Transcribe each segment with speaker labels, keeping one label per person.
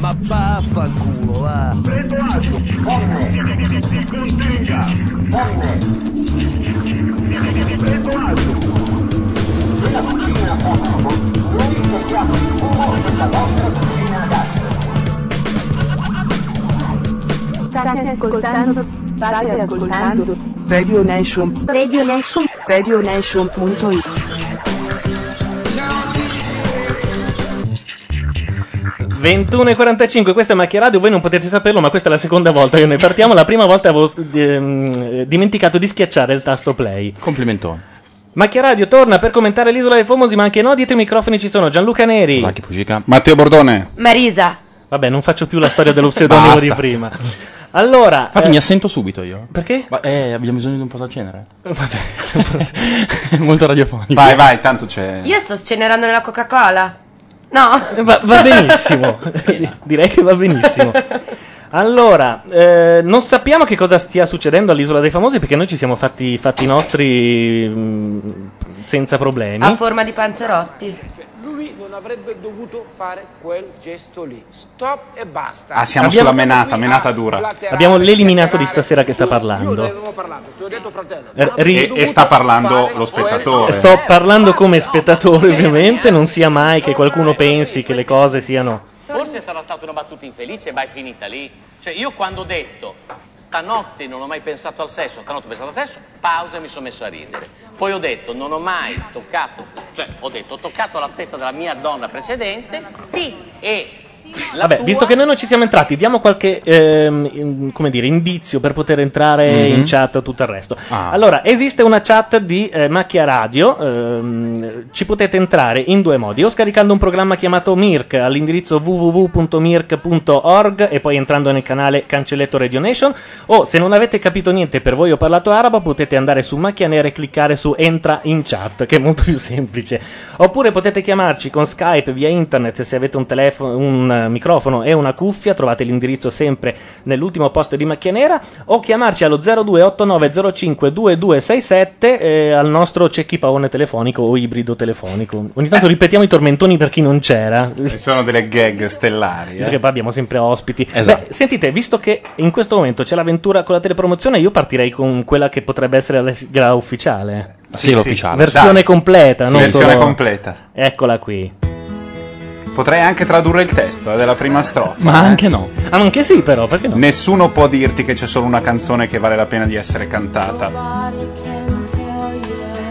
Speaker 1: Ma vaffanculo, va.
Speaker 2: Prendo agio, bombo, contenga, bombo. Prendo agio. Nella cucina a fuoco, noi cerchiamo il fumo della vostra cucina a gas.
Speaker 3: State ascoltando, state ascoltando Radio Nation,
Speaker 4: Radio Nation,
Speaker 3: Radio Nation.it.
Speaker 5: 21.45, questa è Macchia Radio, voi non potete saperlo, ma questa è la seconda volta che noi partiamo. La prima volta avevo ehm, dimenticato di schiacciare il tasto play.
Speaker 6: Complimentone.
Speaker 5: Macchia Radio torna per commentare l'isola dei famosi, ma anche no, dietro i microfoni ci sono Gianluca Neri.
Speaker 6: Sacchi Fujica.
Speaker 7: Matteo Bordone.
Speaker 4: Marisa.
Speaker 5: Vabbè, non faccio più la storia dello pseudonimo
Speaker 6: Basta.
Speaker 5: di prima. Allora,
Speaker 6: Infatti
Speaker 5: eh,
Speaker 6: mi assento subito io.
Speaker 5: perché?
Speaker 6: Ma, eh, abbiamo bisogno di un portacenere. Vabbè, molto radiofonico.
Speaker 7: Vai, vai, tanto c'è.
Speaker 4: Io sto scenerando nella Coca-Cola. No.
Speaker 5: Va, va benissimo, direi che va benissimo. Allora, eh, non sappiamo che cosa stia succedendo all'isola dei famosi perché noi ci siamo fatti i fatti nostri mm, senza problemi.
Speaker 4: A forma di panzerotti.
Speaker 8: Lui non avrebbe dovuto fare quel gesto lì. Stop e basta.
Speaker 7: Ah, siamo
Speaker 5: Abbiamo-
Speaker 7: sulla menata, menata dura.
Speaker 8: Laterale,
Speaker 5: Abbiamo l'eliminato di
Speaker 8: laterale.
Speaker 5: stasera che sta
Speaker 8: Io- Io ne
Speaker 5: parlando.
Speaker 8: avevo parlato, ti ho detto fratello.
Speaker 5: Eh,
Speaker 8: Non
Speaker 5: ri-
Speaker 8: avrebbe
Speaker 7: E,
Speaker 8: dovuto
Speaker 7: e sta parlando
Speaker 8: fare quel-
Speaker 7: lo spettatore.
Speaker 5: Sto parlando come spettatore ovviamente, non sia mai che qualcuno pensi che le cose siano...
Speaker 9: Forse sarà stata una battuta infelice, ma è finita lì. Cioè, io quando ho detto stanotte non ho mai pensato al sesso, stanotte ho pensato al sesso, pausa e mi sono messo a ridere. Poi ho detto non ho mai toccato, cioè ho detto ho toccato la testa della mia donna precedente. Sì. E la
Speaker 5: Vabbè,
Speaker 9: tua-
Speaker 5: visto che noi non ci siamo entrati, diamo qualche ehm, in- come dire, indizio per poter entrare
Speaker 6: Mhm.
Speaker 5: in chat e tutto il resto.
Speaker 6: Ah.
Speaker 5: Allora, esiste una chat di eh, Macchia Radio, ehm, ci potete entrare in due modi, o scaricando un programma chiamato Mirk all'indirizzo www.mirk.org e poi entrando nel canale Cancelletto Radio Nation, o se non avete capito niente per voi ho parlato arabo, potete andare su Macchia Nera e cliccare su Entra in chat, che è molto più semplice. Oppure potete chiamarci con Skype via internet se avete un, telefono, un eh, microfono e una cuffia, trovate l'indirizzo sempre nell'ultimo posto di Macchia Nera, o chiamarci allo 0289052267 eh, al nostro cecchi paone telefonico o ibrido telefonico. Ogni tanto ripetiamo i tormentoni per chi non c'era.
Speaker 7: Ci sono delle gag stellari.
Speaker 5: Visto che
Speaker 7: Eh.
Speaker 5: poi abbiamo sempre ospiti.
Speaker 6: Esatto.
Speaker 5: Beh, sentite, visto che in questo momento c'è l'avventura con la telepromozione, io partirei con quella che potrebbe essere la sigla ufficiale.
Speaker 6: Sì, l'ufficiale.
Speaker 5: Versione
Speaker 7: Dai.
Speaker 5: completa,
Speaker 7: Sì,
Speaker 5: non
Speaker 7: versione
Speaker 5: solo- Ecco,
Speaker 7: completa.
Speaker 5: Eccola qui.
Speaker 7: Potrei anche tradurre il testo eh, della prima strofa.
Speaker 6: Ma anche no.
Speaker 5: Ah, ma anche sì, però, perché no?
Speaker 7: Nessuno può dirti che c'è solo una canzone che vale la pena di essere cantata.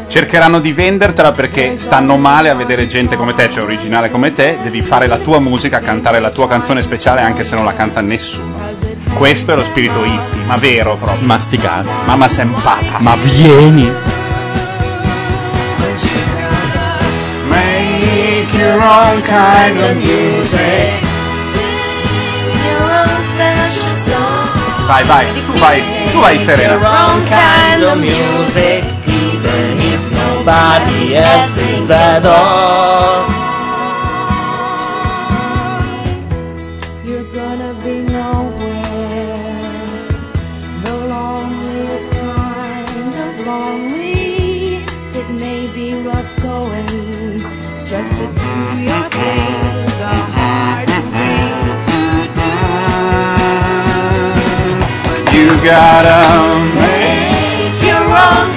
Speaker 7: Cercheranno di vendertela perché stanno male a vedere gente come te, cioè originale come te, devi fare la tua musica, cantare la tua canzone speciale anche se non la canta nessuno. Questo è lo spirito hippie, ma vero proprio.
Speaker 6: Ma sti cazzi.
Speaker 7: Mamma sem papa.
Speaker 6: Ma vieni.
Speaker 7: Make your own kind of music. Vai, vai, tu vai, tu vai serena. You gotta make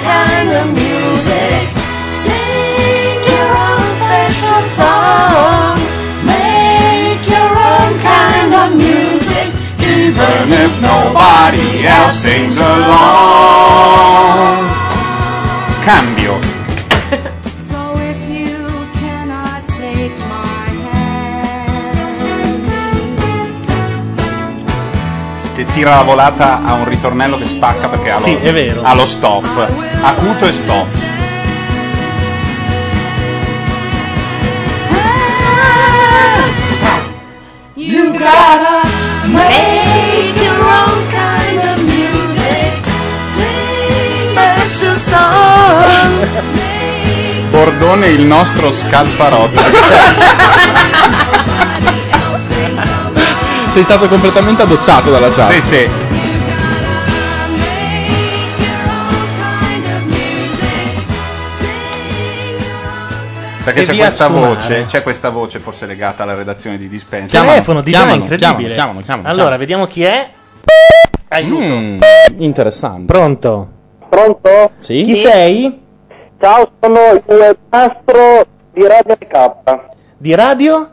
Speaker 7: even if nobody else sings along. Cambio. Che tira la volata a un ritornello che spacca perché ha lo,
Speaker 5: Sì, è vero.
Speaker 7: ha lo stop. Acuto e stop.
Speaker 4: You gotta make your own kind of music. Sing special song.
Speaker 7: Bordone il nostro scalparotto.
Speaker 6: Sei stato completamente adottato dalla chat.
Speaker 7: sì, sì. Perché
Speaker 10: E
Speaker 7: c'è
Speaker 10: via
Speaker 7: questa,
Speaker 10: sfumare.
Speaker 7: voce, c'è questa voce forse legata alla redazione di Dispensa.
Speaker 5: Telefono di là, incredibile.
Speaker 10: chiamano, chiamano,
Speaker 5: allora, vediamo chi è. Aiuto.
Speaker 6: Mm.
Speaker 10: Interessante.
Speaker 5: Pronto?
Speaker 11: Pronto?
Speaker 10: Sì?
Speaker 5: Chi sei?
Speaker 11: Ciao, sono il tuo Castro di Radio NK.
Speaker 5: Di radio?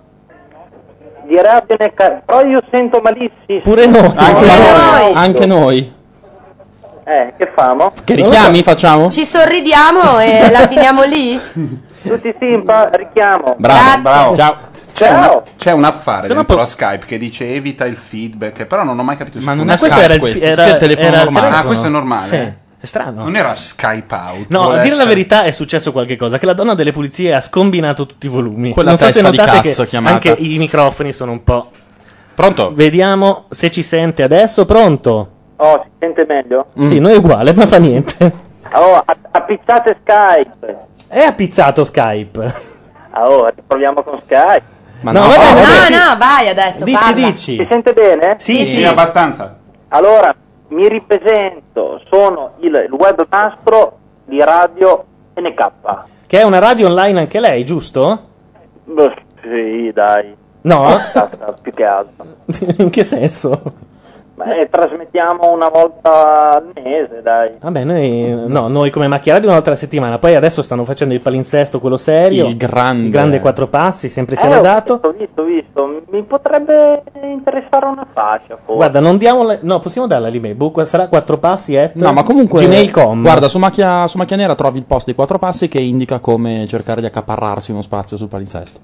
Speaker 11: Di Radio NK. Però io sento malissimo.
Speaker 5: Pure noi.
Speaker 10: Anche noi.
Speaker 11: noi.
Speaker 10: Anche noi.
Speaker 11: Eh, che famo?
Speaker 10: Che richiami facciamo?
Speaker 8: Ci sorridiamo e la finiamo lì?
Speaker 11: Tutti simpa, richiamo.
Speaker 10: Bravo,
Speaker 8: Grazie.
Speaker 10: bravo. Ciao.
Speaker 7: C'è,
Speaker 11: Ciao.
Speaker 7: una- c'è un affare
Speaker 5: Se no
Speaker 7: dentro
Speaker 5: po-
Speaker 7: a Skype che dice evita il feedback, però non ho mai capito se
Speaker 10: Ma non
Speaker 7: funziona
Speaker 10: è
Speaker 5: questo era
Speaker 10: Skype
Speaker 5: il,
Speaker 10: questo,
Speaker 5: fi- era,
Speaker 10: questo è il telefono
Speaker 5: era
Speaker 10: normale.
Speaker 7: Ah, questo è normale?
Speaker 5: Sì. È strano.
Speaker 7: Non era Skype out.
Speaker 5: No,
Speaker 7: vuole
Speaker 5: a dire la
Speaker 7: essere-
Speaker 5: verità è successo qualche cosa, che la donna delle pulizie ha scombinato tutti i volumi.
Speaker 10: Quella
Speaker 5: non so se
Speaker 10: testa di
Speaker 5: notate
Speaker 10: cazzo
Speaker 5: che
Speaker 10: chiamata.
Speaker 5: anche i microfoni sono un po'.
Speaker 10: Pronto?
Speaker 5: Vediamo se ci sente adesso, pronto?
Speaker 11: Oh, si sente meglio?
Speaker 10: Mm.
Speaker 5: Sì, noi uguale, ma fa niente.
Speaker 11: Oh, app- appizzate Skype.
Speaker 5: È appizzato Eh, Skype.
Speaker 11: Ah, Oh, riproviamo con Skype.
Speaker 10: Ma
Speaker 5: No,
Speaker 10: no,
Speaker 5: vabbè,
Speaker 10: no.
Speaker 5: vabbè.
Speaker 8: No,
Speaker 5: sì.
Speaker 8: no, vai adesso,
Speaker 5: dici,
Speaker 8: parla.
Speaker 11: Si
Speaker 5: dici.
Speaker 11: sente bene?
Speaker 5: Sì,
Speaker 7: Sì, abbastanza.
Speaker 11: Allora, mi ripresento, sono il, il webmastro di Radio NK.
Speaker 5: Che è una radio online anche lei, giusto?
Speaker 11: Beh, sì, dai,
Speaker 5: No?
Speaker 11: basta, più che altro.
Speaker 5: In che senso?
Speaker 11: Beh, trasmettiamo una volta al mese, dai.
Speaker 5: Vabbè, noi, no, noi come macchia radio un'altra settimana. Poi adesso stanno facendo il palinsesto, quello serio.
Speaker 10: Il grande.
Speaker 5: Il grande quattro passi, sempre
Speaker 11: Eh,
Speaker 5: siamo
Speaker 11: ho
Speaker 5: dato.
Speaker 11: Visto, visto, visto. Mi potrebbe interessare una fascia, forse.
Speaker 5: Guarda, non diamo la- No, possiamo darla l'email. boh, qua- sarà quattro passi eh, at
Speaker 10: No, ma comunque
Speaker 5: gmail.com.
Speaker 10: Guarda, su macchia, su macchia nera trovi il post dei quattro passi che indica come cercare di accaparrarsi uno spazio sul palinsesto.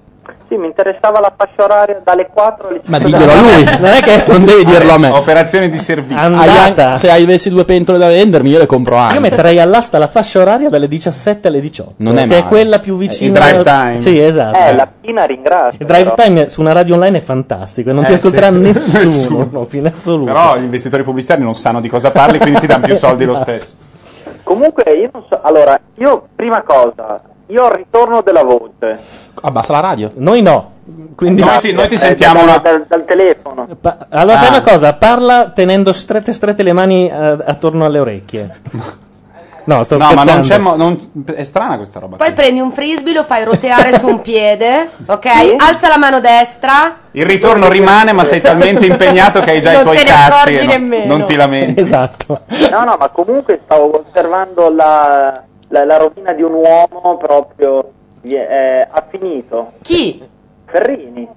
Speaker 11: Sì, mi interessava la fascia oraria dalle 4 alle 5.
Speaker 10: Ma diglielo a lui.
Speaker 5: Non è che-
Speaker 10: non devi dirlo a me.
Speaker 7: Operazione di servizio.
Speaker 5: An-
Speaker 10: Hai an-
Speaker 5: andata.
Speaker 10: se avessi due pentole da vendermi, io le compro anche.
Speaker 5: Io metterei all'asta la fascia oraria dalle 17 alle 18.
Speaker 10: Non è
Speaker 5: che
Speaker 10: male.
Speaker 5: è quella più vicina.
Speaker 7: È Eh, il drive time.
Speaker 5: Sì, esatto.
Speaker 11: Eh, la pina ringrazio.
Speaker 5: Il drive
Speaker 11: però.
Speaker 5: time su una radio online è fantastico e non ti
Speaker 7: Eh,
Speaker 5: ascolterà
Speaker 7: sì.
Speaker 5: nessuno,
Speaker 7: Nessuno.
Speaker 5: proprio in assoluto.
Speaker 7: Però gli investitori pubblicitari non sanno di cosa parli, quindi ti danno più soldi lo
Speaker 5: Esatto.
Speaker 7: stesso.
Speaker 11: Comunque, io non so. Allora, io, prima cosa, io ho il ritorno della voce.
Speaker 10: Abbassa la radio.
Speaker 5: Noi no. Quindi
Speaker 7: Noi ti, noi ti
Speaker 11: Eh,
Speaker 7: sentiamo
Speaker 11: dal-
Speaker 7: una...
Speaker 11: dal, dal telefono.
Speaker 5: Pa- allora
Speaker 7: Ah.
Speaker 5: fai una cosa, parla tenendo strette strette le mani eh, attorno alle orecchie. No, sto
Speaker 7: No, ma non
Speaker 5: scherzando.
Speaker 7: c'è... mo- non- È strana questa roba.
Speaker 8: Poi
Speaker 7: qui.
Speaker 8: prendi un frisbee, lo fai roteare su un piede, ok? Alza la mano destra.
Speaker 7: Il ritorno rimane, ma sei talmente impegnato che hai già
Speaker 8: Non
Speaker 7: i tuoi
Speaker 8: te ne
Speaker 7: cazzi.
Speaker 8: accorgi
Speaker 7: e non-
Speaker 8: nemmeno.
Speaker 7: non ti lamenti.
Speaker 5: Esatto.
Speaker 11: No, no, ma comunque stavo osservando la, la, la rovina di un uomo proprio eh, ha finito.
Speaker 8: Chi?
Speaker 11: Ferrini.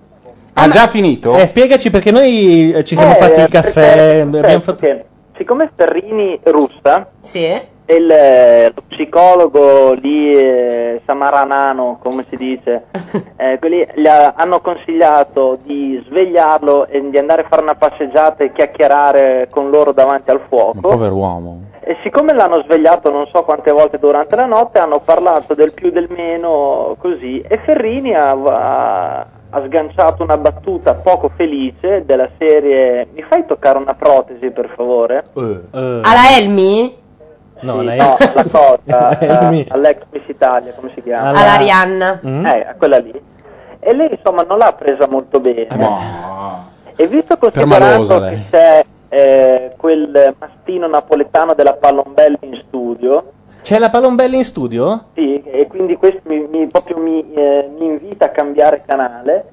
Speaker 7: Ha già finito?
Speaker 5: Eh, spiegaci perché noi eh, ci siamo
Speaker 11: Eh,
Speaker 5: fatti il
Speaker 11: perché
Speaker 5: caffè,
Speaker 11: è successo
Speaker 8: eh,
Speaker 5: abbiamo fatto...
Speaker 11: che, siccome Ferrini è russa,
Speaker 8: Sì.
Speaker 11: e il, eh, lo psicologo lì, eh, Samaranano, come si dice, eh, quelli gli ha- hanno consigliato di svegliarlo e di andare a fare una passeggiata e chiacchierare con loro davanti al fuoco.
Speaker 10: Un Ah, povero uomo.
Speaker 11: E siccome l'hanno svegliato non so quante volte durante la notte, hanno parlato del più del meno così e Ferrini ha, ha- ha sganciato una battuta poco felice della serie Mi fai toccare una protesi per favore?
Speaker 5: Eh,
Speaker 8: Alla Elmi?
Speaker 5: no,
Speaker 11: Sì,
Speaker 5: lei...
Speaker 11: no, la cosa,
Speaker 5: Lei mi-
Speaker 11: eh, all'ex Miss Italia, come si chiama?
Speaker 5: Alla-
Speaker 8: Alla Arianna.
Speaker 5: Mm?
Speaker 11: Eh, a quella lì. E lei insomma non l'ha presa molto bene.
Speaker 7: No.
Speaker 11: E visto
Speaker 10: malosa,
Speaker 11: considerando
Speaker 10: lei.
Speaker 11: che c'è eh, quel mastino napoletano della Pallombelli in studio,
Speaker 5: C'è la Palombelli in studio?
Speaker 11: Sì, e quindi questo mi, mi- proprio mi, eh, mi invita a cambiare canale.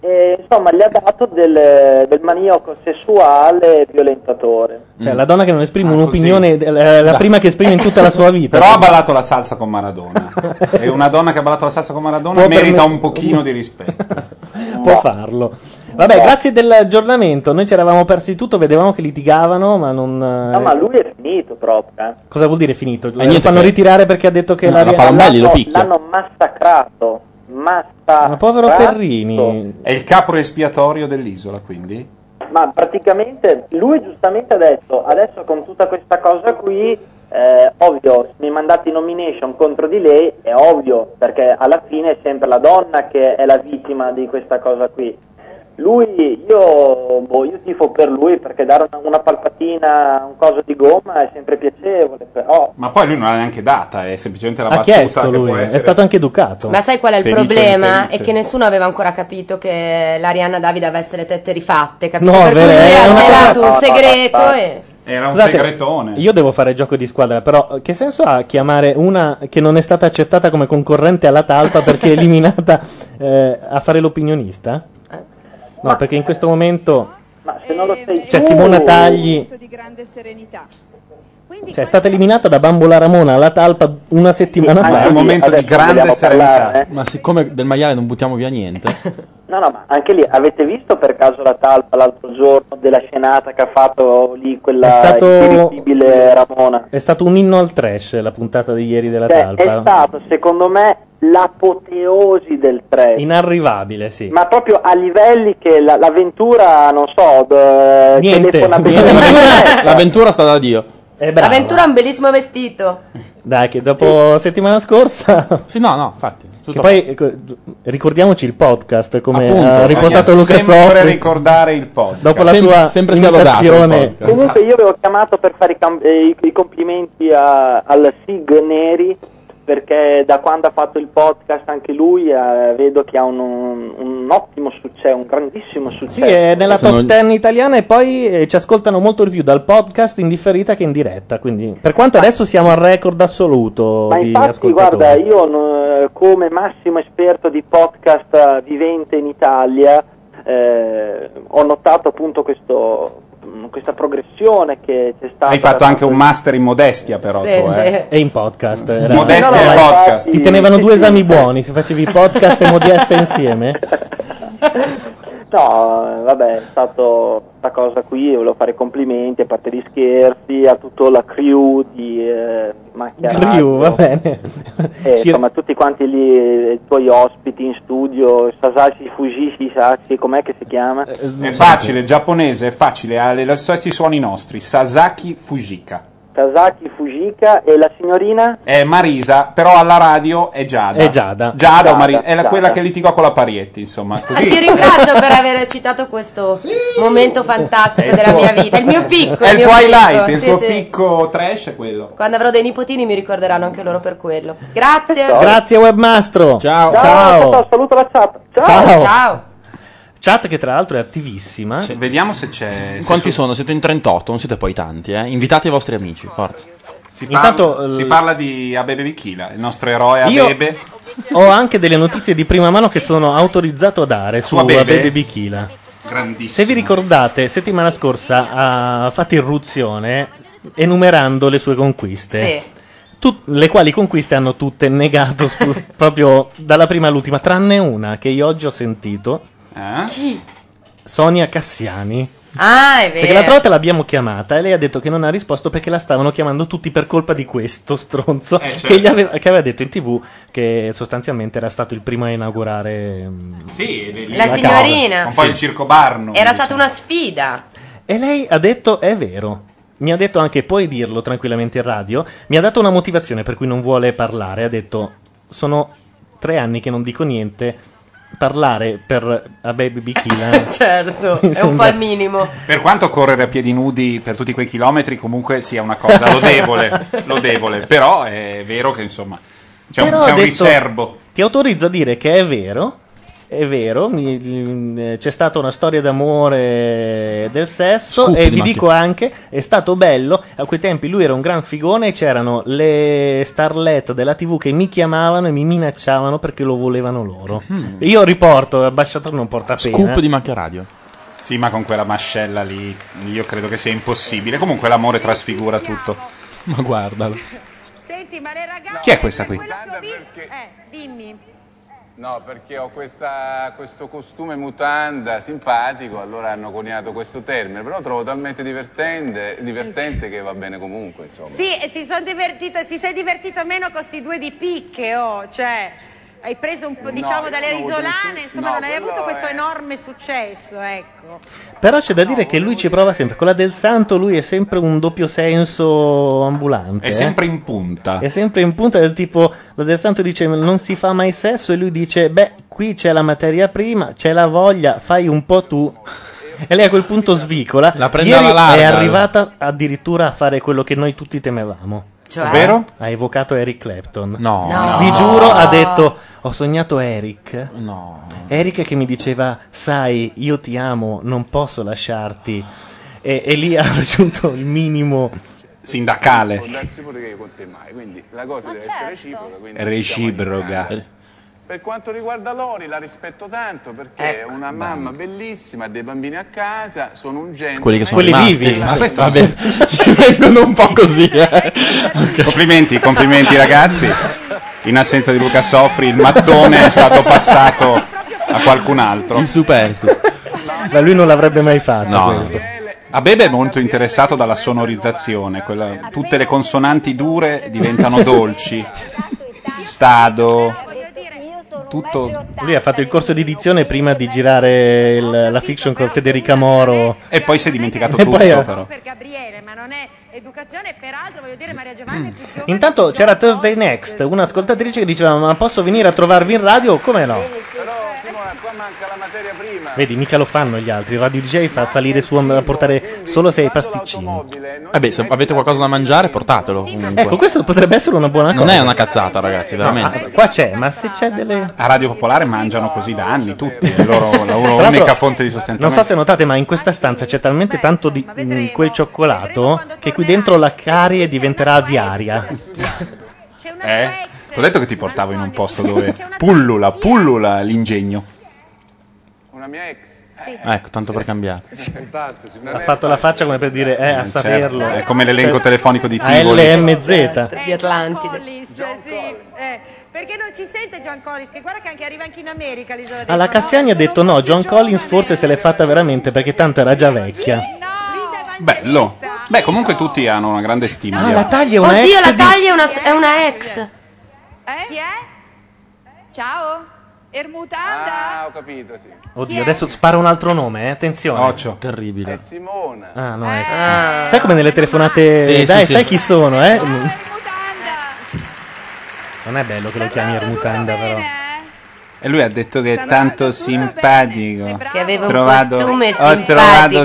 Speaker 11: E, insomma, gli ha dato del, del maniaco sessuale violentatore.
Speaker 5: Cioè, la donna che non esprime
Speaker 7: Ah,
Speaker 5: un'opinione, eh, la, la prima che esprime in tutta la sua vita.
Speaker 7: Però ha ballato la salsa con Maradona. E una donna che ha ballato la salsa con Maradona
Speaker 5: Può
Speaker 7: merita
Speaker 5: permet-
Speaker 7: un pochino di rispetto.
Speaker 5: Può farlo. Vabbè, grazie dell'aggiornamento. Noi ci eravamo persi tutto, vedevamo che litigavano, ma non. eh,
Speaker 11: No, ma lui è finito proprio. eh.
Speaker 5: Cosa vuol dire finito? Lo
Speaker 10: niente
Speaker 5: fanno
Speaker 10: che-
Speaker 5: ritirare perché ha detto che
Speaker 10: No,
Speaker 5: la.
Speaker 10: la Palomballi lo
Speaker 11: L'hanno-
Speaker 10: picchia.
Speaker 11: L'hanno massacrato. Massacrato.
Speaker 5: Ma povero Ferrini.
Speaker 7: È il capro espiatorio dell'isola, quindi.
Speaker 11: Ma praticamente lui giustamente ha detto, adesso con tutta questa cosa qui, eh, ovvio, mi mandate in nomination contro di lei, è ovvio, perché alla fine è sempre la donna che è la vittima di questa cosa qui. Lui, io, boh, io tifo per lui perché dare una, una palpatina a un coso di gomma è sempre piacevole, però
Speaker 7: Ma poi lui non l'ha neanche data, è semplicemente la
Speaker 5: Ha
Speaker 7: battuta
Speaker 5: chiesto
Speaker 7: che
Speaker 5: lui,
Speaker 7: può essere.
Speaker 5: è stato anche educato.
Speaker 8: Ma sai qual è il
Speaker 7: Esatto. Felice o
Speaker 8: problema?
Speaker 7: infelice.
Speaker 8: È che nessuno aveva ancora capito che l'Arianna Davide avesse le tette rifatte, capito?
Speaker 5: No,
Speaker 8: per
Speaker 5: vero,
Speaker 8: cui lui
Speaker 5: è
Speaker 8: ha
Speaker 5: una-
Speaker 8: svelato
Speaker 11: No,
Speaker 8: un
Speaker 11: no,
Speaker 8: segreto
Speaker 11: no, no.
Speaker 8: e...
Speaker 7: Era un
Speaker 5: Scusate,
Speaker 7: segretone.
Speaker 5: Io devo fare gioco di squadra, però eh, che senso ha chiamare una che non è stata accettata come concorrente alla talpa perché è eliminata eh, a fare l'opinionista?
Speaker 11: Eh,
Speaker 5: No, perché in questo momento
Speaker 11: Ma se non lo
Speaker 2: Eh,
Speaker 11: sei
Speaker 5: c'è
Speaker 11: tu-
Speaker 5: Cioè, Simona Tagli,
Speaker 2: di grande serenità.
Speaker 5: cioè è stata eliminata da Bambola Ramona alla talpa una settimana
Speaker 11: Ah,
Speaker 10: Anche
Speaker 5: fa.
Speaker 10: un momento di grande serenità.
Speaker 11: eh.
Speaker 10: Ma siccome del maiale non buttiamo via niente,
Speaker 11: No, no, ma anche lì avete visto per caso la talpa l'altro giorno della scenata che ha fatto lì quella
Speaker 5: È stato-
Speaker 11: irritibile Ramona?
Speaker 5: È stato un inno al trash la puntata di ieri della
Speaker 11: Cioè, è
Speaker 5: talpa.
Speaker 11: stato secondo me l'apoteosi del trash.
Speaker 5: Inarrivabile, sì.
Speaker 11: Ma proprio a livelli che la- l'avventura, non so, d-
Speaker 5: Niente,
Speaker 11: telefona
Speaker 5: niente.
Speaker 10: l'avventura sta da Dio.
Speaker 8: L'avventura è un bellissimo vestito.
Speaker 5: Dai, che dopo settimana scorsa.
Speaker 10: Sì, no, no, infatti.
Speaker 5: Che poi ecco, ricordiamoci il podcast come
Speaker 7: Appunto,
Speaker 5: eh, ha riportato
Speaker 7: bisogna
Speaker 5: Luca
Speaker 7: sempre
Speaker 5: Sofri.
Speaker 7: ricordare il podcast.
Speaker 5: Dopo la
Speaker 7: Sem-
Speaker 5: sua
Speaker 7: sempre sia lodato il
Speaker 5: imitazione,
Speaker 7: podcast.
Speaker 11: Comunque io avevo chiamato per fare i, cam- eh, i- i complimenti a- al Sig Neri perché da quando ha fatto il podcast anche lui eh, vedo che ha un, un- un ottimo successo, un grandissimo
Speaker 5: sì,
Speaker 11: successo.
Speaker 5: è nella
Speaker 10: Sono-
Speaker 5: top 10 italiana e poi eh, ci ascoltano molto di più dal podcast in differita che in diretta. Quindi, per quanto adesso siamo al record assoluto
Speaker 11: Ma
Speaker 5: di
Speaker 11: infatti,
Speaker 5: ascoltatori.
Speaker 11: guarda, io non- come massimo esperto di podcast eh, vivente in Italia eh, ho notato appunto questo- mh, questa progressione che c'è stata.
Speaker 7: Hai fatto anche un master in modestia, però.
Speaker 11: Sì,
Speaker 7: tu, eh.
Speaker 5: E in podcast. era-
Speaker 7: Modeste
Speaker 11: No, no,
Speaker 7: e
Speaker 11: ma
Speaker 7: podcast.
Speaker 5: Ti tenevano due esami buoni, se facevi podcast e modeste insieme.
Speaker 11: No, eh, vabbè, è stata questa cosa qui, io volevo fare i complimenti, a parte gli scherzi, a tutta la crew di eh, Macchia
Speaker 5: Crew,
Speaker 11: Radio,
Speaker 5: va bene.
Speaker 11: e, insomma, tutti quanti lì, eh, i tuoi ospiti in studio, Sasashi Fujishi Sashi, com'è che si chiama?
Speaker 7: È
Speaker 5: Esatto.
Speaker 7: facile, giapponese, è facile, ha le- lo stessi suoni nostri. Sasaki Fujika.
Speaker 11: Sasaki Fujika e la signorina?
Speaker 7: È Marisa, però alla radio è Giada.
Speaker 5: È Giada.
Speaker 7: Giada, o
Speaker 11: Giada,
Speaker 7: Marisa, è la-
Speaker 11: Giada.
Speaker 7: quella che litigò con la Parietti, insomma.
Speaker 8: Ah,
Speaker 7: Così.
Speaker 8: ti ringrazio per aver citato questo momento fantastico
Speaker 7: È il
Speaker 8: della
Speaker 7: tuo-
Speaker 8: mia vita. Il mio picco.
Speaker 7: È il
Speaker 8: mio
Speaker 7: tuo highlight,
Speaker 8: picco.
Speaker 7: il
Speaker 8: Sì,
Speaker 7: tuo
Speaker 8: sì.
Speaker 7: picco trash è quello.
Speaker 8: Quando avrò dei nipotini mi ricorderanno anche loro per quello. Grazie.
Speaker 5: Grazie webmastro.
Speaker 11: Ciao, ciao, ciao, saluto la chat. Ciao.
Speaker 5: Ciao.
Speaker 8: Ciao.
Speaker 5: Chat che tra l'altro è attivissima.
Speaker 7: Ah, Vediamo se c'è. se
Speaker 10: Quanti
Speaker 7: su-
Speaker 10: sono? Siete in 38, non siete poi tanti, eh? Invitate i vostri amici, forza.
Speaker 7: Si parla,
Speaker 5: eh,
Speaker 7: si parla di Abebe Bikila, il nostro eroe
Speaker 5: Io-
Speaker 7: Abebe.
Speaker 5: Ho anche delle notizie di prima mano che sono autorizzato a dare su
Speaker 7: Abebe?
Speaker 5: Abebe Bichila.
Speaker 7: Grandissimo.
Speaker 5: Se vi ricordate, settimana scorsa ha fatto irruzione enumerando le sue conquiste. Tut- le quali conquiste hanno tutte negato scu- proprio dalla prima all'ultima, tranne una che io oggi ho sentito. Eh?
Speaker 8: Chi?
Speaker 5: Sonia Cassiani.
Speaker 8: Ah, è
Speaker 5: Perché l'altra
Speaker 8: vero.
Speaker 5: volta l'abbiamo chiamata e lei ha detto che non ha risposto perché la stavano chiamando tutti per colpa di questo stronzo
Speaker 7: Eh,
Speaker 5: che,
Speaker 7: certo.
Speaker 5: gli aveva, che aveva detto in tv che sostanzialmente era stato il primo a inaugurare mm,
Speaker 7: Sì, le- le-
Speaker 8: La signorina.
Speaker 7: Un po' il circo barno.
Speaker 8: Era stata una sfida.
Speaker 5: E lei ha detto: È vero. Mi ha detto anche, puoi dirlo tranquillamente in radio. Mi ha dato una motivazione per cui non vuole parlare. Ha detto: Sono tre anni che non dico niente. Parlare per a Baby
Speaker 7: Eh.
Speaker 5: Bikila.
Speaker 8: certo,
Speaker 5: Mi
Speaker 8: è un po'
Speaker 5: sembra-
Speaker 8: al minimo.
Speaker 7: Per quanto correre a piedi nudi per tutti quei chilometri, comunque sia una cosa lodevole, lodevole. Però è vero che insomma c'è un,
Speaker 5: Però
Speaker 7: c'è
Speaker 5: ha
Speaker 7: un
Speaker 5: detto,
Speaker 7: riservo.
Speaker 5: Ti autorizzo a dire che è vero. È vero, mi- eh, c'è stata una storia d'amore del sesso
Speaker 10: Scoop
Speaker 5: e
Speaker 10: di
Speaker 5: vi
Speaker 10: Macchia.
Speaker 5: dico anche, è stato bello, a quei tempi lui era un gran figone e c'erano le starlet della tv che mi chiamavano e mi minacciavano perché lo volevano loro.
Speaker 7: Mm.
Speaker 5: Io riporto, ambasciatore non porta pena.
Speaker 10: Scoop di Macchia Radio.
Speaker 7: Sì, ma con quella mascella lì io credo che sia impossibile. Comunque l'amore trasfigura tutto.
Speaker 10: Ma guardalo.
Speaker 12: Senti, ma le ragazze...
Speaker 7: Chi è questa qui?
Speaker 12: Quello che ho visto- Eh, dimmi.
Speaker 13: No, perché ho questa- questo costume mutanda simpatico, allora hanno coniato questo termine, però lo trovo talmente divertente, divertente che va bene comunque, insomma.
Speaker 12: Sì, e si sono divertito, ti sei divertito meno con questi due di picche, oh, cioè... Hai preso un po',
Speaker 13: No,
Speaker 12: diciamo,
Speaker 13: io
Speaker 12: dalle
Speaker 13: non ho avuto
Speaker 12: risolane,
Speaker 13: nessun-
Speaker 12: insomma,
Speaker 13: no,
Speaker 12: non hai
Speaker 13: quello
Speaker 12: avuto questo
Speaker 13: è-
Speaker 12: enorme successo, ecco.
Speaker 5: Però c'è da dire che lui ci prova sempre. Con la del santo lui è sempre un doppio senso ambulante.
Speaker 7: È
Speaker 5: eh.
Speaker 7: sempre in punta.
Speaker 5: È sempre in punta del tipo, la del santo dice non si fa mai sesso e lui dice, beh, qui c'è la materia prima, c'è la voglia, fai un po' tu. E lei a quel punto svicola. La
Speaker 10: prende
Speaker 5: Ieri
Speaker 10: alla larga.
Speaker 5: è arrivata addirittura a fare quello che noi tutti temevamo.
Speaker 10: Cioè? Ovvero?
Speaker 5: Ha evocato Eric Clapton.
Speaker 10: No. No.
Speaker 5: Vi giuro, ha detto, ho sognato Eric. Eric che mi diceva, sai, io ti amo, non posso lasciarti. e, e lì ha raggiunto il minimo
Speaker 7: sindacale.
Speaker 13: Può darsi pure che io con te mai, quindi la cosa deve essere reciproca. quindi
Speaker 7: Reciproca.
Speaker 13: Per quanto riguarda Lori, la rispetto tanto perché è una mamma bellissima, ha dei bambini a casa, sono un genio.
Speaker 10: Quelli che sono
Speaker 13: Quelli
Speaker 10: rimasti,
Speaker 13: vivi, ma
Speaker 10: sì,
Speaker 13: questo-
Speaker 10: vabbè, ci vengono un po' così. eh.
Speaker 7: Complimenti, complimenti ragazzi. In assenza di Luca Sofri il mattone è stato passato a qualcun altro. Il
Speaker 10: superstite.
Speaker 5: Ma lui non l'avrebbe mai fatto.
Speaker 7: No.
Speaker 5: questo.
Speaker 7: Abebe è molto interessato dalla sonorizzazione, quella- tutte le consonanti dure diventano dolci. Stado, tutto.
Speaker 5: Lui ha fatto il corso di dizione prima di girare il- la fiction con Federica Moro.
Speaker 7: E poi si è dimenticato
Speaker 5: tutto,
Speaker 7: però.
Speaker 5: Intanto c'era Thursday Next, un'ascoltatrice che diceva ma posso venire a trovarvi in radio? Come no?
Speaker 13: Però Simona, qua manca la materia prima.
Speaker 5: Vedi, mica lo fanno gli altri. Radio DJ fa salire su a portare solo se hai pasticcini.
Speaker 10: Vabbè, se avete qualcosa da mangiare, portatelo. Comunque.
Speaker 5: Ecco, questo potrebbe essere una buona
Speaker 10: Non
Speaker 5: cosa.
Speaker 10: è una cazzata, ragazzi, veramente.
Speaker 5: qua c'è, ma se c'è delle.
Speaker 7: Ah, A Radio Popolare mangiano così da anni tutti, è loro, la loro
Speaker 5: Tra l'altro,
Speaker 7: unica fonte di
Speaker 5: Non
Speaker 7: sostentamento.
Speaker 5: so se notate, ma in questa stanza c'è talmente tanto di mh, quel cioccolato che qui dentro la carie diventerà diaria.
Speaker 7: Eh? Ti ho detto che ti portavo in un posto dove pullula, pullula l'ingegno.
Speaker 13: Una mia ex.
Speaker 10: Ecco, tanto per cambiare.
Speaker 5: Ha fatto la faccia come per dire, eh, a
Speaker 7: Certo,
Speaker 5: saperlo.
Speaker 7: è come l'elenco
Speaker 5: Cioè,
Speaker 7: telefonico di
Speaker 5: a
Speaker 7: Tivoli.
Speaker 5: LMZ.
Speaker 8: Di Atlantide.
Speaker 12: Perché non ci sente John Collins? Che guarda che anche arriva anche in America l'isola del
Speaker 5: Alla Cassiani ha detto no, John Collins forse se l'è fatta veramente perché tanto era già vecchia.
Speaker 7: Bello. Beh, comunque tutti hanno una grande stima.
Speaker 5: Ah,
Speaker 7: di-
Speaker 5: la taglia è una
Speaker 8: Oddio,
Speaker 5: ex
Speaker 8: la
Speaker 5: di-
Speaker 8: taglia è una, è una ex.
Speaker 2: Chi è? Eh? Ciao? Ermutanda?
Speaker 13: Ah, ho capito, sì.
Speaker 5: Oddio, adesso spara un altro nome, eh, attenzione.
Speaker 10: Terribile.
Speaker 13: Simona.
Speaker 5: Ah, no, ecco. Sai come nelle telefonate...
Speaker 10: Sì, sì,
Speaker 5: Dai,
Speaker 10: sì.
Speaker 5: sai chi sono, eh? Non è bello che lo chiami Ermutanda, però.
Speaker 7: E lui ha detto che è tanto simpatico.
Speaker 8: Che aveva un
Speaker 7: Trovato-
Speaker 8: costume
Speaker 7: ho trovato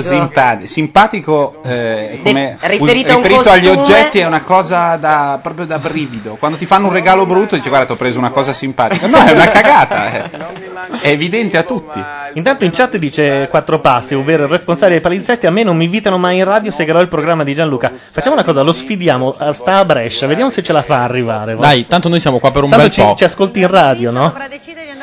Speaker 8: simpatico.
Speaker 7: simpatico. Simpatico, eh, come-
Speaker 8: De- riferito a un
Speaker 7: riferito agli
Speaker 8: costume.
Speaker 7: oggetti è una cosa da, proprio da brivido. Quando ti fanno un regalo brutto dici guarda ti ho preso una cosa simpatica. No, è una cagata. eh. È evidente a tutti.
Speaker 5: Intanto in chat dice quattro passi, ovvero il responsabile dei palinsesti, a me non mi invitano mai in radio, segherò il programma di Gianluca. Facciamo una cosa, lo sfidiamo, a- sta a Brescia, vediamo se ce la fa arrivare. va.
Speaker 10: Dai, tanto noi siamo qua per un
Speaker 5: Tanto
Speaker 10: bel
Speaker 5: ci,
Speaker 10: po'.
Speaker 5: ci ascolti in radio, no?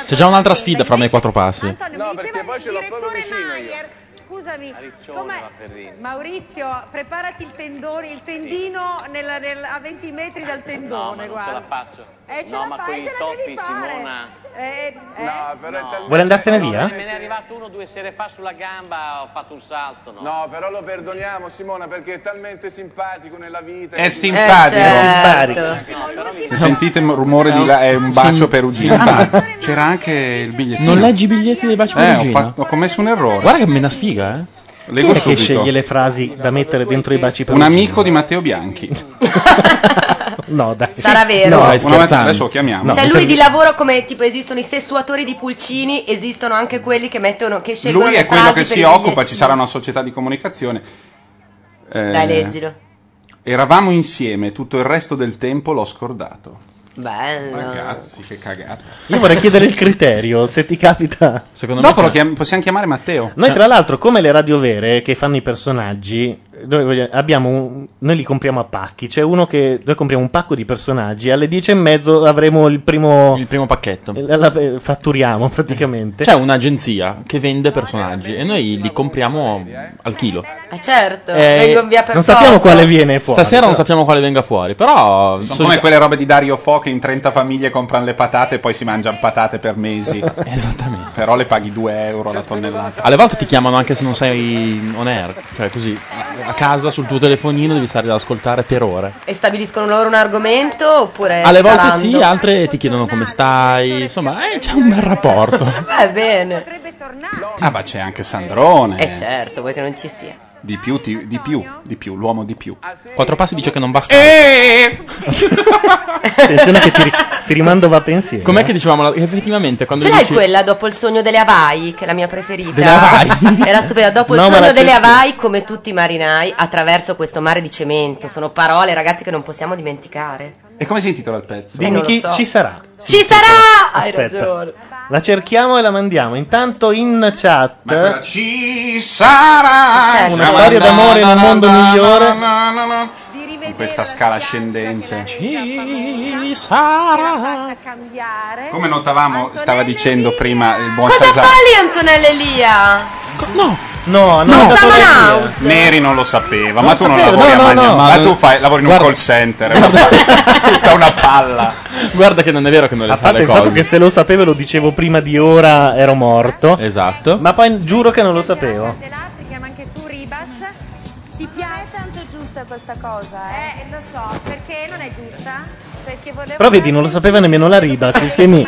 Speaker 10: C'è già un'altra sfida fra me e quattro passi.
Speaker 13: No, perché poi ce l'ho proprio vicino io.
Speaker 12: Scusami,
Speaker 13: Come? Ferrini.
Speaker 12: Maurizio, preparati il tendone, il tendino nella- nel- a 20 metri dal
Speaker 14: No, ma
Speaker 12: tendone,
Speaker 14: non ce la
Speaker 12: guarda.
Speaker 14: faccio.
Speaker 12: Eh, ce
Speaker 14: no,
Speaker 12: la
Speaker 14: ma
Speaker 12: fa-
Speaker 14: quei
Speaker 12: ce la
Speaker 14: toppi,
Speaker 12: devi fare.
Speaker 14: Simona.
Speaker 12: Eh, eh,
Speaker 13: No, però è talmente-
Speaker 5: Vuole andarsene
Speaker 13: no,
Speaker 5: via?
Speaker 14: Me ne è arrivato uno due sere fa sulla gamba, ho fatto un salto, no?
Speaker 13: No, però lo perdoniamo Simona perché è talmente simpatico nella vita.
Speaker 7: È
Speaker 13: che-
Speaker 7: simpatico. Eh, certo.
Speaker 13: No, però mi-
Speaker 7: Se sentite il rumore di là è un bacio perugino. Ah, ma c'era anche il bigliettino.
Speaker 10: Non leggi i biglietti dei baci
Speaker 7: Eh, ho,
Speaker 10: perugino?
Speaker 7: fatto- ho commesso un errore.
Speaker 10: Guarda che me una sfiga, eh.
Speaker 7: Leggo
Speaker 5: Chi è che
Speaker 7: subito.
Speaker 5: sceglie le frasi da mettere dentro i baci per
Speaker 7: Un amico di Matteo Bianchi.
Speaker 5: No, dai.
Speaker 8: Sarà vero.
Speaker 7: No,
Speaker 10: Stai
Speaker 7: una mattina-
Speaker 10: scherzando.
Speaker 7: adesso lo chiamiamo.
Speaker 8: cioè lui di lavoro come tipo esistono i sessuatori di pulcini, esistono anche quelli che mettono che scelgono
Speaker 7: Lui
Speaker 8: le
Speaker 7: è quello
Speaker 8: frasi
Speaker 7: che
Speaker 8: per
Speaker 7: si
Speaker 8: i
Speaker 7: occupa,
Speaker 8: biglietti.
Speaker 7: ci sarà una società di comunicazione. Eh,
Speaker 8: Dai, leggilo.
Speaker 7: Eravamo insieme, tutto il resto del tempo l'ho scordato.
Speaker 8: Bello.
Speaker 7: Ragazzi, che cagata.
Speaker 5: Io vorrei chiedere il criterio, se ti capita.
Speaker 10: Secondo
Speaker 7: Dopo lo chiam- possiamo chiamare Matteo.
Speaker 5: Noi tra l'altro, come le radio vere che fanno i personaggi, noi, vogliamo- abbiamo un- noi li compriamo a pacchi. C'è uno che noi compriamo un pacco di personaggi. Alle 10 e mezzo avremo il primo. Eh,
Speaker 10: Il primo pacchetto. Cioè,
Speaker 5: fatturiamo praticamente.
Speaker 10: C'è un'agenzia che vende personaggi e noi li compriamo al chilo.
Speaker 8: Ma certo,
Speaker 10: Eh,
Speaker 8: vengono via per
Speaker 5: non sappiamo
Speaker 8: poco.
Speaker 5: quale viene fuori.
Speaker 10: Stasera non
Speaker 5: però.
Speaker 10: sappiamo quale venga fuori, però
Speaker 7: Sono come quelle robe di Dario Fo che in 30 famiglie comprano le patate e poi si mangiano patate per mesi.
Speaker 10: Esattamente.
Speaker 7: Però le paghi 2 euro la tonnellata.
Speaker 10: alle volte ti chiamano anche se non sei on air, cioè così a casa sul tuo telefonino devi stare ad ascoltare per ore.
Speaker 8: E stabiliscono loro un argomento oppure
Speaker 10: Alle volte
Speaker 8: sparando?
Speaker 10: sì, ah, altre ti chiedono
Speaker 8: Eh,
Speaker 10: come stai, insomma, eh, c'è un bel rapporto.
Speaker 8: Va bene.
Speaker 7: Ah, ma c'è anche Sandrone.
Speaker 8: E certo, vuoi che non ci sia.
Speaker 7: Di più, ti- di più, di più, l'uomo di più.
Speaker 10: Quattro passi dice che non va scalzo.
Speaker 7: Eh!
Speaker 5: Attenzione che ti, ri- ti rimando va pensiero. eh.
Speaker 10: Com'è che dicevamo? la- Effettivamente quando
Speaker 8: Ce l'hai
Speaker 10: dici-
Speaker 8: quella dopo il sogno delle Hawaii, che è la mia preferita?
Speaker 10: Delle Hawaii?
Speaker 8: Era stupenda. Dopo
Speaker 10: No,
Speaker 8: il
Speaker 10: ma
Speaker 8: sogno
Speaker 10: la
Speaker 8: delle
Speaker 10: senti-
Speaker 8: Hawaii, come tutti i marinai, attraverso questo mare di cemento. Sono parole, ragazzi, che non possiamo dimenticare.
Speaker 5: Cioè,
Speaker 7: E come si intitola il pezzo?
Speaker 8: Eh, non lo so.
Speaker 5: sarà.
Speaker 8: Ci sarà! Hai
Speaker 5: Aspetta.
Speaker 8: ragione.
Speaker 5: La cerchiamo e la mandiamo. Intanto in chat
Speaker 7: Ci sarà
Speaker 8: Cioè.
Speaker 5: Certo.
Speaker 10: Ah,
Speaker 5: Una storia d'amore in un mondo migliore.
Speaker 7: Con questa scala scendente.
Speaker 6: Ci sarà.
Speaker 7: Come notavamo, stava dicendo prima il buon
Speaker 8: Cosa
Speaker 7: Sasà.
Speaker 8: fa lì Antonella Elia?
Speaker 6: No,
Speaker 5: no,
Speaker 8: no, Cosa fa Manaus?
Speaker 7: Neri non lo sapeva,
Speaker 5: Non
Speaker 7: ma
Speaker 5: lo
Speaker 7: tu non
Speaker 5: sapevo,
Speaker 7: lavori
Speaker 5: no, no,
Speaker 7: a Magna,
Speaker 5: no,
Speaker 7: ma
Speaker 5: no.
Speaker 7: tu fai, lavori in un call center, eh. tutta una palla.
Speaker 6: Guarda che non è vero che non le
Speaker 5: A
Speaker 6: fa
Speaker 5: parte
Speaker 6: le
Speaker 5: Ah, il fatto
Speaker 6: cose.
Speaker 5: che se lo sapevo lo dicevo prima di ora, ero morto.
Speaker 6: Esatto.
Speaker 5: Ma poi giuro che non lo sapevo.
Speaker 12: Ti piace? Non è tanto giusta questa cosa, eh? lo so, perché non è giusta? Perché volevo...
Speaker 5: Però vedi, non lo sapeva nemmeno la riba, sì che mi...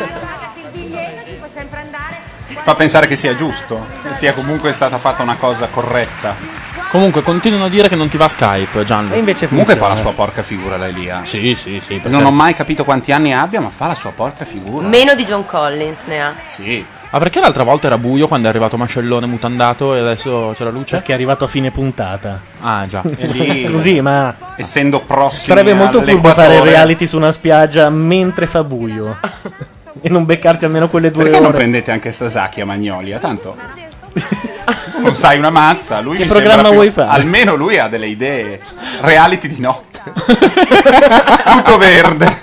Speaker 7: Fa pensare che sia giusto, che sia comunque stata fatta una cosa corretta.
Speaker 6: Comunque continuano a dire che non ti va Skype, Gianni.
Speaker 7: E invece
Speaker 6: Comunque
Speaker 7: funziona.
Speaker 6: fa la sua
Speaker 7: porca figura da Elia.
Speaker 6: Sì, sì, sì.
Speaker 7: Non ho mai capito quanti anni abbia, ma fa la sua porca figura.
Speaker 8: Meno di John Collins ne ha.
Speaker 7: Sì.
Speaker 6: Ma Ah, perché l'altra volta era buio quando è arrivato Mascellone mutandato e adesso c'è la luce?
Speaker 5: Perché è arrivato a fine puntata.
Speaker 6: Ah, già.
Speaker 7: E lì-
Speaker 5: Così, ma
Speaker 7: Essendo prossimi
Speaker 5: Ah. sarebbe molto
Speaker 7: alle
Speaker 5: furbo fare il
Speaker 7: Equatore,
Speaker 5: reality su una spiaggia mentre fa buio. e non beccarsi almeno quelle due
Speaker 7: Perché non
Speaker 5: ore.
Speaker 7: prendete anche Sasaki a Magnolia? Tanto tu non sai una mazza, lui
Speaker 5: Che
Speaker 7: mi sembra
Speaker 5: programma
Speaker 7: più-
Speaker 5: vuoi fare?
Speaker 7: Almeno lui ha delle idee. Reality di notte. Tutto verde.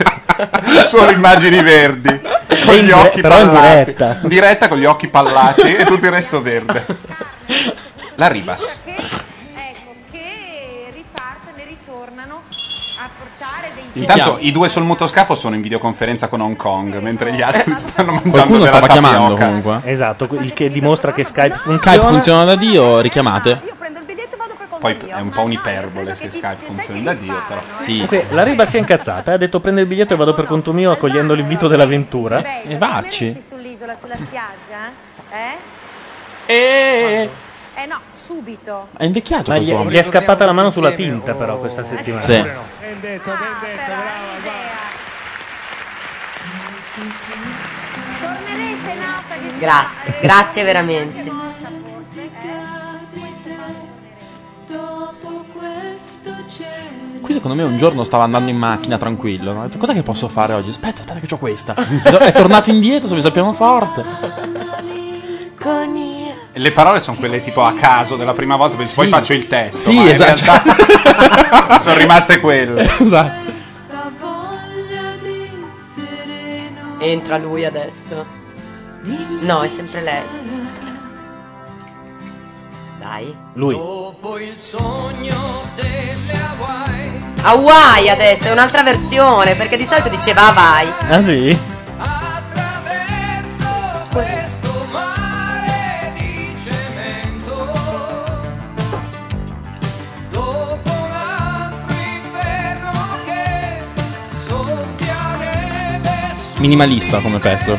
Speaker 7: Solo immagini verdi. Con
Speaker 5: in
Speaker 7: gli
Speaker 5: dire-
Speaker 7: occhi
Speaker 5: però in
Speaker 7: pallati.
Speaker 5: diretta.
Speaker 7: In diretta con gli occhi pallati e tutto il resto verde. La Ribas. Intanto i due sul motoscafo sono in videoconferenza con Hong Kong, mentre gli altri stanno mangiando
Speaker 6: Qualcuno
Speaker 7: della
Speaker 6: stava chiamando
Speaker 7: tapioca.
Speaker 6: comunque.
Speaker 5: Esatto, il che dimostra che Skype Eh, funziona.
Speaker 6: Skype funziona da Dio, richiamate.
Speaker 7: Poi è un po' un'iperbole se Skype funzioni da Dio, però.
Speaker 5: Comunque, la Riba si è incazzata, eh, ha detto prendo il biglietto e vado per conto mio accogliendo l'invito dell'avventura.
Speaker 12: E
Speaker 5: vacci.
Speaker 12: Sull'isola, sulla spiaggia? Eh?
Speaker 6: E...
Speaker 12: Eh no, subito.
Speaker 6: È invecchiato
Speaker 5: Ma gli,
Speaker 6: quest'uomo.
Speaker 5: gli è scappata la mano sulla tinta però questa settimana.
Speaker 6: Sì.
Speaker 15: Ben detto,
Speaker 12: Ah,
Speaker 15: ben detto, brava, brava.
Speaker 12: Tornereste in naufraghi?
Speaker 8: Grazie, grazie veramente.
Speaker 2: Dopo questo cielo
Speaker 6: Qui secondo me un giorno stava andando in macchina tranquillo. no? Ho detto, cosa che posso fare oggi? Aspetta, aspetta che ho questa. è tornato indietro, mi sappiamo forte.
Speaker 7: E Le parole sono quelle tipo a caso della prima volta, perché poi faccio il testo.
Speaker 6: Sì,
Speaker 7: ma
Speaker 6: esatto.
Speaker 7: In realtà sono rimaste quelle.
Speaker 6: Esatto.
Speaker 8: Entra lui adesso. No, è sempre lei. Dai.
Speaker 5: Lui.
Speaker 8: Hawaii ha detto, è un'altra versione, perché di solito diceva Hawaii.
Speaker 5: Ah sì?
Speaker 6: Minimalista come pezzo.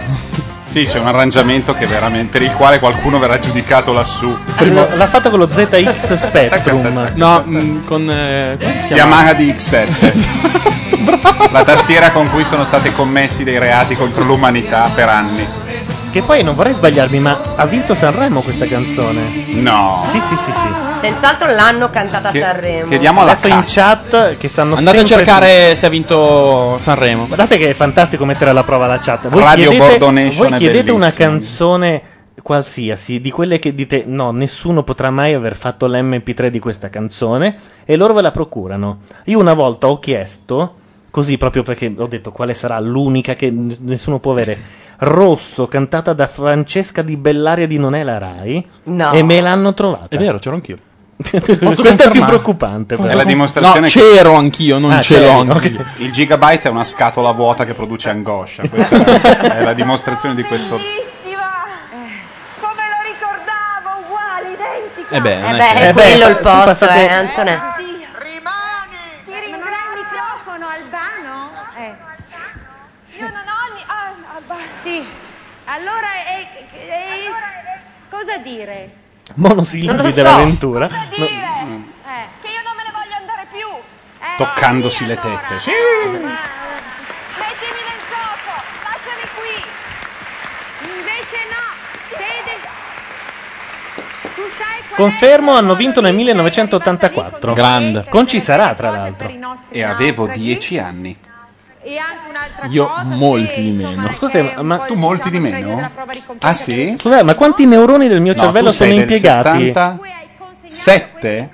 Speaker 7: Sì, c'è un arrangiamento che veramente, per il quale qualcuno verrà giudicato lassù.
Speaker 5: Lo- L'ha fatto con lo ZX Spectrum.
Speaker 6: No, mm, con... eh, come si chiama?
Speaker 7: Yamaha DX7.
Speaker 6: Esatto.
Speaker 7: La tastiera con cui sono stati commessi dei reati contro l'umanità per anni.
Speaker 5: Che poi non vorrei sbagliarmi, ma ha vinto Sanremo questa canzone.
Speaker 7: No.
Speaker 5: Sì, sì, sì, sì.
Speaker 8: Senz'altro l'hanno cantata a Sanremo.
Speaker 5: Adesso in chat che sanno
Speaker 6: Andate a
Speaker 5: sempre
Speaker 6: cercare se ha vinto Sanremo.
Speaker 5: Oh, Guardate che è fantastico mettere alla prova la chat. Voi
Speaker 6: Radio
Speaker 5: chiedete,
Speaker 6: Bordo Nation
Speaker 5: voi
Speaker 6: è
Speaker 5: chiedete una
Speaker 6: bellissimo.
Speaker 5: canzone qualsiasi, di quelle che dite no, nessuno potrà mai aver fatto l'MP3 di questa canzone e loro ve la procurano. Io una volta ho chiesto, così proprio perché ho detto quale sarà l'unica che n- nessuno può avere, Rosso cantata da Francesca di Bellaria di Non è la Rai
Speaker 8: No.
Speaker 5: e me l'hanno trovata. È
Speaker 6: vero, c'ero anch'io.
Speaker 5: Questo è più
Speaker 6: confermare?
Speaker 5: preoccupante.
Speaker 7: È
Speaker 5: però.
Speaker 7: la dimostrazione
Speaker 6: No,
Speaker 7: che-
Speaker 6: c'ero anch'io,
Speaker 5: Ah,
Speaker 6: non ce l'ho anch'io.
Speaker 7: Il gigabyte è una scatola vuota che produce angoscia. Questa è la dimostrazione di questo.
Speaker 6: Eh beh, non
Speaker 8: Eh
Speaker 6: è
Speaker 8: beh,
Speaker 6: che-
Speaker 8: è quello il posto, eh, Antonella.
Speaker 12: Io non ho il mi- ah, ah, bah. Eh. Sì. Allora, eh, eh, cosa dire?
Speaker 5: Monosillabi dell'avventura.
Speaker 12: Che io non me ne voglio andare più.
Speaker 7: Toccandosi le tette. Sì.
Speaker 12: Mettimi nel gioco, lasciami qui. Invece no, vedi? Tu sai qual
Speaker 5: Confermo, hanno vinto nel 1984.
Speaker 6: Grande.
Speaker 5: Con ci sarà, tra l'altro.
Speaker 7: E avevo dieci anni.
Speaker 12: è?
Speaker 2: E anche un'altra
Speaker 10: Io
Speaker 2: cosa.
Speaker 10: molti di meno.
Speaker 5: Scusa, ma
Speaker 7: Tu molti
Speaker 2: diciamo,
Speaker 7: di meno? Ah sì?
Speaker 5: Scusate, ma quanti neuroni del mio
Speaker 7: No,
Speaker 5: cervello
Speaker 7: tu sei
Speaker 5: sono
Speaker 7: del
Speaker 5: impiegati?
Speaker 7: 77?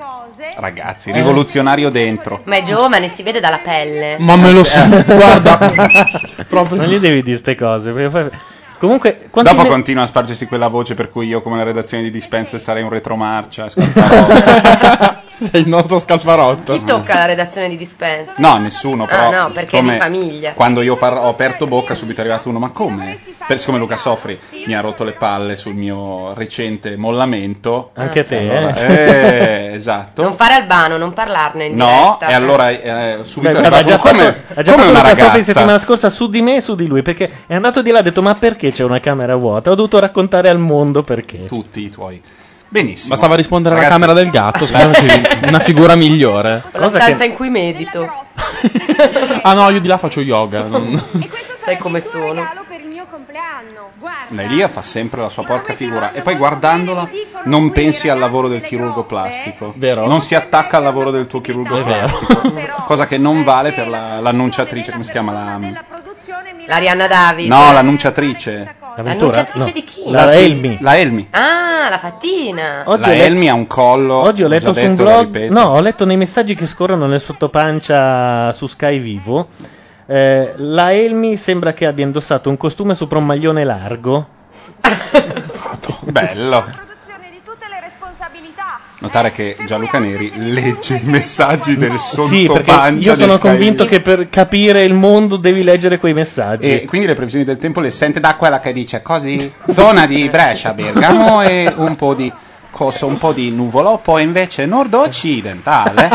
Speaker 7: Ragazzi,
Speaker 2: Eh.
Speaker 7: rivoluzionario dentro.
Speaker 8: Ma è giovane, si vede dalla pelle.
Speaker 5: Mm.
Speaker 7: Eh.
Speaker 5: Proprio. Non gli devi dire queste cose. perché poi- Comunque, quanti
Speaker 7: Dopo
Speaker 5: ne-
Speaker 7: continua a spargersi quella voce per cui io come la redazione di Dispense sarei un retromarcia. Sei il nostro scalfarotto.
Speaker 8: Chi tocca la redazione di Dispense?
Speaker 7: No, nessuno, però.
Speaker 8: ah no, perché è
Speaker 7: siccome
Speaker 8: di famiglia.
Speaker 7: Quando io par- ho aperto bocca, subito è arrivato uno. Ma come? Per, siccome Luca Soffri mi ha rotto le palle sul mio recente mollamento.
Speaker 5: Anche
Speaker 7: E
Speaker 5: te,
Speaker 7: allora-
Speaker 5: eh?
Speaker 7: eh, esatto.
Speaker 8: Non fare Albano, non parlarne in
Speaker 7: No,
Speaker 8: diretta.
Speaker 7: e allora eh, subito
Speaker 5: Beh,
Speaker 7: è
Speaker 5: guarda, ha
Speaker 7: arrivato
Speaker 5: già
Speaker 7: uno, come,
Speaker 5: fatto, ha già fatto
Speaker 7: come una
Speaker 5: Luca Sofri
Speaker 7: ragazza.
Speaker 5: settimana scorsa su di me e su di lui perché è andato di là e ha detto ma perché c'è una camera vuota? Ho dovuto raccontare al mondo perché.
Speaker 7: Tutti i tuoi. Benissimo.
Speaker 10: Bastava rispondere
Speaker 5: Ragazzi-
Speaker 10: alla camera del gatto, scusami, una figura migliore.
Speaker 8: La stanza in cui medito.
Speaker 10: Ah no, io di là faccio yoga. non-
Speaker 8: Sai come sono.
Speaker 7: Lei lì fa sempre la
Speaker 8: Cioè,
Speaker 7: sua porca figura. E poi guardandola non pensi al lavoro del chirurgo
Speaker 8: eh?
Speaker 7: plastico. Vero. Non si attacca al lavoro del tuo chirurgo plastico. Cosa che
Speaker 8: Eh,
Speaker 7: non vale per
Speaker 8: Cioè,
Speaker 7: la- l'annunciatrice, come si chiama? La,
Speaker 8: L'Arianna David.
Speaker 7: no, l'annunciatrice.
Speaker 8: L'annunciatrice di chi?
Speaker 7: La,
Speaker 8: La
Speaker 7: Elmi. La Elmi.
Speaker 8: Ah, la fatina.
Speaker 5: Oggi
Speaker 7: la
Speaker 5: ho letto-
Speaker 7: Elmi ha un collo.
Speaker 5: Oggi ho
Speaker 7: l'ho
Speaker 5: letto
Speaker 7: già
Speaker 5: su un
Speaker 7: detto, lo
Speaker 5: blog,
Speaker 7: ripeto.
Speaker 5: no, ho letto nei messaggi che scorrono nel sottopancia su Sky Vivo. eh, la Elmi sembra che abbia indossato un costume sopra un maglione largo.
Speaker 7: Bello.
Speaker 8: Eh,
Speaker 7: Notare che Gianluca Neri legge i messaggi del
Speaker 5: Sì, perché
Speaker 7: sottopancia.
Speaker 5: io sono
Speaker 7: di Sky
Speaker 5: convinto
Speaker 7: News.
Speaker 5: che per capire il mondo devi leggere quei messaggi.
Speaker 7: E quindi le previsioni del tempo le sente da quella che dice Cioè, così, zona di Brescia, Bergamo e un po' di cosa, un po' di nuvolò, poi invece nord-occidentale.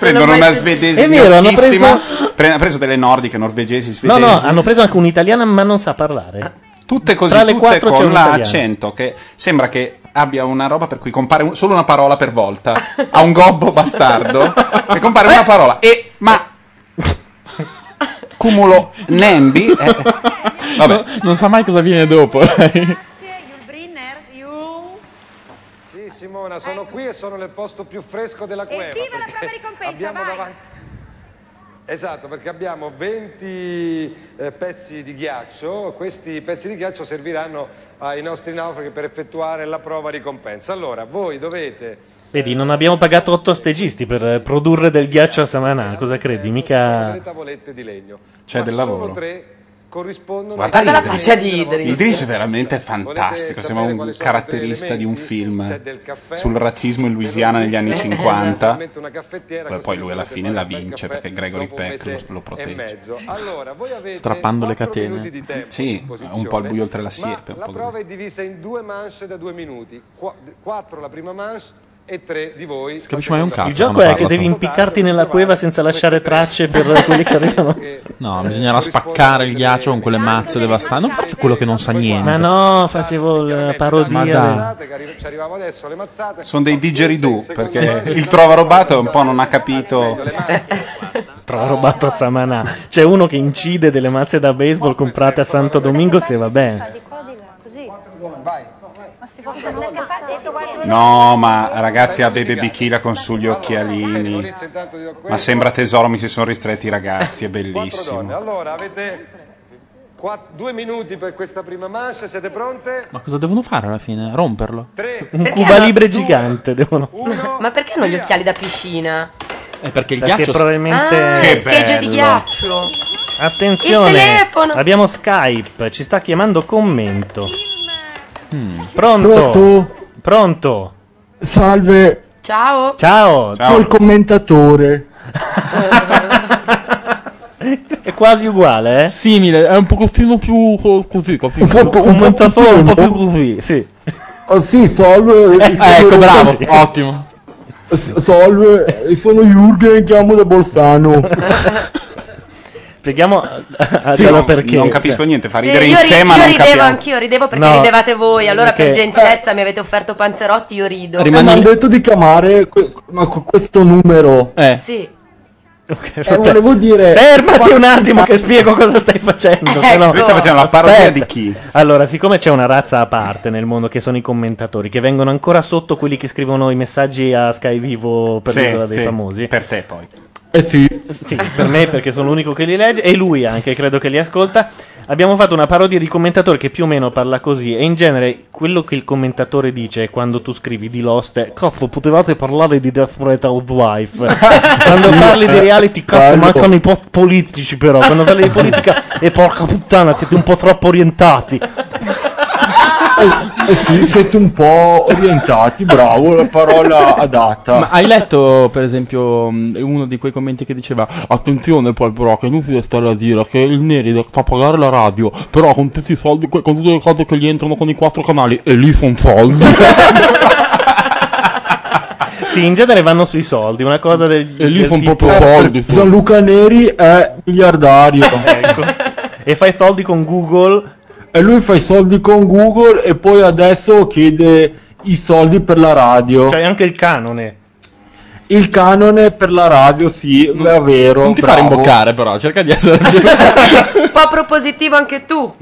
Speaker 7: Prendono una svedese
Speaker 5: È vero, hanno
Speaker 7: gnocchissima, pre- ha preso delle nordiche norvegesi
Speaker 5: No,
Speaker 7: svedesi.
Speaker 5: no, hanno preso anche un'italiana ma non sa parlare.
Speaker 7: Tutte così,
Speaker 5: Tra le
Speaker 7: tutte
Speaker 5: quattro c'è
Speaker 7: con
Speaker 5: un
Speaker 7: la
Speaker 5: italiano.
Speaker 7: accento che sembra che abbia una roba per cui compare un- solo una parola per volta. Ha un gobbo bastardo che compare una parola e ma cumulo nembi eh, vabbè.
Speaker 10: Non sa mai cosa viene dopo. lei.
Speaker 16: Sì, Simona, sono qui e sono nel posto più fresco della cueva.
Speaker 2: Ecco. viva la
Speaker 16: perché
Speaker 2: prova di compensa,
Speaker 16: Abbiamo
Speaker 2: vai!
Speaker 16: davanti. Esatto, perché abbiamo 20 eh, pezzi di ghiaccio, questi pezzi di ghiaccio serviranno ai nostri naufraghi per effettuare la prova di compensa. Allora, voi dovete
Speaker 5: Vedi, non abbiamo pagato otto stagisti per eh, produrre del ghiaccio a Samanà, cosa credi? Mica
Speaker 16: delle tavolette di legno.
Speaker 5: Ah. c'è del
Speaker 16: Solo tre corrispondono
Speaker 7: Guarda
Speaker 16: ai-
Speaker 7: Idris. Idris è veramente fantastico, sembra un caratterista di un film sul razzismo in Louisiana negli anni 50. Beh, poi lui alla fine la vince perché Gregory Peck lo, lo protegge.
Speaker 10: Strappando le catene.
Speaker 16: minuti di tempo
Speaker 7: Sì, è un po' al buio oltre la siepe. un
Speaker 16: La
Speaker 7: po'
Speaker 16: prova è divisa in due manche da due minuti, Qua- quattro la prima manche e tre di voi. la
Speaker 10: capisce mai un
Speaker 16: seconda
Speaker 10: cazzo
Speaker 5: Il gioco
Speaker 10: quando
Speaker 5: è che
Speaker 10: parla,
Speaker 5: devi
Speaker 10: so.
Speaker 5: impiccarti nella cueva senza lasciare tracce per quelli che arrivano.
Speaker 10: No,
Speaker 5: Eh,
Speaker 10: bisognerà spaccare il ghiaccio con quelle mazze devastanti. Non fate quello che non sa niente.
Speaker 5: Ma no, facevo la parodia.
Speaker 10: Esatto. Ma dai.
Speaker 5: del-
Speaker 7: manche. Sono dei didgeridoo perché il trova rubato un po' non ha capito.
Speaker 5: Trova rubato a Samanà. C'è uno che incide delle mazze da baseball comprate a Santo Domingo, se va bene.
Speaker 2: Così. Vai. Ma si possono
Speaker 7: No, ma ragazzi a Bebe Bichila con sugli occhialini. Ma sembra tesoro, mi si sono ristretti i ragazzi, è
Speaker 16: Donne,
Speaker 7: bellissimo.
Speaker 16: Allora, avete quatt- due minuti per questa prima manche, siete pronte?
Speaker 10: Ma cosa devono fare alla fine? Romperlo?
Speaker 5: Un
Speaker 8: Perché
Speaker 5: cubalibre gigante devono.
Speaker 8: Ma perché hanno gli occhiali da piscina?
Speaker 10: È perché il
Speaker 5: Perché
Speaker 10: ghiaccio
Speaker 5: probabilmente-
Speaker 8: Ah,
Speaker 5: Che
Speaker 8: schegge di
Speaker 5: bello.
Speaker 8: ghiaccio.
Speaker 5: Attenzione,
Speaker 8: Il telefono!
Speaker 5: abbiamo Skype, ci sta chiamando commento.
Speaker 7: Hmm.
Speaker 5: Pronto?
Speaker 17: Pronto?
Speaker 5: Pronto?
Speaker 17: Salve,
Speaker 8: Ciao.
Speaker 5: Ciao,
Speaker 17: sono il commentatore.
Speaker 5: È quasi uguale, eh?
Speaker 10: Simile, è un pochettino più co- così, capito? Un
Speaker 17: po' commentatore, un po' più
Speaker 5: così, sì.
Speaker 17: Oh, sì, salve. il
Speaker 10: ecco,
Speaker 17: commentatore.
Speaker 10: bravo, ottimo.
Speaker 17: S- Salve, sono Jürgen, chiamo da Bolzano.
Speaker 5: Spieghiamo a- a-
Speaker 7: Sì,
Speaker 5: a-
Speaker 7: non-
Speaker 5: perché.
Speaker 7: non capisco niente, fa
Speaker 8: Sì, Eh, io, ri- io ridevo anch'io, ridevo perché
Speaker 5: No,
Speaker 8: ridevate voi. Allora, per
Speaker 5: perché-
Speaker 8: gentilezza, mi avete offerto panzerotti, io rido.
Speaker 17: Mi hanno detto di chiamare que- ma co- questo numero.
Speaker 10: Eh.
Speaker 8: Sì.
Speaker 17: Eh, volevo dire... Eh,
Speaker 5: Fermati un attimo che spiego cosa stai
Speaker 8: Eh,
Speaker 5: facendo. se no-
Speaker 7: Lui sta facendo la parodia
Speaker 5: Aspetta.
Speaker 7: di chi?
Speaker 5: Allora, siccome c'è una razza a parte nel mondo che sono i commentatori, che vengono ancora sotto quelli che scrivono i messaggi a Sky Vivo per
Speaker 7: Sì,
Speaker 5: l'isola dei
Speaker 7: sì,
Speaker 5: famosi.
Speaker 7: Per te poi.
Speaker 17: Eh sì.
Speaker 5: Sì, per me perché sono l'unico che li legge e lui anche credo che li ascolta. Abbiamo fatto una parodia di commentatore che più o meno parla così e in genere quello che il commentatore dice quando tu scrivi di Lost è cazzo potevate parlare di Death Threat Housewife. quando parli
Speaker 17: Eh,
Speaker 5: di reality cazzo
Speaker 17: Parlo.
Speaker 5: mancano i post politici però, quando parli di politica e porca puttana siete un po' troppo orientati.
Speaker 17: Eh sì, siete un po' orientati, bravo, la parola adatta.
Speaker 10: Ma hai letto, per esempio, mh, uno di quei commenti che diceva: Attenzione, poi, però, che è inutile stare a dire che il Nerida fa pagare la radio, però con tutti i soldi, que- con tutte le cose che gli entrano con i quattro canali, e lì sono soldi.
Speaker 5: Sì, in genere vanno sui soldi, una cosa del E
Speaker 10: lì son proprio
Speaker 17: soldi, sì. Eh, Gianluca Neri è miliardario.
Speaker 5: Ecco. E fai soldi con Google.
Speaker 17: E lui fa i soldi con Google e poi adesso chiede i soldi per la radio.
Speaker 5: Cioè anche il canone.
Speaker 17: Il canone per la radio, sì, è vero.
Speaker 10: non ti fare imboccare, però, cerca di essere.
Speaker 8: Un po' propositivo anche tu.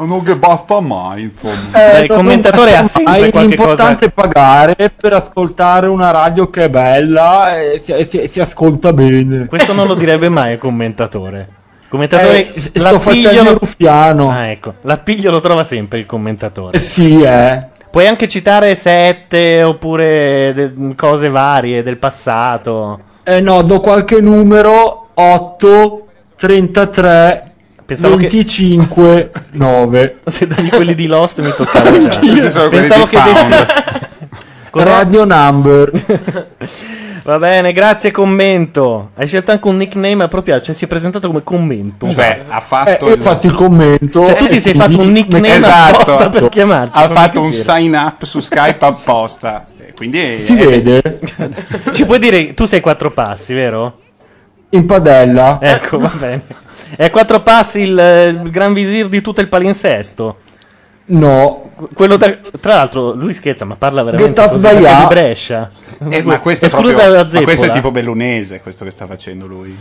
Speaker 7: Non che basta mai, insomma.
Speaker 5: Beh, il commentatore ha sempre qualche
Speaker 17: L'importante è pagare per ascoltare una radio che è bella e si, e si- e si ascolta bene.
Speaker 5: Questo non lo direbbe mai il commentatore. Il Commentatore
Speaker 17: Eh, s-
Speaker 5: la
Speaker 17: sto
Speaker 5: piglio-
Speaker 17: facendo il ruffiano.
Speaker 5: Ah, ecco, l'appiglio lo trova sempre il commentatore.
Speaker 17: Eh sì, eh.
Speaker 5: Puoi anche citare sette oppure de- cose varie del passato.
Speaker 17: Eh no, do qualche numero 8 33
Speaker 5: Pensavo che-
Speaker 17: 25 9.
Speaker 5: Se davi quelli di Lost mi toccava già.
Speaker 17: Questi sono quelli
Speaker 5: Pensavo
Speaker 17: di
Speaker 5: che
Speaker 17: Found.
Speaker 5: Cos'è?
Speaker 17: Radio number.
Speaker 5: Va bene, grazie commento. Hai scelto anche un nickname appropriato, cioè si è presentato come commento.
Speaker 7: Cioè, ha fatto
Speaker 17: Eh, io ho fatto il commento.
Speaker 5: Cioè, tu ti sei fatto un nickname
Speaker 7: Esatto.
Speaker 5: apposta per chiamarci.
Speaker 7: Ha fatto un
Speaker 5: capire.
Speaker 7: sign up su Skype apposta. Quindi
Speaker 17: Si
Speaker 7: eh,
Speaker 17: vede
Speaker 5: Ci puoi dire, tu sei quattro passi, vero?
Speaker 17: in padella.
Speaker 5: Ecco, va bene. È quattro passi il, eh, il gran visir di tutto il palinsesto.
Speaker 17: No,
Speaker 5: Qu- Quello da- tra l'altro lui scherza, ma parla veramente
Speaker 17: Get
Speaker 5: così,
Speaker 17: off the
Speaker 5: perché è
Speaker 17: ya.
Speaker 5: di Brescia.
Speaker 7: Eh, ma questo è
Speaker 5: Esclusa
Speaker 7: proprio
Speaker 5: la
Speaker 7: ma questo è
Speaker 5: zeppola.
Speaker 7: tipo bellunese questo che sta facendo lui.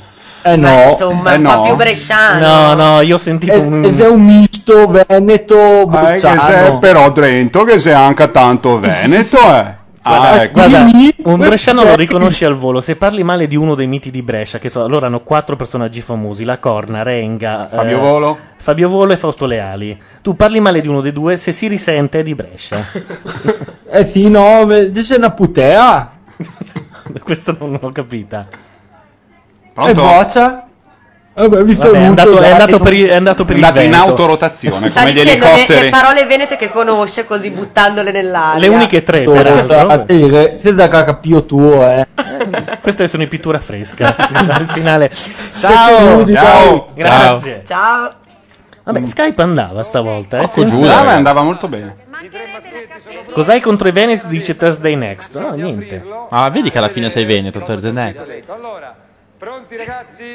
Speaker 17: eh no.
Speaker 8: Ma insomma,
Speaker 7: Eh
Speaker 8: un po'
Speaker 7: no.
Speaker 8: più bresciano.
Speaker 5: No, no, io ho sentito
Speaker 17: Ed-
Speaker 5: un...
Speaker 17: Ed è un misto veneto
Speaker 7: Ah,
Speaker 17: bruciano.
Speaker 7: però Trento che sei anche tanto Veneto, eh. Ah, ecco.
Speaker 5: Guarda,
Speaker 17: Quindi-
Speaker 5: un bresciano lo riconosci al volo. Se parli male di uno dei miti di Brescia, che so, loro hanno quattro personaggi famosi: La Corna, Renga,
Speaker 7: Fabio
Speaker 5: eh,
Speaker 7: Volo.
Speaker 5: Fabio Volo e Fausto Leali. Tu parli male di uno dei due, se si risente è di Brescia.
Speaker 17: Eh sì, no, invece è una putea.
Speaker 5: Questo non l'ho capita.
Speaker 17: E boccia. Vabbè, vi
Speaker 5: Vabbè, è,
Speaker 17: saluto,
Speaker 5: andato, è
Speaker 17: dai.
Speaker 5: andato per, il- è andato per
Speaker 7: È andato
Speaker 5: il
Speaker 7: in
Speaker 5: vento.
Speaker 7: autorotazione
Speaker 8: Sta
Speaker 7: come gli
Speaker 8: dicendo le,
Speaker 7: elicotteri.
Speaker 8: le parole venete che conosce così buttandole nell'aria.
Speaker 5: Le uniche tre,
Speaker 17: esatto, A
Speaker 5: peraltro.
Speaker 17: te, che sei da cacapio tuo, eh.
Speaker 5: Queste sono in pittura fresca. al finale.
Speaker 17: Ciao,
Speaker 5: Ciao,
Speaker 7: ciao.
Speaker 5: grazie.
Speaker 8: Ciao.
Speaker 5: Vabbè, Skype andava stavolta. Eh,
Speaker 7: Porco
Speaker 5: senza-
Speaker 7: Giuda, ma andava molto bene.
Speaker 5: Cos'hai contro i Venice? Dice Thursday Next. No, niente.
Speaker 10: Ah, vedi che alla fine sei Veneto, te- the next.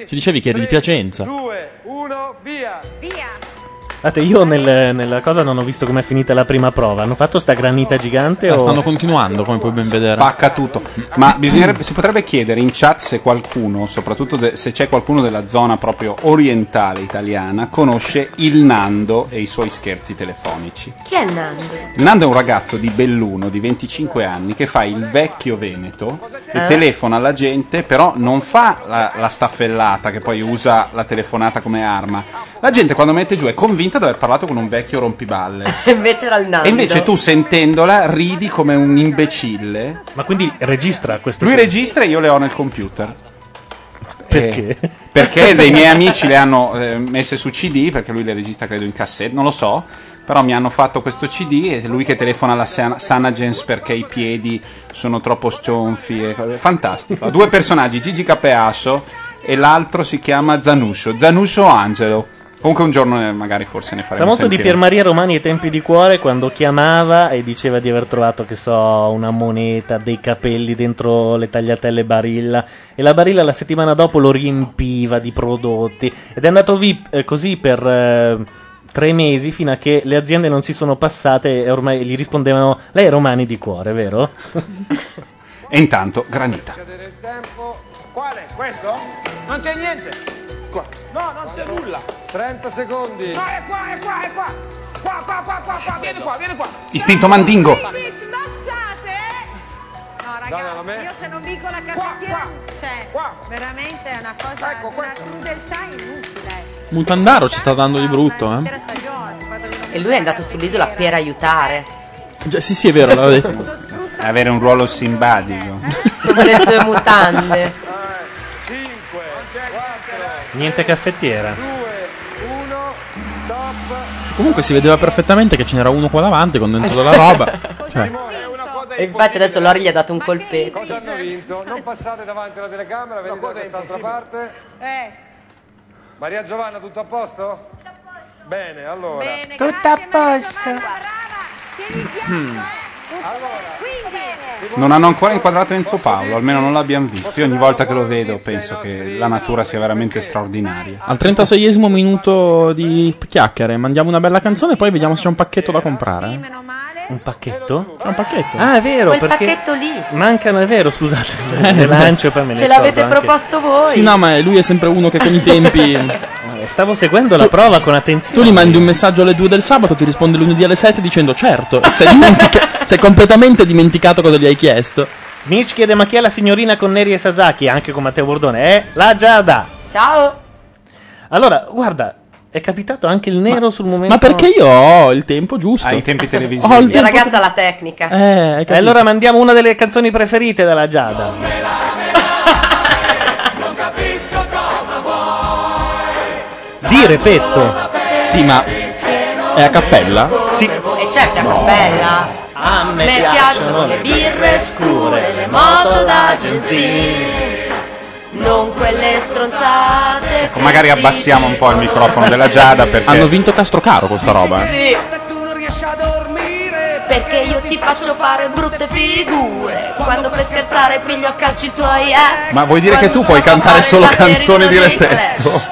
Speaker 10: Ci dicevi che eri di Piacenza.
Speaker 5: Guardate, io nel- nella cosa non ho visto com'è finita la prima prova. Hanno fatto sta granita gigante
Speaker 10: La
Speaker 5: o...
Speaker 10: stanno continuando, come puoi ben vedere.
Speaker 7: Spacca tutto. Ma bisognerebbe, si potrebbe chiedere in chat se qualcuno, soprattutto de- se c'è qualcuno della zona proprio orientale italiana, conosce il Nando e i suoi scherzi telefonici.
Speaker 8: Chi è Nando?
Speaker 7: Il Nando è un ragazzo di Belluno di 25 anni che fa il vecchio veneto e
Speaker 8: Eh?
Speaker 7: telefona alla gente, però non fa la, la staffellata che poi usa la telefonata come arma. La gente quando mette giù è convinta di aver parlato con un vecchio rompiballe.
Speaker 8: Invece era il Nando.
Speaker 7: E invece tu sentendola ridi come un imbecille.
Speaker 5: Ma quindi registra questo.
Speaker 7: Lui registra e io le ho nel computer.
Speaker 5: Perché?
Speaker 7: Eh, perché dei miei amici le hanno eh, messe su CD, perché lui le registra credo in cassetta, non lo so. Però mi hanno fatto questo CD e lui che telefona alla San- Sanagens perché i piedi sono troppo scionfi. e co- fantastico. Ha Due personaggi, Gigi Capeasso e l'altro si chiama Zanuscio. Zanuscio Angelo. Comunque un giorno eh, magari forse ne
Speaker 5: Sa
Speaker 7: faremo
Speaker 5: molto di
Speaker 7: sentire.
Speaker 5: Pier Maria Romani ai tempi di cuore quando chiamava e diceva di aver trovato, che so, una moneta, dei capelli dentro le tagliatelle Barilla. E la Barilla la settimana dopo lo riempiva di prodotti. Ed è andato vi- eh, così per. eh, Tre mesi fino a che le aziende non si sono passate e ormai gli rispondevano: Lei è Romani di cuore, vero?
Speaker 7: E intanto, granita.
Speaker 18: Quale? Questo? Non c'è niente. Qua. No, non c'è nulla.
Speaker 16: 30 secondi.
Speaker 18: Qua, è qua, è qua, è qua. Qua, qua, qua, qua, qua. Vieni qua, vieni qua.
Speaker 7: Istinto mandingo.
Speaker 2: Smazzate! No,
Speaker 19: ragazzi,
Speaker 16: no, me-
Speaker 19: io se non vinco la caffettiera, cioè, veramente è una cosa, una crudeltà inutile.
Speaker 6: Mutandaro ci sta dando di brutto, eh.
Speaker 8: E lui è andato sull'isola per aiutare.
Speaker 6: Già, sì, sì, è vero, l'aveva detto.
Speaker 7: Avere un
Speaker 8: Eh,
Speaker 7: ruolo simpatico.
Speaker 8: Con le sue mutande.
Speaker 5: Niente caffettiera.
Speaker 6: Sì, comunque si vedeva perfettamente che ce n'era uno qua davanti con dentro la roba. Cioè,
Speaker 8: E infatti adesso Lori gli ha dato un colpetto.
Speaker 16: Cosa hanno vinto? Non passate davanti alla telecamera, venite da quest'altra parte.
Speaker 18: Eh.
Speaker 16: Maria Giovanna, tutto a posto? Bene, allora.
Speaker 2: Tutto a posto.
Speaker 7: Hmm. Non hanno ancora inquadrato Enzo Paolo, almeno non l'abbiamo visto. Io ogni volta che lo vedo penso che la natura sia veramente straordinaria.
Speaker 6: al 36esimo minuto di chiacchiere, mandiamo una bella canzone e poi vediamo se c'è un pacchetto da comprare.
Speaker 5: Un pacchetto?
Speaker 6: C'è un pacchetto.
Speaker 5: Ah, è vero,
Speaker 8: Quel
Speaker 5: perché
Speaker 8: pacchetto lì.
Speaker 5: mancano, è vero, scusate. Le lancio e poi me ne
Speaker 8: Ce
Speaker 5: scordo
Speaker 8: l'avete
Speaker 5: anche.
Speaker 8: proposto voi.
Speaker 6: Eh, Sì, no, ma lui è sempre uno che con i tempi.
Speaker 5: Eh, Stavo seguendo la prova con attenzione.
Speaker 6: Tu gli mandi un messaggio alle 2 del sabato, ti risponde lunedì alle 7 dicendo certo, sei, dimentica- sei completamente dimenticato cosa gli hai chiesto.
Speaker 5: Mitch chiede ma chi è la signorina con Neri e Sasaki, anche con Matteo Bordone? È la Giada.
Speaker 8: Ciao.
Speaker 5: Allora, guarda, è capitato anche il nero sul momento.
Speaker 6: Ma perché io ho il tempo giusto?
Speaker 5: Ah,
Speaker 7: Ai tempi
Speaker 6: Ho il
Speaker 8: Il
Speaker 6: tempo Eh,
Speaker 8: ragazzo ha la tecnica.
Speaker 5: e allora mandiamo una delle canzoni preferite della Giada. Di repetto.
Speaker 6: Sì, ma è a cappella?
Speaker 5: Sì.
Speaker 8: E certo, è bella. A me piacciono le birre scure, le moto da gentile. Non quelle stronzate.
Speaker 7: Ecco, magari abbassiamo un po' il microfono della Giada perché.
Speaker 6: Hanno vinto Castrocaro con sta roba. eh.
Speaker 8: Sì. Perché io ti faccio fare brutte figure. Quando per scherzare piglio a calci i tuoi eh. ex.
Speaker 7: eh. Ma vuoi dire che tu puoi cantare solo canzoni di repetto?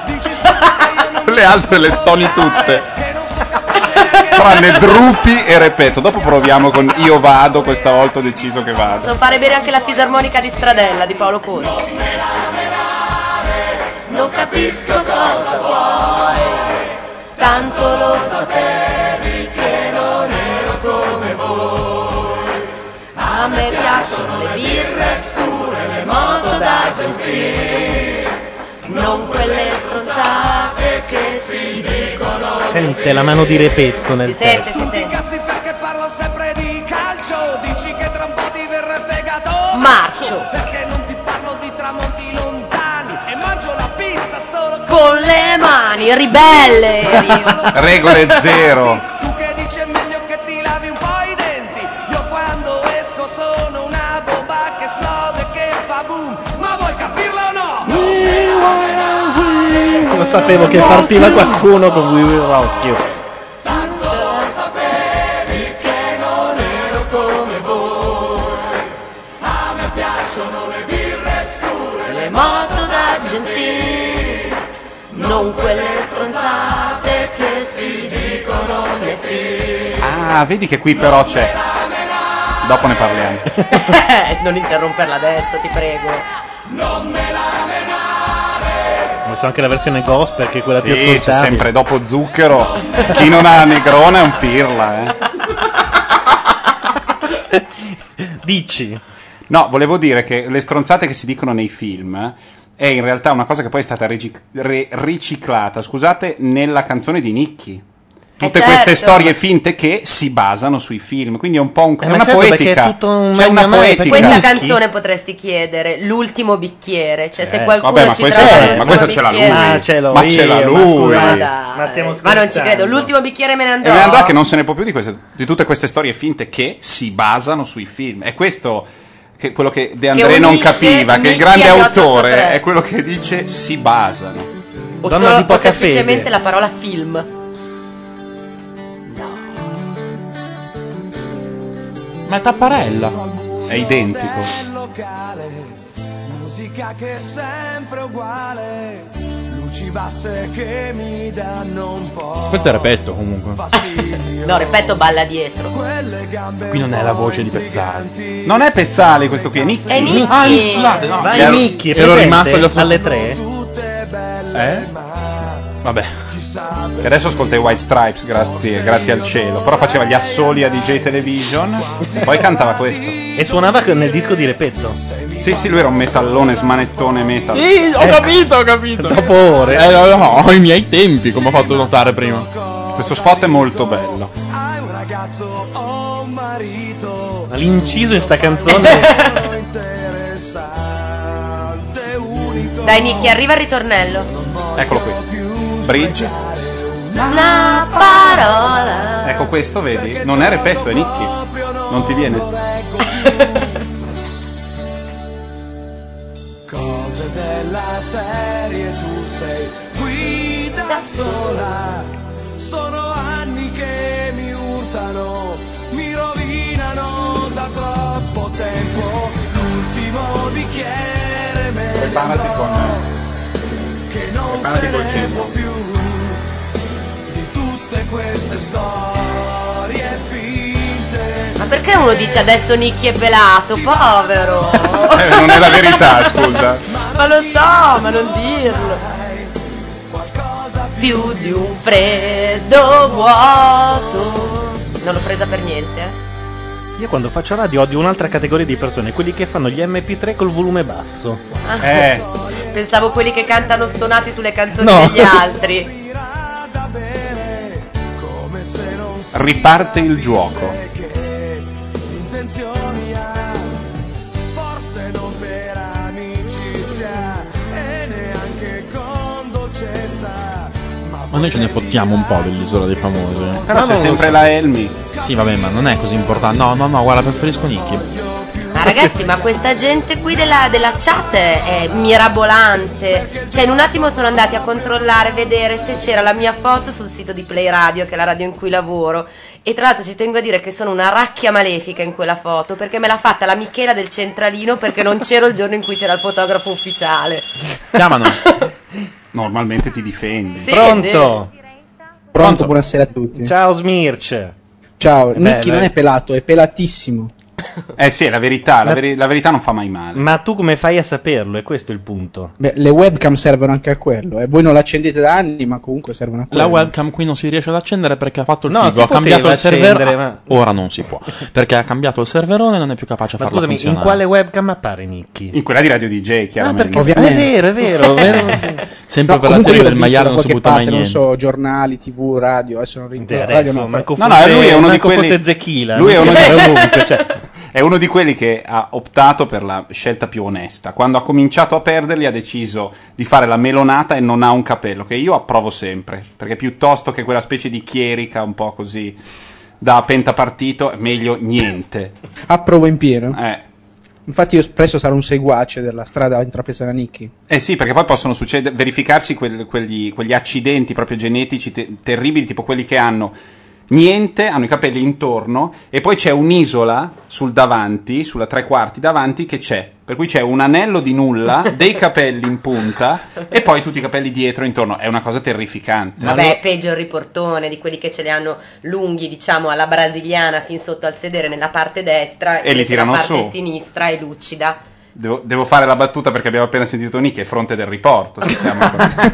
Speaker 7: Le altre le stoni tutte. Tranne Drupi e Repeto. Dopo proviamo con Io vado, questa volta ho deciso che vado.
Speaker 8: Posso fare bene anche la fisarmonica di Stradella di Paolo Conti. Non capisco cosa vuoi, tanto lo sapevi che non ero come voi. A me piacciono le birre scure, le moto da gentile, non quelle stronzate che si dicono.
Speaker 5: Sente la mano di repetto nel testo.
Speaker 8: Marcio.
Speaker 2: Perché non ti parlo di tramonti lontani e mangio la pizza solo
Speaker 8: Con le mani ribelle.
Speaker 7: Regole zero.
Speaker 2: Tu che dici è meglio che ti lavi un po' i denti. Io quando esco sono una bomba che esplode, che fa boom. Ma vuoi capirlo o no?
Speaker 5: Lo sapevo che partiva qualcuno con We Will Rock You.
Speaker 8: le moto da gentili, non quelle stronzate che si dicono nei film.
Speaker 7: Ah, vedi che qui però c'è. Dopo ne parliamo.
Speaker 8: Eh, non interromperla adesso, ti prego.
Speaker 5: Non so anche la versione gospel che è quella più
Speaker 7: Sì, c'è
Speaker 5: ascoltata.
Speaker 7: sempre dopo zucchero. Chi non ha la negrona è un pirla, eh.
Speaker 5: Dici.
Speaker 7: No, volevo dire che le stronzate che si dicono nei film è in realtà una cosa che poi è stata regi- re- riciclata, scusate, nella canzone di Nicchi.
Speaker 8: Eh,
Speaker 7: Tutte
Speaker 5: certo.
Speaker 7: queste storie finte che si basano sui film, quindi è un po' un, è
Speaker 5: ma
Speaker 7: una
Speaker 5: certo, perché
Speaker 7: poetica.
Speaker 5: è tutto un
Speaker 7: c'è una
Speaker 5: magna mare,
Speaker 7: poetica.
Speaker 8: Questa canzone potresti chiedere, l'ultimo bicchiere, cioè se
Speaker 7: Eh,
Speaker 8: qualcuno
Speaker 7: vabbè, ma
Speaker 8: ci
Speaker 7: questo
Speaker 8: trova
Speaker 7: è- ma
Speaker 8: l'ultimo
Speaker 7: questo Ah, ce l'ha
Speaker 8: bicchiere-
Speaker 7: lui.
Speaker 5: Ma ce l'ho
Speaker 7: Ma ce l'ha
Speaker 5: io,
Speaker 7: lui.
Speaker 5: Ma,
Speaker 7: Ma
Speaker 5: scusa,
Speaker 7: dai,
Speaker 5: ma stiamo scherzando.
Speaker 8: Ma non ci credo, l'ultimo bicchiere me ne
Speaker 7: Eh, E
Speaker 8: andrò.
Speaker 7: me ne andrà che non se ne può più di, queste- di tutte queste storie finte che si basano sui film. È questo che- quello che De André non
Speaker 8: unisce
Speaker 7: capiva, che il
Speaker 8: Nicchi
Speaker 7: grande
Speaker 8: agli
Speaker 7: autore
Speaker 8: 883.
Speaker 7: è quello che dice si basano.
Speaker 8: O,
Speaker 7: Donna
Speaker 8: solo-
Speaker 7: di poca
Speaker 8: o semplicemente
Speaker 7: fede.
Speaker 8: la parola film.
Speaker 6: Ma è tapparella.
Speaker 7: È identico.
Speaker 2: Musica che è sempre uguale, luci basse che mi danno un po'.
Speaker 6: Questo è Repetto comunque.
Speaker 8: No, ripeto, balla dietro.
Speaker 6: Ecco, Qui non è la voce di Pezzali.
Speaker 7: Non è Pezzali questo qui, è Nicchi.
Speaker 8: È Nicchi.
Speaker 6: Ah, scusate, no.
Speaker 5: Vai
Speaker 7: Ero-
Speaker 5: Micchi, è
Speaker 6: ero
Speaker 5: presente
Speaker 6: rimasto agli otto-
Speaker 5: alle tre?
Speaker 7: Eh? Vabbè. Che adesso ascolta i White Stripes, grazie, grazie al cielo. Però faceva gli assoli a DJ Television. e Poi cantava questo.
Speaker 5: E suonava nel disco di Repetto.
Speaker 7: Sì, sì, lui era un metallone, smanettone metal.
Speaker 6: Sì, ho
Speaker 7: Ecco.
Speaker 6: capito, ho capito.
Speaker 7: Dopo ore.
Speaker 6: Eh, no, no, ho i miei tempi, come ho fatto notare prima.
Speaker 7: Questo spot è molto bello.
Speaker 5: Ma L'inciso in sta canzone.
Speaker 8: Dai Nicky, arriva il ritornello.
Speaker 7: Eccolo qui. Bridge.
Speaker 8: La parola.
Speaker 7: Ecco questo, vedi? Non è Repetto, è Nicky. Non ti viene?
Speaker 2: Cose della serie, tu sei qui da sola. Sono anni che mi urtano, mi rovinano da troppo tempo. L'ultimo bicchiere me ne
Speaker 7: Preparati
Speaker 2: andrò,
Speaker 7: con. eh,
Speaker 2: che non se
Speaker 7: preparati col
Speaker 2: ne
Speaker 7: cibo.
Speaker 2: può più di tutte queste storie finte.
Speaker 8: Ma perché uno dice adesso Nicky è pelato? Povero.
Speaker 7: Eh, non è la verità, scusa.
Speaker 8: ma lo so, ma non dirlo. Più di un freddo vuoto. Non l'ho presa per niente, eh.
Speaker 5: Io quando faccio radio odio un'altra categoria di persone, quelli che fanno gli MP3 col volume basso.
Speaker 8: Ah.
Speaker 7: Eh,
Speaker 8: Pensavo quelli che cantano stonati sulle canzoni
Speaker 5: Eh. No.
Speaker 8: degli altri.
Speaker 7: Riparte il gioco.
Speaker 2: intenzioni ha, forse non per amicizia e neanche con dolcezza.
Speaker 6: Ma noi ce ne fottiamo un po' dell'isola dei famosi. eh.
Speaker 7: Però c'è sempre la Elmi.
Speaker 6: Sì, vabbè, ma non è così importante. No, no, no, guarda, preferisco Nicky.
Speaker 8: Ma Ah, ragazzi, ma questa gente qui della, della chat è mirabolante. Cioè, in un attimo sono andati a controllare, vedere se c'era la mia foto sul sito di Play Radio, che è la radio in cui lavoro. E tra l'altro ci tengo a dire che sono una racchia malefica in quella foto, perché me l'ha fatta la Michela del centralino, perché non c'ero il giorno in cui c'era il fotografo ufficiale.
Speaker 6: Chiamano.
Speaker 7: Normalmente ti difendi.
Speaker 8: Sì, Pronto?
Speaker 20: Pronto, buonasera a tutti.
Speaker 5: Ciao Smirch.
Speaker 20: Ciao,
Speaker 7: Eh,
Speaker 20: Nicky
Speaker 7: beh,
Speaker 20: non
Speaker 7: beh.
Speaker 20: è pelato, è pelatissimo.
Speaker 7: Eh sì, è la verità. La, veri- la verità non fa mai male.
Speaker 5: Ma tu come fai a saperlo? È questo il punto.
Speaker 20: Beh, le webcam servono anche a quello. E voi non l'accendete da anni, ma comunque servono a quello.
Speaker 6: La webcam qui non si riesce ad accendere perché ha fatto il
Speaker 20: No, si
Speaker 6: figo, ha
Speaker 20: poteva
Speaker 6: cambiato il server.
Speaker 20: accendere, ma-
Speaker 6: Ora non si può, perché ha cambiato il serverone e non è più capace a
Speaker 5: Ma
Speaker 6: farla
Speaker 5: scusami, in
Speaker 6: funzionare.
Speaker 5: quale webcam appare Nicky?
Speaker 7: In quella di Radio DJ,
Speaker 8: Ah,
Speaker 5: chiaramente. perché-
Speaker 20: Ovviamente.
Speaker 5: è vero, è vero, è
Speaker 6: Sempre
Speaker 20: No,
Speaker 6: per la
Speaker 20: comunque
Speaker 6: serie
Speaker 20: io l'ho
Speaker 6: del
Speaker 20: visto
Speaker 6: maiale
Speaker 20: da
Speaker 6: non si
Speaker 20: qualche
Speaker 6: butta mai
Speaker 20: parte,
Speaker 6: niente.
Speaker 20: Non so, giornali, tv, radio, adesso non ricordo. radio no, però-
Speaker 7: lui è uno di
Speaker 5: manco
Speaker 7: quelli.
Speaker 5: fosse Zechila,
Speaker 7: lui è
Speaker 5: non
Speaker 7: uno,
Speaker 5: che
Speaker 7: di...
Speaker 5: era ovunque, cioè.
Speaker 7: è uno di quelli che ha optato per la scelta più onesta. Quando ha cominciato a perderli, ha deciso di fare la melonata e non ha un capello, che io approvo sempre. Perché piuttosto che quella specie di chierica un po' così da pentapartito, è meglio niente.
Speaker 20: Approvo in pieno.
Speaker 7: Eh.
Speaker 20: Infatti io presto sarò un seguace della strada intrapresa da Nicky.
Speaker 7: Eh sì, perché poi possono succede- verificarsi quel- quegli, quegli accidenti proprio genetici te- terribili, tipo quelli che hanno niente, hanno i capelli intorno e poi c'è un'isola sul davanti, sulla tre quarti davanti che c'è. Per cui c'è un anello di nulla, dei capelli in punta e poi tutti i capelli dietro intorno. È una cosa terrificante.
Speaker 8: Vabbè, è peggio il riportone di quelli che ce li hanno lunghi, diciamo, alla brasiliana fin sotto al sedere nella parte destra
Speaker 7: E
Speaker 8: invece
Speaker 7: li
Speaker 8: la
Speaker 7: tirano
Speaker 8: parte
Speaker 7: su.
Speaker 8: sinistra è lucida.
Speaker 7: Devo, devo fare la battuta perché abbiamo appena sentito Nick, è fronte del riporto. si chiama così.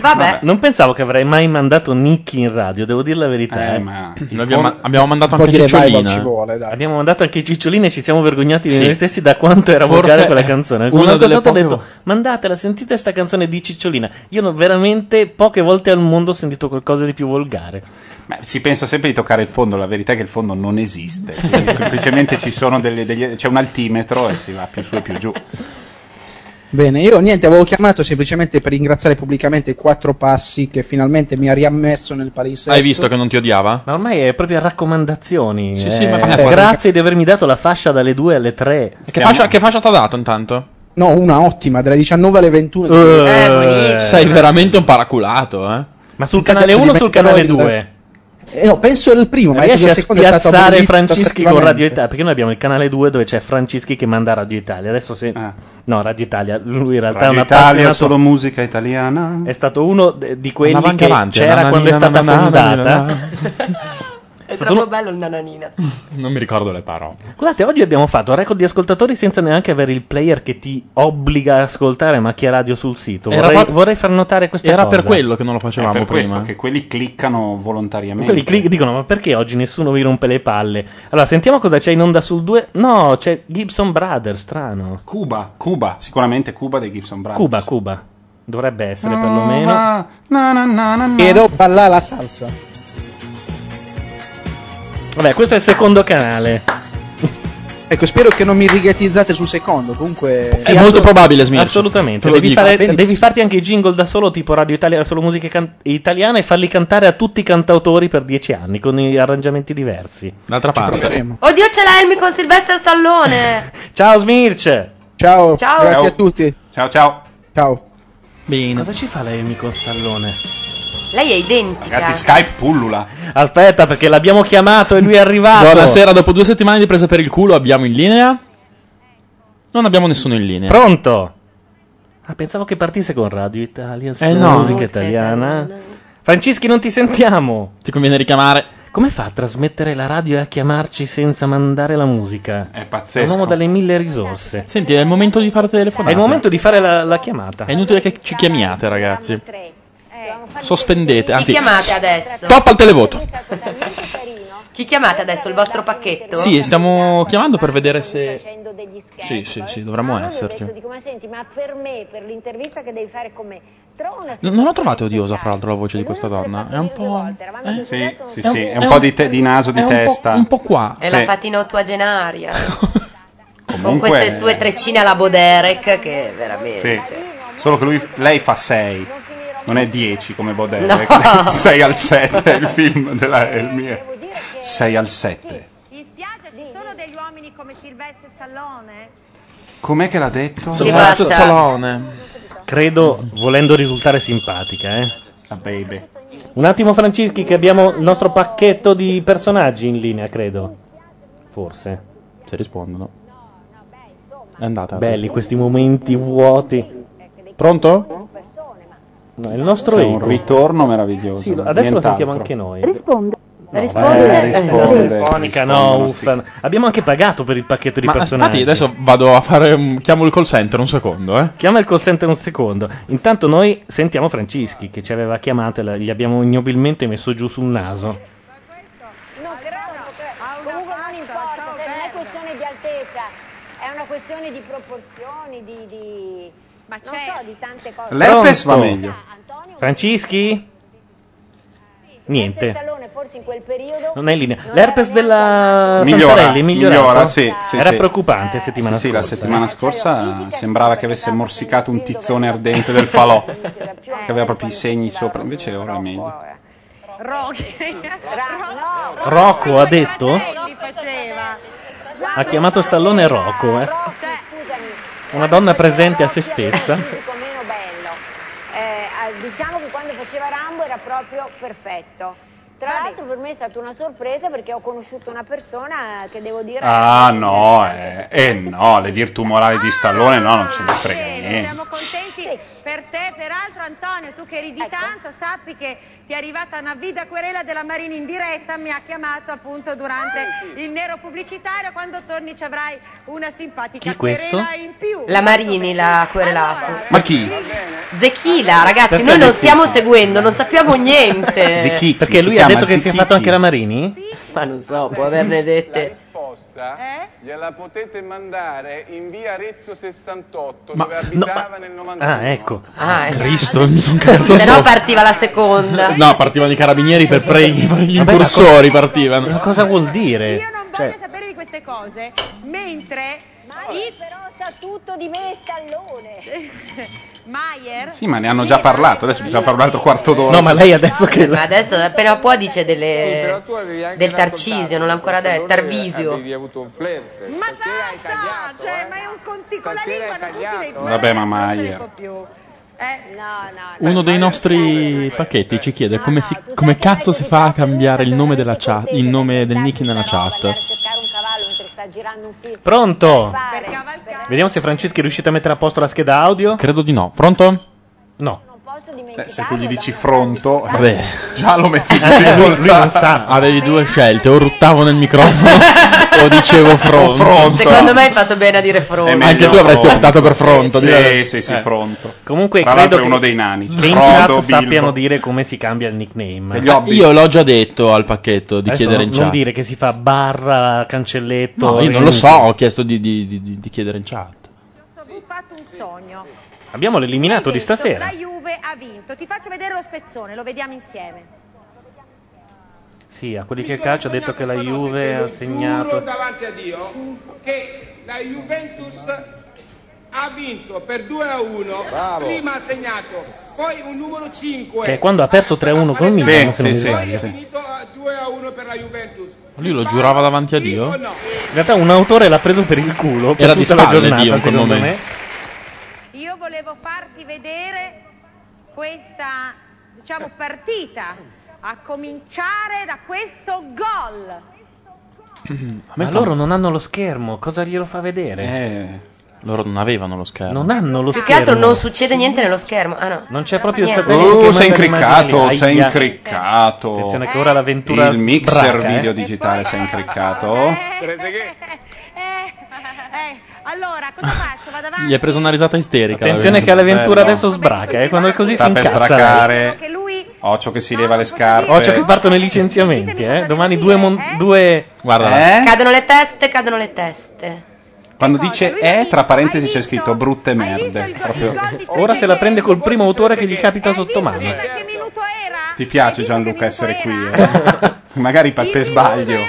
Speaker 8: Vabbè.
Speaker 5: Non pensavo che avrei mai mandato Nicky in radio, devo dire la verità.
Speaker 7: Eh,
Speaker 5: eh.
Speaker 7: ma-
Speaker 6: Noi abbiamo, abbiamo mandato
Speaker 5: Un po'
Speaker 6: anche
Speaker 5: di revival
Speaker 6: Cicciolina.
Speaker 5: ci
Speaker 20: vuole,
Speaker 5: Abbiamo mandato anche i cicciolini e ci siamo vergognati
Speaker 6: Sì.
Speaker 5: di noi stessi da quanto era
Speaker 6: Forse
Speaker 5: volgare quella
Speaker 6: è
Speaker 5: canzone.
Speaker 6: una
Speaker 5: Quando ho
Speaker 6: delle
Speaker 5: cantato ho
Speaker 6: poche
Speaker 5: detto, mandatela, sentite sta canzone di cicciolina. Io non- veramente poche volte al mondo ho sentito qualcosa di più volgare.
Speaker 7: Ma si pensa sempre di toccare il fondo, la verità è che il fondo non esiste, quindi semplicemente ci sono delle- degli- c'è un altimetro e si va più su e più giù.
Speaker 20: Bene, io niente, avevo chiamato semplicemente per ringraziare pubblicamente i quattro passi che finalmente mi ha riammesso nel palinsesto.
Speaker 6: Hai visto che non ti odiava?
Speaker 5: Ma ormai è proprio a raccomandazioni.
Speaker 6: Sì, sì,
Speaker 5: eh.
Speaker 6: ma fa-
Speaker 5: Eh, grazie di avermi dato la fascia dalle 2 alle 3.
Speaker 6: Che fascia, Cioè, che fascia ti ha dato intanto?
Speaker 20: No, una ottima, dalle 19 alle 21.
Speaker 5: Eh,
Speaker 6: Eh, Sei veramente un paraculato, eh.
Speaker 5: Ma sul
Speaker 20: Cazzo canale di uno o sul canale Metroid. due? Eh, no, penso il primo, ma è che
Speaker 5: riesci
Speaker 20: il
Speaker 5: a
Speaker 20: secondo è stato
Speaker 5: spiazzare
Speaker 20: abolito
Speaker 5: Francischi con
Speaker 20: tassativamente.
Speaker 5: Radio Italia? Perché noi abbiamo il canale 2 dove c'è Francischi che manda Radio Italia. Adesso se.
Speaker 20: Ah.
Speaker 5: No, Radio Italia. Lui in realtà
Speaker 7: Radio
Speaker 5: è un
Speaker 7: Italia,
Speaker 5: appassionato.
Speaker 7: solo musica italiana.
Speaker 5: Eh È stato uno de- di quelli
Speaker 7: Andava anche
Speaker 5: che
Speaker 7: avanti,
Speaker 5: c'era
Speaker 7: na, na,
Speaker 5: quando è
Speaker 7: na,
Speaker 5: stata
Speaker 7: na, na, na, na,
Speaker 5: fondata.
Speaker 7: na,
Speaker 8: È troppo bello il nananina.
Speaker 6: Non mi ricordo le parole.
Speaker 5: Guardate, oggi abbiamo fatto un record di ascoltatori senza neanche avere il player che ti obbliga ad ascoltare Macchia Radio sul sito.
Speaker 6: Era
Speaker 5: Vorrei,
Speaker 6: fa-
Speaker 5: vorrei far notare questa
Speaker 6: Era
Speaker 5: cosa.
Speaker 6: per quello che non lo facevamo
Speaker 7: per
Speaker 6: prima.
Speaker 7: questo che quelli cliccano volontariamente.
Speaker 5: Quelli cli- dicono, ma perché oggi nessuno vi rompe le palle? Allora, sentiamo cosa c'è in onda sul 2. No, c'è Gibson Brothers, strano.
Speaker 7: Cuba, Cuba, sicuramente Cuba dei Gibson Brothers.
Speaker 5: Cuba, Cuba. Dovrebbe essere perlomeno.
Speaker 7: Ah, na, na, na, na, na.
Speaker 20: Quiero ballare la salsa.
Speaker 5: Vabbè, questo è il secondo canale.
Speaker 20: Ecco, spero che non mi righettizzate sul secondo. Comunque.
Speaker 5: Sì, assolut- Assolutamente.
Speaker 20: Te lo
Speaker 5: Cioè, Devi,
Speaker 20: dico.
Speaker 5: fare-
Speaker 20: Benissimo.
Speaker 5: devi farti anche i jingle da solo, tipo Radio Italia, solo musica can- italiana, e farli cantare a tutti i cantautori per dieci anni, con i arrangiamenti diversi.
Speaker 6: D'altra
Speaker 5: parte.
Speaker 8: Oddio, c'è la Elmi con Silvester Stallone.
Speaker 5: Ciao Smirce!
Speaker 20: Ciao,
Speaker 8: Ciao. grazie a
Speaker 20: tutti.
Speaker 7: Ciao ciao.
Speaker 20: Ciao.
Speaker 5: Bene. Cosa ci fa la Amy con Stallone?
Speaker 8: Lei è identica.
Speaker 7: Ragazzi, Skype pullula.
Speaker 5: Aspetta, perché l'abbiamo chiamato e lui è arrivato.
Speaker 6: Buonasera, dopo due settimane di presa per il culo abbiamo in linea? Non abbiamo nessuno in linea.
Speaker 5: Pronto? Ah, pensavo che partisse con Radio Italia,
Speaker 6: Eh,
Speaker 5: eh
Speaker 6: no.
Speaker 5: musica italiana. Francischi, non ti sentiamo.
Speaker 6: Ti conviene richiamare.
Speaker 5: Come fa a trasmettere la radio e a chiamarci senza mandare la musica?
Speaker 7: È
Speaker 5: È un
Speaker 7: pazzesco.
Speaker 5: uomo dalle mille risorse.
Speaker 6: Senti, è il momento di fare telefonate.
Speaker 5: È il momento di fare la, la chiamata.
Speaker 6: È inutile che ci chiamiate, ragazzi. Sospendete,
Speaker 8: Chi
Speaker 6: anzi.
Speaker 8: chiamate adesso?
Speaker 6: Stop al televoto.
Speaker 8: Chi chiamate adesso? Il vostro pacchetto?
Speaker 6: Sì, stiamo chiamando per vedere se. Sì, sì, sì, dovremmo esserci.
Speaker 12: Ma senti, ma per me, per l'intervista che devi fare con me, trova una
Speaker 6: N- Non la trovate odiosa, fra l'altro, la voce di questa donna? È un po'. Eh?
Speaker 7: Sì, sì, sì, è un po' di, te- di naso, di
Speaker 6: è un po'-
Speaker 7: testa.
Speaker 6: un po' qua.
Speaker 8: È
Speaker 7: Sì.
Speaker 8: la fatina ottuagenaria. Con
Speaker 7: Comunque-
Speaker 8: queste sue treccine alla Boderek che veramente...
Speaker 7: Sì. Solo che lui, lei fa 6, non è 10 come Baudet.
Speaker 8: No.
Speaker 7: 6 al 7 è il film della Elmia. 6 al 7.
Speaker 21: Mi spiace, ci sono degli uomini come Silvestre Stallone?
Speaker 7: Com'è che l'ha detto?
Speaker 5: Sì, Silvestre basta.
Speaker 6: Stallone.
Speaker 5: Credo volendo risultare simpatica, eh.
Speaker 7: La Ah, baby.
Speaker 5: Un attimo, Francischi, che abbiamo il nostro pacchetto di personaggi in linea, credo. Forse.
Speaker 6: Se rispondono. È andata.
Speaker 5: Belli questi momenti vuoti.
Speaker 6: ecco, Pronto?
Speaker 5: No, è il nostro
Speaker 7: C'è un
Speaker 5: eco.
Speaker 7: ritorno meraviglioso.
Speaker 5: Sì, lo- adesso lo sentiamo
Speaker 7: nient'altro.
Speaker 5: anche noi.
Speaker 12: Risponde.
Speaker 7: Risponde. eh, risponde.
Speaker 5: Telefonica, no,
Speaker 7: Rispondono,
Speaker 5: uffa. Abbiamo anche pagato per il pacchetto di
Speaker 6: Ma
Speaker 5: personaggi.
Speaker 6: ah, infatti adesso vado a fare. un- Chiamo il call center un secondo, eh.
Speaker 5: Chiama il call center un secondo. Intanto noi sentiamo Francischi che ci aveva chiamato e la- gli abbiamo ignobilmente messo giù sul naso.
Speaker 12: No, però comunque non importa, se non è questione di altezza, è una questione di proporzioni, di, di ma non so, di tante cose.
Speaker 7: L'herpes va
Speaker 5: Pronto?
Speaker 7: meglio.
Speaker 5: Francischi? Niente,
Speaker 12: Stallone forse in quel periodo
Speaker 5: non è in linea. L'herpes della
Speaker 7: Migliora,
Speaker 5: Santarelli è migliorato?
Speaker 7: migliora, sì, sì,
Speaker 5: Era
Speaker 7: sì.
Speaker 5: preoccupante settimana
Speaker 7: Sì, sì, la
Speaker 5: scorsa.
Speaker 7: settimana scorsa sembrava che avesse morsicato un tizzone ardente del falò, che aveva proprio i segni sopra, invece ora è meglio.
Speaker 21: Roghi.
Speaker 5: Rocco ha detto?
Speaker 21: Ti faceva.
Speaker 5: Ha chiamato Stallone Rocco, eh.
Speaker 12: Cioè,
Speaker 5: Una donna presente a se stessa.
Speaker 12: meno bello. Eh, ah, diciamo che quando faceva Rambo era proprio perfetto. Tra l'altro per me è stata una sorpresa perché ho conosciuto una persona che devo dire
Speaker 7: Ah no, eh, eh, no, le virtù morali di Stallone no, non ce ne frega niente.
Speaker 21: Siamo contenti per te, peraltro Antonio, tu che ridi tanto, sappi che ti è arrivata una vida querela della Marini in diretta, mi ha chiamato appunto durante
Speaker 12: Ah,
Speaker 21: il nero pubblicitario, quando torni ci avrai una simpatica
Speaker 8: Chi questo?
Speaker 21: querela in più.
Speaker 8: La Marini l'ha querelato.
Speaker 7: Ma chi?
Speaker 8: Zechila, ragazzi,
Speaker 5: Perché
Speaker 8: noi non
Speaker 5: Zechila?
Speaker 8: stiamo seguendo, non sappiamo niente.
Speaker 5: Perché
Speaker 7: si
Speaker 5: lui ha
Speaker 7: chiama
Speaker 5: detto che si è
Speaker 7: Zichichi.
Speaker 5: fatto anche la Marini?
Speaker 8: Ma non so, può averne dette.
Speaker 2: Gliela potete mandare in via Arezzo 68,
Speaker 5: Ma-
Speaker 2: dove
Speaker 5: no,
Speaker 2: abitava nel 91.
Speaker 5: Ah, ecco.
Speaker 8: Ah, ecco.
Speaker 6: Cristo, mi sono
Speaker 8: Se
Speaker 6: cazzo
Speaker 8: no
Speaker 6: sopra.
Speaker 8: partiva la seconda.
Speaker 6: No, partivano i carabinieri per pre- per gli
Speaker 5: Vabbè,
Speaker 6: incursori partivano.
Speaker 5: Ma cosa vuol dire? Cioè,
Speaker 21: sapere di queste cose, mentre
Speaker 12: Maier però sa tutto di me Stallone.
Speaker 21: Maier
Speaker 7: Sì, ma ne hanno già parlato, adesso bisogna fare un altro quarto d'ora.
Speaker 5: no, ma lei adesso che...
Speaker 8: Ma Eh, adesso appena può dice delle... del Tarcisio, non l'ha ancora detto, Tarvisio.
Speaker 22: Avevi avuto un flirt.
Speaker 21: Ma basta! cioè,
Speaker 22: eh.
Speaker 21: ma è un conti con la lingua, non tutti dei
Speaker 7: Vabbè, ma
Speaker 21: Non se ne
Speaker 7: Maier.
Speaker 21: può più. Eh, no, no.
Speaker 6: Uno dei nostri pacchetti ci chiede come, si- come cazzo si fa a cambiare il nome, della chat, il nome del nick nella chat.
Speaker 5: Pronto? Vediamo se Franceschi è riuscito a mettere a posto la scheda audio.
Speaker 6: Credo di no. Pronto?
Speaker 5: No.
Speaker 3: posso dimenticare.
Speaker 7: se tu gli dici fronto,
Speaker 6: Vabbè.
Speaker 7: già lo metti in
Speaker 6: Eh, lui, lui
Speaker 7: difficoltà.
Speaker 6: non sa. Avevi due scelte, o ruttavo nel microfono o dicevo fronte.
Speaker 8: Secondo me hai fatto bene a dire fronte.
Speaker 6: Anche tu avresti optato per fronte.
Speaker 7: Sì,
Speaker 6: direi.
Speaker 7: sì, sì, fronte.
Speaker 5: Eh. Comunque
Speaker 7: Tra
Speaker 5: credo
Speaker 7: l'altro è
Speaker 5: che
Speaker 7: uno dei nani.
Speaker 5: Che in
Speaker 7: Frodo,
Speaker 5: chat
Speaker 7: Bilbo.
Speaker 5: sappiano dire come si cambia il nickname.
Speaker 6: Ah, Io l'ho già detto al pacchetto di
Speaker 5: Adesso
Speaker 6: chiedere
Speaker 5: non,
Speaker 6: in
Speaker 5: non
Speaker 6: chat.
Speaker 5: dire che si fa barra cancelletto.
Speaker 6: No, io non lo
Speaker 5: riuniti.
Speaker 6: so, ho chiesto di, di- di- di- di chiedere in chat.
Speaker 12: fatto un sogno.
Speaker 5: Abbiamo l'eliminato di stasera.
Speaker 12: La Juve ha vinto. Ti faccio vedere lo spezzone, lo vediamo insieme.
Speaker 5: Sì, a quelli che calcio ha detto che la Juve ha
Speaker 23: Giuro
Speaker 5: segnato.
Speaker 23: davanti a Dio che la Juventus ha vinto per 2 a 1. Prima ha segnato, poi un numero 5.
Speaker 5: Cioè, quando ha perso 3-1 col Milan, se non mi sbaglio.
Speaker 6: Lui lo giurava davanti a Dio.
Speaker 5: In realtà un autore l'ha preso per il culo per
Speaker 6: Era di
Speaker 5: tutta la
Speaker 6: spalle
Speaker 5: giornata,
Speaker 6: Dio in quel
Speaker 5: secondo me.
Speaker 6: momento.
Speaker 12: Io volevo farti vedere questa, diciamo, partita. A cominciare da questo gol.
Speaker 5: Ma
Speaker 6: sta-
Speaker 5: loro non hanno lo schermo, cosa glielo fa vedere? Eh.
Speaker 6: Loro non avevano lo schermo.
Speaker 5: Non hanno lo
Speaker 8: Più
Speaker 5: schermo.
Speaker 8: che altro non succede niente nello schermo. Ah no.
Speaker 5: Non c'è proprio il
Speaker 8: Niente.
Speaker 5: satellite.
Speaker 7: Oh,
Speaker 5: che
Speaker 7: sei
Speaker 5: manda
Speaker 7: incriccato,
Speaker 5: l'immagine lì.
Speaker 7: sei
Speaker 5: Aia.
Speaker 7: incriccato.
Speaker 5: Attenzione che ora l'avventura
Speaker 7: Il mixer
Speaker 5: sbraca, eh.
Speaker 7: video digitale sei incriccato. oh,
Speaker 12: Allora, cosa faccio? Vado avanti.
Speaker 6: Gli hai preso una risata isterica.
Speaker 5: Attenzione che
Speaker 6: l'avventura
Speaker 5: l'avventura adesso sbraca, eh, quando è così
Speaker 7: Sta
Speaker 5: si
Speaker 7: per
Speaker 5: incazza.
Speaker 7: sbracare. Occhio che si leva
Speaker 8: Ah,
Speaker 7: le scarpe.
Speaker 5: Oh, cioè qui partono i licenziamenti, eh. Domani due... mon- due...
Speaker 7: Guarda, eh?
Speaker 8: Cadono le teste, cadono le teste.
Speaker 7: quando dice eh, tra parentesi c'è scritto brutte merde. Proprio.
Speaker 5: Ora se la prende col primo autore che gli capita sotto mano.
Speaker 7: Ti piace Gianluca essere qui? eh? Magari per, per sbaglio.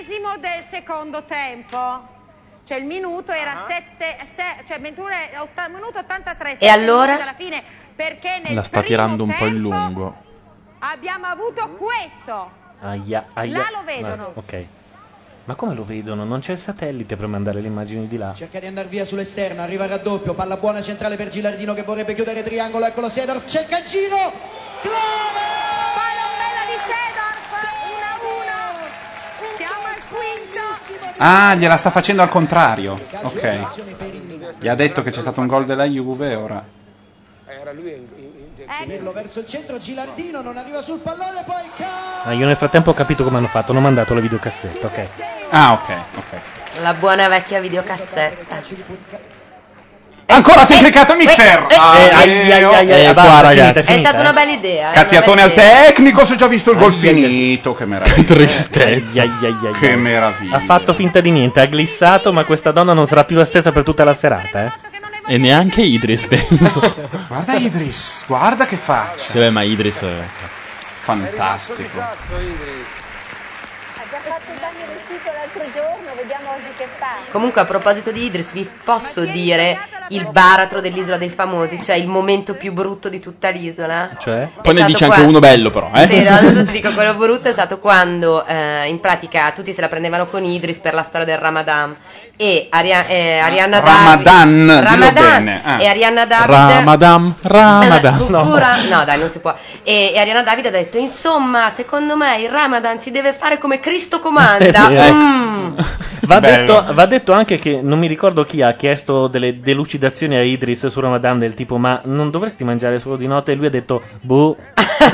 Speaker 12: Esimo del secondo tempo. Cioè il minuto era 7, cioè 21, e otta- minuto 83 sette
Speaker 8: allora?
Speaker 12: minuti dalla fine perché nel
Speaker 6: La sta
Speaker 12: primo
Speaker 6: tirando un po' in lungo.
Speaker 12: abbiamo avuto questo.
Speaker 5: Aia, aia.
Speaker 12: Là lo vedono.
Speaker 5: Ah, ok. Ma come lo vedono? Non c'è il satellite per mandare le immagini di là.
Speaker 20: Cerca di andare via sull'esterno, arriva il raddoppio, palla buona centrale per Gilardino che vorrebbe chiudere triangolo, eccolo Sedorf, cerca il giro,
Speaker 12: Siamo al quinto.
Speaker 7: Ah, gliela sta facendo al contrario. Ok. Gli ha detto che c'è stato un gol della Juve ora.
Speaker 23: Eh,
Speaker 20: Era lui Pirlo verso il centro, Gilardino non arriva sul pallone, poi
Speaker 5: Ah, io nel frattempo ho capito come hanno fatto, hanno mandato la videocassetta, ok.
Speaker 7: Ah, ok, ok.
Speaker 8: La buona vecchia videocassetta.
Speaker 7: Ancora si è cliccato il mixer!
Speaker 8: eh, eh,
Speaker 7: Ah,
Speaker 8: eh,
Speaker 7: eh,
Speaker 8: ai, ai, ai,
Speaker 7: eh,
Speaker 8: ai,
Speaker 7: qua,
Speaker 8: basta,
Speaker 7: ragazzi.
Speaker 8: È stata una bella idea. eh,
Speaker 7: Cazziatone
Speaker 8: una
Speaker 7: al
Speaker 8: bella idea.
Speaker 7: tecnico, se ho già visto il gol finito. Che meraviglia.
Speaker 5: Eh, Tristezza. Che
Speaker 7: meraviglia.
Speaker 5: Ha fatto finta di niente, ha glissato, ma questa donna non sarà più la stessa per tutta la serata, eh.
Speaker 6: E neanche Idris, penso.
Speaker 7: Eh, Guarda Idris, guarda che faccia.
Speaker 6: Sì, beh, ma Idris. eh,
Speaker 7: Fantastico.
Speaker 3: Ha già fatto il bagno vestito l'altro giorno, vediamo oggi che fa.
Speaker 8: Comunque, a proposito di Idris, vi posso dire il baratro dell'isola dei famosi, cioè il momento più brutto di tutta l'isola?
Speaker 6: Cioè?
Speaker 8: È
Speaker 6: Poi ne
Speaker 8: stato
Speaker 6: dice anche
Speaker 8: qua-
Speaker 6: uno bello, però. Eh?
Speaker 8: Sì, no, adesso ti dico quello brutto è stato quando eh, in pratica tutti se la prendevano con Idris per la storia del Ramadan e Aria- eh, Arianna
Speaker 7: Ramadan,
Speaker 8: David
Speaker 7: dillo
Speaker 8: Ramadan
Speaker 7: bene, ah.
Speaker 8: e Arianna David
Speaker 6: Ramadan, Ramadan.
Speaker 8: Pura- no dai non si può e, e Arianna David ha detto insomma secondo me il Ramadan si deve fare come Cristo comanda
Speaker 5: È vero.
Speaker 8: Mm.
Speaker 5: Va
Speaker 8: Bello.
Speaker 5: detto, va detto anche che non mi ricordo chi ha chiesto delle delucidazioni a Idris su Ramadan del tipo ma non dovresti mangiare solo di notte e lui ha detto boh.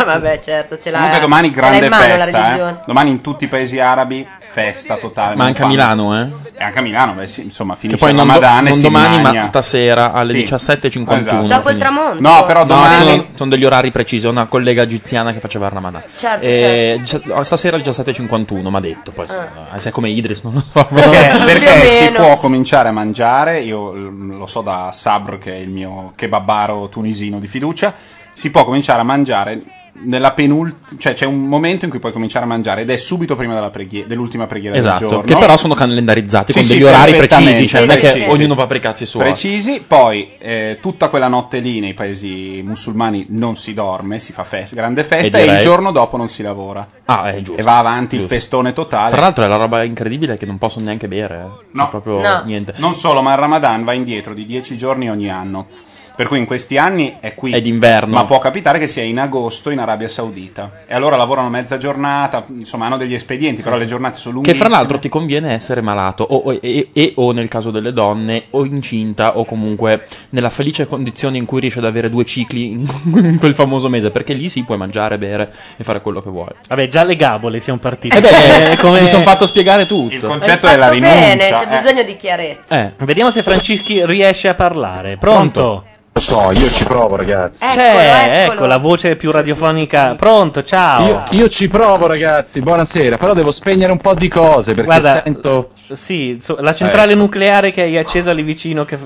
Speaker 8: vabbè certo ce l'ha
Speaker 7: Comunque domani
Speaker 8: ce l'ha
Speaker 7: grande
Speaker 8: in mano la
Speaker 7: festa,
Speaker 8: religione
Speaker 7: eh. domani in tutti i paesi arabi festa totale.
Speaker 6: Ma anche a Milano, eh?
Speaker 7: E anche a Milano, beh, sì, insomma,
Speaker 6: Che
Speaker 7: finisce
Speaker 6: poi non, do-
Speaker 7: Ramadan e
Speaker 6: non
Speaker 7: si
Speaker 6: domani, ma
Speaker 7: magna.
Speaker 6: stasera alle
Speaker 7: Sì.
Speaker 6: 17.51.
Speaker 8: Dopo
Speaker 7: Esatto.
Speaker 8: il
Speaker 6: finisce.
Speaker 8: tramonto. No, però domani-
Speaker 6: sono, sono degli orari precisi. Ho Una collega egiziana che faceva il Ramadan.
Speaker 8: Certo,
Speaker 6: Eh, gi- Stasera alle 17.51, mi ha detto. Poi,
Speaker 8: Ah.
Speaker 6: eh, se è come Idris, non lo so.
Speaker 7: Perché, perché
Speaker 6: Più o
Speaker 7: si
Speaker 6: meno.
Speaker 7: può cominciare a mangiare, io l- lo so da Sabr che è il mio kebabaro tunisino di fiducia, si può cominciare a mangiare nella penultima, cioè c'è un momento in cui puoi cominciare a mangiare ed è subito prima della preghi- dell'ultima preghiera del
Speaker 6: Esatto,
Speaker 7: giorno.
Speaker 6: che però sono calendarizzati
Speaker 7: Sì,
Speaker 6: con
Speaker 7: sì,
Speaker 6: degli orari
Speaker 7: perfettamente,
Speaker 6: precisi, cioè non è che
Speaker 7: sì, sì,
Speaker 6: ognuno
Speaker 7: sì.
Speaker 6: va per i cazzi suoi.
Speaker 7: Precisi, poi eh, tutta quella notte lì nei paesi musulmani non si dorme, si fa festa, grande festa e,
Speaker 6: direi-
Speaker 7: il giorno dopo non si lavora.
Speaker 6: Ah, è giusto.
Speaker 7: E va avanti il
Speaker 6: Giusto.
Speaker 7: festone totale.
Speaker 6: Tra l'altro è la roba incredibile che non posso neanche bere, eh. Cioè, proprio niente.
Speaker 7: Non solo, ma il Ramadan va indietro di 10 giorni ogni anno. Per cui in questi anni è qui. È d'inverno. Ma può capitare che sia in agosto in Arabia Saudita. E allora lavorano mezza giornata, insomma hanno degli espedienti, però le giornate sono lunghe.
Speaker 6: Che fra l'altro ti conviene essere malato, o, o- e, e- o nel caso delle donne, o incinta, o comunque nella felice condizione in cui riesci ad avere due cicli in, in quel famoso mese, perché lì sì puoi mangiare, bere e fare quello che vuoi.
Speaker 5: Vabbè, già le gabole siamo partiti.
Speaker 6: Eh beh,
Speaker 5: È come-
Speaker 6: mi sono fatto spiegare tutto. Eh,
Speaker 5: Il
Speaker 8: Hai fatto bene,
Speaker 6: cioè,
Speaker 5: eh.
Speaker 8: c'è bisogno di chiarezza.
Speaker 5: Vediamo se Francischi riesce a parlare. Pronto?
Speaker 24: Lo so, io ci provo, ragazzi.
Speaker 5: C'è, ecco la voce più radiofonica. Pronto, ciao.
Speaker 24: Io, io ci provo, ragazzi. Buonasera, però devo spegnere un po' di cose perché Eh.
Speaker 5: Guarda,
Speaker 24: sento.
Speaker 5: Sì, so- la centrale nucleare che hai accesa lì vicino che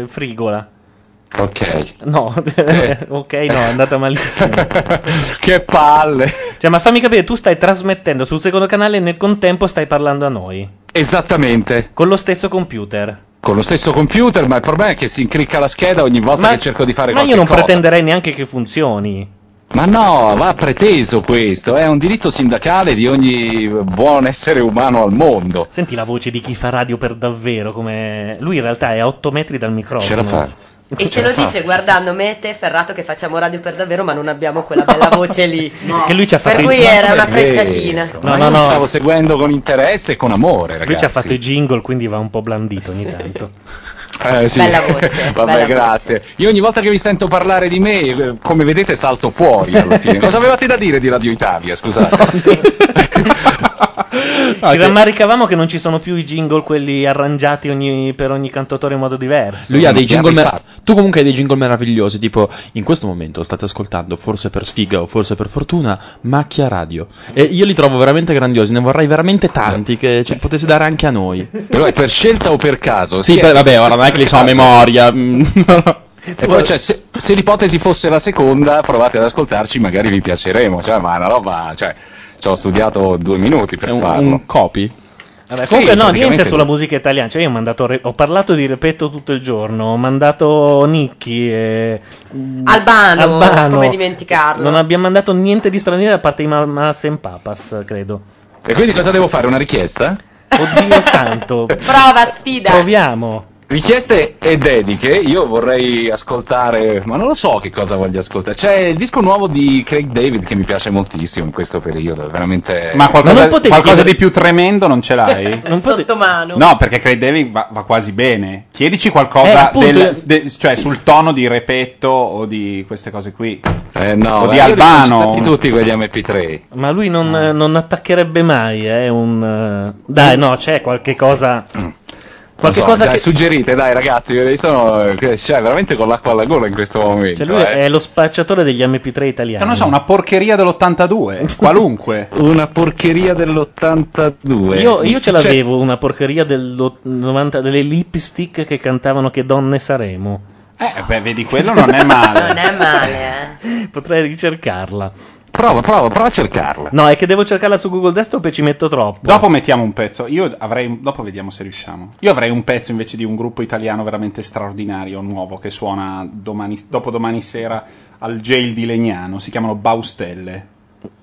Speaker 5: eh, frigola.
Speaker 6: Eh,
Speaker 24: Ok.
Speaker 5: No,
Speaker 24: Eh.
Speaker 5: ok, no, è andata malissimo. che palle. Cioè, ma fammi capire, tu stai trasmettendo sul secondo canale e nel contempo stai parlando a noi.
Speaker 24: Esattamente.
Speaker 5: Con lo stesso computer.
Speaker 24: Con lo stesso computer, ma il problema è che si incricca la scheda ogni volta che cerco di fare
Speaker 5: Ma
Speaker 24: qualcosa.
Speaker 5: io non pretenderei neanche che funzioni.
Speaker 24: Ma no, va preteso questo, è un diritto sindacale di ogni buon essere umano al mondo.
Speaker 5: Senti la voce di chi fa radio per davvero, come... Lui in realtà è a 8 metri dal microfono.
Speaker 24: Ce la fa.
Speaker 8: E ce lo
Speaker 7: Cioè, ah.
Speaker 8: dice guardando me e te, Ferrato, che facciamo radio per davvero, ma non abbiamo quella bella voce lì.
Speaker 5: Che lui ci ha fatto
Speaker 8: Per
Speaker 5: i-
Speaker 8: cui era una
Speaker 5: Eh,
Speaker 8: frecciatina.
Speaker 5: No,
Speaker 24: Ma
Speaker 5: no,
Speaker 24: io
Speaker 5: no.
Speaker 24: stavo seguendo con interesse e con amore, ragazzi.
Speaker 5: Lui ci ha fatto i jingle, quindi va un po' blandito ogni tanto.
Speaker 24: Eh, sì.
Speaker 5: Bella voce,
Speaker 24: Vabbè,
Speaker 5: bella
Speaker 24: grazie. Io ogni volta che vi sento parlare di me, eh, come vedete, salto fuori alla fine. Cosa avevate da dire di Radio Italia? Scusate. Ah,
Speaker 5: ci rammaricavamo che non ci sono più i jingle, quelli arrangiati ogni- per ogni cantatore in modo diverso.
Speaker 6: Lui ha dei jingle mer- tu comunque hai dei jingle meravigliosi, tipo in questo momento state ascoltando, forse per sfiga o forse per fortuna, Macchia Radio. E io li trovo veramente grandiosi, ne vorrei veramente tanti che ci potessi dare anche a noi.
Speaker 24: Però è per scelta o per caso?
Speaker 6: Sì,
Speaker 24: Sì,
Speaker 6: per-
Speaker 24: è-
Speaker 6: vabbè, ora non è che li so a
Speaker 24: caso.
Speaker 6: memoria. mm, no, no.
Speaker 24: E poi cioè, se, se l'ipotesi fosse la seconda, provate ad ascoltarci, magari vi piaceremo. Cioè, ma è una roba. Cioè, ci ho studiato due minuti per farlo.
Speaker 6: un copy?
Speaker 5: Vabbè,
Speaker 24: Eh, Sì,
Speaker 5: comunque no,
Speaker 24: praticamente
Speaker 5: niente sulla
Speaker 24: sì.
Speaker 5: musica italiana. Cioè, io ho mandato re- ho parlato di Repetto tutto il giorno, ho mandato Nicchi e mm,
Speaker 8: Albano,
Speaker 5: Albano.
Speaker 8: come dimenticarlo.
Speaker 5: Non abbiamo mandato niente di straniero da parte di Mamma Papas, credo.
Speaker 24: E quindi cosa devo fare? Una richiesta?
Speaker 5: Oddio santo.
Speaker 8: Prova, sfida.
Speaker 5: Proviamo.
Speaker 24: Richieste e dediche, io vorrei ascoltare, ma non lo so che cosa voglio ascoltare. C'è il disco nuovo di Craig David che mi piace moltissimo in questo periodo, è veramente.
Speaker 7: Ma qualcosa, qualcosa di più tremendo non ce l'hai?
Speaker 8: Sotto mano.
Speaker 7: No, perché credevi va, va quasi bene. Chiedici qualcosa
Speaker 8: Eh, appunto,
Speaker 7: del-
Speaker 8: io-
Speaker 7: de- cioè sul tono di Repetto o di queste cose qui.
Speaker 24: Eh, no,
Speaker 7: o
Speaker 24: beh,
Speaker 7: di
Speaker 24: io li ho
Speaker 7: Albano.
Speaker 24: consultati tutti quegli MP3.
Speaker 5: Ma lui non,
Speaker 24: Mm.
Speaker 5: non attaccherebbe mai, eh, un... eh, Dai, no, c'è qualche cosa... Qualche
Speaker 24: Non so,
Speaker 5: cosa
Speaker 24: dai,
Speaker 5: che...
Speaker 24: suggerite, dai ragazzi, io sono cioè, veramente con l'acqua alla gola in questo momento.
Speaker 5: Cioè, lui
Speaker 24: eh.
Speaker 5: è lo spacciatore degli MP3 italiani.
Speaker 7: Non lo so, una porcheria dell'82, qualunque.
Speaker 24: Una porcheria Cioè, dell'82.
Speaker 5: Io, io
Speaker 7: Cioè
Speaker 5: ce l'avevo una porcheria del do- 90 delle lipstick che cantavano Che donne saremo.
Speaker 7: Eh, beh, vedi, quello non è male.
Speaker 8: Non è male,
Speaker 5: Potrei ricercarla.
Speaker 24: Prova, prova, prova a cercarla.
Speaker 5: No, è che devo cercarla su Google Desktop e ci metto troppo.
Speaker 7: Dopo mettiamo un pezzo. Io avrei. Dopo vediamo se riusciamo. Io avrei un pezzo invece di un gruppo italiano veramente straordinario, nuovo, che suona domani, dopodomani sera al jail di Legnano. Si chiamano Baustelle.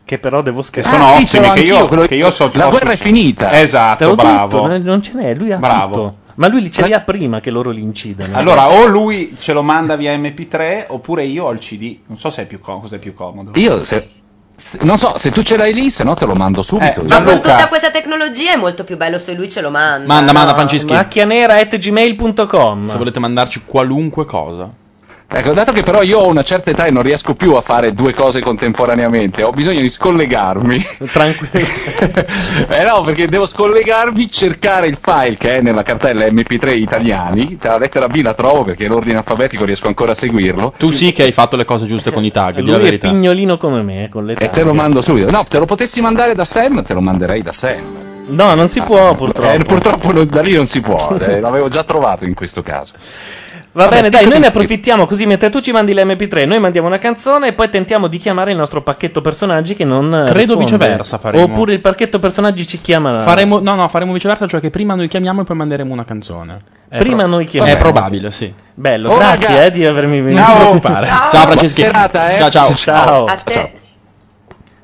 Speaker 5: Che però devo
Speaker 7: Che
Speaker 5: scherzare.
Speaker 7: Ah,
Speaker 24: Ah,
Speaker 7: sono ottimi, che io, che io so ho successo.
Speaker 5: Te l'ho
Speaker 7: Esatto, bravo.
Speaker 5: detto, non- non ce n'è, lui ha
Speaker 7: Bravo.
Speaker 5: tutto. Ma lui li ce li ha prima che loro li incidano.
Speaker 7: Allora, o lui ce lo manda via MP3 oppure io ho il CD. Non so se è più, co- cosa è più comodo.
Speaker 24: Io se- se- non so, se tu ce l'hai lì, se no te lo mando
Speaker 7: Eh,
Speaker 24: subito.
Speaker 8: Ma con tutta questa tecnologia è molto più bello se lui ce lo manda.
Speaker 6: Manda, manda,
Speaker 8: no?
Speaker 6: Francischi.
Speaker 5: Macchianera.gmail.com
Speaker 6: Se volete mandarci qualunque cosa.
Speaker 24: Ecco, dato che però io ho una certa età e non riesco più a fare due cose contemporaneamente, ho bisogno di scollegarmi.
Speaker 5: Tranquillo.
Speaker 24: eh no, perché devo scollegarmi, cercare il file che è nella cartella MP3 italiani, tra la lettera B la trovo perché in ordine alfabetico riesco ancora a seguirlo.
Speaker 6: Tu sì che hai fatto le cose giuste con i tag, di la
Speaker 5: lui è
Speaker 6: verità.
Speaker 5: pignolino come me, con le
Speaker 24: E te lo mando subito. No, te lo potessi mandare da Sam, te lo manderei da Sam.
Speaker 5: No, non si può purtroppo.
Speaker 24: Eh, purtroppo non- da lì non si può, eh, l'avevo già trovato in questo caso.
Speaker 5: Va bene,
Speaker 24: Vabbè,
Speaker 5: dai, noi
Speaker 24: quindi-
Speaker 5: ne approfittiamo così mentre tu ci mandi l'MP3, noi mandiamo una canzone e poi tentiamo di chiamare il nostro pacchetto personaggi che non eh,
Speaker 6: Credo
Speaker 5: risponde.
Speaker 6: viceversa faremo.
Speaker 5: Oppure il pacchetto personaggi ci chiama.
Speaker 6: Eh. Faremo, no, no, faremo viceversa, cioè che prima noi chiamiamo e poi manderemo una canzone. È
Speaker 5: Prima noi chiamiamo.
Speaker 6: È probabile, sì.
Speaker 5: Bello,
Speaker 6: Oh,
Speaker 5: grazie
Speaker 6: raga.
Speaker 5: eh, di avermi venuto.
Speaker 6: Non ti preoccupare. Ciao, Franceschi.
Speaker 5: Buona serata, eh.
Speaker 6: Ciao, ciao.
Speaker 5: Ciao.
Speaker 6: A te.
Speaker 5: Ciao.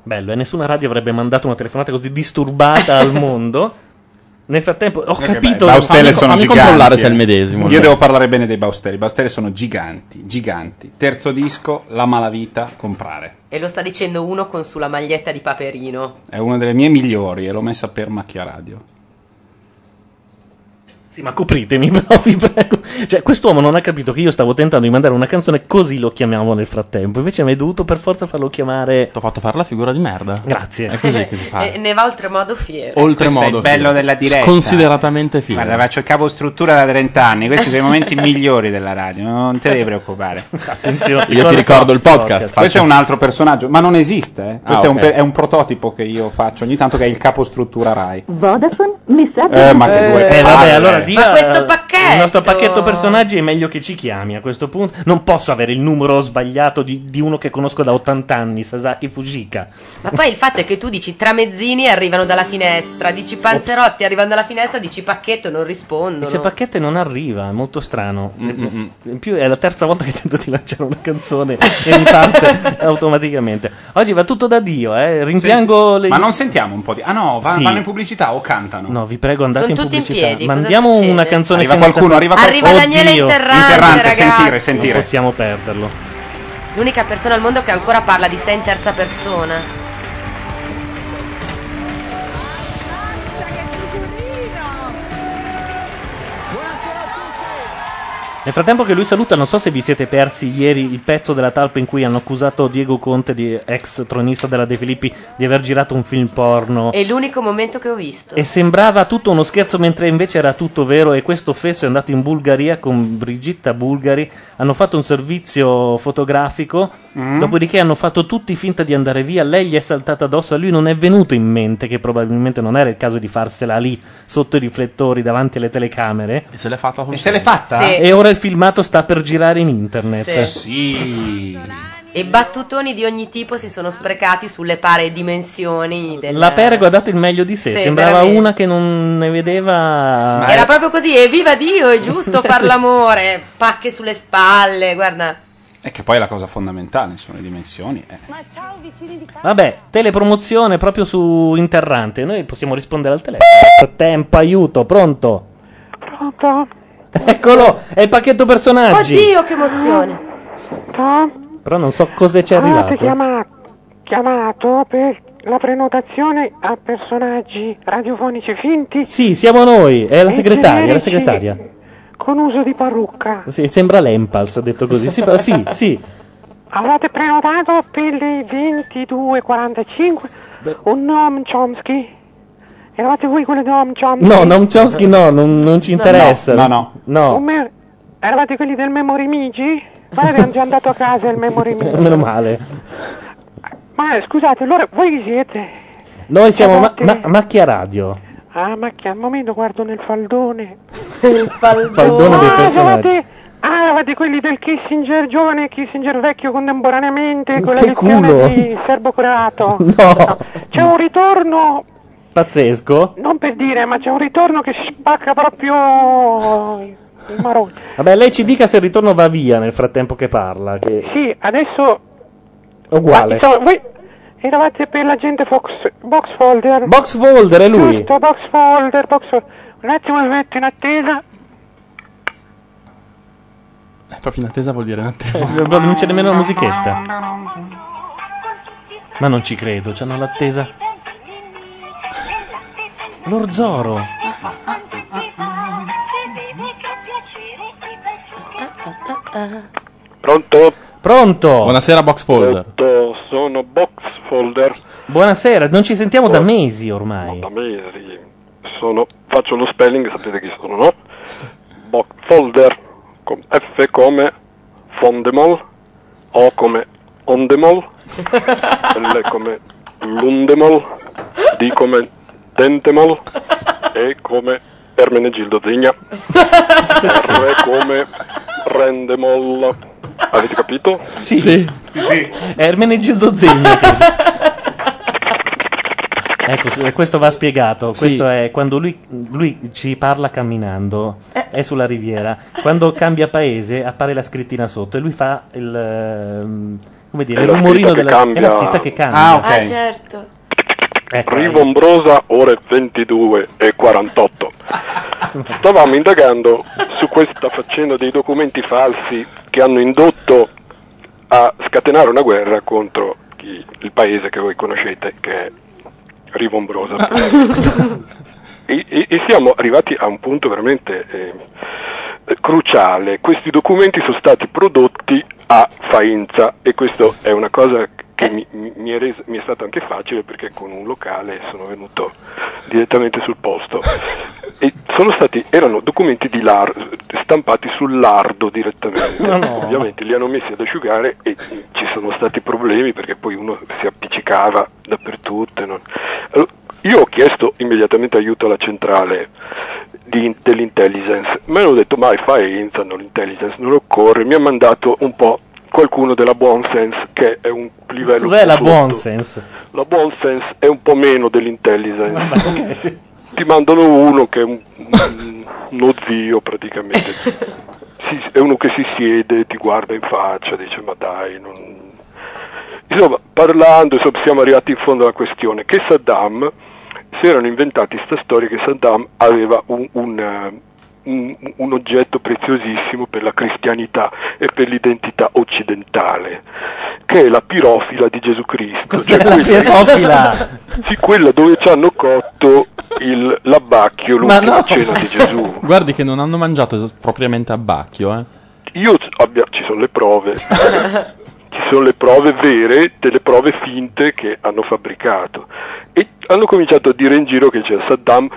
Speaker 5: Bello, e nessuna radio avrebbe mandato una telefonata così disturbata al mondo. Nel frattempo, ho
Speaker 7: Guarda che
Speaker 5: capito.
Speaker 7: bello. Baustelle
Speaker 5: Fammi-
Speaker 7: sono
Speaker 5: fammi
Speaker 7: giganti. eh.
Speaker 5: controllare
Speaker 6: se è il medesimo.
Speaker 7: Io
Speaker 5: cioè.
Speaker 6: Allora.
Speaker 7: devo parlare bene dei Baustelle. I Baustelle sono giganti, giganti. Terzo disco, La malavita, comprare.
Speaker 8: E lo sta dicendo uno con sulla maglietta di Paperino.
Speaker 7: È una delle mie migliori e l'ho messa per macchia radio.
Speaker 5: Sì, ma copritemi, però vi prego. Cioè, quest'uomo non ha capito che io stavo tentando di mandare una canzone così lo chiamiamo nel frattempo. Invece mi hai dovuto per forza farlo chiamare. T'ho fatto fare la figura di merda. Grazie.
Speaker 6: È
Speaker 7: Eh,
Speaker 6: così che si fa.
Speaker 8: E ne va oltremodo fiero.
Speaker 6: Oltremodo.
Speaker 7: Questo è il bello della diretta.
Speaker 6: Sconsideratamente figo.
Speaker 7: Guarda, faccio il capostruttura da 30 anni. Questi sono i momenti migliori della radio. Non te devi preoccupare.
Speaker 5: Attenzione.
Speaker 6: Io ti ricordo il podcast.
Speaker 7: Questo
Speaker 6: faccio-
Speaker 7: è un altro personaggio, ma non esiste. eh. Questo
Speaker 6: Ah,
Speaker 7: è, un
Speaker 6: ok.
Speaker 7: per- è un prototipo che io faccio ogni tanto, che è il capostruttura Rai.
Speaker 25: Vodafone, messaggio.
Speaker 7: Eh, ma che due
Speaker 5: Eh,
Speaker 7: palle.
Speaker 5: vabbè, allora dia
Speaker 7: Ma questo
Speaker 5: pacchetto. Il nostro pacchetto personaggi è meglio che ci chiami a questo punto. Non posso avere il numero sbagliato di, di uno che conosco da 80 anni, Sasaki Fujika.
Speaker 8: Ma poi il fatto è che tu dici tramezzini e arrivano dalla finestra, dici panzerotti arrivano dalla finestra, dici pacchetto non rispondono.
Speaker 5: Dice pacchetto e non arriva, è molto strano.
Speaker 7: Mm,
Speaker 5: In più è la terza volta che tento di lanciare una canzone e mi parte automaticamente. Oggi va tutto da Dio, eh. Rimpiango le.
Speaker 7: Ma non sentiamo un po' di. Ah no, va-
Speaker 5: Sì.
Speaker 7: vanno in pubblicità o cantano?
Speaker 5: No, vi prego, andate
Speaker 7: Sono
Speaker 5: in
Speaker 7: tutti in
Speaker 5: pubblicità.
Speaker 7: piedi, cosa
Speaker 5: Mandiamo
Speaker 7: succede?
Speaker 5: una canzone
Speaker 7: Arriva
Speaker 5: senza
Speaker 7: qualcuno, arriva
Speaker 8: qualcuno. Arriva Daniele
Speaker 5: Oddio.
Speaker 8: Interrante, Interrante, ragazzi. sentire, sentire.
Speaker 5: Non possiamo perderlo.
Speaker 8: L'unica persona al mondo che ancora parla di sé in terza persona.
Speaker 5: Nel frattempo che lui saluta, non so se vi siete persi ieri il pezzo della talpa in cui hanno accusato Diego Conte, di- ex tronista della De Filippi, di aver girato un film porno.
Speaker 8: È l'unico momento che ho visto.
Speaker 5: E sembrava tutto uno scherzo, mentre invece era tutto vero. E questo fesso è andato in Bulgaria con Brigitta Bulgari. Hanno fatto un servizio fotografico.
Speaker 6: Mm.
Speaker 5: Dopodiché hanno fatto tutti finta di andare via. Lei gli è saltata addosso. A lui non è venuto in mente che probabilmente non era il caso di farsela lì, sotto i riflettori, davanti alle telecamere. E se l'è fatta
Speaker 6: E se l'è fatta? Sì.
Speaker 5: E ora il filmato sta per girare in internet.
Speaker 7: Sì.
Speaker 8: E battutoni di ogni tipo si sono sprecati sulle pare dimensioni del...
Speaker 5: La Perego ha dato il meglio di sé.
Speaker 8: Sì,
Speaker 5: Sembrava
Speaker 8: veramente.
Speaker 5: una che non ne vedeva.
Speaker 8: Era proprio così, e viva Dio, è giusto far l'amore, pacche sulle spalle, guarda.
Speaker 7: E che poi è la cosa fondamentale, sono le dimensioni. eh.
Speaker 5: Vabbè, telepromozione proprio su Interrante. Noi possiamo rispondere al telefono. Ecco, Tempo, aiuto, pronto.
Speaker 25: Pronto?
Speaker 5: Eccolo, è il pacchetto personaggi.
Speaker 8: Oddio, che emozione!
Speaker 25: Pronto?
Speaker 5: Però non so cosa ci è
Speaker 25: Avete
Speaker 5: arrivato.
Speaker 25: Ah, chiama- chiamato per la prenotazione a personaggi radiofonici finti
Speaker 5: Sì, siamo noi, è la
Speaker 25: E
Speaker 5: segretaria, è la
Speaker 25: generici.
Speaker 5: segretaria.
Speaker 25: con uso di parrucca.
Speaker 5: Sì, sembra l'Empals, detto così. Sì, però- sì, sì.
Speaker 25: Avete prenotato per le 22.45 un Noam Chomsky? Eravate voi quello di Noam Chomsky?
Speaker 5: No, Noam Chomsky no, non, non ci interessa.
Speaker 7: No, no,
Speaker 25: Un
Speaker 5: No,
Speaker 25: me- Eravate quelli del Memory Migi? Guarda che non è andato a casa il Memory Migi.
Speaker 5: meno male.
Speaker 25: Ma scusate, allora voi chi siete?
Speaker 5: Noi siamo ma- ma- Macchia Radio.
Speaker 25: Ah, ma che al momento guardo nel faldone.
Speaker 8: Il faldone.
Speaker 5: Faldone dei personaggi.
Speaker 25: eravate- Ah, eravate quelli del Kissinger giovane e Kissinger vecchio contemporaneamente con la
Speaker 5: Che
Speaker 25: lezione
Speaker 5: culo.
Speaker 25: di serbo croato.
Speaker 5: No,
Speaker 25: C'è un ritorno,
Speaker 5: pazzesco.
Speaker 25: non per dire, ma c'è un ritorno che spacca proprio il marocco.
Speaker 5: Vabbè, lei ci dica se il ritorno va via nel frattempo che parla. Che
Speaker 25: Sì, adesso Ah,
Speaker 5: è uguale.
Speaker 25: insomma, voi eravate per la gente Fox, box folder.
Speaker 5: Box folder è lui.
Speaker 25: Giusto, box folder, box folder. Un attimo mi metto in attesa.
Speaker 6: Eh, proprio in attesa vuol dire in
Speaker 5: Cioè,
Speaker 6: attesa.
Speaker 5: Non c'è nemmeno la musichetta. Ma non ci credo, c'hanno l'attesa. Lord Zoro.
Speaker 4: Pronto?
Speaker 5: Pronto?
Speaker 6: Buonasera, Box Folder.
Speaker 4: Pronto, Eh, sono Box Folder
Speaker 5: Buonasera, non ci sentiamo da mesi ormai.
Speaker 4: da mesi. Sono, faccio lo spelling, sapete chi sono, no? Box Folder con F come Fondemol, O come Ondemol, L come Lundemol, D come Dentemol, E come Ermenegildo Zigna, R come Rendemol. Avete capito?
Speaker 5: Sì. sì. Eh, Ermenegildo Zegna. credo. ecco, su- questo va spiegato. Questo è quando lui, lui ci parla camminando,
Speaker 6: Eh.
Speaker 5: è sulla riviera. Quando cambia paese appare la scrittina sotto e lui fa il. ehm, Come dire,
Speaker 4: È
Speaker 5: il
Speaker 4: la
Speaker 5: rumorino
Speaker 4: scritta che
Speaker 5: della è la
Speaker 4: cambia.
Speaker 5: scritta che cambia.
Speaker 4: Ah, ok. Ah,
Speaker 8: certo.
Speaker 4: Rivombrosa ore 22 e 48. Stavamo indagando su questa faccenda dei documenti falsi che hanno indotto a scatenare una guerra contro chi- il paese che voi conoscete, che è Rivombrosa. e, e- e siamo arrivati a un punto veramente eh, eh, cruciale. Questi documenti sono stati prodotti a Faenza e questo è una cosa che mi, mi- mi è, resa- mi è stata anche facile perché con un locale sono venuto direttamente sul posto. E sono stati, erano documenti di lar- stampati sul lardo direttamente.
Speaker 25: Ma no.
Speaker 4: Ovviamente li hanno messi ad asciugare e ci sono stati problemi perché poi uno si appiccicava dappertutto. e non- Allora, io ho chiesto immediatamente aiuto alla centrale di- dell'intelligence. Mi hanno detto ma è Faenza, non l'intelligence, non occorre. Mi ha mandato un po' qualcuno della Buonsense che è un livello
Speaker 5: Cos'è la
Speaker 4: più sotto.
Speaker 5: Bonsense?
Speaker 4: La Buonsense è un po' meno dell'intelligence. Ti mandano uno che è un- un- uno zio praticamente. Si- è uno che si siede, ti guarda in faccia, dice ma dai, non... Insomma, parlando, insomma, siamo arrivati in fondo alla questione che Saddam si erano inventati sta storia che Saddam aveva un, un, eh, un- un oggetto preziosissimo per la cristianità e per l'identità occidentale, che è la pirofila di Gesù Cristo.
Speaker 25: Cos'è
Speaker 4: Cioè,
Speaker 25: la
Speaker 4: quella-
Speaker 25: pirofila?
Speaker 4: Sì, quella dove ci hanno cotto il, l'abbacchio,
Speaker 6: Ma
Speaker 4: l'ultima
Speaker 6: no!
Speaker 4: cena di Gesù.
Speaker 6: Guardi che non hanno mangiato es- propriamente a Bacchio, eh.
Speaker 4: Io c- abbia- ci sono le prove. Ci sono le prove vere delle prove finte che hanno fabbricato. E hanno cominciato a dire in giro che c'è Saddam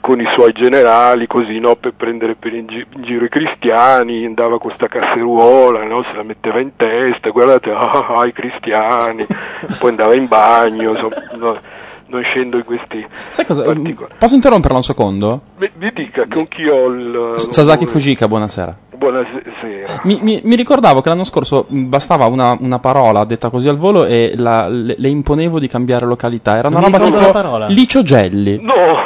Speaker 4: con i suoi generali, così no, per prendere per in, gi- in giro i cristiani, andava con questa casseruola, no, se la metteva in testa, guardate, ah, ah, ah, i cristiani, poi andava in bagno, insomma, no, non scendo in questi...
Speaker 6: Sai cosa? Posso interromperla un secondo?
Speaker 4: Beh, Vi dica con chi ho il...
Speaker 6: S- Sasaki Fujika, buonasera.
Speaker 4: Buonasera.
Speaker 6: Mi, mi- mi ricordavo che l'anno scorso mh, bastava una, una parola detta così al volo e la- le, le imponevo di cambiare località. Era una
Speaker 5: Mi
Speaker 6: roba
Speaker 5: ricordo
Speaker 6: tipo
Speaker 5: la parola.
Speaker 6: Licio Gelli.
Speaker 4: No!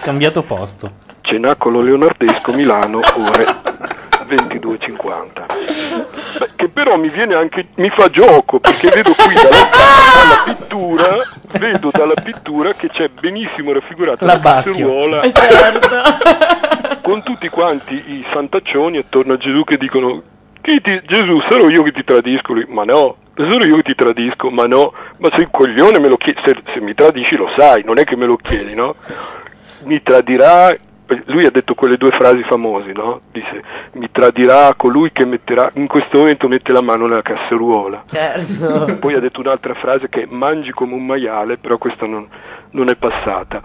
Speaker 5: Cambiato posto.
Speaker 4: Cenacolo Leonardesco Milano ore 22.50 Beh, che però mi viene anche mi fa gioco perché vedo qui dalla, dalla pittura vedo dalla pittura che c'è benissimo raffigurata la
Speaker 25: L'abbacchio.
Speaker 4: casseruola con tutti quanti i santaccioni attorno a Gesù che dicono chi ti- Gesù sarò io che ti tradisco Lui, ma no sono io che ti tradisco ma no ma sei un coglione me lo chiedi se, se mi tradisci lo sai non è che me lo chiedi no mi tradirà lui ha detto quelle due frasi famose, no? Dice mi tradirà colui che metterà in questo momento mette la mano nella casseruola.
Speaker 8: Certo.
Speaker 4: Poi ha detto un'altra frase che è, mangi come un maiale, però questa non, non è passata.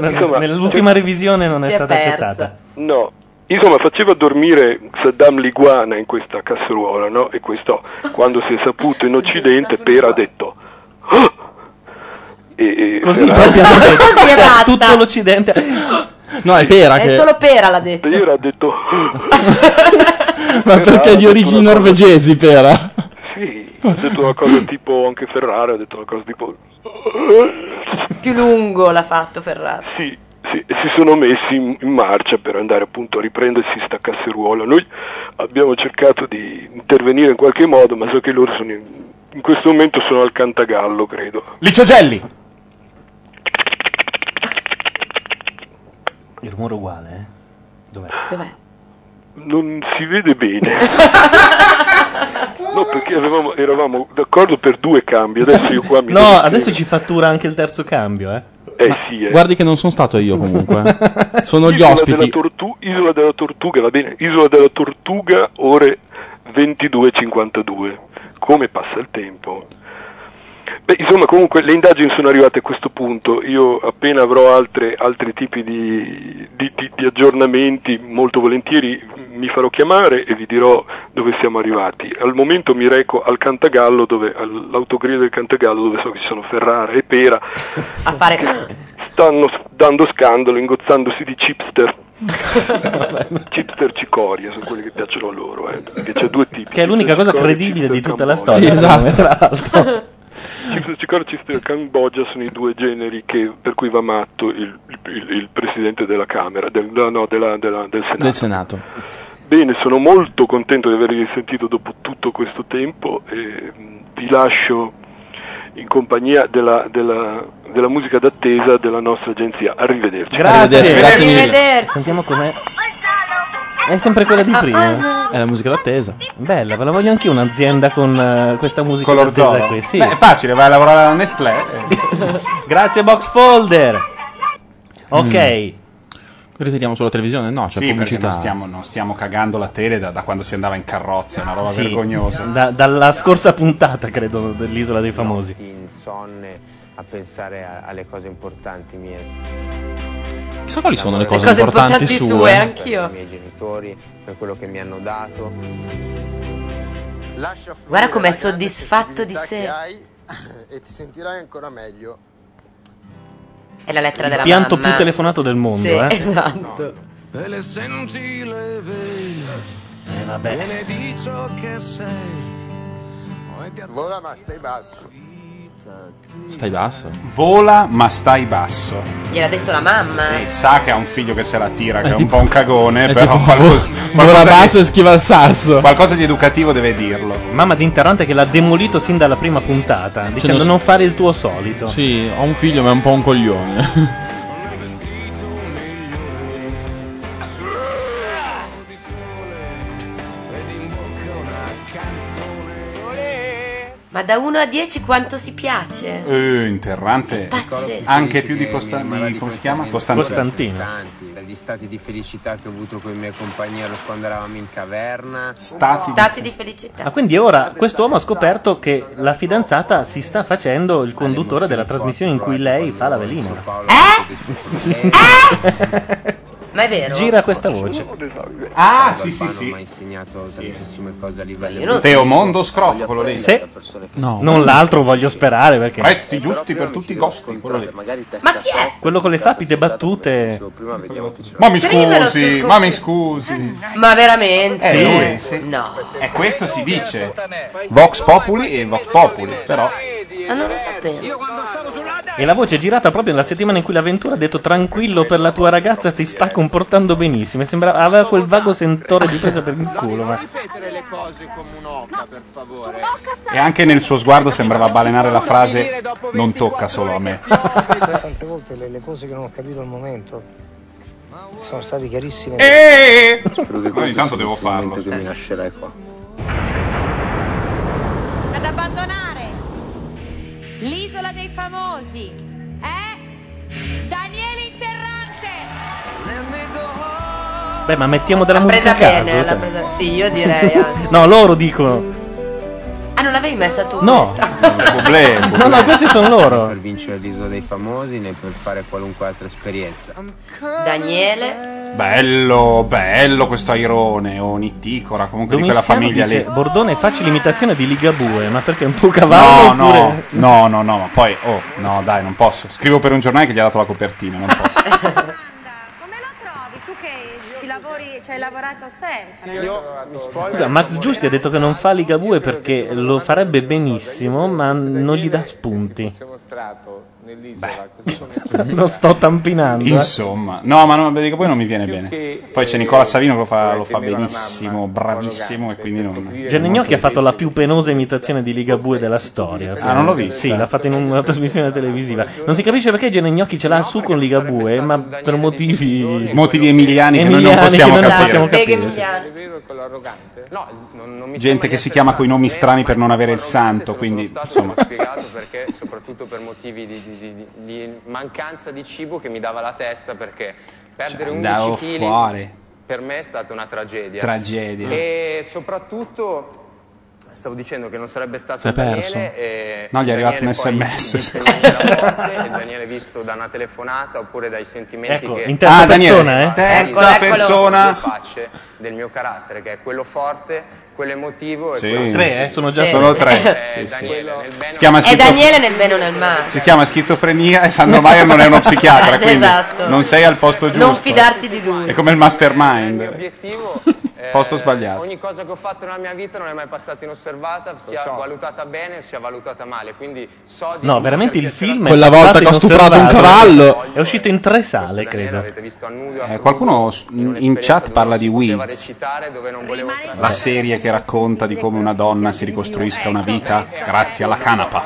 Speaker 4: Insomma,
Speaker 5: Nell'ultima revisione non è,
Speaker 4: Si è
Speaker 5: stata
Speaker 4: persa.
Speaker 5: accettata.
Speaker 4: No. Insomma, faceva dormire Saddam l'iguana in questa casseruola, no? E questo, quando si è saputo in Occidente, Per ha detto... "Ah!" E, e
Speaker 5: Così
Speaker 4: Ferrari-
Speaker 5: proprio hanno detto,
Speaker 8: Si è
Speaker 5: cioè,
Speaker 8: fatta.
Speaker 5: tutto l'Occidente.
Speaker 6: No, è Pera
Speaker 8: È solo pera l'ha detto.
Speaker 4: Pera ha detto.
Speaker 6: Ma perché è di origini norvegesi, Pera?
Speaker 4: Sì, ha detto una cosa tipo anche Ferrari, ha detto una cosa tipo
Speaker 8: Più lungo l'ha fatto Ferrari.
Speaker 4: sì, sì, e si sono messi in, in marcia per andare appunto a riprendersi sta casseruola. Noi abbiamo cercato di intervenire in qualche modo, ma so che loro sono in, in questo momento sono al Cantagallo, credo.
Speaker 7: Licio Gelli!
Speaker 5: Il rumore uguale, eh? Dov'è?
Speaker 8: Dov'è?
Speaker 4: Non si vede bene. No, perché avevamo- eravamo d'accordo per due cambi, adesso io qua mi
Speaker 5: No, adesso ci fattura anche il terzo cambio, eh.
Speaker 4: Eh sì, eh.
Speaker 6: Guardi che non sono stato io comunque. eh. sono gli
Speaker 4: Isola della,
Speaker 6: ospiti.
Speaker 4: Tortu- Isola della Tortuga, va bene, Isola della Tortuga, ore 22.52. Come passa il tempo? Beh, insomma, comunque le indagini sono arrivate a questo punto. Io appena avrò altre- altri tipi di, di- di- di aggiornamenti, molto volentieri mi farò chiamare e vi dirò dove siamo arrivati. Al momento mi reco al Cantagallo, dove, all'autogrill del Cantagallo, dove so che ci sono Ferrara e Pera,
Speaker 8: A fare.
Speaker 4: stanno s- dando scandalo, ingozzandosi di chipster. chipster cicoria sono quelli che piacciono a loro, eh, perché c'è due tipi.
Speaker 5: Che è l'unica cosa
Speaker 4: Cicoria,
Speaker 5: credibile di tutta la
Speaker 4: Cambogia.
Speaker 5: storia.
Speaker 4: Sì,
Speaker 5: secondo me,
Speaker 4: esatto.
Speaker 5: Tra l'altro.
Speaker 4: Chipster cicoria e chipster Cambogia sono i due generi che- per cui va matto il, il- il presidente della Camera, del, no, no, della- della- del Senato.
Speaker 6: Del Senato.
Speaker 4: Bene, sono molto contento di avervi sentito dopo tutto questo tempo e mh, vi mm, lascio in compagnia della, della- della musica d'attesa della nostra agenzia. Arrivederci.
Speaker 5: Grazie,
Speaker 6: Grazie mille.
Speaker 5: Arrivederci. Sentiamo com'è. È sempre quella
Speaker 8: Ah,
Speaker 5: di prima.
Speaker 6: È la musica d'attesa.
Speaker 5: Bella, ve la voglio anch'io un'azienda con eh, questa musica
Speaker 7: Color
Speaker 5: d'attesa
Speaker 7: Zorro.
Speaker 5: qui. Sì.
Speaker 7: Beh, è facile, vai a lavorare alla Nestlé. eh.
Speaker 5: Grazie Box Folder.
Speaker 7: Mm.
Speaker 5: Ok.
Speaker 6: Ritiriamo sulla televisione? No, c'è
Speaker 7: Sì, perché
Speaker 6: pubblicità.
Speaker 7: non stiamo, non stiamo cagando la tele da, da quando si andava in carrozza, è una roba
Speaker 5: Sì.
Speaker 7: vergognosa.
Speaker 5: Da- dalla scorsa puntata, credo, dell'Isola dei Famosi.
Speaker 20: insonne a pensare a- alle cose importanti mie.
Speaker 6: Chissà quali sono le cose,
Speaker 20: cose
Speaker 6: importanti,
Speaker 20: importanti
Speaker 6: sue. eh.
Speaker 20: sue,
Speaker 6: anche
Speaker 20: Per i miei genitori, per quello che mi hanno dato.
Speaker 26: Lascia fluire
Speaker 8: Guarda com'è
Speaker 26: la grande
Speaker 8: soddisfatto di
Speaker 26: flessibilità
Speaker 8: sé.
Speaker 26: che hai e ti sentirai ancora meglio.
Speaker 8: È la lettera
Speaker 5: Il
Speaker 8: della
Speaker 5: pianto
Speaker 8: mamma.
Speaker 5: più telefonato del mondo,
Speaker 8: Sì,
Speaker 5: eh.
Speaker 8: Esatto.
Speaker 26: E le senti le vene.
Speaker 1: Eh,
Speaker 5: E vabbè.
Speaker 26: Te ne di ciò che sei. Vola ma stai basso.
Speaker 6: Stai basso.
Speaker 7: Vola ma stai basso.
Speaker 8: Gliel'ha detto la mamma.
Speaker 7: Sa che ha un figlio che se la tira, che è, un
Speaker 6: tipo-
Speaker 7: po' un cagone,
Speaker 6: è
Speaker 7: però
Speaker 6: tipo-
Speaker 7: qualcosa,
Speaker 6: Vola basso
Speaker 7: di,
Speaker 6: e schiva il sasso.
Speaker 7: qualcosa di educativo deve dirlo.
Speaker 5: Mamma di Interrante che l'ha demolito sin dalla prima puntata, dicendo
Speaker 6: non s-
Speaker 5: non fare il tuo solito.
Speaker 6: Sì, ho un figlio, ma è un po' un coglione.
Speaker 8: Ma da 1 a 10 quanto si piace?
Speaker 7: Eh, interrante.
Speaker 8: Pazzesco.
Speaker 7: Anche più di, Costa- di- come si chiama? Costantino.
Speaker 20: Tanti, Dagli stati di felicità che ho avuto con i miei compagni allora, quando eravamo in caverna.
Speaker 7: Stati
Speaker 8: Stati di felicità.
Speaker 5: Ah, quindi ora quest'uomo ha scoperto che la fidanzata si sta facendo il conduttore della trasmissione in cui lei fa la velina.
Speaker 8: Ma è vero?
Speaker 5: Eh, Gira questa voce.
Speaker 7: Ah,
Speaker 20: sì, sì, mi ha insegnato tantissime cose a livello
Speaker 7: non- Teo Mondo Scrofo, quello lì. Eh,
Speaker 5: Se-
Speaker 6: No.
Speaker 5: Non l'altro voglio sperare perché...
Speaker 7: Prezzi
Speaker 20: Eh,
Speaker 7: giusti per tutti i costi. quello lì.
Speaker 8: Ma chi è?
Speaker 5: Quello con le sapide battute...
Speaker 7: Ma mi
Speaker 8: Scrivelo
Speaker 7: scusi,
Speaker 8: sul
Speaker 7: ma mi
Speaker 8: Eh,
Speaker 7: scusi.
Speaker 8: Ma veramente?
Speaker 7: Eh, lui, sì.
Speaker 8: No.
Speaker 7: E questo si dice Vox Populi e Vox Populi, però
Speaker 8: Ma non lo sapevo.
Speaker 5: E la voce è girata proprio nella settimana in cui l'avventura ha detto tranquillo per la tua ragazza si sta comportando benissimo. E sembrava aveva quel vago sentore di presa per il culo. Ma...
Speaker 26: Ripetere le cose come un'oca, per favore.
Speaker 7: e anche nel suo sguardo sembrava balenare la frase non tocca solo a me.
Speaker 16: Tante volte le, le cose che non ho capito al momento sono state chiarissime.
Speaker 7: Eh!
Speaker 20: questo
Speaker 7: Ogni tanto
Speaker 20: sia
Speaker 7: devo
Speaker 20: il momento
Speaker 7: farlo.
Speaker 20: che mi lascerai qua.
Speaker 12: Ad abbandonare l'isola dei famosi è Daniele Interrante.
Speaker 5: Beh, ma mettiamo della
Speaker 8: L'ha
Speaker 5: musica
Speaker 8: presa
Speaker 5: a caso.
Speaker 8: bene, l'ha
Speaker 5: cioè.
Speaker 8: presa... Sì, io direi. anche.
Speaker 5: no, loro dicono.
Speaker 8: Ah, non l'avevi messa tu?
Speaker 5: No. No, no, questi sono loro.
Speaker 20: Per vincere l'isola dei famosi né per fare qualunque altra esperienza.
Speaker 8: Daniele.
Speaker 7: Bello, bello questo airone, o Nitticora, comunque di quella
Speaker 5: Domiziano
Speaker 7: famiglia
Speaker 5: dice,
Speaker 7: lì.
Speaker 5: Bordone, facile imitazione di Ligabue, ma perché è un tuo
Speaker 7: No,
Speaker 5: cavallo?
Speaker 7: no,
Speaker 5: oppure...
Speaker 7: no, no, no, ma poi, oh, no, dai, non posso. Scrivo per un giornale che gli ha dato la copertina, non posso.
Speaker 12: Trovi, tu che ci lavori, ci hai lavorato sempre.
Speaker 5: Scusa, Max Giusti ha detto che non fa Ligabue perché lo farebbe benissimo, ma non gli dà spunti. Lo sto tampinando. eh.
Speaker 7: Insomma, no, ma non, dico, poi non mi viene bene. Poi c'è Nicola Savino che eh, lo fa, lo fa benissimo, bravissimo, e quindi non.
Speaker 5: Gianni Gnocchi ha fatto la più penosa imitazione di Ligabue della storia. sì.
Speaker 7: Ah, non l'ho vista.
Speaker 5: Sì, l'ha fatta in una trasmissione televisiva. Non si capisce perché Gianni Gnocchi ce l'ha su con Ligabue, ma per motivi.
Speaker 7: Motivi emiliani che noi non
Speaker 5: Emiliani
Speaker 7: possiamo
Speaker 5: che non
Speaker 7: capire.
Speaker 5: possiamo
Speaker 8: Mega
Speaker 5: capire.
Speaker 8: Emiliano.
Speaker 7: Gente che si chiama coi nomi strani per Eh, non avere il santo, quindi insomma.
Speaker 20: Ho spiegato perché, soprattutto per motivi di, di- di- di mancanza di cibo che mi dava la testa perché perdere
Speaker 6: Cioè,
Speaker 7: andavo
Speaker 20: 11 kg
Speaker 7: fuori.
Speaker 20: per me è stata una
Speaker 7: Eh,
Speaker 20: tragedia.
Speaker 7: Tragedia.
Speaker 20: E soprattutto stavo dicendo che non sarebbe stato
Speaker 7: Si è
Speaker 20: Daniele
Speaker 7: perso?
Speaker 20: e
Speaker 7: No, gli è arrivato un
Speaker 20: Daniele poi
Speaker 7: SMS.
Speaker 20: disse la morte e Daniele visto da una telefonata oppure dai sentimenti
Speaker 5: Ecco,
Speaker 20: che Ecco,
Speaker 5: in terza Ah, Daniele, persona, eh?
Speaker 7: terza
Speaker 20: Dalla
Speaker 7: persona.
Speaker 20: facce del mio carattere che è quello forte, quello emotivo e
Speaker 7: Sì.
Speaker 20: quello
Speaker 5: Tre, eh? Sono già
Speaker 20: Sì.
Speaker 7: Sono tre.
Speaker 20: Eh,
Speaker 7: Sì, sì.
Speaker 20: Daniele, nel bene
Speaker 7: Si chiama
Speaker 8: È
Speaker 7: schizofrenia.
Speaker 8: Eh, Daniele nel bene o nel male.
Speaker 7: Si chiama schizofrenia e Sandro Maier non è uno psichiatra, quindi
Speaker 8: Esatto.
Speaker 7: non sei al posto giusto.
Speaker 8: Non fidarti di lui.
Speaker 7: È come Eh, il mastermind.
Speaker 20: obiettivo
Speaker 11: Eh,
Speaker 7: Posto sbagliato.
Speaker 11: Ogni cosa che ho fatto nella mia vita non è mai passata inosservata, sia valutata bene o sia valutata male. Quindi so di
Speaker 5: No, veramente il film
Speaker 7: Quella
Speaker 5: è
Speaker 7: volta
Speaker 5: passato
Speaker 7: che ho stuprato un
Speaker 5: inosservato.
Speaker 7: cavallo.
Speaker 5: È uscito in tre sale, credo.
Speaker 7: Eh, qualcuno s- in chat parla di Weeds,
Speaker 11: recitare dove non volevo
Speaker 7: la serie che racconta di come una donna si ricostruisca una vita grazie alla canapa.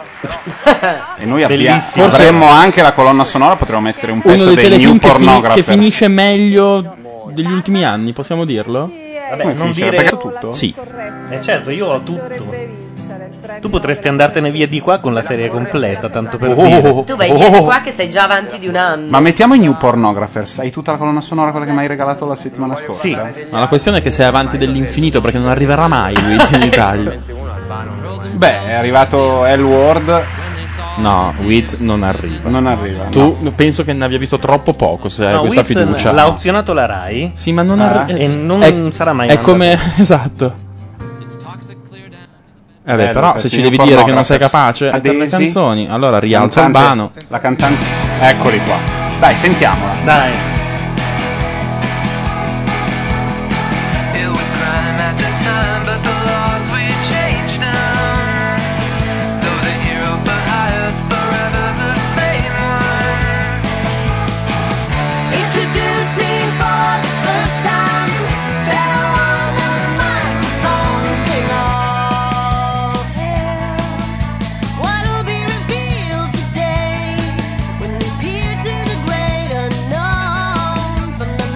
Speaker 7: E noi abbiamo,
Speaker 6: Bellissimo.
Speaker 7: avremmo anche la colonna sonora, potremmo mettere un
Speaker 6: Uno
Speaker 7: pezzo
Speaker 6: dei
Speaker 7: dei new
Speaker 6: telefilm che, fi- che
Speaker 7: pornographers.
Speaker 6: finisce meglio degli ultimi anni, possiamo dirlo?
Speaker 5: Vabbè, non
Speaker 6: finisce?
Speaker 5: dire-
Speaker 6: Perché- tutto? Sì.
Speaker 5: Eh certo, io ho tutto. Tu potresti andartene via di qua con la serie completa, tanto per
Speaker 7: Oh,
Speaker 5: dire.
Speaker 7: oh, oh.
Speaker 8: Tu vai via di qua che sei già avanti di un anno.
Speaker 7: Ma mettiamo i new pornographers. Hai tutta la colonna sonora quella che mi hai regalato la settimana scorsa?
Speaker 6: Ma la questione è che sei avanti dell'infinito perché non arriverà mai Wiz in Italia.
Speaker 7: Beh, è arrivato L Word.
Speaker 6: No, Wiz non arriva.
Speaker 7: Non arriva.
Speaker 6: Tu penso che ne abbia visto troppo poco se hai
Speaker 5: No,
Speaker 6: Eh, questa
Speaker 5: Wiz
Speaker 6: fiducia.
Speaker 5: l'ha opzionato la Rai.
Speaker 6: Sì, ma non
Speaker 5: Ah.
Speaker 6: arri-
Speaker 5: E non
Speaker 6: è-
Speaker 5: sarà mai
Speaker 6: È
Speaker 5: mandato.
Speaker 6: come esatto. Eh beh,
Speaker 7: Bello,
Speaker 6: però se
Speaker 7: perfino
Speaker 6: ci devi dire che non sei
Speaker 7: pornographers.
Speaker 6: capace per le
Speaker 7: Adesi.
Speaker 6: canzoni, allora rialza
Speaker 7: Cantante-
Speaker 6: Urbano.
Speaker 7: La cantante. Eccoli qua. Dai, sentiamola.
Speaker 5: Dai.
Speaker 25: What'll be revealed today when we peer to the great unknown?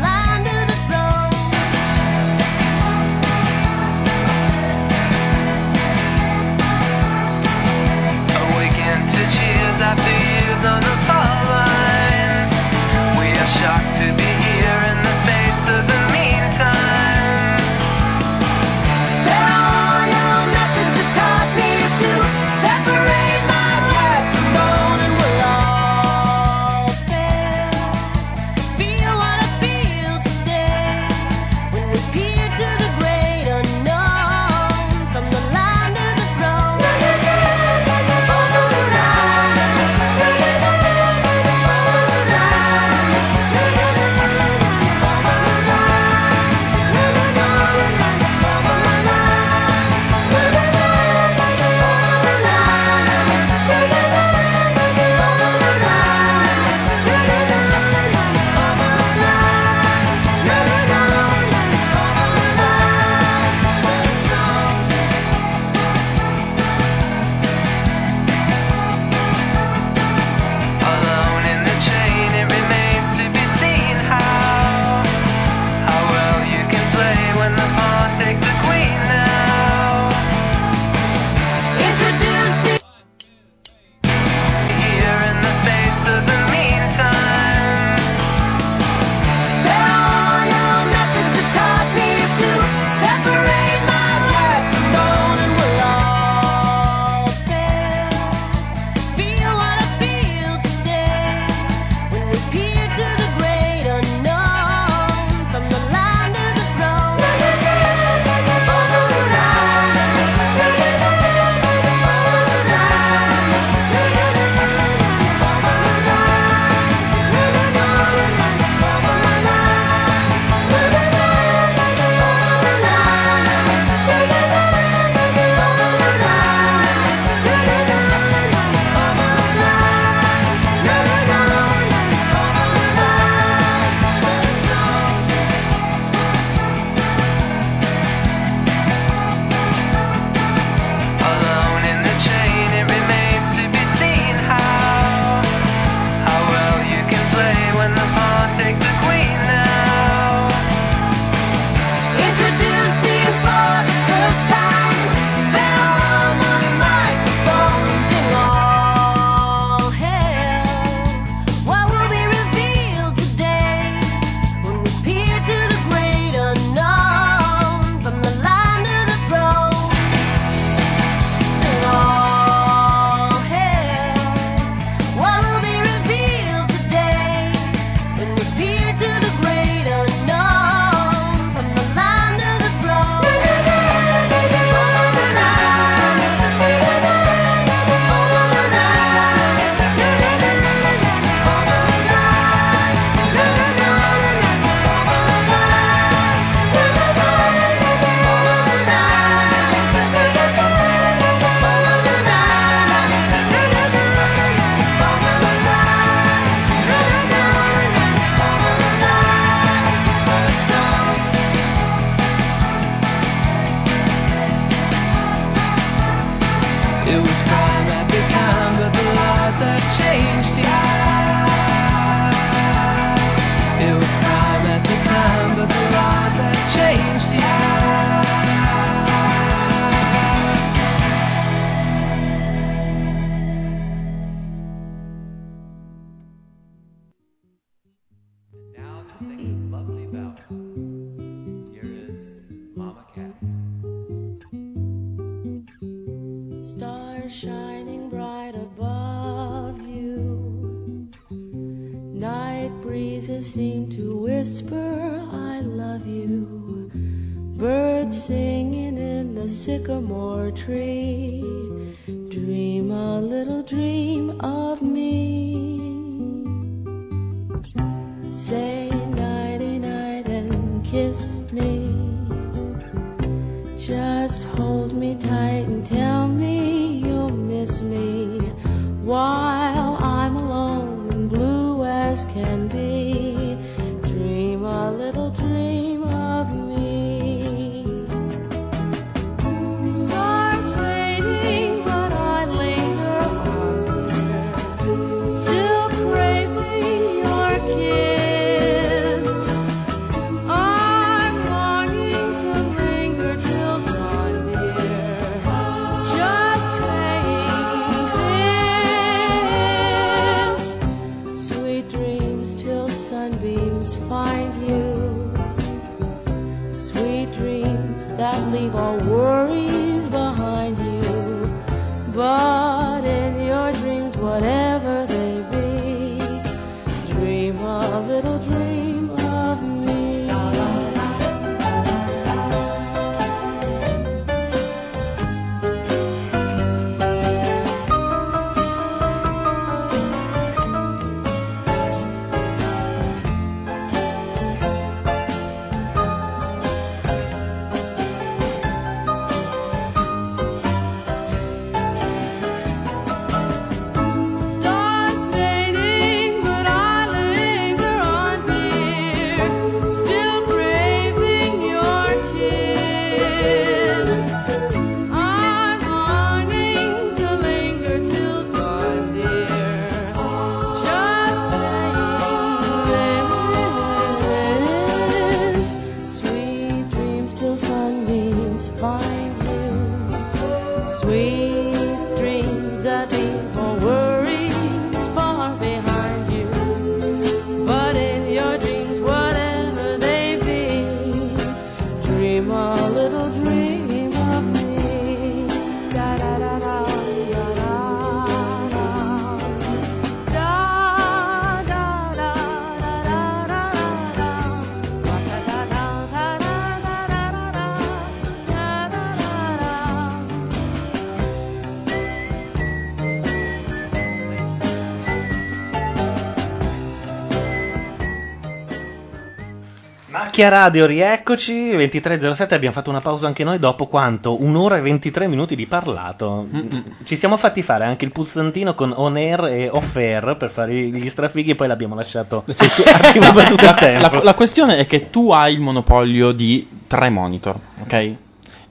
Speaker 14: sycamore tree. Dream a little dream of me. Say nighty night and kiss me. Just hold me tight and tell me you'll miss me while I'm alone and blue as can be. Dream a little dream of me. Stars waiting, but I linger on, still craving your kiss. I'm longing to linger till dawn, dear. Just saying this. Sweet dreams till sunbeams find you. Sweet dreams that leave all worries behind you. But in your dreams, whatever they be, Dream a little dream of me. Stars fading, but I linger on, dear, still craving your kiss. I'm longing to linger till dawn, dear. Just saying this. Sweet dreams till sunbeams find you. Sweet dreams that leave all worries far behind you. But in your dreams, whatever they be, dream a little dream of me. Da da da da da da da. Da da da da da da da. Wa da da da da da da da da da. Da da da da.
Speaker 5: Macchia Radio, rieccoci, 23.07, abbiamo fatto una pausa anche noi dopo quanto? Un'ora e 23 minuti di parlato. Ci siamo fatti fare anche il pulsantino con on air e off air per fare gli strafighi e poi l'abbiamo lasciato attivo per tutto il tempo.
Speaker 6: La, la questione è che tu hai il monopolio di tre monitor, ok? E,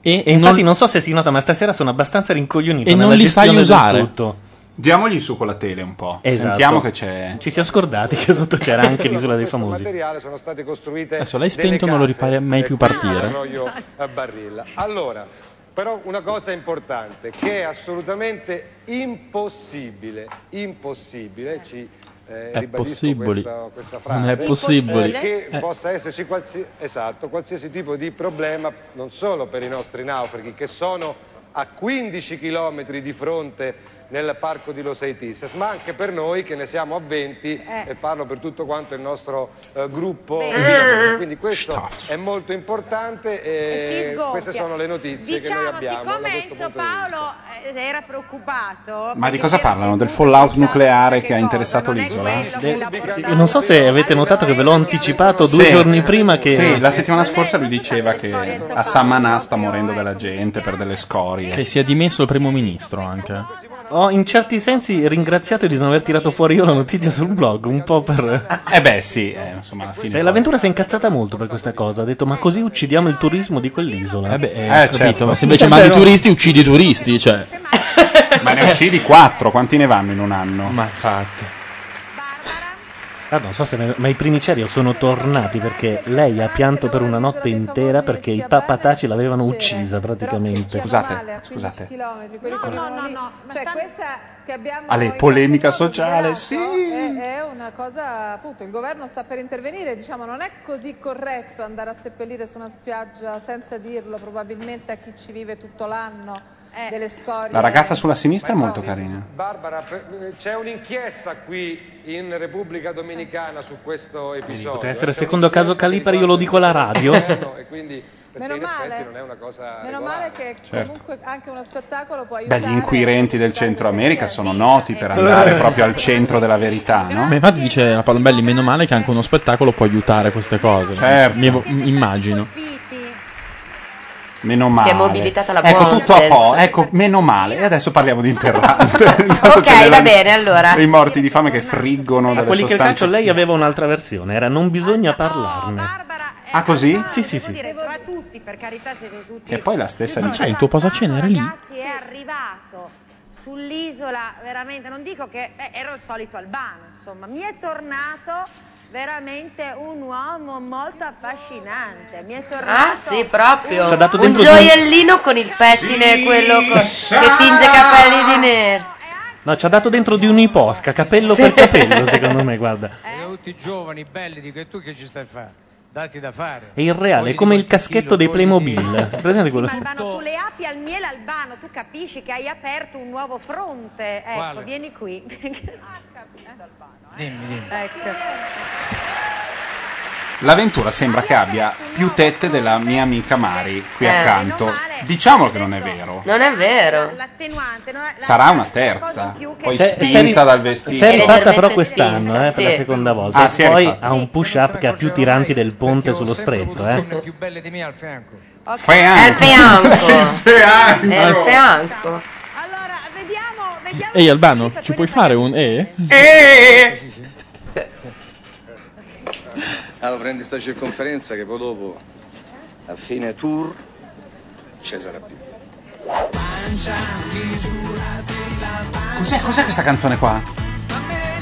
Speaker 5: E infatti non... so se si nota, ma stasera sono abbastanza rincoglionito
Speaker 6: E non
Speaker 5: nella
Speaker 6: li sai
Speaker 5: gestione del
Speaker 6: usare.
Speaker 5: tutto.
Speaker 7: Diamogli su con la tele un po'.
Speaker 5: Esatto.
Speaker 7: Sentiamo che c'è.
Speaker 5: Ci siamo scordati che sotto c'era anche l'isola dei
Speaker 16: Questo
Speaker 5: famosi.
Speaker 16: materiale sono state costruite
Speaker 6: Adesso l'hai
Speaker 16: delle
Speaker 6: spento, non lo ripari mai più partire.
Speaker 16: Arroyo eh, Barilla. Allora, però una cosa importante che è assolutamente impossibile, impossibile, ci eh,
Speaker 6: È
Speaker 16: ribadisco
Speaker 6: possibile.
Speaker 16: questa, questa frase,
Speaker 6: Non è possibile.
Speaker 16: che
Speaker 6: Eh.
Speaker 16: possa esserci qualsi- esatto, qualsiasi tipo di problema, non solo per i nostri naufraghi che sono a 15 km di fronte nel parco di Los Eitistas, ma anche per noi che ne siamo a 20
Speaker 12: Eh.
Speaker 16: e parlo per tutto quanto il nostro eh, gruppo. di amici. Quindi questo è molto importante
Speaker 12: Eh. E si
Speaker 16: e
Speaker 12: sgonfia.
Speaker 16: queste sono le notizie che noi
Speaker 12: Diciamo,
Speaker 16: abbiamo da
Speaker 12: siccome
Speaker 16: questo
Speaker 12: Enzo
Speaker 16: punto di vista.
Speaker 12: Paolo eh, era preoccupato,
Speaker 7: Ma di cosa parlano? Del fallout nucleare che ha interessato l'isola?
Speaker 5: Io non so se avete notato che ve l'ho anticipato due
Speaker 7: Sì.
Speaker 5: giorni prima che...
Speaker 7: Sì, la settimana scorsa lui diceva che a Samanà sta morendo della gente per delle scorie.
Speaker 6: Che si è dimesso il primo ministro anche.
Speaker 5: Ho in certi sensi ringraziato di non aver tirato fuori io la notizia sul blog, un po' per...
Speaker 7: Eh beh sì, eh, insomma alla fine...
Speaker 5: Beh, l'avventura si è incazzata molto per questa cosa, ha detto ma così uccidiamo il turismo di quell'isola. certo,
Speaker 6: Eh beh, eh,
Speaker 5: ho
Speaker 6: ho capito,
Speaker 7: certo.
Speaker 6: ma se invece mandi i turisti uccidi i turisti, cioè.
Speaker 7: Ma ne uccidi quattro, quanti ne vanno in un anno? Ma
Speaker 6: infatti.
Speaker 5: Ah, non so se ne- ma i primi cerio sono tornati perché lei ha pianto per una notte intera perché i papataci l'avevano uccisa praticamente.
Speaker 7: Scusate, scusate.
Speaker 27: chilometri, quelli che arrivano lì. cioè questa che abbiamo
Speaker 7: Ale,
Speaker 27: in
Speaker 7: polemica
Speaker 27: qualche modo
Speaker 7: sociale,
Speaker 27: liberato
Speaker 7: sì.
Speaker 27: È, è una cosa, appunto, il governo sta per intervenire, diciamo, non è così corretto andare a seppellire su una spiaggia senza dirlo probabilmente a chi ci vive tutto l'anno
Speaker 28: Eh.
Speaker 27: delle scorie.
Speaker 7: La ragazza sulla sinistra è molto carina.
Speaker 16: Barbara, per- eh, c'è un'inchiesta qui in Repubblica Dominicana su questo episodio.
Speaker 5: Potrebbe essere il
Speaker 16: eh,
Speaker 7: Eh,
Speaker 5: secondo caso Calipari, io lo dico alla radio.
Speaker 16: e quindi perché
Speaker 27: Meno
Speaker 16: in effetti
Speaker 27: male.
Speaker 16: non è una cosa
Speaker 27: Meno
Speaker 16: regolare.
Speaker 27: male che
Speaker 7: Certo.
Speaker 27: comunque anche uno spettacolo può
Speaker 7: Beh,
Speaker 27: aiutare.
Speaker 7: gli inquirenti del Centro America sono noti per andare proprio al centro della verità, no?
Speaker 6: Ma infatti dice la Palombelli, meno male che anche uno spettacolo può aiutare queste cose.
Speaker 7: Certo.
Speaker 6: Mi- mi- immagino.
Speaker 27: eh.
Speaker 7: Meno male.
Speaker 8: Si è mobilitata la
Speaker 7: Ecco,
Speaker 8: buona
Speaker 7: tutto a
Speaker 8: sense.
Speaker 7: po', ecco, meno male. E adesso parliamo di interrante. Intanto ce
Speaker 8: ok,
Speaker 7: n'erano
Speaker 8: va bene, allora.
Speaker 7: Dei morti di fame che friggono
Speaker 5: A
Speaker 7: dalle
Speaker 5: quelli che il calcio
Speaker 7: sostanze.
Speaker 5: lei aveva un'altra versione, era non bisogna parlarne.
Speaker 12: eh,
Speaker 7: Ah, così?
Speaker 5: Sì, sì, sì.
Speaker 12: Tra tutti, per carità, siete tutti. cioè,
Speaker 7: Che poi la stessa
Speaker 6: Ma
Speaker 7: dice.
Speaker 6: c'hai il tuo posacenere lì?
Speaker 12: Ragazzi, è arrivato sull'isola veramente, non dico che beh, ero il solito albano, insomma, mi è tornato veramente un uomo molto affascinante. Mi è tornato
Speaker 8: Ah sì, proprio.
Speaker 5: Ci ha dato
Speaker 8: Un
Speaker 5: dentro
Speaker 8: gioiellino con il pettine, quello co- che tinge i capelli di nero.
Speaker 5: No, ci ha dato dentro di un'iposca, capello
Speaker 8: Sì.
Speaker 5: per capello, secondo me, guarda.
Speaker 18: Vedo tutti giovani, belli, dico, e tu che ci stai a fare? Dati da fare.
Speaker 5: È irreale, è come il caschetto dei Playmobil. Presente quello?
Speaker 12: albano, tu le api al miele albano, tu capisci che hai aperto un nuovo fronte. Ecco,
Speaker 18: Quale?
Speaker 12: vieni qui. Ecco.
Speaker 18: Dimmi, dimmi.
Speaker 7: L'avventura sembra che abbia più tette della mia amica Mari qui
Speaker 8: Eh.
Speaker 7: accanto. Diciamolo che non è vero.
Speaker 8: Non è vero.
Speaker 7: Sarà una terza, poi
Speaker 5: Se- se ri-
Speaker 7: spinta dal vestito.
Speaker 5: Si è rifatta però quest'anno, eh, per la seconda volta.
Speaker 7: Ah, si
Speaker 5: e
Speaker 7: è
Speaker 5: poi
Speaker 7: rifatta.
Speaker 5: ha un push-up che ha più tiranti del ponte sullo stretto, eh.
Speaker 18: più belle di me al fianco.
Speaker 8: È il fianco.
Speaker 18: fianco.
Speaker 8: È il fianco.
Speaker 6: Ehi Albano, ci puoi fare un "Eh?" E?
Speaker 2: Eh. Allora prendi sta circonferenza che poi dopo, a fine tour, ci sarà più.
Speaker 7: Cos'è, cos'è questa canzone qua?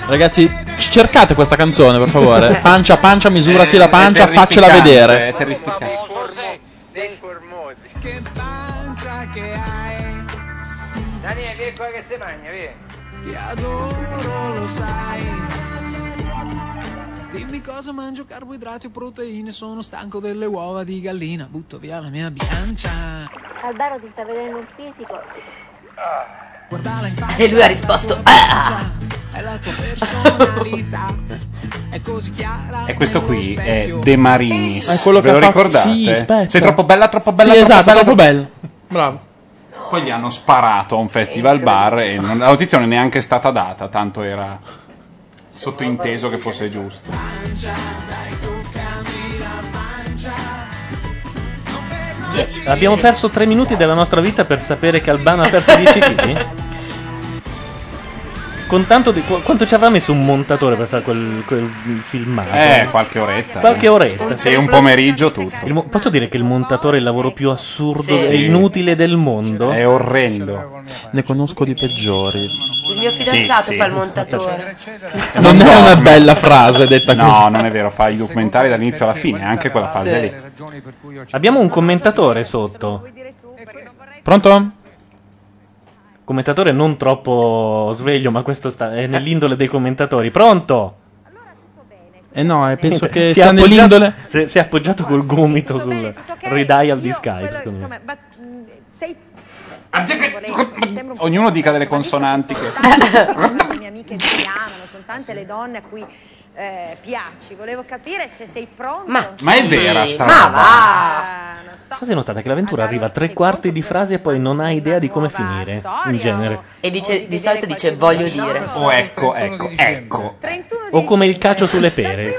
Speaker 6: Ragazzi, c- cercate questa canzone, per favore. Pancia, pancia, misurati la pancia,
Speaker 7: È
Speaker 6: faccela
Speaker 7: terrificante,
Speaker 6: vedere.
Speaker 7: È terrificante.
Speaker 18: Daniele, vieni qua che si mangia, vieni.
Speaker 25: Ti adoro, lo sai. Dimmi cosa mangio, carboidrati o proteine. Sono stanco delle uova di gallina. Butto via la mia bilancia.
Speaker 28: Albano ti sta vedendo un fisico.
Speaker 25: Guardala in
Speaker 8: E lui ha risposto. Ah!
Speaker 25: È la tua personalità. È così chiara.
Speaker 7: E questo qui è De Marinis.
Speaker 6: È quello
Speaker 7: Ve
Speaker 6: che
Speaker 7: lo
Speaker 6: ha fatto-
Speaker 7: ricordate?
Speaker 6: sì, aspetta.
Speaker 7: Sei troppo bella, troppo bella.
Speaker 6: Sì, esatto, troppo
Speaker 7: bella.
Speaker 6: Bravo.
Speaker 7: Poi gli hanno sparato a un
Speaker 8: Eh,
Speaker 7: festival bar e non- la notizia non è neanche stata data, tanto era sottointeso che fosse giusto.
Speaker 5: Abbiamo perso 3 minuti della nostra vita per sapere che Albano ha perso 10 kg? Con tanto di, qu- quanto ci avrà messo un montatore per fare quel, quel filmato?
Speaker 7: Eh, qualche oretta.
Speaker 5: Qualche oretta.
Speaker 7: Sì, un pomeriggio tutto.
Speaker 5: Il mo- posso dire che il montatore è il lavoro più assurdo
Speaker 7: Sì.
Speaker 5: e inutile del mondo?
Speaker 7: È orrendo.
Speaker 6: Ne conosco di peggiori.
Speaker 8: Il mio fidanzato
Speaker 7: Sì, sì.
Speaker 8: fa il montatore.
Speaker 6: Non è una
Speaker 7: dorme.
Speaker 6: bella frase detta
Speaker 7: no,
Speaker 6: così.
Speaker 7: non è vero, fa i documentari dall'inizio alla fine, anche quella fase lì.
Speaker 5: Abbiamo un commentatore sotto.
Speaker 6: Pronto?
Speaker 5: Commentatore non troppo sveglio, ma questo sta- è nell'indole dei commentatori. Pronto?
Speaker 6: Eh no, eh, penso che
Speaker 5: si è
Speaker 6: sia
Speaker 5: appoggiato,
Speaker 6: nell'indole.
Speaker 5: si è- si è appoggiato col gomito sul redial di Skype.
Speaker 12: Quello,
Speaker 5: secondo me.
Speaker 12: insomma, ma, mh, sei
Speaker 7: Ognuno dica delle consonanti che...
Speaker 12: sono le mie amiche che mi amano, sono tante le donne a cui eh, piaci. Volevo capire se sei pronto.
Speaker 7: ma è
Speaker 12: Sì.
Speaker 7: vera sta
Speaker 5: Ma
Speaker 7: roba?
Speaker 12: Ah, non so.
Speaker 5: Cosa hai notato? Che l'avventura arriva a tre quarti di frase e poi non ha idea di come finire, in genere.
Speaker 8: E dice, di solito dice voglio dire.
Speaker 5: Oh, ecco, ecco,
Speaker 7: ecco.
Speaker 5: O come il cacio sulle pere.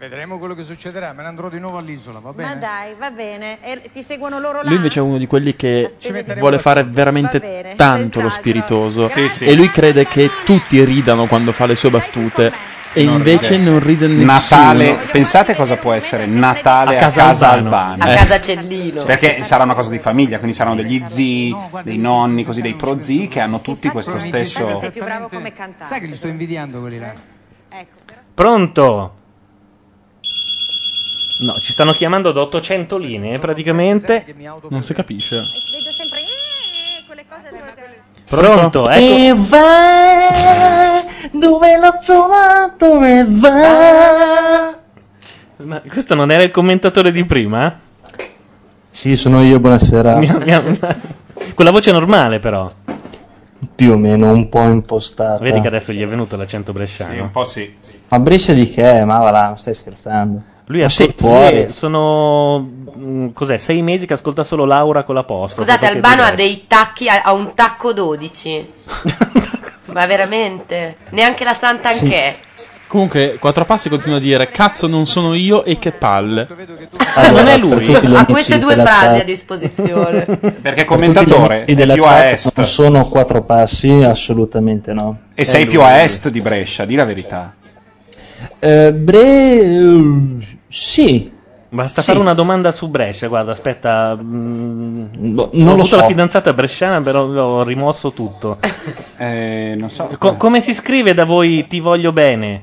Speaker 18: Vedremo quello che succederà, me ne andrò di nuovo all'isola, va
Speaker 12: Ma
Speaker 18: bene?
Speaker 12: dai, va bene. E ti seguono loro là?
Speaker 6: Lui invece è uno di quelli che vuole fare veramente tanto lo spiritoso.
Speaker 7: Sì, sì.
Speaker 6: E lui crede che tutti ridano quando fa le sue battute. E
Speaker 7: Non
Speaker 6: invece
Speaker 7: ride.
Speaker 6: non ride nessuno.
Speaker 7: Natale, pensate cosa può essere Natale a casa, Albano. Eh,
Speaker 8: A casa Cellino.
Speaker 7: Perché sarà una cosa di famiglia, quindi saranno degli zii, dei nonni, così dei prozii che hanno tutti questo stesso.
Speaker 18: più bravo come cantante. Sai che li sto invidiando quelli là?
Speaker 5: Pronto? No, ci stanno chiamando da 800 linee praticamente.
Speaker 6: Non si capisce.
Speaker 12: Vedo sempre eh, quelle cose dove...
Speaker 5: Pronto, ecco.
Speaker 25: E vai dove la zona dove va.
Speaker 5: Ma questo non era il commentatore di prima?
Speaker 17: Sì, sono io, buonasera.
Speaker 5: Mia- mia- Con la voce normale però.
Speaker 17: Esatto. Più o meno un po' impostata.
Speaker 5: Vedi che adesso gli è venuto l'accento bresciano.
Speaker 7: Sì, un po' sì.
Speaker 17: Ma Brescia di che? Ma va là, stai scherzando.
Speaker 5: Lui ha
Speaker 17: sei
Speaker 5: sì,
Speaker 17: fuori.
Speaker 5: sono mh, cos'è, sei mesi che ascolta solo Laura con l'apostrofo.
Speaker 8: Scusate,
Speaker 5: perché
Speaker 8: Albano ha
Speaker 5: diverso.
Speaker 8: dei tacchi, ha, ha un tacco 12. Ma veramente? Neanche la Santa
Speaker 6: Sì.
Speaker 8: Anchè.
Speaker 6: Comunque, Quattro Passi continua a dire: Cazzo, non sono io e che palle. Ah,
Speaker 17: Allora, non è lui. per tutti gli
Speaker 8: Ha
Speaker 17: amici
Speaker 8: queste due
Speaker 17: della
Speaker 8: frasi
Speaker 17: chat.
Speaker 8: a disposizione.
Speaker 7: Perché
Speaker 17: commentatore
Speaker 7: è più a est.
Speaker 17: Non sono quattro passi, assolutamente no.
Speaker 7: E sei più a est di Brescia, di la verità.
Speaker 17: Eh, Bre... eh, Sì.
Speaker 5: Basta
Speaker 17: Sì.
Speaker 5: fare una domanda su Brescia, guarda, aspetta. mh,
Speaker 17: Boh,
Speaker 5: ho
Speaker 17: non lo
Speaker 5: avuto la
Speaker 17: so.
Speaker 5: fidanzata bresciana, però ho rimosso tutto. Co- come si scrive da voi ti voglio bene?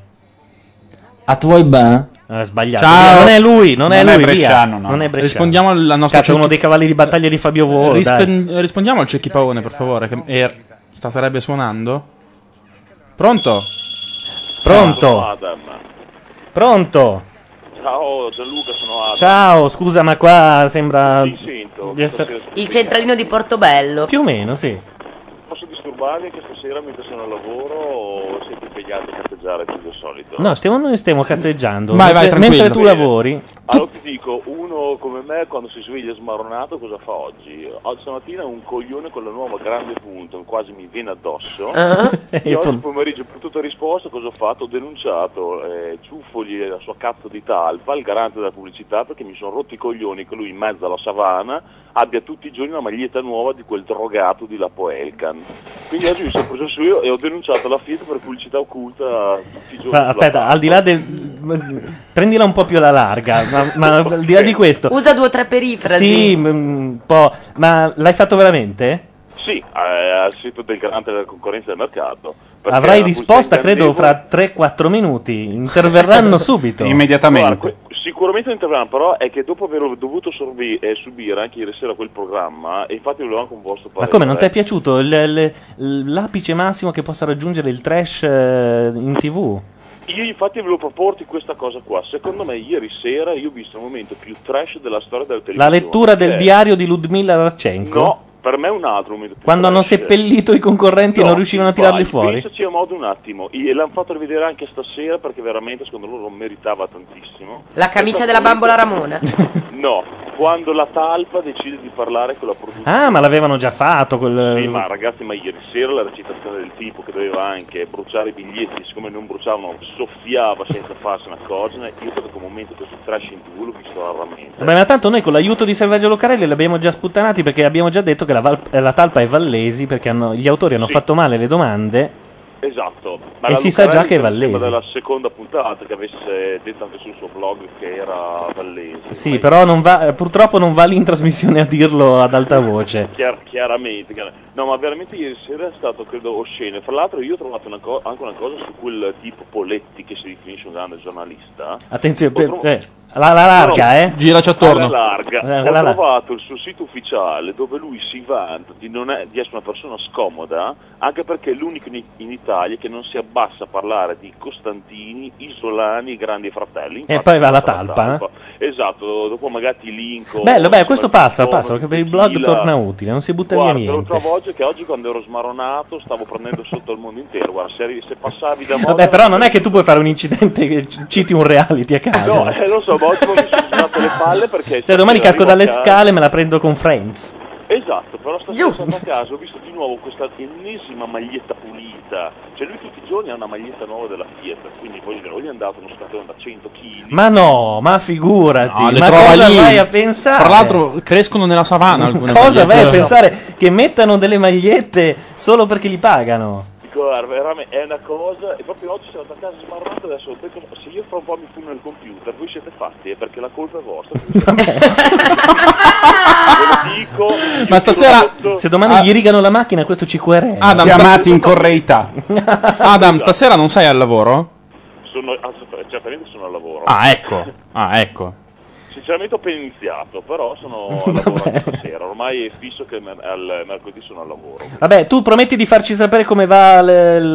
Speaker 17: A tuoi ba?
Speaker 5: Eh, sbagliato.
Speaker 17: Ciao.
Speaker 5: Via, Non è lui, non è
Speaker 17: Non è
Speaker 5: lui. via.
Speaker 17: bresciano, no.
Speaker 5: Non è bresciano.
Speaker 6: Rispondiamo alla nostra
Speaker 5: Cazzo, uno
Speaker 6: Cecchi-
Speaker 5: dei cavalli di battaglia di Fabio
Speaker 7: Oh,
Speaker 5: Volo. dai.
Speaker 6: Rispen- rispondiamo al Cecchi Paone, per favore, che er- starebbe suonando. Pronto?
Speaker 5: Pronto? Pronto?
Speaker 13: Ciao Gianluca, sono Adam.
Speaker 5: Ciao, scusa, ma qua sembra.
Speaker 13: Ti sento.
Speaker 5: di essere-
Speaker 8: Il centralino di Portobello.
Speaker 5: Più o meno, sì.
Speaker 13: Posso disturbarvi che stasera mentre sono al lavoro siete impegnati a cazzeggiare più del solito?
Speaker 5: No, stiamo, noi stiamo cazzeggiando.
Speaker 6: Vai, vai,
Speaker 5: mentre,
Speaker 6: tranquillo.
Speaker 5: mentre tu lavori.
Speaker 13: Allora ti dico, uno come me quando si sveglia smarronato cosa fa oggi? Oggi stamattina un coglione con la nuova grande punta, quasi mi viene addosso.
Speaker 5: Ah.
Speaker 8: Eh?
Speaker 13: E oggi pomeriggio per tutta risposta cosa ho fatto? Ho denunciato eh, ciuffogli la sua cazzo di talpa, il garante della pubblicità, perché mi sono rotto i coglioni che lui in mezzo alla savana abbia tutti i giorni una maglietta nuova di quel drogato di Lapo Elkan. Quindi oggi mi sono preso su io e ho denunciato la Fiat per pubblicità occulta tutti i giorni.
Speaker 5: Ma aspetta, al di là del. Prendila un po' più alla larga, ma, ma al di là di questo.
Speaker 8: Usa due o tre perifrasi.
Speaker 5: certo. Sì, m- un po'. Ma l'hai fatto veramente?
Speaker 13: Sì, eh, al sito del garante della concorrenza del mercato. Perché
Speaker 5: Avrai
Speaker 13: la
Speaker 5: risposta,
Speaker 13: pubblicità
Speaker 5: credo,
Speaker 13: ingannevole-
Speaker 5: fra 3-4 minuti. Interverranno subito.
Speaker 13: Guarda, que- sicuramente non interverranno, però è che dopo aver dovuto sorbi- eh, subire anche ieri sera quel programma, e infatti volevo anche un vostro
Speaker 5: Ma
Speaker 13: parere.
Speaker 5: come, non ti è piaciuto il- il- l'apice massimo che possa raggiungere il trash eh, in tv?
Speaker 13: Io infatti volevo proporti questa cosa qua. Secondo me ieri sera io ho visto il momento più trash della storia della
Speaker 5: La
Speaker 13: televisione.
Speaker 5: lettura del
Speaker 13: Eh,
Speaker 5: diario di Ludmilla Darchenko?
Speaker 13: No, per me è un altro momento più
Speaker 5: Quando hanno
Speaker 13: trash.
Speaker 5: seppellito i concorrenti e non riuscivano a tirarli
Speaker 13: Vai,
Speaker 5: fuori?
Speaker 13: Pensaci a modo un attimo, e l'hanno fatto rivedere anche stasera perché veramente secondo loro meritava tantissimo.
Speaker 8: La camicia della bambola Ramona.
Speaker 13: No, quando la talpa decide di parlare con la produzione.
Speaker 5: Ah, ma l'avevano già fatto quel...
Speaker 13: Sì, ma ragazzi, ma ieri sera la recitazione del tipo che doveva anche bruciare i biglietti, siccome non bruciavano, soffiava senza farsene accorgere, io credo che un momento questo trash in tv l'ho visto raramente.
Speaker 5: Vabbè, ma tanto noi con l'aiuto di Selvaggio Lucarelli li abbiamo già sputtanati perché abbiamo già detto che la, Val- eh, la talpa è vallesi perché hanno- gli autori hanno fatto male le domande.
Speaker 13: Esatto,
Speaker 5: E
Speaker 13: la
Speaker 5: si sa già
Speaker 13: Lucarelli
Speaker 5: che è
Speaker 13: mi sembra
Speaker 5: Vallesi.
Speaker 13: dalla seconda puntata che avesse detto anche sul suo blog che era Vallesi.
Speaker 5: Sì, però non va- eh, purtroppo non va lì in trasmissione a dirlo ad alta voce.
Speaker 13: Chiar- chiaramente, chiar- no, ma veramente ieri sera è stato credo osceno. Fra l'altro, io ho trovato una co- anche una cosa su quel tipo Poletti che si definisce un grande giornalista.
Speaker 5: Attenzione,
Speaker 13: Ho
Speaker 5: per-
Speaker 13: trovato-
Speaker 5: eh, la, la larga,
Speaker 13: No, no.
Speaker 5: eh? Giraci
Speaker 13: Alla larga.
Speaker 5: Eh,
Speaker 13: Ho
Speaker 5: alla larga.
Speaker 13: trovato il suo sito ufficiale dove lui si vanta di, non è- di essere una persona scomoda, anche perché è l'unico in, in Italia che non si abbassa a parlare di Costantini, Isolani e Grandi Fratelli.
Speaker 5: E
Speaker 13: Infatti,
Speaker 5: poi va la
Speaker 13: dopo
Speaker 5: talpa, eh?
Speaker 13: Esatto, dopo magari ti linko.
Speaker 5: Bello, beh,
Speaker 13: insomma,
Speaker 5: questo
Speaker 13: il
Speaker 5: passa,
Speaker 13: Giacomo,
Speaker 5: passa, perché per il
Speaker 13: Tequila.
Speaker 5: blog torna utile, non si butta
Speaker 13: Guarda,
Speaker 5: via
Speaker 13: lo
Speaker 5: niente.
Speaker 13: trovo oggi che oggi quando ero smaronato stavo prendendo sotto il mondo intero. Guarda, se, arri- se passavi da Modena-
Speaker 5: Vabbè, però non è che tu puoi fare un incidente che c- citi un reality a caso.
Speaker 13: No, eh, lo so, ma oggi mi sono girato le palle perché...
Speaker 5: Cioè, domani
Speaker 13: stasera
Speaker 5: cacco dalle
Speaker 13: arrivo a casa-
Speaker 5: scale e me la prendo con Friends.
Speaker 13: Esatto, però stasera sono a casa, ho visto di nuovo questa ennesima maglietta pulita. Cioè lui tutti i giorni ha una maglietta nuova della Fiat, quindi voglio dire, o gli è andato uno scatolone da 100 kg.
Speaker 5: Ma no, ma figurati,
Speaker 6: No, le
Speaker 5: ma
Speaker 6: trova
Speaker 5: cosa
Speaker 6: lì.
Speaker 5: vai a pensare?
Speaker 6: Tra l'altro, crescono nella savana alcune
Speaker 5: cosa vai a
Speaker 6: magliette.
Speaker 5: pensare che mettano delle magliette solo perché li pagano?
Speaker 13: Guarda, veramente è una cosa, e proprio oggi sono andato a casa smarrato adesso ho detto, se io fra un po' mi fumo nel computer, voi siete fatti, eh, perché la colpa è vostra.
Speaker 5: Ma stasera, se domani gli rigano la macchina, questo ci querela.
Speaker 6: Ah. Adam,
Speaker 5: Chiamati
Speaker 6: in correità. Adam, stasera non sei al lavoro?
Speaker 13: Sono, anzi, certamente sono al lavoro.
Speaker 6: Ah, ecco. Ah, ecco.
Speaker 13: Sinceramente ho pensiato, però sono al lavoro stasera, ormai è fisso che mer- al mercoledì sono al lavoro.
Speaker 5: Vabbè, tu prometti di farci sapere come va l-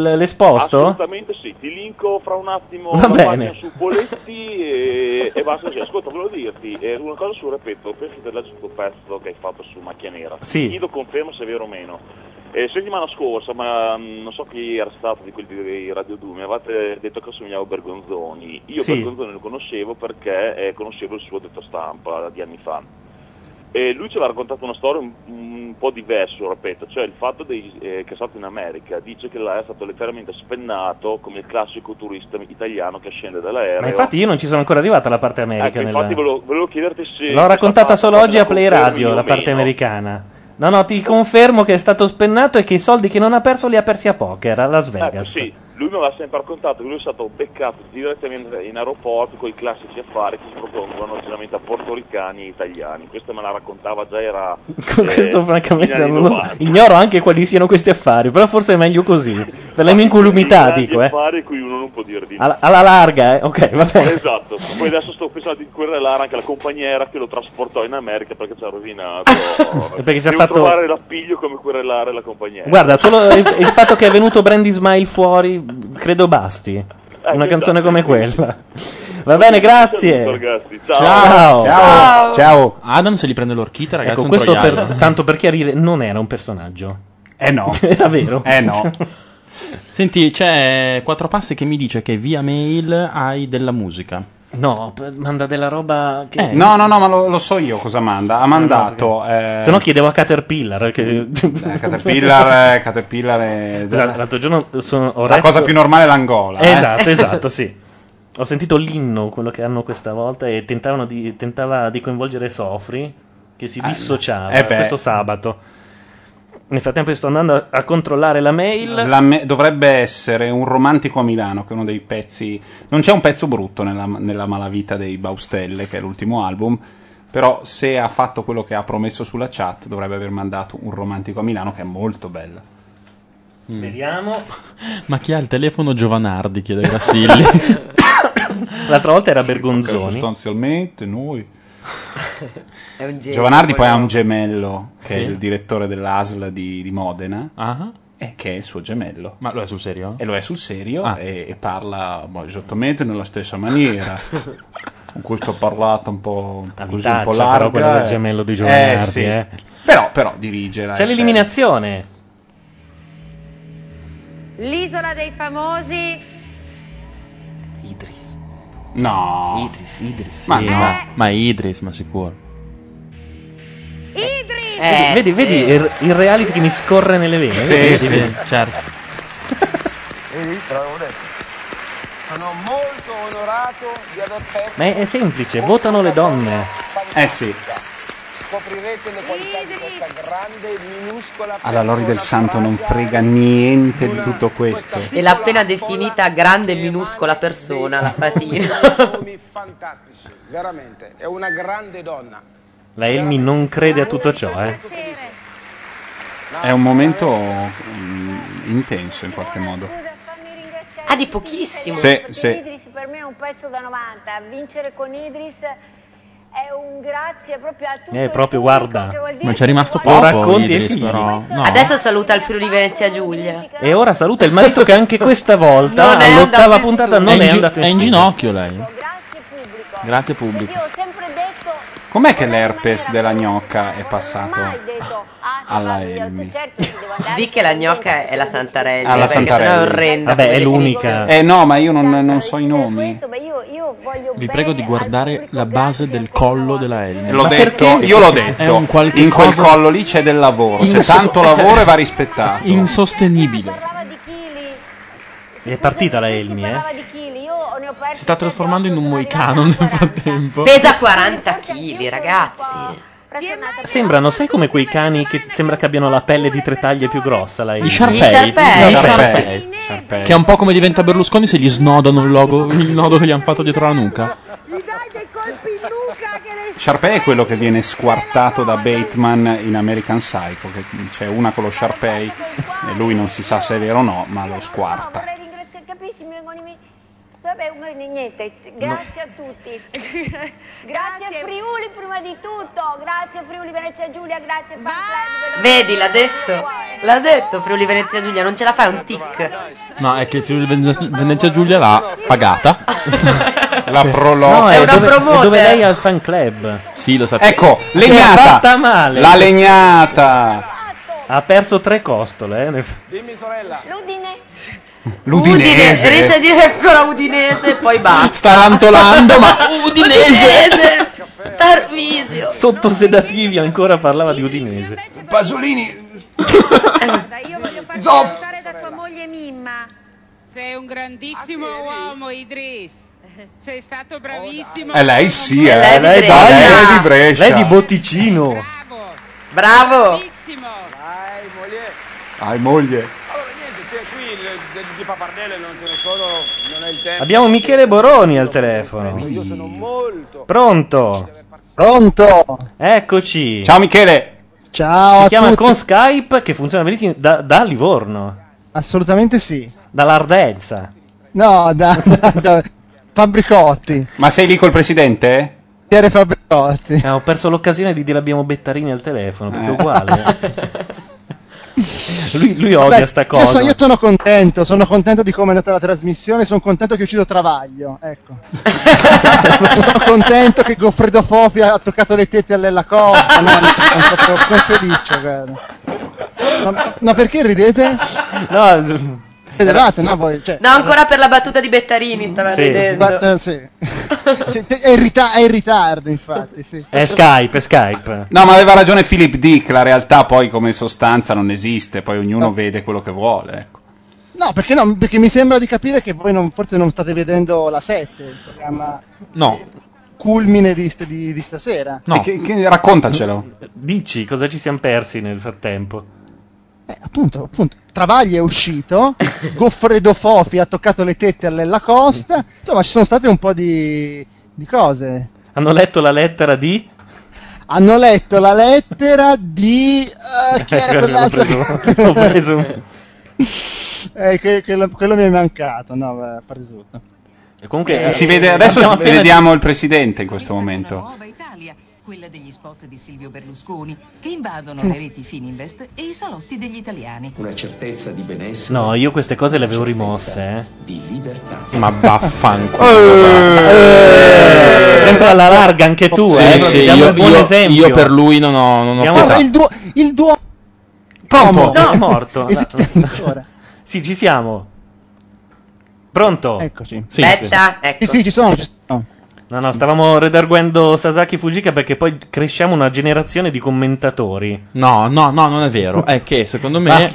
Speaker 5: l- l'esposto?
Speaker 13: Assolutamente sì, ti linko fra un attimo
Speaker 5: Va
Speaker 13: la
Speaker 5: bene.
Speaker 13: pagina su Poletti e, e basta così. Ascolta, volevo dirti eh, una cosa sul repetto, penso del tuo pezzo che hai fatto su Macchia Nera.
Speaker 5: Sì.
Speaker 13: Chiedo conferma se è vero o meno. Eh, settimana scorsa, ma mm, non so chi era stato di quelli di Radio 2, mi avevate detto che assomigliavo a Bergonzoni. Io
Speaker 5: Sì.
Speaker 13: Bergonzoni lo conoscevo perché eh, conoscevo il suo detto stampa di anni fa. E lui ce l'ha raccontato una storia un, un po' diversa, ripeto, cioè il fatto dei- eh, che è stato in America, dice che là è stato letteralmente spennato come il classico turista italiano che scende dall'aereo.
Speaker 5: Ma infatti io non ci sono ancora arrivato alla parte americana.
Speaker 13: Ecco, infatti volevo, volevo chiederti se...
Speaker 5: L'ho raccontata solo oggi a Play
Speaker 13: confermi
Speaker 5: Radio,
Speaker 13: o
Speaker 5: la parte
Speaker 13: meno.
Speaker 5: americana. No, no, ti confermo che è stato spennato e che i soldi che non ha perso li ha persi a poker a Las Vegas.
Speaker 13: Eh, Ecco, Sì, lui mi aveva sempre raccontato che lui è stato beccato direttamente in aeroporto con i classici affari che si propongono generalmente a portoricani e italiani. Questa me la raccontava già era...
Speaker 5: Con
Speaker 13: Eh,
Speaker 5: questo francamente non lo- ignoro anche quali siano questi affari, però forse è meglio così, per la mia incolumità
Speaker 13: grandi
Speaker 5: dico, eh.
Speaker 13: affari cui uno non può dire di no.
Speaker 5: Alla, alla larga, eh. Ok, va bene.
Speaker 13: Esatto, poi adesso sto pensando di querelare anche la compagniera che lo trasportò in America perché ci ha rovinato.
Speaker 5: Ah, Perché ci ha
Speaker 13: Devo
Speaker 5: fatto-
Speaker 13: trovare l'appiglio come querelare la compagniera.
Speaker 5: Guarda, solo il, il fatto che è venuto Brandy Smile fuori, credo basti. Una canzone come quella. Va bene,
Speaker 6: saluto,
Speaker 5: grazie.
Speaker 13: ragazzi.
Speaker 5: eh. Ciao.
Speaker 6: Ciao. Ciao. Adam se li prende l'orchita, ragazzi.
Speaker 5: Ecco,
Speaker 6: un
Speaker 5: questo
Speaker 6: troiano.
Speaker 5: per- tanto per chiarire, non era un personaggio.
Speaker 6: Eh no.
Speaker 5: era vero.
Speaker 6: Eh no. Senti, c'è Quattro Passi che mi dice che via mail hai della musica.
Speaker 5: No, p- manda della roba che...
Speaker 7: No, no, no, ma lo, lo so io cosa manda. Ha mandato. eh,
Speaker 5: Se no chiedevo a Caterpillar. Che...
Speaker 7: eh, Caterpillar, eh, Caterpillar è...
Speaker 5: Esatto, l'altro giorno sono, ho
Speaker 7: La
Speaker 5: retto-
Speaker 7: cosa più normale è l'Angola. eh.
Speaker 5: Esatto, esatto, sì. Ho sentito l'inno, quello che hanno questa volta, e tentavano di, tentava di coinvolgere Sofri, che si
Speaker 6: Ah,
Speaker 5: dissociava
Speaker 6: eh beh.
Speaker 5: questo sabato. Nel frattempo io sto andando a, a controllare la mail.
Speaker 7: La me- dovrebbe essere un romantico a Milano, che è uno dei pezzi. Non c'è un pezzo brutto nella, nella malavita dei Baustelle, che è l'ultimo album. Però, se ha fatto quello che ha promesso sulla chat, dovrebbe aver mandato un romantico a Milano, che è molto bella.
Speaker 5: Vediamo.
Speaker 6: Ma chi ha il telefono Giovanardi? chiede Grassilli.
Speaker 5: L'altra volta era
Speaker 7: Perché
Speaker 5: Bergonzoni.
Speaker 7: sostanzialmente noi.
Speaker 8: È un genio.
Speaker 7: Giovanardi poi ha
Speaker 8: quello.
Speaker 7: un gemello che è
Speaker 6: Sì.
Speaker 7: il direttore dell'ASL di, di Modena
Speaker 5: Ah.
Speaker 7: e che è il suo gemello.
Speaker 6: Ma lo è sul serio?
Speaker 7: E lo è sul serio
Speaker 5: Ah.
Speaker 7: e, e parla boh, esattamente nella stessa maniera. Con questo ha parlato un po', un po' così, un
Speaker 5: vitaccia,
Speaker 7: po'
Speaker 5: però,
Speaker 7: larga.
Speaker 5: quello del
Speaker 7: eh.
Speaker 5: gemello di Giovanardi,
Speaker 7: sì.
Speaker 5: eh.
Speaker 7: Però, però dirige la
Speaker 5: C'è
Speaker 7: SL.
Speaker 5: l'eliminazione.
Speaker 12: L'isola dei famosi.
Speaker 7: No.
Speaker 6: Idris, Idris.
Speaker 7: Ma
Speaker 6: Ma,
Speaker 7: no.
Speaker 6: ma, ma Idris, ma sicuro.
Speaker 8: Eh,
Speaker 5: vedi vedi
Speaker 8: sì.
Speaker 5: il, il reality che mi scorre nelle vene.
Speaker 6: Sì,
Speaker 5: Vedi,
Speaker 6: sì,
Speaker 5: vedi?
Speaker 6: certo.
Speaker 3: Vedi, te l'avevo detto. Sono molto onorato di aver perso.
Speaker 5: Ma è, è semplice, votano le donne.
Speaker 7: Eh sì.
Speaker 3: Scoprirete le qualità di questa grande, minuscola
Speaker 7: Alla Lori del Santo non frega niente di tutto questo.
Speaker 8: E l'ha appena definita grande e minuscola persona, la fatina.
Speaker 3: fantastici, veramente. È una grande donna.
Speaker 5: La Elmi non crede a tutto ciò, eh.
Speaker 7: È un momento mm, intenso in qualche modo.
Speaker 8: Ah, di pochissimo.
Speaker 7: Sì,
Speaker 28: Perché
Speaker 7: sì.
Speaker 28: Idris per me è un pezzo da 90. Vincere con Idris è un grazie proprio a tutti.
Speaker 5: Eh, proprio, guarda.
Speaker 6: Ma c'è rimasto
Speaker 5: Lo
Speaker 6: poco.
Speaker 5: racconti ai
Speaker 6: Idris,
Speaker 5: figli.
Speaker 6: però. No.
Speaker 8: Adesso saluta il Friuli Venezia Giulia.
Speaker 5: E ora saluta il marito che anche questa volta,
Speaker 8: Non è andato
Speaker 5: all'ottava
Speaker 8: in
Speaker 5: puntata,
Speaker 8: studio.
Speaker 5: non è,
Speaker 6: È in gi-
Speaker 5: andato in
Speaker 6: è in
Speaker 5: studio.
Speaker 6: ginocchio lei. Grazie pubblico.
Speaker 7: Com'è che l'herpes della gnocca è passato
Speaker 6: "Ah,
Speaker 7: alla Elmi?
Speaker 8: Di che la gnocca è la Santarelli,
Speaker 7: Alla
Speaker 8: perché sennò Eh, è
Speaker 7: Ah, Santarelli.
Speaker 8: orrenda.
Speaker 5: Vabbè, è l'unica.
Speaker 7: Eh no, ma io non,
Speaker 6: Esatto,
Speaker 7: non so i nomi.
Speaker 6: Vi prego di guardare la base del collo della Elmi.
Speaker 7: L'ho
Speaker 6: Ma
Speaker 7: detto,
Speaker 6: perché?
Speaker 7: io l'ho
Speaker 6: È
Speaker 7: detto.
Speaker 6: un qualche
Speaker 7: In quel
Speaker 6: cosa
Speaker 7: collo lì c'è del lavoro, c'è
Speaker 6: Ins-
Speaker 7: tanto lavoro e va rispettato.
Speaker 6: insostenibile.
Speaker 5: È partita la Elmi, eh.
Speaker 6: Si sta trasformando in un moicano nel frattempo.
Speaker 8: Pesa 40 kg, ragazzi.
Speaker 5: Sembrano, sai come quei cani che sembra che abbiano la pelle di tre taglie più grossa? La Elmi?
Speaker 6: Gli Sharpei.
Speaker 8: Sharpei.
Speaker 6: Gli
Speaker 5: Sharpei.
Speaker 6: Sharpei. Che è un po' come diventa Berlusconi se gli snodano il, logo, il nodo che gli hanno fatto dietro la nuca.
Speaker 7: Sharpay è quello che viene squartato da Bateman in American Psycho, che c'è una con lo Sharpay e lui non si sa se è vero o no, ma lo squarta.
Speaker 28: Capisci, mi vengono i miei- Vabbè, ma niente, grazie a tutti. grazie, a Friuli prima di tutto, grazie a Friuli Venezia Giulia, grazie a
Speaker 8: Vedi, l'ha detto. L'ha detto Friuli Venezia Giulia, non ce la fai un tic.
Speaker 6: No, è che il Friuli Venezia- Venezia Giulia l'ha pagata.
Speaker 7: La prologa.
Speaker 5: No, è,
Speaker 7: È una
Speaker 5: dove, è
Speaker 7: promoter.
Speaker 5: dove lei ha il fan club.
Speaker 6: Sì, lo sapevo.
Speaker 7: Ecco,
Speaker 5: Si è fatta
Speaker 7: legnata!
Speaker 5: male.
Speaker 7: La legnata!
Speaker 5: Ha perso tre costole, eh, nel-
Speaker 16: Dimmi sorella.
Speaker 28: L'Udine.
Speaker 5: Udinese.
Speaker 8: Udine, riesce a dire ancora Udinese e poi basta.
Speaker 5: Starantolando, ma Udinese.
Speaker 8: Udinese. Tarvisio.
Speaker 5: Sotto sedativi ancora parlava di Udinese.
Speaker 3: Pasolini.
Speaker 5: Zoff.
Speaker 20: Sei un grandissimo uomo, Idris. Sei stato bravissimo.
Speaker 7: Eh, lei sì, eh.
Speaker 20: Lei
Speaker 7: Lei,
Speaker 20: di
Speaker 7: da,
Speaker 20: Brescia.
Speaker 7: lei è di Brescia.
Speaker 5: Lei di Botticino.
Speaker 8: Bravo.
Speaker 7: Hai moglie.
Speaker 3: Di Papardelle non ce ne sono, non è il tempo.
Speaker 5: Abbiamo Michele Boroni al telefono. Pronto? Pronto? Eccoci.
Speaker 7: Ciao Michele.
Speaker 29: Ciao
Speaker 5: Si
Speaker 29: a
Speaker 5: chiama
Speaker 29: tutti.
Speaker 5: con Skype che funziona benissimo da, da Livorno,
Speaker 29: Assolutamente sì.
Speaker 5: dall'Ardenza.
Speaker 29: No, da, da, da- Fabricotti.
Speaker 7: Ma sei lì col presidente?
Speaker 29: Piere Fabricotti.
Speaker 5: Eh, ho perso l'occasione di dire abbiamo Bettarini al telefono, perché è uguale.
Speaker 7: Eh.
Speaker 5: lui, lui odia
Speaker 29: Beh,
Speaker 5: sta
Speaker 29: io
Speaker 5: cosa.
Speaker 29: so- Io, sono contento, sono contento di come è andata la trasmissione, sono contento che ho ucciso Travaglio, ecco. sono contento che Goffredo Fofi ha toccato le tette a Lella Costa, no, sono, stato- sono felice, guarda. Ma, ma perché ridete?
Speaker 5: No,
Speaker 29: Vedevate, no, voi, cioè,
Speaker 8: No, ancora per la battuta di Bettarini stava
Speaker 29: Sì.
Speaker 8: ridendo.
Speaker 29: Guarda, eh, sì. Sì, te- è, in rita- è in ritardo, infatti, sì.
Speaker 5: È Skype, è Skype.
Speaker 7: No, ma aveva ragione Philip Dick, la realtà poi come sostanza non esiste, poi ognuno vede quello che vuole. ecco.
Speaker 29: No, perché no? Perché mi sembra di capire che voi non- forse non state vedendo la 7, il programma
Speaker 7: No.
Speaker 29: culmine di, st- di- di stasera.
Speaker 5: No.
Speaker 7: E che- che- raccontacelo.
Speaker 5: Dici cosa ci siamo persi nel frattempo.
Speaker 29: Appunto, appunto. Travagli è uscito, Goffredo Fofi ha toccato le tette a Lella Costa, insomma ci sono state un po' di, di cose.
Speaker 5: Hanno letto la lettera di...
Speaker 29: Hanno letto la lettera di... eh, chi era
Speaker 5: Scusa, l'ho
Speaker 29: quell'altro?
Speaker 5: preso- l'ho preso.
Speaker 29: Eh, que- quello, quello mi è mancato, no, ma a parte tutto.
Speaker 5: E Eh, comunque,
Speaker 7: Eh, Si vede, adesso
Speaker 5: abbiamo
Speaker 7: ci-
Speaker 5: appena-
Speaker 7: vediamo il presidente in questo momento.
Speaker 30: Nuova Italia, quella degli spot di Silvio Berlusconi, che invadono le reti Fininvest e i salotti degli italiani.
Speaker 31: Una certezza di benessere.
Speaker 5: No, io queste cose le avevo rimosse. eh.
Speaker 31: Di libertà.
Speaker 5: Ma
Speaker 31: vaffanculo,
Speaker 5: Sempre alla larga anche tu,
Speaker 6: Eh. Sì,
Speaker 5: eh.
Speaker 6: sì,
Speaker 5: ti diamo
Speaker 6: io-
Speaker 5: il buon
Speaker 6: io-
Speaker 5: esempio.
Speaker 6: io per lui non ho- non ho
Speaker 5: Diamo-
Speaker 6: pietà.
Speaker 29: Il duo... Il duo...
Speaker 5: Pronto,
Speaker 29: Promo.
Speaker 5: è morto.
Speaker 29: Esiste ancora.
Speaker 5: Sì, ci siamo. Pronto?
Speaker 29: Eccoci.
Speaker 5: Sì,
Speaker 8: ecco.
Speaker 29: Sì,
Speaker 5: Ecco.
Speaker 29: sì, ci sono, ci sono.
Speaker 5: No, no, stavamo redarguendo Sasaki Fujika perché poi cresciamo una generazione di commentatori.
Speaker 6: No, no, no, non è vero. È che secondo me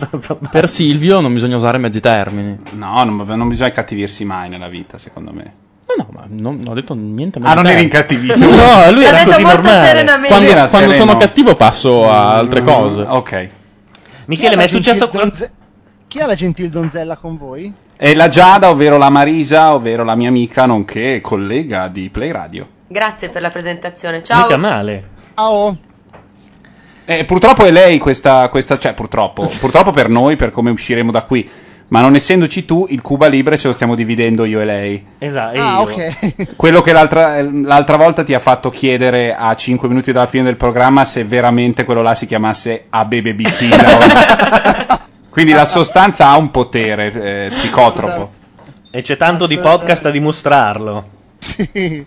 Speaker 6: per Silvio non bisogna usare mezzi termini.
Speaker 7: No, non, non bisogna cattivirsi mai nella vita, secondo me.
Speaker 6: No, no, ma non, non ho detto niente.
Speaker 7: Ah, non
Speaker 6: mezzi
Speaker 7: eri
Speaker 6: termini.
Speaker 7: incattivito.
Speaker 6: No, lui
Speaker 7: L'ha
Speaker 6: era
Speaker 7: detto
Speaker 6: così
Speaker 7: molto
Speaker 6: normale.
Speaker 7: serenamente.
Speaker 6: Quando,
Speaker 7: Era
Speaker 6: quando
Speaker 7: sereno.
Speaker 6: sono cattivo passo a altre
Speaker 7: Mm,
Speaker 6: cose.
Speaker 7: Ok.
Speaker 5: Michele,
Speaker 29: Chi è
Speaker 5: ma è
Speaker 29: la
Speaker 5: successo
Speaker 29: gentil donze- Chi è la gentil donzella con voi?
Speaker 7: E la Giada, ovvero la Marisa, ovvero la mia amica, nonché collega di Play Radio.
Speaker 8: Grazie per la presentazione. Ciao.
Speaker 5: male.
Speaker 29: Ciao.
Speaker 7: Eh, purtroppo è lei questa, questa cioè purtroppo, purtroppo per noi, per come usciremo da qui. Ma non essendoci tu, il Cuba Libre ce lo stiamo dividendo io e lei.
Speaker 5: Esatto.
Speaker 29: ah,
Speaker 5: io.
Speaker 29: ok.
Speaker 7: Quello che l'altra, eh, l'altra volta ti ha fatto chiedere a 5 minuti dalla fine del programma se veramente quello là si chiamasse Abebe Bikina. Quindi la sostanza ha un potere eh, psicotropo.
Speaker 5: E c'è tanto di podcast a dimostrarlo.
Speaker 29: Sì.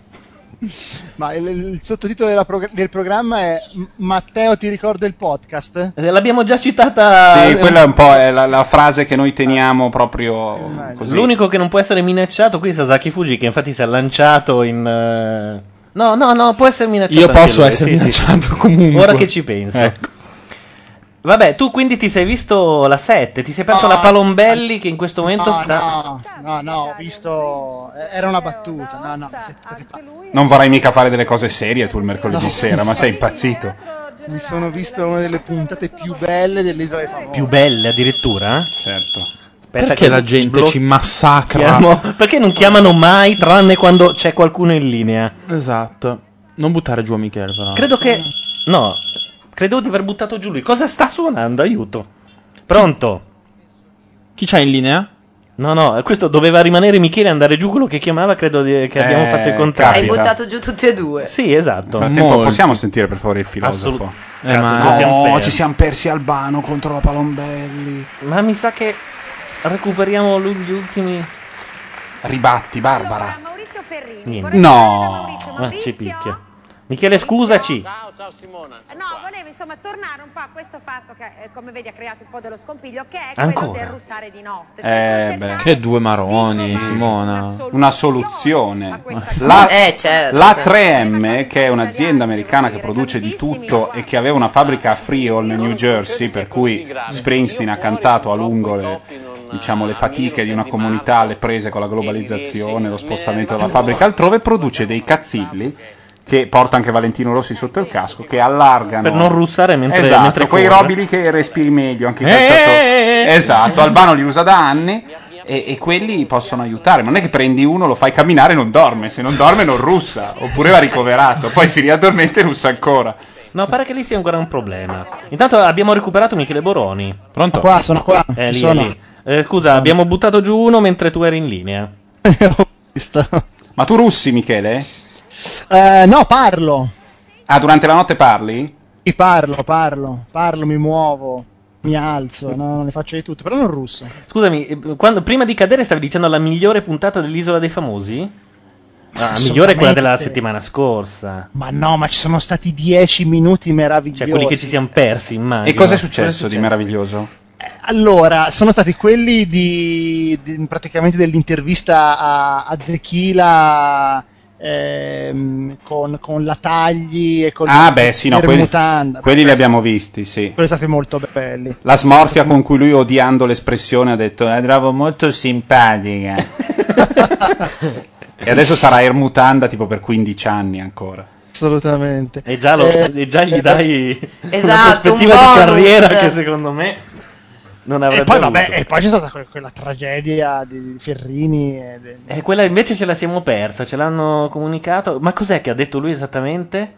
Speaker 29: Ma il, il sottotitolo della prog- del programma è Matteo ti ricordo il podcast?
Speaker 5: Eh, L'abbiamo già citata. eh,
Speaker 7: Sì, quella è un po' è la, la frase che noi teniamo proprio così.
Speaker 5: L'unico che non può essere minacciato qui è Sasaki Fuji, che infatti si è lanciato in. eh, No, no, no, può essere minacciato.
Speaker 6: Io
Speaker 5: anche
Speaker 6: posso
Speaker 5: lui, sì,
Speaker 6: essere
Speaker 5: sì,
Speaker 6: minacciato
Speaker 5: sì.
Speaker 6: comunque.
Speaker 5: Ora che ci penso.
Speaker 6: Ecco.
Speaker 5: Vabbè, tu quindi ti sei visto la 7, ti sei perso
Speaker 29: No.
Speaker 5: la Palombelli che in questo momento
Speaker 29: Ah, no,
Speaker 5: sta...
Speaker 29: Ah, no, no, no, ho visto... eh, Era una battuta, no, no. se-
Speaker 7: Non vorrai mica fare delle cose serie tu il mercoledì sera, ma sei impazzito.
Speaker 29: Mi sono visto una delle puntate più belle dell'Isola dei Famosi.
Speaker 5: Più belle addirittura?
Speaker 7: Certo.
Speaker 6: Perché la gente ci massacra?
Speaker 5: Perché non chiamano mai tranne quando c'è qualcuno in linea?
Speaker 6: Esatto. Non buttare giù a Michele, però.
Speaker 5: Credo che... No, credo di aver buttato giù lui. Cosa sta suonando? Aiuto. Pronto?
Speaker 6: Chi c'è in linea?
Speaker 5: No, no, questo doveva rimanere Michele e andare giù quello che chiamava, credo di- che abbiamo
Speaker 7: Eh,
Speaker 5: fatto il
Speaker 8: Hai
Speaker 5: contrario.
Speaker 8: buttato giù tutti e due.
Speaker 5: Sì, esatto.
Speaker 7: Nel frattempo, possiamo sentire per favore il filosofo? Eh,
Speaker 5: Assolut-
Speaker 7: Cazzo,
Speaker 5: ma-
Speaker 7: no,
Speaker 5: ci siamo persi.
Speaker 7: oh, persi Albano contro la Palombelli.
Speaker 5: Ma mi sa che recuperiamo lu- gli ultimi...
Speaker 7: Ribatti, Barbara.
Speaker 5: Niente.
Speaker 7: No.
Speaker 5: Ma ci Ah, picchia. Michele, scusaci.
Speaker 12: Ciao, ciao Simona. No, volevo insomma tornare un po' a questo fatto che, eh, come vedi, ha creato un po' dello scompiglio, che è quello
Speaker 7: Ancora?
Speaker 12: del russare di notte.
Speaker 7: Eh, beh.
Speaker 6: Che due maroni, Simona.
Speaker 7: Una soluzione.
Speaker 6: cosa.
Speaker 7: La,
Speaker 6: Eh, certo.
Speaker 7: la 3M, che è un'azienda americana che produce di tutto e che aveva una fabbrica a Freehold, New Jersey, per cui Springsteen ha cantato a lungo le, diciamo, le fatiche di una comunità alle prese con la globalizzazione, lo spostamento della fabbrica altrove, produce dei cazzilli che porta anche Valentino Rossi sotto il casco, che allargano...
Speaker 5: Per non russare mentre,
Speaker 7: Esatto,
Speaker 5: mentre
Speaker 7: quei
Speaker 5: corre.
Speaker 7: robili che respiri meglio, anche i
Speaker 5: Eh!
Speaker 7: calciatori. Esatto, Albano li usa da anni e, e quelli possono aiutare. Ma non è che prendi uno, lo fai camminare e non dorme. Se non dorme non russa, oppure va ricoverato. Poi si riaddormenta e russa ancora.
Speaker 5: No, pare che lì sia ancora un problema. Intanto abbiamo recuperato Michele Boroni. Pronto?
Speaker 29: Qua, sono qua,
Speaker 5: Eh,
Speaker 29: ci
Speaker 5: lì, è
Speaker 29: sono.
Speaker 5: lì. Eh, scusa, abbiamo buttato giù uno mentre tu eri in linea.
Speaker 7: Ma tu russi, Michele?
Speaker 29: Eh, no, parlo.
Speaker 7: Ah, durante la notte parli?
Speaker 29: Sì, parlo, parlo, parlo, mi muovo, mi alzo, no, ne faccio di tutto, però non russo.
Speaker 5: Scusami, eh, quando- prima di cadere stavi dicendo la migliore puntata dell'Isola dei Famosi? La migliore è quella della
Speaker 29: assolutamente.
Speaker 5: settimana scorsa.
Speaker 29: Ma no, ma ci sono stati dieci minuti meravigliosi.
Speaker 5: Cioè, quelli che ci siamo persi, immagino.
Speaker 7: E cosa è successo di meraviglioso?
Speaker 29: Allora, sono stati quelli di, di- praticamente dell'intervista a, a Zechila ehm, con, con la Tagli e con
Speaker 7: Ah, beh, sì, no, quelli,
Speaker 29: Mutanda.
Speaker 7: quelli li abbiamo visti, sì.
Speaker 29: Quelli sono stati molto belli.
Speaker 7: La smorfia con cui lui, odiando l'espressione, ha detto: Andavo molto simpatica. e adesso sarà Ermutanda tipo per 15 anni ancora.
Speaker 29: Assolutamente.
Speaker 5: E già, lo-
Speaker 29: Eh,
Speaker 5: e già gli
Speaker 29: eh,
Speaker 5: dai una
Speaker 29: Esatto, un
Speaker 5: prospettiva di
Speaker 29: bonus.
Speaker 5: carriera che secondo me non avrebbe
Speaker 29: E poi,
Speaker 5: avuto.
Speaker 29: vabbè, e poi c'è stata que- quella tragedia di Ferrini. E del-
Speaker 5: Eh, quella invece ce la siamo persa, ce l'hanno comunicato. Ma cos'è che ha detto lui esattamente?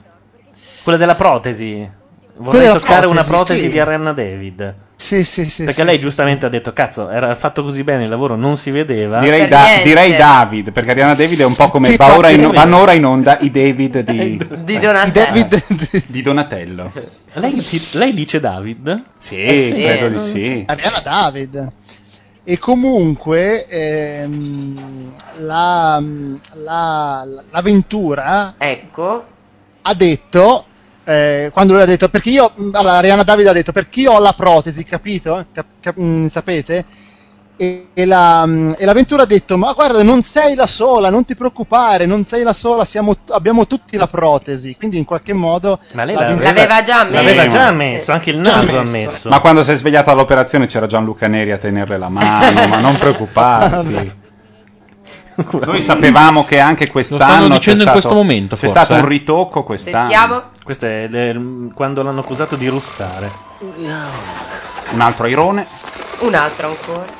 Speaker 5: Quella della protesi. Vorrei
Speaker 29: della
Speaker 5: toccare
Speaker 29: protesi,
Speaker 5: una protesi
Speaker 29: sì.
Speaker 5: di Arianna David.
Speaker 29: Sì, sì, sì.
Speaker 5: perché
Speaker 29: sì,
Speaker 5: lei
Speaker 29: sì.
Speaker 5: giustamente ha detto: Cazzo, era fatto così bene il lavoro, non si vedeva.
Speaker 7: Direi, da- direi David, perché Ariana David è un po' come
Speaker 5: Sì,
Speaker 7: va ora in-
Speaker 5: infatti.
Speaker 7: vanno ora in onda i David
Speaker 6: Eh,
Speaker 7: di,
Speaker 8: Di Donatello.
Speaker 7: di Donatello.
Speaker 5: Lei, si- lei dice David?
Speaker 7: Eh Sì,
Speaker 29: Eh,
Speaker 7: credo di sì.
Speaker 29: Ariana David. E comunque ehm, la, la, l'avventura
Speaker 7: Ecco.
Speaker 29: ha detto, eh, quando lui ha detto, perché io, allora, Ariana David ha detto, perché io ho la protesi, capito? Cap- cap- mm, sapete? E, e la, mm, e l'avventura ha detto, ma guarda, non sei la sola, non ti preoccupare, non sei la sola, siamo t- abbiamo tutti la protesi. Quindi in qualche modo...
Speaker 5: Ma lei
Speaker 29: la-
Speaker 5: l'aveva,
Speaker 8: L'aveva già ammesso.
Speaker 5: L'aveva già
Speaker 7: Sì.
Speaker 5: ammesso, anche il
Speaker 7: Già
Speaker 5: naso ha
Speaker 7: ammesso.
Speaker 5: ammesso.
Speaker 7: Ma quando si è svegliata all'operazione c'era Gianluca Neri a tenerle la mano, ma non preoccuparti. Noi sapevamo che anche quest'anno
Speaker 6: dicendo
Speaker 7: c'è
Speaker 6: in
Speaker 7: stato-
Speaker 6: questo momento,
Speaker 7: c'è
Speaker 6: forse,
Speaker 7: stato un
Speaker 6: eh.
Speaker 7: ritocco quest'anno.
Speaker 5: Questo è del- quando l'hanno accusato di russare.
Speaker 7: Un altro irone.
Speaker 8: Un altro ancora.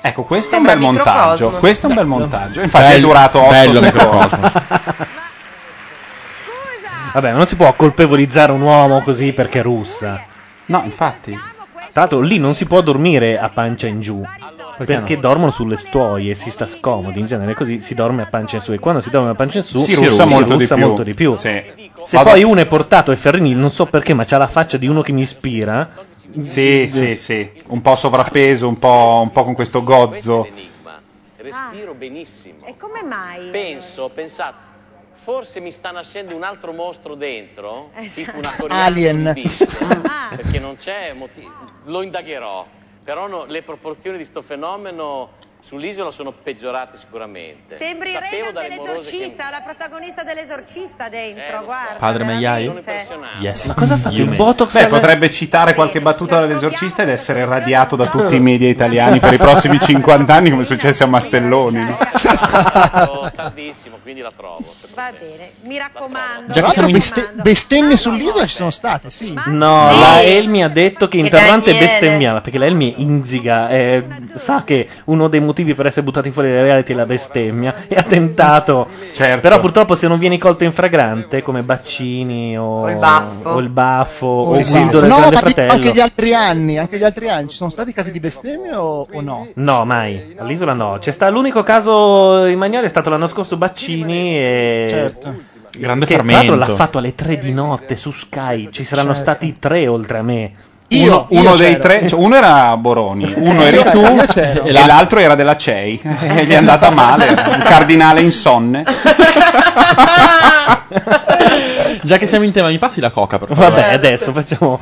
Speaker 7: Ecco, questo è un
Speaker 8: Sembra
Speaker 7: bel montaggio.
Speaker 8: microcosmo.
Speaker 7: Questo è un bel montaggio. Infatti è
Speaker 6: Bello-
Speaker 7: durato 8
Speaker 6: bello
Speaker 7: secondi.
Speaker 6: microcosmo.
Speaker 5: Vabbè, ma non si può colpevolizzare un uomo così perché è russa.
Speaker 7: No, infatti.
Speaker 5: Tra l'altro lì non si può dormire a pancia in giù. Perché dormono sulle stuoie e si sta scomodi. In genere così si dorme a pancia in su. E quando si dorme a pancia in su
Speaker 7: Si russa molto di più.
Speaker 5: molto di più.
Speaker 7: Sì.
Speaker 5: Se
Speaker 7: Vado-
Speaker 5: poi uno è portato e Ferrini, non so perché, ma c'ha la faccia di uno che mi ispira.
Speaker 7: Sì, sì, sì. Un po' sovrappeso, un po', un po' con questo gozzo.
Speaker 11: Respiro benissimo.
Speaker 12: Ah. E come mai?
Speaker 11: Penso, ho pensato, forse mi sta nascendo un altro mostro dentro,
Speaker 12: Esatto.
Speaker 11: tipo una coriandolo
Speaker 29: Alien.
Speaker 11: di
Speaker 7: Ah.
Speaker 12: Ah.
Speaker 11: perché non c'è motivo, lo indagherò, però no- le proporzioni di sto fenomeno sull'isola sono peggiorate sicuramente.
Speaker 12: Sembri il
Speaker 11: Sapevo
Speaker 12: Reagan
Speaker 11: dalle morose che... Eh,
Speaker 12: dell'esorcista, la protagonista dell'esorcista dentro, guarda.
Speaker 6: Padre Maiai?
Speaker 7: Ma cosa ha fatto
Speaker 6: You
Speaker 7: il
Speaker 6: man.
Speaker 7: Botox? Beh, potrebbe citare qualche battuta
Speaker 29: certo,
Speaker 7: dell'esorcista ed essere radiato da tutti i media italiani per i prossimi 50 anni, come è successo a Mastelloni. no?
Speaker 8: Oh,
Speaker 11: Sono tardissimo, quindi la trovo.
Speaker 12: Va bene, mi raccomando.
Speaker 29: Tra l'altro beste- bestemmie sull'isola ci sono state, sì.
Speaker 5: No,
Speaker 29: Sì.
Speaker 5: la Elmi ha detto che
Speaker 29: Che
Speaker 5: interrante
Speaker 29: Daniele.
Speaker 5: bestemmiava. Perché la Elmi è inziga. eh, sa che uno dei motivi per essere buttati fuori dai reality è la bestemmia. E ha tentato. Però purtroppo se non vieni colto in fragrante, come Baccini o,
Speaker 29: il baffo.
Speaker 5: o il baffo, o
Speaker 29: Oh, Sì, sì.
Speaker 5: Guido del
Speaker 29: no,
Speaker 5: Grande
Speaker 29: ma di-
Speaker 5: Fratello.
Speaker 29: anche gli altri anni, anche gli altri anni, ci sono stati casi di bestemmie o, o no?
Speaker 5: No, mai. All'isola no. C'è sta l'unico caso in Magnolia è stato l'anno scorso Baccini e
Speaker 29: Certo.
Speaker 5: Grande che, Tra l'altro
Speaker 6: fermento.
Speaker 5: l'ha fatto alle 3 di notte su Sky. Ci saranno
Speaker 6: Certo.
Speaker 5: stati tre oltre a me.
Speaker 29: Io-
Speaker 7: uno,
Speaker 29: io
Speaker 7: uno dei
Speaker 29: c'ero.
Speaker 7: tre, cioè, uno era Boroni, uno eri
Speaker 29: Io-
Speaker 7: tu
Speaker 29: io c'ero. Eh.
Speaker 7: e l'altro era della CEI. E gli è andata male, un cardinale insonne.
Speaker 6: Già che siamo in tema, mi passi la coca per favore.
Speaker 7: Vabbè, adesso
Speaker 5: facciamo.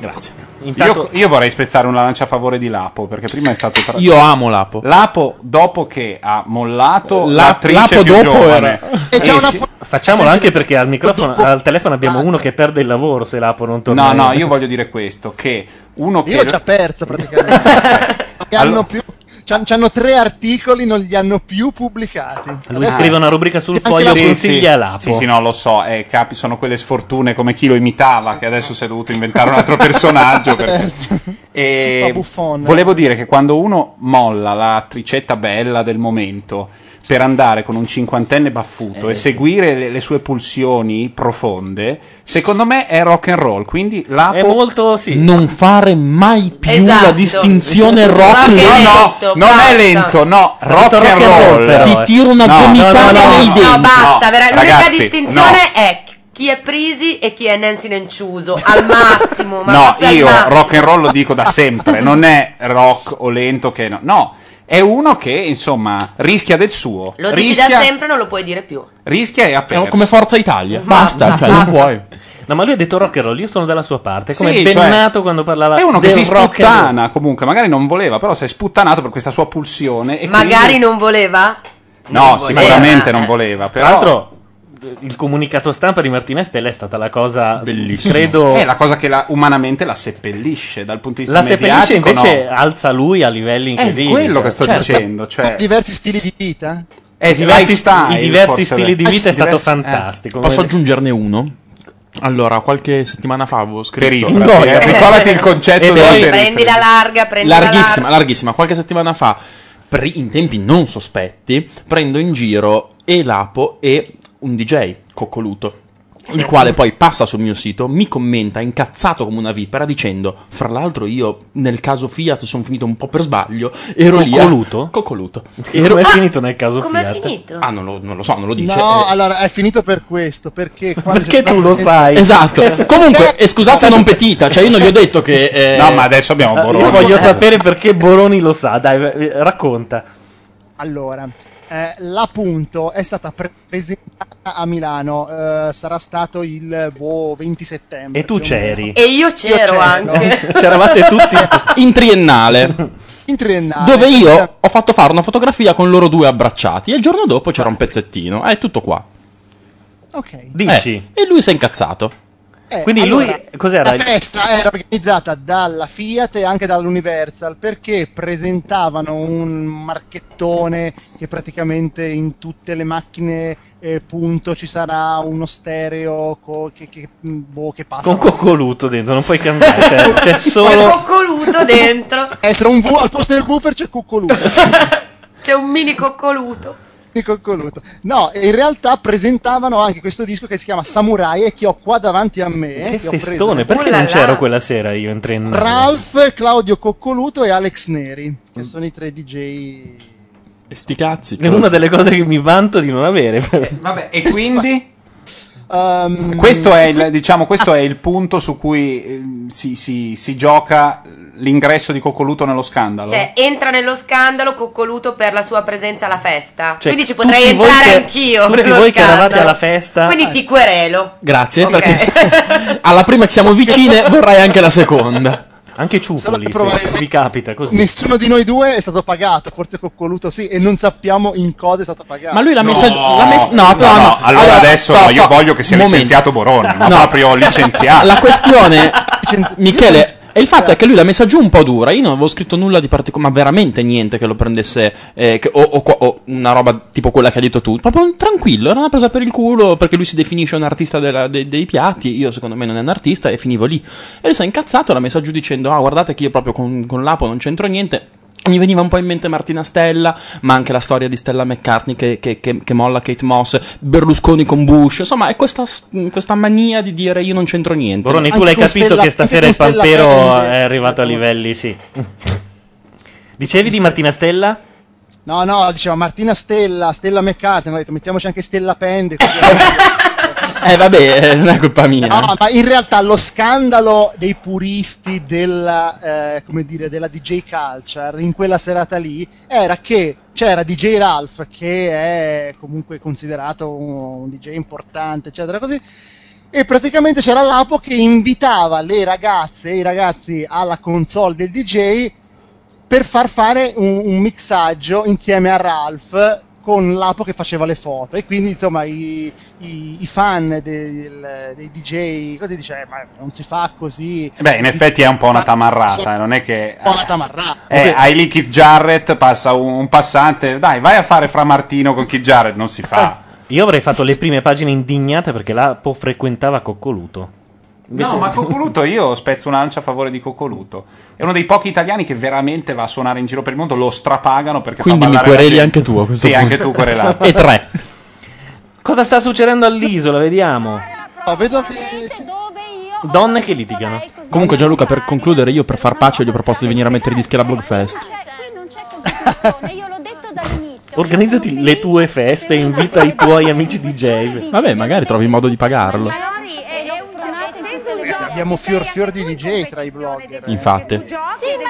Speaker 6: Grazie.
Speaker 7: io, io vorrei spezzare una lancia a favore di Lapo, perché prima è stato tra-
Speaker 6: Io amo Lapo.
Speaker 7: Lapo, dopo che ha mollato
Speaker 6: La-
Speaker 7: l'attrice più
Speaker 6: Lapo dopo
Speaker 7: giovane, Eh,
Speaker 6: era-
Speaker 5: E
Speaker 7: e si-
Speaker 5: Facciamolo anche perché al, microfono, al telefono abbiamo uno che perde il lavoro se l'Apo non torna.
Speaker 7: No, no,
Speaker 5: in-
Speaker 7: io voglio dire questo, che uno che...
Speaker 29: Io l'ho già persa praticamente. Che hanno più- c'han- c'hanno tre articoli, non li hanno più pubblicati. Eh,
Speaker 5: Lui
Speaker 29: Adesso-
Speaker 5: scrive una rubrica sul
Speaker 29: Ah. Anche
Speaker 5: foglio
Speaker 29: la-
Speaker 5: consiglia Lapo.
Speaker 7: Sì, sì, no, lo so, eh, capi, sono quelle sfortune come chi lo imitava, che adesso si è dovuto inventare un altro personaggio. perché-
Speaker 5: Certo.
Speaker 7: E
Speaker 29: Tipo Buffon.
Speaker 7: volevo dire che quando uno molla la tricetta bella del momento per andare con un cinquantenne
Speaker 5: Eh,
Speaker 7: baffuto e seguire le, le sue pulsioni profonde, secondo me è rock and roll, quindi Lapo... È
Speaker 5: molto, sì.
Speaker 6: Non fare mai più
Speaker 8: Esatto.
Speaker 6: la distinzione
Speaker 7: No,
Speaker 6: rock
Speaker 7: no,
Speaker 6: lento.
Speaker 7: non è lento, no,
Speaker 6: Ha detto
Speaker 7: rock, and roll.
Speaker 6: Ti tiro una gomitata nei denti.
Speaker 8: No, basta, vera- l'unica
Speaker 7: ragazzi,
Speaker 8: distinzione
Speaker 7: no.
Speaker 6: Eh,
Speaker 8: è chi è Prisi e chi è Nancy Nenciuso, al massimo, ma
Speaker 7: No,
Speaker 8: proprio al
Speaker 7: io
Speaker 8: massimo.
Speaker 7: rock and roll lo dico da sempre, non è rock o lento che no, no, è uno che insomma rischia del suo,
Speaker 8: Lo dici
Speaker 7: rischia,
Speaker 8: da sempre, non lo puoi dire più.
Speaker 7: rischia e ha perso.
Speaker 5: come
Speaker 6: Forza Italia.
Speaker 5: Basta,
Speaker 7: cioè, non
Speaker 6: puoi.
Speaker 5: No, ma lui ha detto rock and roll, io sono dalla sua parte. Come
Speaker 7: Sì,
Speaker 5: Bennato
Speaker 7: cioè,
Speaker 5: quando parlava
Speaker 7: È uno che
Speaker 5: del
Speaker 7: si
Speaker 5: rock and roll.
Speaker 7: sputtana comunque, magari non voleva, però si è sputtanato per questa sua pulsione. E
Speaker 8: Magari
Speaker 7: quindi-
Speaker 8: non voleva?
Speaker 7: No,
Speaker 5: voleva,
Speaker 7: sicuramente
Speaker 5: eh.
Speaker 7: non voleva.
Speaker 5: Tra
Speaker 7: Però...
Speaker 5: l'altro, il comunicato stampa di Martinez è stata la cosa bellissima. Credo
Speaker 7: È la cosa che la- umanamente la seppellisce dal punto di vista
Speaker 5: la seppellisce
Speaker 7: mediatico,
Speaker 5: invece
Speaker 7: no.
Speaker 5: alza lui a livelli
Speaker 7: È
Speaker 5: incredibili.
Speaker 7: quello
Speaker 5: cioè,
Speaker 7: che sto
Speaker 5: certo.
Speaker 7: dicendo, cioè
Speaker 29: Diversi stili di vita.
Speaker 7: Eh,
Speaker 5: I
Speaker 7: sì,
Speaker 5: diversi-
Speaker 7: lifestyle,
Speaker 5: i diversi
Speaker 7: forse.
Speaker 5: stili di
Speaker 6: Eh,
Speaker 5: vita è stato
Speaker 7: Diversi-
Speaker 5: fantastico.
Speaker 6: Posso
Speaker 5: Come-
Speaker 6: aggiungerne uno? Allora, qualche settimana fa avevo scritto.
Speaker 7: Perifrasi, eh, ricordati il concetto
Speaker 6: E
Speaker 7: della
Speaker 6: poi-
Speaker 8: Prendi la larga, prendi la larga.
Speaker 6: larghissima, larghissima. Qualche settimana fa, pre- in tempi non sospetti, prendo in giro e Lapo e un DJ, Coccoluto. Il quale poi passa sul mio sito, mi commenta incazzato come una vipera dicendo: Fra l'altro, io nel caso Fiat sono finito un po' per sbaglio. Ero lì. a-
Speaker 5: Coccoluto?
Speaker 6: Coccoluto.
Speaker 5: Come è finito nel caso
Speaker 8: Com'è
Speaker 5: Fiat?
Speaker 8: finito?
Speaker 6: Ah, non lo, non lo so, non lo dice.
Speaker 29: No,
Speaker 6: Eh,
Speaker 29: allora è finito per questo, perché quando
Speaker 5: Perché
Speaker 29: c'è
Speaker 5: tu
Speaker 29: stato-
Speaker 5: lo sai.
Speaker 6: Esatto. Comunque, e scusate se non petita, cioè io non gli ho detto che. eh,
Speaker 7: No, ma adesso abbiamo
Speaker 5: Ah,
Speaker 7: Boroni.
Speaker 5: Io voglio sapere perché Boroni lo sa, dai, eh, racconta.
Speaker 29: Allora, eh, l'appunto è stata pre- presentata a Milano, eh, sarà stato il boh, 20 settembre.
Speaker 5: E tu
Speaker 29: più o meno.
Speaker 5: c'eri.
Speaker 8: E io c'ero
Speaker 29: c'ero.
Speaker 8: anche.
Speaker 5: C'eravate tutti
Speaker 6: in triennale.
Speaker 29: In
Speaker 8: Ah,
Speaker 29: triennale.
Speaker 8: ecco,
Speaker 6: Dove
Speaker 8: certo.
Speaker 6: io ho fatto fare una fotografia con loro due abbracciati e il giorno dopo c'era un pezzettino. Eh, È tutto qua.
Speaker 29: Ok.
Speaker 5: Dici.
Speaker 6: Eh, e lui si è incazzato.
Speaker 29: Eh,
Speaker 5: Quindi
Speaker 29: allora,
Speaker 5: lui cos'era?
Speaker 29: La festa era organizzata dalla Fiat e anche dall'Universal perché presentavano un marchettone che praticamente in tutte le macchine eh, punto ci sarà uno stereo co- che, che- boh, che passa.
Speaker 5: Con coccoluto dentro, non puoi cambiare, cioè, c'è
Speaker 8: C'è
Speaker 5: solo
Speaker 8: coccoluto dentro,
Speaker 29: Eh, tra un bu- al posto del booper c'è Cuccoluto.
Speaker 8: c'è un mini coccoluto.
Speaker 29: Di Coccoluto. No, e in realtà presentavano anche questo disco che si chiama Samurai e che ho qua davanti a me. eh,
Speaker 5: che
Speaker 29: che ho preso.
Speaker 5: festone,
Speaker 29: Uh,
Speaker 5: perché non c'ero quella sera io in triennale?
Speaker 29: Ralph, Claudio Coccoluto e Alex Neri, che sono i tre DJ.
Speaker 6: E sti cazzi.
Speaker 5: È una delle cose che mi vanto di non avere.
Speaker 7: Vabbè, e quindi?
Speaker 29: Ehm,
Speaker 7: Questo è il, diciamo, questo è il punto su cui eh, si, si- si gioca l'ingresso di Coccoluto nello scandalo.
Speaker 8: Cioè, entra nello scandalo coccoluto per la sua presenza alla festa.
Speaker 7: Cioè,
Speaker 8: Quindi ci potrei
Speaker 5: tutti voi
Speaker 8: entrare
Speaker 5: che-
Speaker 8: anch'io.
Speaker 5: tutti
Speaker 8: nello
Speaker 5: voi che eravate
Speaker 8: scandalo.
Speaker 5: alla festa- Ah.
Speaker 8: Quindi ti querelo.
Speaker 6: Grazie,
Speaker 8: Ok.
Speaker 6: perché se- alla prima ci siamo vicine, vorrai anche la seconda.
Speaker 5: Anche ciuffo lì, se
Speaker 29: probabilmente-
Speaker 5: vi capita così.
Speaker 29: Nessuno di noi due è stato pagato, forse Coccoluto sì, e non sappiamo in cosa è stato pagato.
Speaker 6: Ma lui l'ha messa.
Speaker 7: No,
Speaker 6: l'ha messa- no,
Speaker 7: no,
Speaker 6: no,
Speaker 7: no,
Speaker 6: no.
Speaker 7: allora adesso no, io voglio che sia
Speaker 6: momento.
Speaker 7: licenziato Boroni, ma proprio licenziato.
Speaker 6: La questione, Michele. E il fatto è che lui l'ha messa giù un po' dura. Io non avevo scritto nulla di particolare, ma veramente niente che lo prendesse. eh, che- o, o qua- o una roba tipo quella che hai detto tu. Proprio tranquillo, era una presa per il culo perché lui si definisce un artista della- de- dei piatti. Io, secondo me, non è un artista e finivo lì. E lui si è incazzato, l'ha messa giù dicendo: Ah, guardate che io proprio con, con l'Apo non c'entro niente. Mi veniva un po' in mente Martina Stella, ma anche la storia di Stella McCartney che, che- che- che molla Kate Moss, Berlusconi con Bush, insomma è questa, questa mania di dire io non c'entro niente.
Speaker 5: Boroni, tu l'hai capito che stasera il Pampero è arrivato a livelli, sì. Dicevi di Martina Stella?
Speaker 29: No, no, diceva Martina Stella, Stella Meccate, mi ha detto mettiamoci anche Stella Pende. così-
Speaker 6: Eh vabbè, eh, non è colpa mia.
Speaker 29: No, ma in realtà lo scandalo dei puristi della, eh, come dire, della DJ Culture in quella serata lì era che c'era DJ Ralph, che è comunque considerato un, un DJ importante, eccetera, così. E praticamente c'era Lapo che invitava le ragazze e i ragazzi alla console del DJ per far fare un, un mixaggio insieme a Ralph con Lapo che faceva le foto e quindi insomma i, i- i fan del- dei DJ così dice "Eh, ma non si fa così
Speaker 7: Eh Beh, in effetti è un po' una tamarrata, eh, non è che...
Speaker 29: un po' la tamarrata
Speaker 7: Eh, hai lì Keith Jarrett, passa un, un passante, dai, vai a fare fra Martino con Keith Jarrett, non si fa.
Speaker 5: Io avrei fatto le prime pagine indignate perché Lapo frequentava Coccoluto.
Speaker 7: No, ma Coccoluto io spezzo un'ancia a favore di Coccoluto. È uno dei pochi italiani che veramente va a suonare in giro per il mondo, lo strapagano perché
Speaker 6: Quindi
Speaker 7: fa
Speaker 6: mi
Speaker 7: ballare la
Speaker 6: quereli
Speaker 7: gente.
Speaker 6: anche tu a questo
Speaker 7: Sì,
Speaker 6: punto.
Speaker 7: anche tu querelato.
Speaker 6: E tre.
Speaker 5: Cosa sta succedendo all'isola? Vediamo.
Speaker 7: eh,
Speaker 29: Oh, vedo che
Speaker 5: Donne che litigano.
Speaker 6: Comunque Gianluca, per concludere, io per far pace gli ho proposto di venire a mettere i dischi alla Blogfest.
Speaker 5: Organizzati le tue feste e invita i tuoi amici DJ.
Speaker 6: Vabbè, magari trovi modo di pagarlo.
Speaker 29: abbiamo fior fior di DJ tra i blogger
Speaker 6: Infatti.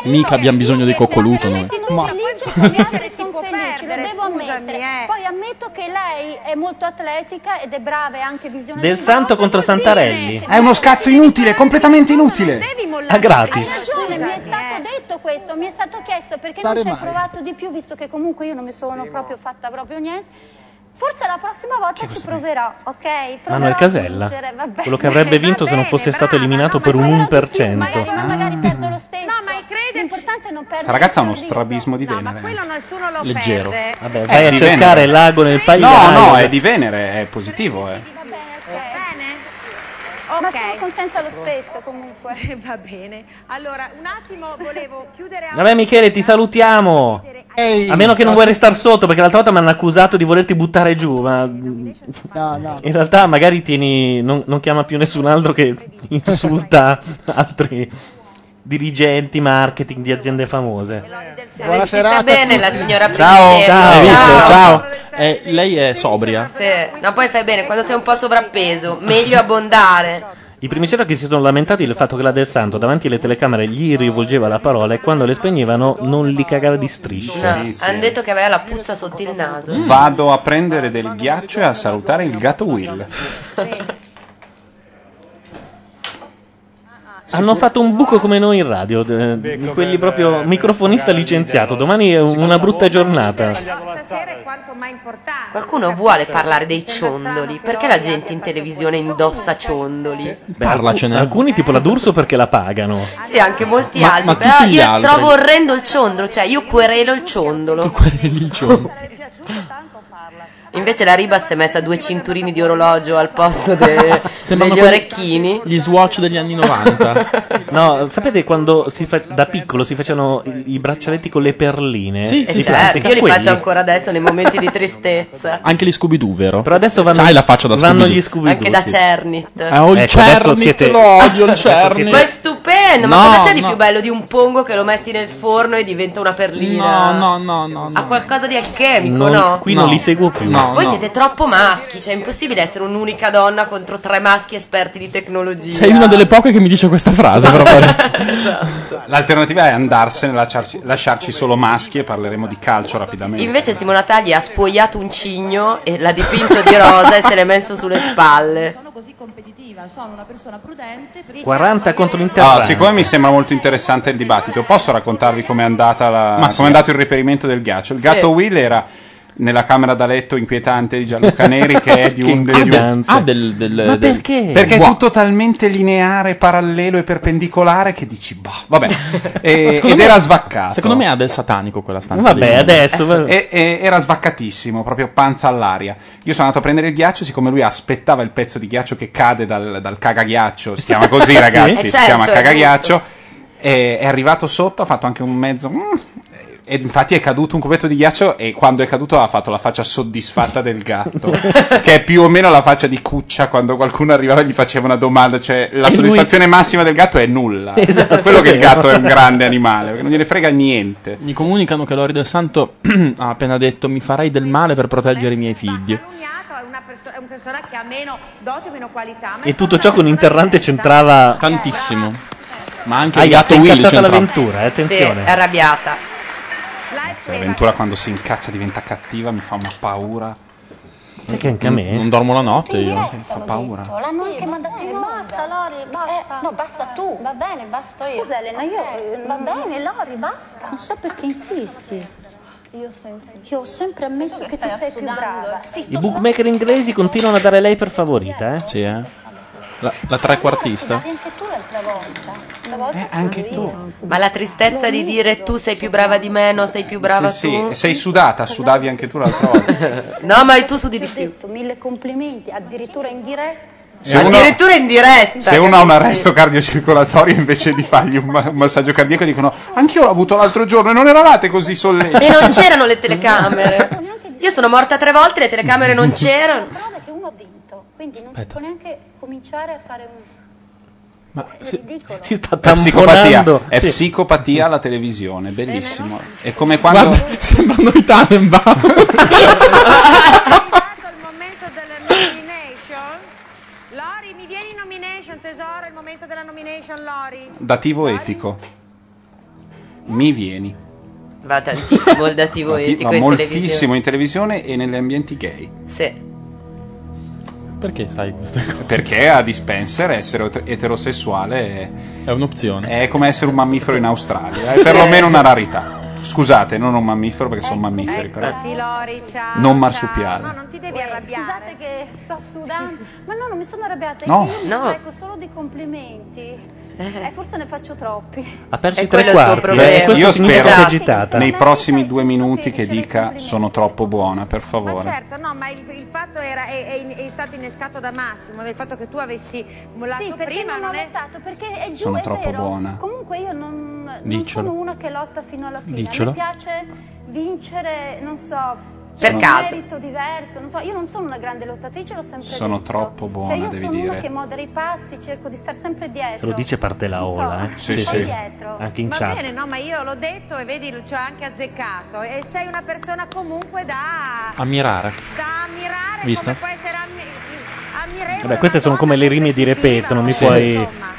Speaker 6: Mica abbiamo bisogno di coccoluto noi.
Speaker 29: ma
Speaker 12: si può perdere, scusami, eh.
Speaker 28: Poi ammetto che lei è molto atletica ed è brava e anche visione
Speaker 5: Del santo contro Santarelli.
Speaker 7: È uno scazzo inutile, completamente inutile.
Speaker 5: A gratis.
Speaker 28: Ragione, mi è stato
Speaker 12: eh.
Speaker 28: detto questo, mi è stato chiesto perché
Speaker 5: Pare
Speaker 28: non ci hai
Speaker 5: mai.
Speaker 28: provato di più, visto che comunque io non mi sono proprio fatta proprio niente. Forse la prossima volta ci proverò, ok? Proverò
Speaker 5: Manuel
Speaker 28: a
Speaker 5: Casella.
Speaker 28: vincere, va bene.
Speaker 5: Quello che avrebbe vinto se non fosse stato eliminato per un 1%.
Speaker 28: Magari, ma magari perdo lo stesso. No, ma credi L'importante è non perdere.
Speaker 7: Questa ragazza ha uno strabismo di Venere.
Speaker 5: Leggero. Vabbè,
Speaker 7: È
Speaker 5: vai a
Speaker 7: di
Speaker 5: cercare
Speaker 7: Venere.
Speaker 5: l'ago nel
Speaker 7: No,
Speaker 5: pagliaio.
Speaker 7: no, è di Venere, è positivo. eh.
Speaker 28: Ma sono contenta lo stesso comunque.
Speaker 12: Va bene. Allora, un attimo volevo chiudere anche-
Speaker 5: Vabbè, Michele, ti salutiamo.
Speaker 29: Ehi,
Speaker 5: A meno che non
Speaker 29: no,
Speaker 5: vuoi restare sotto, perché l'altra volta mi hanno accusato di volerti buttare giù, ma mm, in
Speaker 29: no, no.
Speaker 7: Eh,
Speaker 5: realtà magari tieni. Non, non chiama più nessun altro che insulta altri dirigenti, marketing di aziende famose.
Speaker 29: Buona serata.
Speaker 8: bene
Speaker 29: a
Speaker 8: la
Speaker 29: tutti.
Speaker 8: signora
Speaker 5: Ciao,
Speaker 8: Princella.
Speaker 5: ciao.
Speaker 6: Hai visto?
Speaker 8: Ciao.
Speaker 6: Ciao. Eh, lei è sobria.
Speaker 8: Sì. No, poi fai bene, quando sei un po' sovrappeso, meglio abbondare.
Speaker 5: I primi c'era che si sono lamentati del fatto che la Del Santo davanti alle telecamere gli rivolgeva la parola e quando le spegnevano non li cagava di striscia.
Speaker 8: No, hanno detto che aveva la puzza sotto il naso.
Speaker 5: Mm.
Speaker 7: Vado a prendere del ghiaccio e a salutare il gatto Will.
Speaker 5: Hanno fatto un buco come noi in radio, d- di quelli proprio microfonista licenziato. Domani è una brutta giornata.
Speaker 8: Qualcuno vuole parlare dei ciondoli? Perché la gente in televisione indossa ciondoli?
Speaker 5: Eh, Beh, alcu- alcuni tipo la D'Urso perché la pagano.
Speaker 8: Sì, anche molti
Speaker 5: Ma-
Speaker 8: altri.
Speaker 5: ma
Speaker 8: però
Speaker 5: tutti gli
Speaker 8: io
Speaker 5: altri?
Speaker 8: trovo orrendo il ciondolo, cioè io querelo il ciondolo. cioè. Invece la Riba si è messa due cinturini di orologio al posto de-
Speaker 6: Sembrano
Speaker 8: degli
Speaker 6: quelli-
Speaker 8: orecchini.
Speaker 6: Gli Swatch degli anni 90.
Speaker 5: No, sapete quando si fa- da piccolo si facevano i, i braccialetti con le perline?
Speaker 8: Eh,
Speaker 5: Li
Speaker 8: certo,
Speaker 5: plastica?
Speaker 8: io li
Speaker 5: Quelli.
Speaker 8: faccio ancora adesso nei momenti di tristezza.
Speaker 6: Anche gli Scooby-Doo, vero? Però
Speaker 5: adesso vanno,
Speaker 6: C'hai la faccia da
Speaker 5: vanno
Speaker 6: Scooby-Doo.
Speaker 5: gli Scooby-Doo.
Speaker 8: Anche da
Speaker 5: sì.
Speaker 8: Cernit.
Speaker 6: Ah, oh, il
Speaker 5: Ecco, adesso
Speaker 6: Cernit,
Speaker 5: siete-
Speaker 6: lo odio il
Speaker 5: adesso
Speaker 6: Cernit.
Speaker 8: Ma è stupendo, ma
Speaker 6: No,
Speaker 8: cosa c'è di
Speaker 6: no.
Speaker 8: più bello di un pongo che lo metti nel forno e diventa una perlina?
Speaker 6: No, no, no, no.
Speaker 8: Ha qualcosa di alchemico,
Speaker 5: Non-
Speaker 8: no?
Speaker 5: Qui non li seguo più.
Speaker 8: Voi siete troppo maschi, cioè è impossibile essere un'unica donna contro tre maschi esperti di tecnologia.
Speaker 6: Sei una delle poche che mi dice questa frase, proprio.
Speaker 7: L'alternativa è andarsene, lasciarci, lasciarci solo maschi e parleremo di calcio rapidamente.
Speaker 8: Invece Simona Tagli ha spogliato un cigno e l'ha dipinto di rosa e se l'è messo sulle spalle.
Speaker 4: Sono così competitiva, sono una persona prudente. per-
Speaker 5: 40 contro
Speaker 7: Ah,
Speaker 5: l'Interrante.
Speaker 7: siccome mi sembra molto interessante il dibattito, posso raccontarvi com'è andata la-
Speaker 6: Ma sì.
Speaker 7: com'è andato il reperimento del ghiaccio? Il gatto Will era nella camera da letto inquietante di Gianluca Neri, che è di
Speaker 6: Che
Speaker 7: un di un-
Speaker 6: inquietante. Ah, del- del- Ma del- perché?
Speaker 7: Perché è
Speaker 6: Buah.
Speaker 7: tutto talmente lineare, parallelo e perpendicolare che dici, boh, vabbè.
Speaker 6: Ma
Speaker 7: E-
Speaker 6: secondo
Speaker 7: Eh, ed
Speaker 6: me-
Speaker 7: era svaccato.
Speaker 6: Secondo me ha del satanico quella stanza.
Speaker 7: Vabbè,
Speaker 6: lì.
Speaker 7: adesso. E, e- Eh, era svaccatissimo, proprio panza all'aria. Io sono andato a prendere il ghiaccio, siccome lui aspettava il pezzo di ghiaccio che cade dal, dal cagaghiaccio. Si chiama così,
Speaker 6: Sì.
Speaker 7: ragazzi.
Speaker 6: Eh,
Speaker 7: si
Speaker 6: certo,
Speaker 7: chiama
Speaker 6: è
Speaker 7: cagaghiaccio. E- è arrivato sotto, ha fatto anche un mezzo. "Mm", E infatti è caduto un cubetto di ghiaccio e quando è caduto ha fatto la faccia soddisfatta del gatto, che è più o meno la faccia di Cuccia quando qualcuno arrivava e gli faceva una domanda, cioè la
Speaker 6: E lui-
Speaker 7: soddisfazione massima del gatto è nulla.
Speaker 6: Esatto,
Speaker 7: Per quello che il
Speaker 6: vero.
Speaker 7: gatto è un grande animale, perché eh, non gliene frega niente.
Speaker 6: Mi comunicano che Lori del Santo ha appena detto mi farai del male per proteggere i miei figli.
Speaker 12: è una persona che ha meno dote, meno qualità. Ma
Speaker 5: E tutto ciò con Interrante c'entrava
Speaker 6: tantissimo. Ma anche
Speaker 5: Hai
Speaker 6: il
Speaker 5: gatto
Speaker 6: gatto Willy
Speaker 5: incazzata
Speaker 6: c'entrava.
Speaker 5: l'avventura, eh, attenzione.
Speaker 8: Sì, è arrabbiata.
Speaker 7: L'avventura quando si incazza diventa cattiva, mi fa una paura.
Speaker 5: Sai che anche a me?
Speaker 6: Non dormo la notte io, sì, fa paura.
Speaker 10: L'hanno anche mandato in eh, Basta, Lori, basta. no, basta tu. Va bene, basta io. Scusa, Elena, io... Va bene, Lori, basta. Non so perché insisti. Io, ho sempre ammesso che eh? tu sei più brava. Sì,
Speaker 5: I bookmaker inglesi continuano a dare lei per favorita, eh?
Speaker 6: Sì, eh. La, la trequartista?
Speaker 10: anche tu l'altra volta. La volta
Speaker 7: Eh, anche tu.
Speaker 8: Ma la tristezza di dire tu sei più brava di me, non sei più brava
Speaker 7: sì,
Speaker 8: tu.
Speaker 7: sì, e sei sudata, sudavi anche tu l'altra volta.
Speaker 8: No, ma tu sudi di
Speaker 10: Ti ho detto mille complimenti, addirittura in diretta.
Speaker 7: Se uno-
Speaker 8: Addirittura in diretta.
Speaker 7: Se uno ha un
Speaker 8: capisci?
Speaker 7: arresto cardiocircolatorio invece di fargli un, ma- un massaggio cardiaco dicono anch'io l'ho avuto l'altro giorno e non eravate così solleciti.
Speaker 8: E non c'erano le telecamere. Io sono morta tre volte, le telecamere non c'erano.
Speaker 10: Guarda che uno ha vinto, quindi non si può neanche cominciare a fare un...
Speaker 6: Ma
Speaker 7: si
Speaker 5: sta
Speaker 7: è psicopatia,
Speaker 5: tamponando.
Speaker 7: è
Speaker 5: Sì.
Speaker 7: psicopatia la televisione, bellissimo. È come quando
Speaker 6: Guarda, sembra noi Tannenbaum.
Speaker 12: Lori, mi vieni in nomination, tesoro, è il momento della nomination, Lori.
Speaker 7: dativo etico. Mi vieni.
Speaker 8: Va tantissimo il dativo
Speaker 7: Dati-
Speaker 8: etico
Speaker 7: va
Speaker 8: in televisione.
Speaker 7: moltissimo in televisione e negli ambienti gay.
Speaker 8: Sì.
Speaker 6: Perché sai queste cose?
Speaker 7: Perché a Dispenser essere et- eterosessuale è,
Speaker 6: un'opzione.
Speaker 7: È come essere un mammifero in Australia, è perlomeno una rarità. Scusate, non un mammifero perché
Speaker 10: Ecco,
Speaker 7: sono mammiferi, però.
Speaker 12: Eccoti, Lori, ciao.
Speaker 7: Non marsupiale.
Speaker 12: ciao. No, non ti devi arrabbiare.
Speaker 10: Scusate che sto sudando, ma no, non mi sono arrabbiata,
Speaker 7: No.
Speaker 10: io mi
Speaker 7: No.
Speaker 10: spreco solo di complimenti. Eh, forse ne faccio troppi.
Speaker 5: Ha perso
Speaker 10: È
Speaker 5: i tre
Speaker 10: quello il tuo Esatto.
Speaker 5: quarti. eh.
Speaker 7: Beh,
Speaker 5: e questo
Speaker 7: io
Speaker 5: significa
Speaker 7: spero
Speaker 5: che è agitata.
Speaker 7: nei prossimi due minuti che dica sono troppo buona, per favore.
Speaker 12: Certo, no, ma il, il fatto era, è, è in- è stato innescato da Massimo, del fatto che tu avessi mollato
Speaker 10: Sì, perché
Speaker 12: prima.
Speaker 10: non, ho lottato, perché è giù,
Speaker 7: Sono
Speaker 10: è
Speaker 7: troppo
Speaker 10: vero.
Speaker 7: buona.
Speaker 10: Comunque io non, non
Speaker 7: Diccelo.
Speaker 10: sono una che lotta fino alla fine.
Speaker 7: Diccelo.
Speaker 10: Mi piace vincere, non so...
Speaker 7: Per
Speaker 10: un
Speaker 7: caso.
Speaker 10: merito diverso, non so, io non sono una grande lottatrice, l'ho sempre
Speaker 7: Sono
Speaker 10: detto.
Speaker 7: troppo buona,
Speaker 10: Cioè io
Speaker 7: devi
Speaker 10: sono una
Speaker 7: dire.
Speaker 10: che modera i passi, cerco di star sempre dietro.
Speaker 5: Se lo dice parte la ola, eh.
Speaker 7: Sì, sì.
Speaker 5: Anche in
Speaker 12: Va
Speaker 5: chat.
Speaker 12: bene, no, ma io l'ho detto e vedi, ci ho anche azzeccato. E sei una persona comunque da,
Speaker 6: Ammirare.
Speaker 12: da ammirare,
Speaker 5: Visto?
Speaker 12: come può essere ammi- ammirevole.
Speaker 5: Vabbè, queste sono come le rime di Repetto, non mi puoi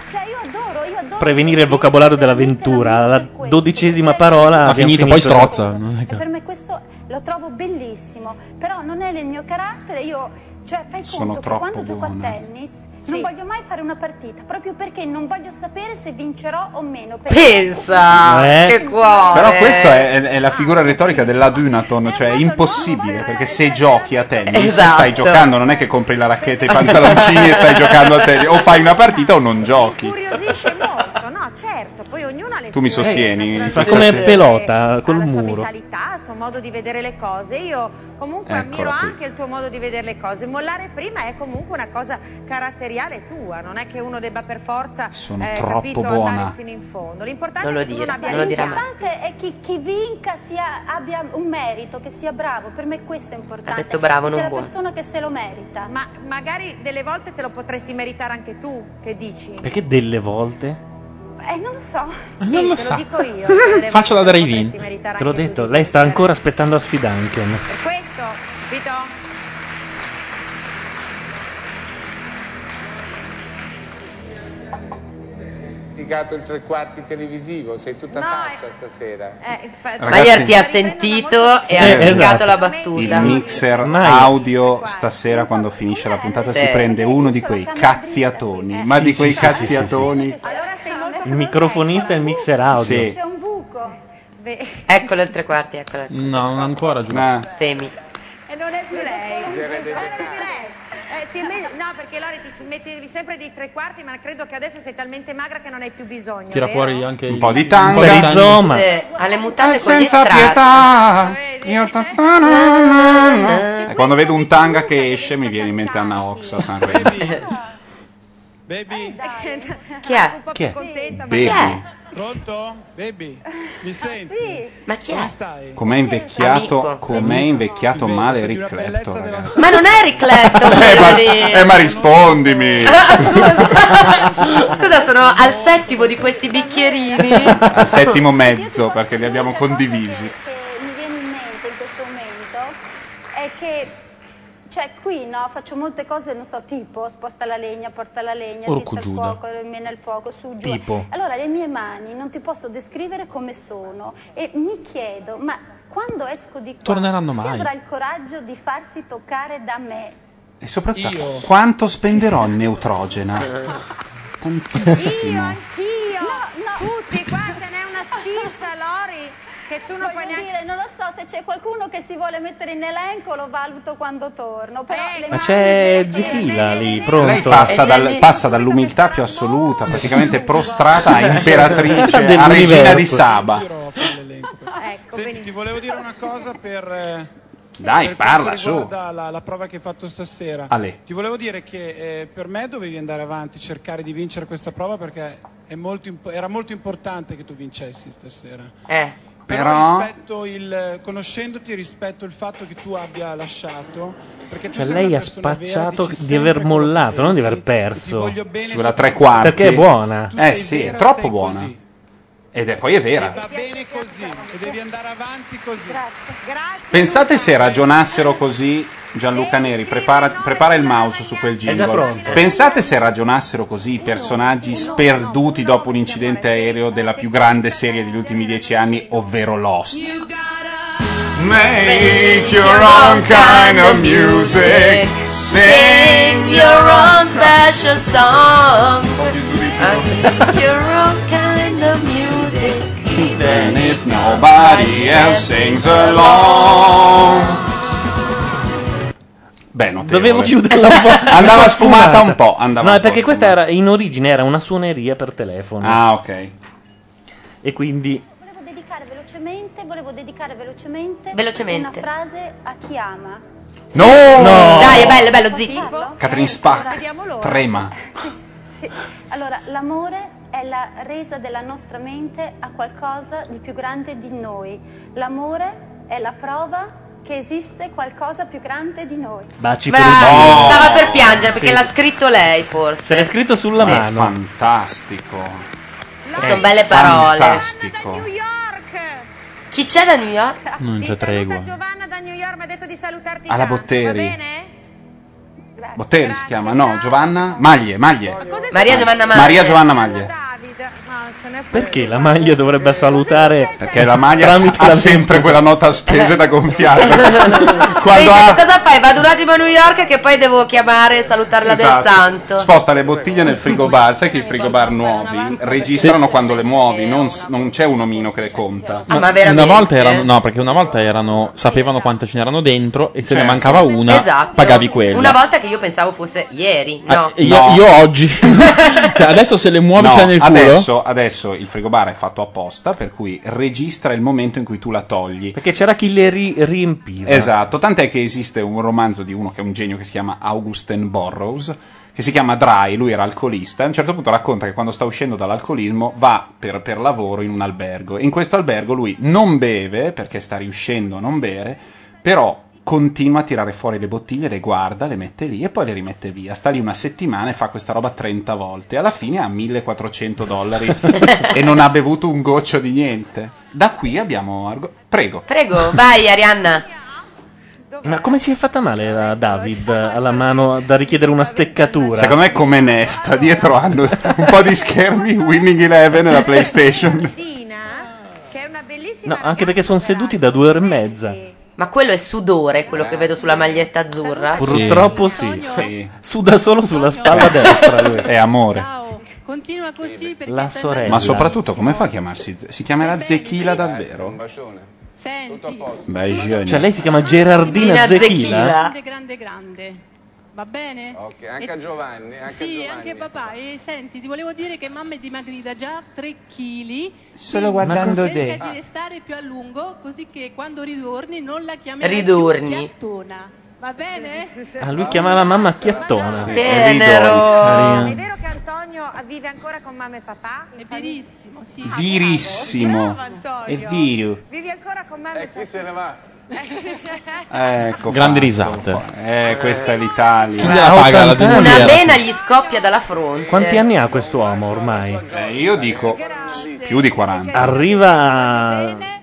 Speaker 10: Cioè io adoro, io adoro
Speaker 5: prevenire il vocabolario dell'avventura. Alla dodicesima parola
Speaker 6: Ha
Speaker 5: abbiamo
Speaker 6: finito, poi strozza. non è
Speaker 10: E
Speaker 6: che-
Speaker 10: per me questo lo trovo bellissimo, però non è nel mio carattere, io, cioè fai
Speaker 6: Sono
Speaker 10: conto che
Speaker 6: troppo
Speaker 10: quando gioco
Speaker 6: buona.
Speaker 10: a tennis non voglio mai fare una partita, proprio perché non voglio sapere se vincerò o meno.
Speaker 5: Ah,
Speaker 2: Ah,
Speaker 8: Pensa,
Speaker 7: Eh.
Speaker 8: che cuore.
Speaker 7: Però questa è, è la figura retorica dell'adunaton, cioè è impossibile perché se giochi a tennis
Speaker 8: Esatto.
Speaker 7: stai giocando, non è che compri la racchetta e i pantaloncini e stai giocando a tennis, o fai una partita o non giochi.
Speaker 12: Curiosisce molto, no, certo, poi ognuno ha le
Speaker 7: Tu mi
Speaker 12: sue- eh,
Speaker 7: sostieni,
Speaker 12: naturalmente,
Speaker 5: Fa come
Speaker 7: Sì.
Speaker 5: pelota col muro.
Speaker 12: mentalità, il suo modo di vedere le cose. Io comunque
Speaker 5: Eccola
Speaker 12: ammiro
Speaker 5: qui.
Speaker 12: anche il tuo modo di vedere le cose. Mollare prima è comunque una cosa caratteriale tua, non è che uno debba per forza
Speaker 7: Sono
Speaker 12: eh,
Speaker 7: troppo
Speaker 12: capito,
Speaker 7: buona.
Speaker 12: andare fino in fondo. L'importante
Speaker 8: Non
Speaker 12: è
Speaker 8: lo
Speaker 12: che tu non
Speaker 8: dire,
Speaker 12: abbia
Speaker 8: non lo dirà mai.
Speaker 10: L'importante è che chi vinca sia- abbia un merito, che sia bravo, per me questo è importante.
Speaker 8: Ha detto bravo,
Speaker 10: Che sia
Speaker 8: non
Speaker 10: la
Speaker 8: buono.
Speaker 10: persona che se lo merita.
Speaker 12: Ma magari delle volte te lo potresti meritare anche tu, che dici?
Speaker 5: Perché delle volte?
Speaker 10: Eh, non lo so.
Speaker 12: Sì,
Speaker 10: non lo
Speaker 12: te
Speaker 10: sa.
Speaker 12: lo dico io. delle volte
Speaker 5: Faccela
Speaker 12: te
Speaker 5: da
Speaker 12: lo
Speaker 5: Ray
Speaker 12: potresti
Speaker 5: Vin.
Speaker 12: meritare
Speaker 5: Te l'ho
Speaker 12: anche tu.
Speaker 5: detto, lei sta ancora aspettando a Sfidanken.
Speaker 12: Per questo, capito?
Speaker 14: criticato il tre quarti televisivo, sei tutta faccia stasera.
Speaker 8: Ma ieri ti ha sentito e ha
Speaker 7: Eh,
Speaker 8: applicato
Speaker 7: esatto.
Speaker 8: la battuta.
Speaker 7: Il mixer audio stasera quando finisce la puntata
Speaker 8: Sì.
Speaker 7: si prende uno di quei cazziatoni, ma
Speaker 5: Sì,
Speaker 7: di
Speaker 5: sì,
Speaker 7: quei
Speaker 5: sì, sì, sì,
Speaker 7: cazziatoni.
Speaker 5: Il microfonista e il mixer audio.
Speaker 7: Sì.
Speaker 10: C'è un buco.
Speaker 8: Eccolo il tre quarti, eccolo.
Speaker 6: No, non ancora giù.
Speaker 8: Semi.
Speaker 12: E non è più lei. Eh, si è me- no, perché Lori ti si- mettevi sempre dei tre quarti, ma credo che adesso sei talmente magra che non hai più bisogno.
Speaker 6: Tira
Speaker 12: vero?
Speaker 6: fuori anche un
Speaker 7: po' di
Speaker 6: tanga,
Speaker 7: tanga. Rizoma.
Speaker 8: Sì, alle mutande con gli
Speaker 7: Senza
Speaker 8: strati.
Speaker 7: pietà. Io ta- ta- na- na- na. E quando vedo un tanga che esce mi viene in mente Anna Ox a Sanremo.
Speaker 24: Baby,
Speaker 8: Chi è?
Speaker 24: Chi è? contenta,
Speaker 7: Baby.
Speaker 24: pronto? Baby, mi senti?
Speaker 8: Ma chi è?
Speaker 7: Com'è invecchiato, com'è invecchiato male Rick Clapton, ragazzi.
Speaker 8: Ma non è Eric Clapton,
Speaker 7: Eh, ma,
Speaker 8: poverino.
Speaker 7: eh, ma rispondimi.
Speaker 8: Scusa, sono al settimo di questi bicchierini.
Speaker 7: Al settimo mezzo perché li abbiamo condivisi.
Speaker 10: Che mi viene in mente in questo momento è che Cioè, qui no, faccio molte cose, non so, tipo sposta la legna, porta la legna,
Speaker 5: Orco
Speaker 10: tizza il
Speaker 5: Giuda.
Speaker 10: fuoco, mena il fuoco, su, giù.
Speaker 5: Tipo.
Speaker 10: Allora, le mie mani non ti posso descrivere come sono e mi chiedo, ma quando esco di qua,
Speaker 7: Torneranno
Speaker 10: chi
Speaker 7: mai?
Speaker 10: avrà il coraggio di farsi toccare da me?
Speaker 7: E soprattutto, quanto spenderò in neutrogena? Tantissimo.
Speaker 10: Io? No, no. Tutti, qua ce n'è una sfilza, Lori, che tu non puoi neanche... dire, non lo so, se c'è qualcuno che si vuole mettere in elenco lo valuto quando torno, però... le
Speaker 5: Ma c'è Zichila lì, pronto. Eh,
Speaker 7: Lei passa, dal- passa dall'umiltà più assoluta, praticamente prostrata a imperatrice, a
Speaker 5: Dell'universo. Ah, ecco,
Speaker 7: regina di Saba.
Speaker 24: Senti, ti volevo dire una cosa per... eh,
Speaker 7: Dai,
Speaker 24: per quanto
Speaker 7: parla su.
Speaker 24: riguarda la, la prova che hai fatto stasera.
Speaker 7: Ale.
Speaker 24: Ti volevo dire che eh, per me dovevi andare avanti, cercare di vincere questa prova perché è molto imp- era molto importante che tu vincessi stasera.
Speaker 8: Eh.
Speaker 24: Però
Speaker 7: Però-
Speaker 24: rispetto il, conoscendoti rispetto il fatto che tu abbia lasciato, perché tu
Speaker 5: Cioè
Speaker 24: sei
Speaker 5: lei
Speaker 24: una
Speaker 5: ha
Speaker 24: persona vera,
Speaker 5: spacciato
Speaker 24: dici
Speaker 5: di aver mollato, non di aver perso.
Speaker 7: Sulla tre quarti.
Speaker 5: Perché è buona.
Speaker 7: Eh sì, è troppo buona. Ed è poi è vera.
Speaker 24: Va bene così, e devi andare avanti così.
Speaker 7: Pensate se ragionassero così Gianluca Neri, prepara, prepara il mouse su quel
Speaker 5: già
Speaker 7: jingle.
Speaker 5: pronto.
Speaker 7: Pensate se ragionassero così i personaggi sperduti dopo un incidente aereo della più grande serie degli ultimi dieci anni, ovvero Lost.
Speaker 25: Make your own kind of music. Sing
Speaker 8: Make your own special song. Make your own kind of music.
Speaker 7: Even if nobody else sings along. Beh, notevole.
Speaker 5: Dovevo chiuderla un po'.
Speaker 7: Andava
Speaker 5: Una
Speaker 7: sfumata un po', andava
Speaker 5: no,
Speaker 7: un po'
Speaker 5: perché questa era in origine era una suoneria per telefono.
Speaker 7: Ah, ok.
Speaker 5: E quindi
Speaker 10: Volevo dedicare velocemente, volevo dedicare velocemente,
Speaker 8: Velocemente.
Speaker 10: una frase a chi ama.
Speaker 7: No!
Speaker 8: Dai, è bello, è bello, zitti.
Speaker 7: Catherine Spack trema.
Speaker 10: Sì. Allora, l'amore è la resa della nostra mente a qualcosa di più grande di noi. L'amore è la prova che esiste qualcosa più grande di noi.
Speaker 5: baci
Speaker 8: Bravi,
Speaker 5: per un giro.
Speaker 8: Stava per piangere perché
Speaker 5: Sì.
Speaker 8: l'ha scritto lei, forse.
Speaker 5: Se l'è scritto sulla
Speaker 8: Sì.
Speaker 5: mano.
Speaker 7: Fantastico. Eh,
Speaker 8: Sono belle parole.
Speaker 7: Fantastico.
Speaker 8: Chi c'è da New York?
Speaker 6: Non c'è tregua.
Speaker 7: Alla Botteri. Botteri si chiama, no, Giovanna Maglie, Maglie.
Speaker 8: Maria Giovanna Maglia.
Speaker 7: Maria Giovanna Maglie.
Speaker 5: Perché la maglia dovrebbe salutare?
Speaker 7: Perché la maglia
Speaker 5: tramite
Speaker 7: ha
Speaker 5: la
Speaker 7: sempre quella nota a spese da gonfiare. Quando
Speaker 8: Pensa,
Speaker 7: ha-
Speaker 8: cosa fai? Vado un attimo a New York che poi devo chiamare e salutarla
Speaker 7: Esatto.
Speaker 8: del santo.
Speaker 7: Sposta le bottiglie nel frigobar, sai che i frigobar nuovi registrano quando le muovi, non, s- non c'è un omino che le conta.
Speaker 8: Ah, ma
Speaker 6: una
Speaker 8: veramente?
Speaker 6: volta erano, no, perché una volta erano, sapevano quante ce n'erano dentro e se ne
Speaker 7: Certo.
Speaker 6: mancava una,
Speaker 8: Esatto.
Speaker 6: pagavi quella.
Speaker 8: Una volta che io pensavo fosse ieri, no.
Speaker 6: Ah, e io,
Speaker 7: No.
Speaker 6: io oggi, Cioè, adesso se le muovi
Speaker 7: No,
Speaker 6: c'è nel culo.
Speaker 7: adesso, adesso il frigobar è fatto apposta, per cui registra il momento in cui tu la togli.
Speaker 5: Perché c'era chi le ri- riempiva.
Speaker 7: Esatto, tant'è che esiste un romanzo di uno che è un genio che si chiama Augustin Burroughs, che si chiama Dry, lui era alcolista, a un certo punto racconta che quando sta uscendo dall'alcolismo va per, per lavoro in un albergo e in questo albergo lui non beve perché sta riuscendo a non bere, però continua a tirare fuori le bottiglie, le guarda, le mette lì e poi le rimette via. Sta lì una settimana e fa questa roba 30 volte. Alla fine ha 1400 dollari e non ha bevuto un goccio di niente. Da qui abbiamo... argo- Prego.
Speaker 8: Prego, vai Arianna.
Speaker 5: Ma come si è fatta male la David alla mano da richiedere una steccatura?
Speaker 7: Secondo me come Nesta, dietro hanno un po' di schermi Winning Eleven e la PlayStation.
Speaker 5: No, anche perché sono seduti da due ore e mezza.
Speaker 8: Ma quello è sudore, quello che vedo sulla maglietta azzurra.
Speaker 5: Purtroppo sì. Suda solo sulla spalla destra lui.
Speaker 7: È amore.
Speaker 18: Continua così perché
Speaker 5: La
Speaker 18: stai
Speaker 5: sorella.
Speaker 7: Ma soprattutto come fa a chiamarsi? Ze- Si chiamerà Zechila davvero? Beh, genio.
Speaker 5: Cioè lei si chiama Gerardina
Speaker 14: Dina
Speaker 5: Zechila.
Speaker 18: grande, grande, grande. Va bene?
Speaker 14: Ok, anche a Giovanni. Anche
Speaker 18: sì,
Speaker 14: a Giovanni.
Speaker 18: anche papà. E senti, ti volevo dire che mamma è dimagrita già 3 kg.
Speaker 7: Solo guardando
Speaker 18: cerca
Speaker 7: te.
Speaker 18: di restare più a lungo, così che quando ritorni non la chiamerai
Speaker 8: Ritorni.
Speaker 18: più Chiattona. Va bene?
Speaker 5: Ah, lui chiama la mamma Chiattona.
Speaker 7: Sì, Tenero.
Speaker 12: È vero che Antonio vive ancora con mamma e papà? È verissimo, sì.
Speaker 7: Virissimo. È viru.
Speaker 12: Vivi ancora con mamma e papà? E Eh, chi se ne va?
Speaker 7: Ecco.
Speaker 6: Grandi
Speaker 7: risate. Eh, questa è l'Italia.
Speaker 5: Chi gliela paga la
Speaker 8: Una
Speaker 5: Era,
Speaker 8: vena
Speaker 5: Eh, sì.
Speaker 8: gli scoppia dalla fronte.
Speaker 5: Quanti anni ha quest'uomo ormai?
Speaker 7: Eh, io dico più di 40.
Speaker 5: Arriva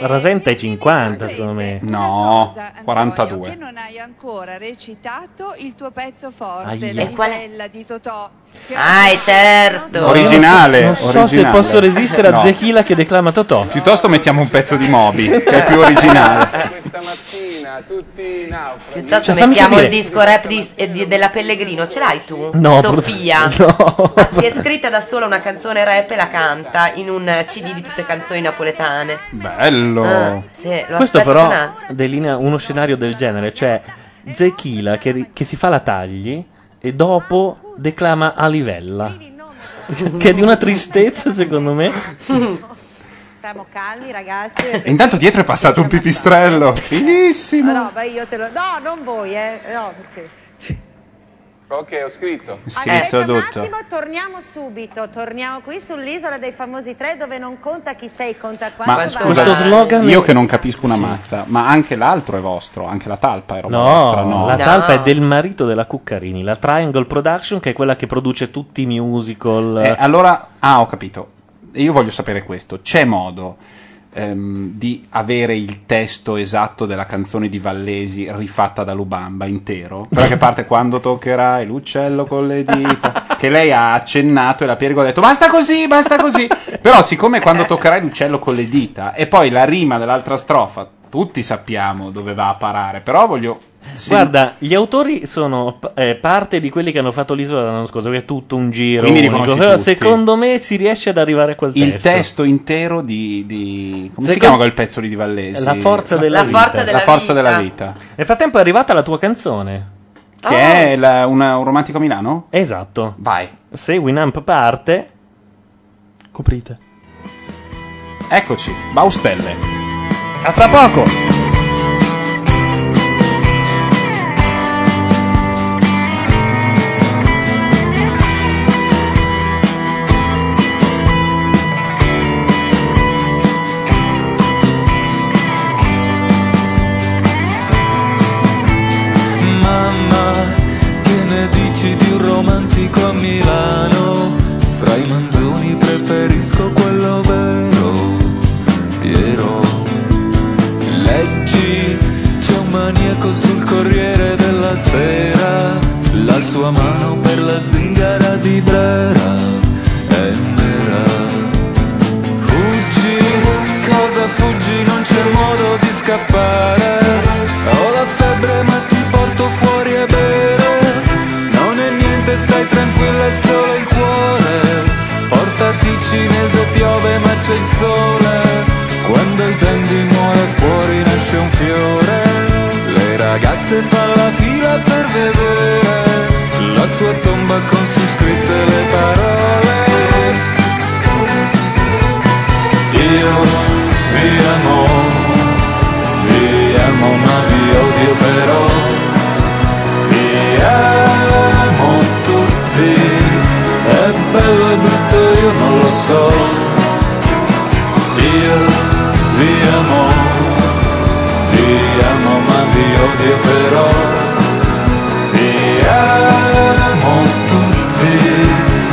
Speaker 5: Rasenta i 50, secondo me.
Speaker 7: No,
Speaker 32: Antonio,
Speaker 7: 42.
Speaker 32: che non hai ancora recitato il tuo pezzo forte,
Speaker 5: Ahia.
Speaker 32: la
Speaker 5: E qual
Speaker 32: libella di Totò. Che
Speaker 8: Ah, è certo.
Speaker 7: Originale.
Speaker 5: Non so, non so
Speaker 7: originale.
Speaker 5: se posso resistere a
Speaker 7: No.
Speaker 5: Zechila che declama Totò.
Speaker 7: Piuttosto mettiamo un pezzo di Moby, che è più originale.
Speaker 33: Questa mattina tutti in naufraghi.
Speaker 8: Piuttosto
Speaker 5: Cioè, fammi
Speaker 8: mettiamo il
Speaker 5: capire.
Speaker 8: disco rap di- eh, di- della Pellegrino, ce l'hai tu?
Speaker 5: No,
Speaker 8: Sofia.
Speaker 5: brutta-
Speaker 8: Ma si è scritta da sola una canzone rap e la canta in un eh, CD di tutte canzoni napoletane.
Speaker 7: Bello.
Speaker 8: Ah, sì, lo
Speaker 5: Questo
Speaker 8: aspetto
Speaker 5: però
Speaker 8: con ansia.
Speaker 5: delinea uno scenario del genere, cioè Zechila che, ri- che si fa la tagli e dopo declama a livella. che è di una tristezza, secondo me.
Speaker 12: Stiamo calmi, ragazzi.
Speaker 7: E intanto dietro è passato un pipistrello. Fighissimo.
Speaker 12: No, vai, io te lo. No, non voi, eh. No, perché.
Speaker 33: Ok, ho scritto.
Speaker 7: Scritto, adotto.
Speaker 12: Attimo, torniamo subito. Torniamo qui sull'isola dei famosi tre, dove non conta chi sei, conta quanto.
Speaker 7: Ma
Speaker 12: vale.
Speaker 7: scusa, io che non capisco una mazza, ma anche l'altro è vostro, anche la talpa era
Speaker 5: No,
Speaker 7: vostra, no?
Speaker 5: la talpa è del marito della Cuccarini, la Triangle Production, che è quella che produce tutti i musical.
Speaker 7: Eh, allora, ah, ho capito. E Io voglio sapere questo. C'è modo ehm, di avere il testo esatto della canzone di Vallesi rifatta da Lubamba intero? Quella che parte quando toccherai l'uccello con le dita, che lei ha accennato e la Piergo ha detto basta così, basta così. Però siccome quando toccherai l'uccello con le dita e poi la rima dell'altra strofa, tutti sappiamo dove va a parare, però voglio... sen-
Speaker 5: Guarda, gli autori sono eh, parte di quelli che hanno fatto l'isola l'anno scorso, che è tutto un giro.
Speaker 7: Quindi li
Speaker 5: unico.
Speaker 7: conosci
Speaker 5: Però
Speaker 7: tutti.
Speaker 5: secondo me si riesce ad arrivare a quel
Speaker 7: il
Speaker 5: testo.
Speaker 7: testo. intero di, di- come si
Speaker 5: Secondo-
Speaker 7: chiama quel pezzo lì di Vallesi?
Speaker 5: La forza della vita.
Speaker 7: La forza della vita.
Speaker 5: Nel frattempo è arrivata la tua canzone.
Speaker 7: Che è la- una- un romantico a Milano?
Speaker 5: Esatto.
Speaker 7: Vai.
Speaker 5: Se Winamp parte... Coprite.
Speaker 7: Eccoci, Baustelle.
Speaker 5: A tra poco.
Speaker 17: Mamma, che ne dici di un romantico a Milano? Fra i manzoni preferisco quello vero, Piero. Leggi, c'è un maniaco sul Corriere della Sera, la sua mano per la zingara di Brera è nera. Fuggi, cosa fuggi? Non c'è modo di scappare. Ho la febbre ma ti porto fuori a bere. Non è niente, stai tranquilla, è solo il cuore. Portati cinese, piove ma c'è il sole. Quando il dandy muore fuori nasce un fiore. Le ragazze fanno la fila per vedere la sua tomba con su scritte le parole. Io vi amo, vi amo ma vi odio però Vi amo tutti, è bello e brutto io non lo so Io vi amo, vi amo ma vi odio però Vi amo tutti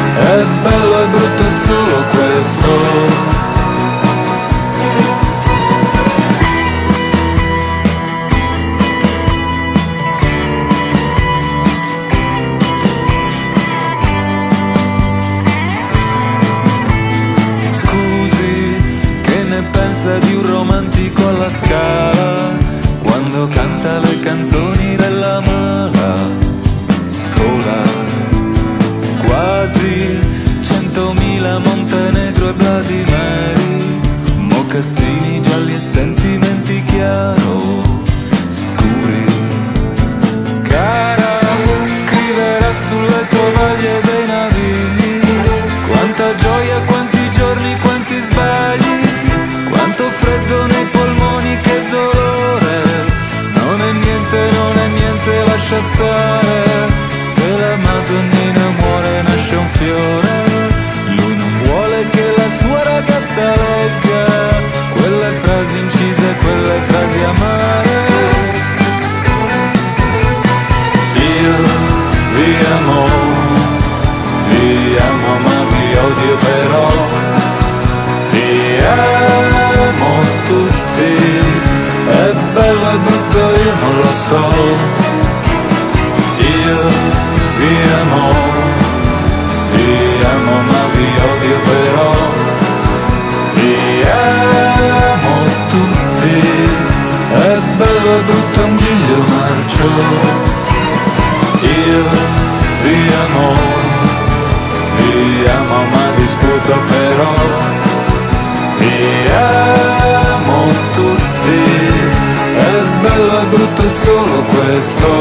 Speaker 27: questo.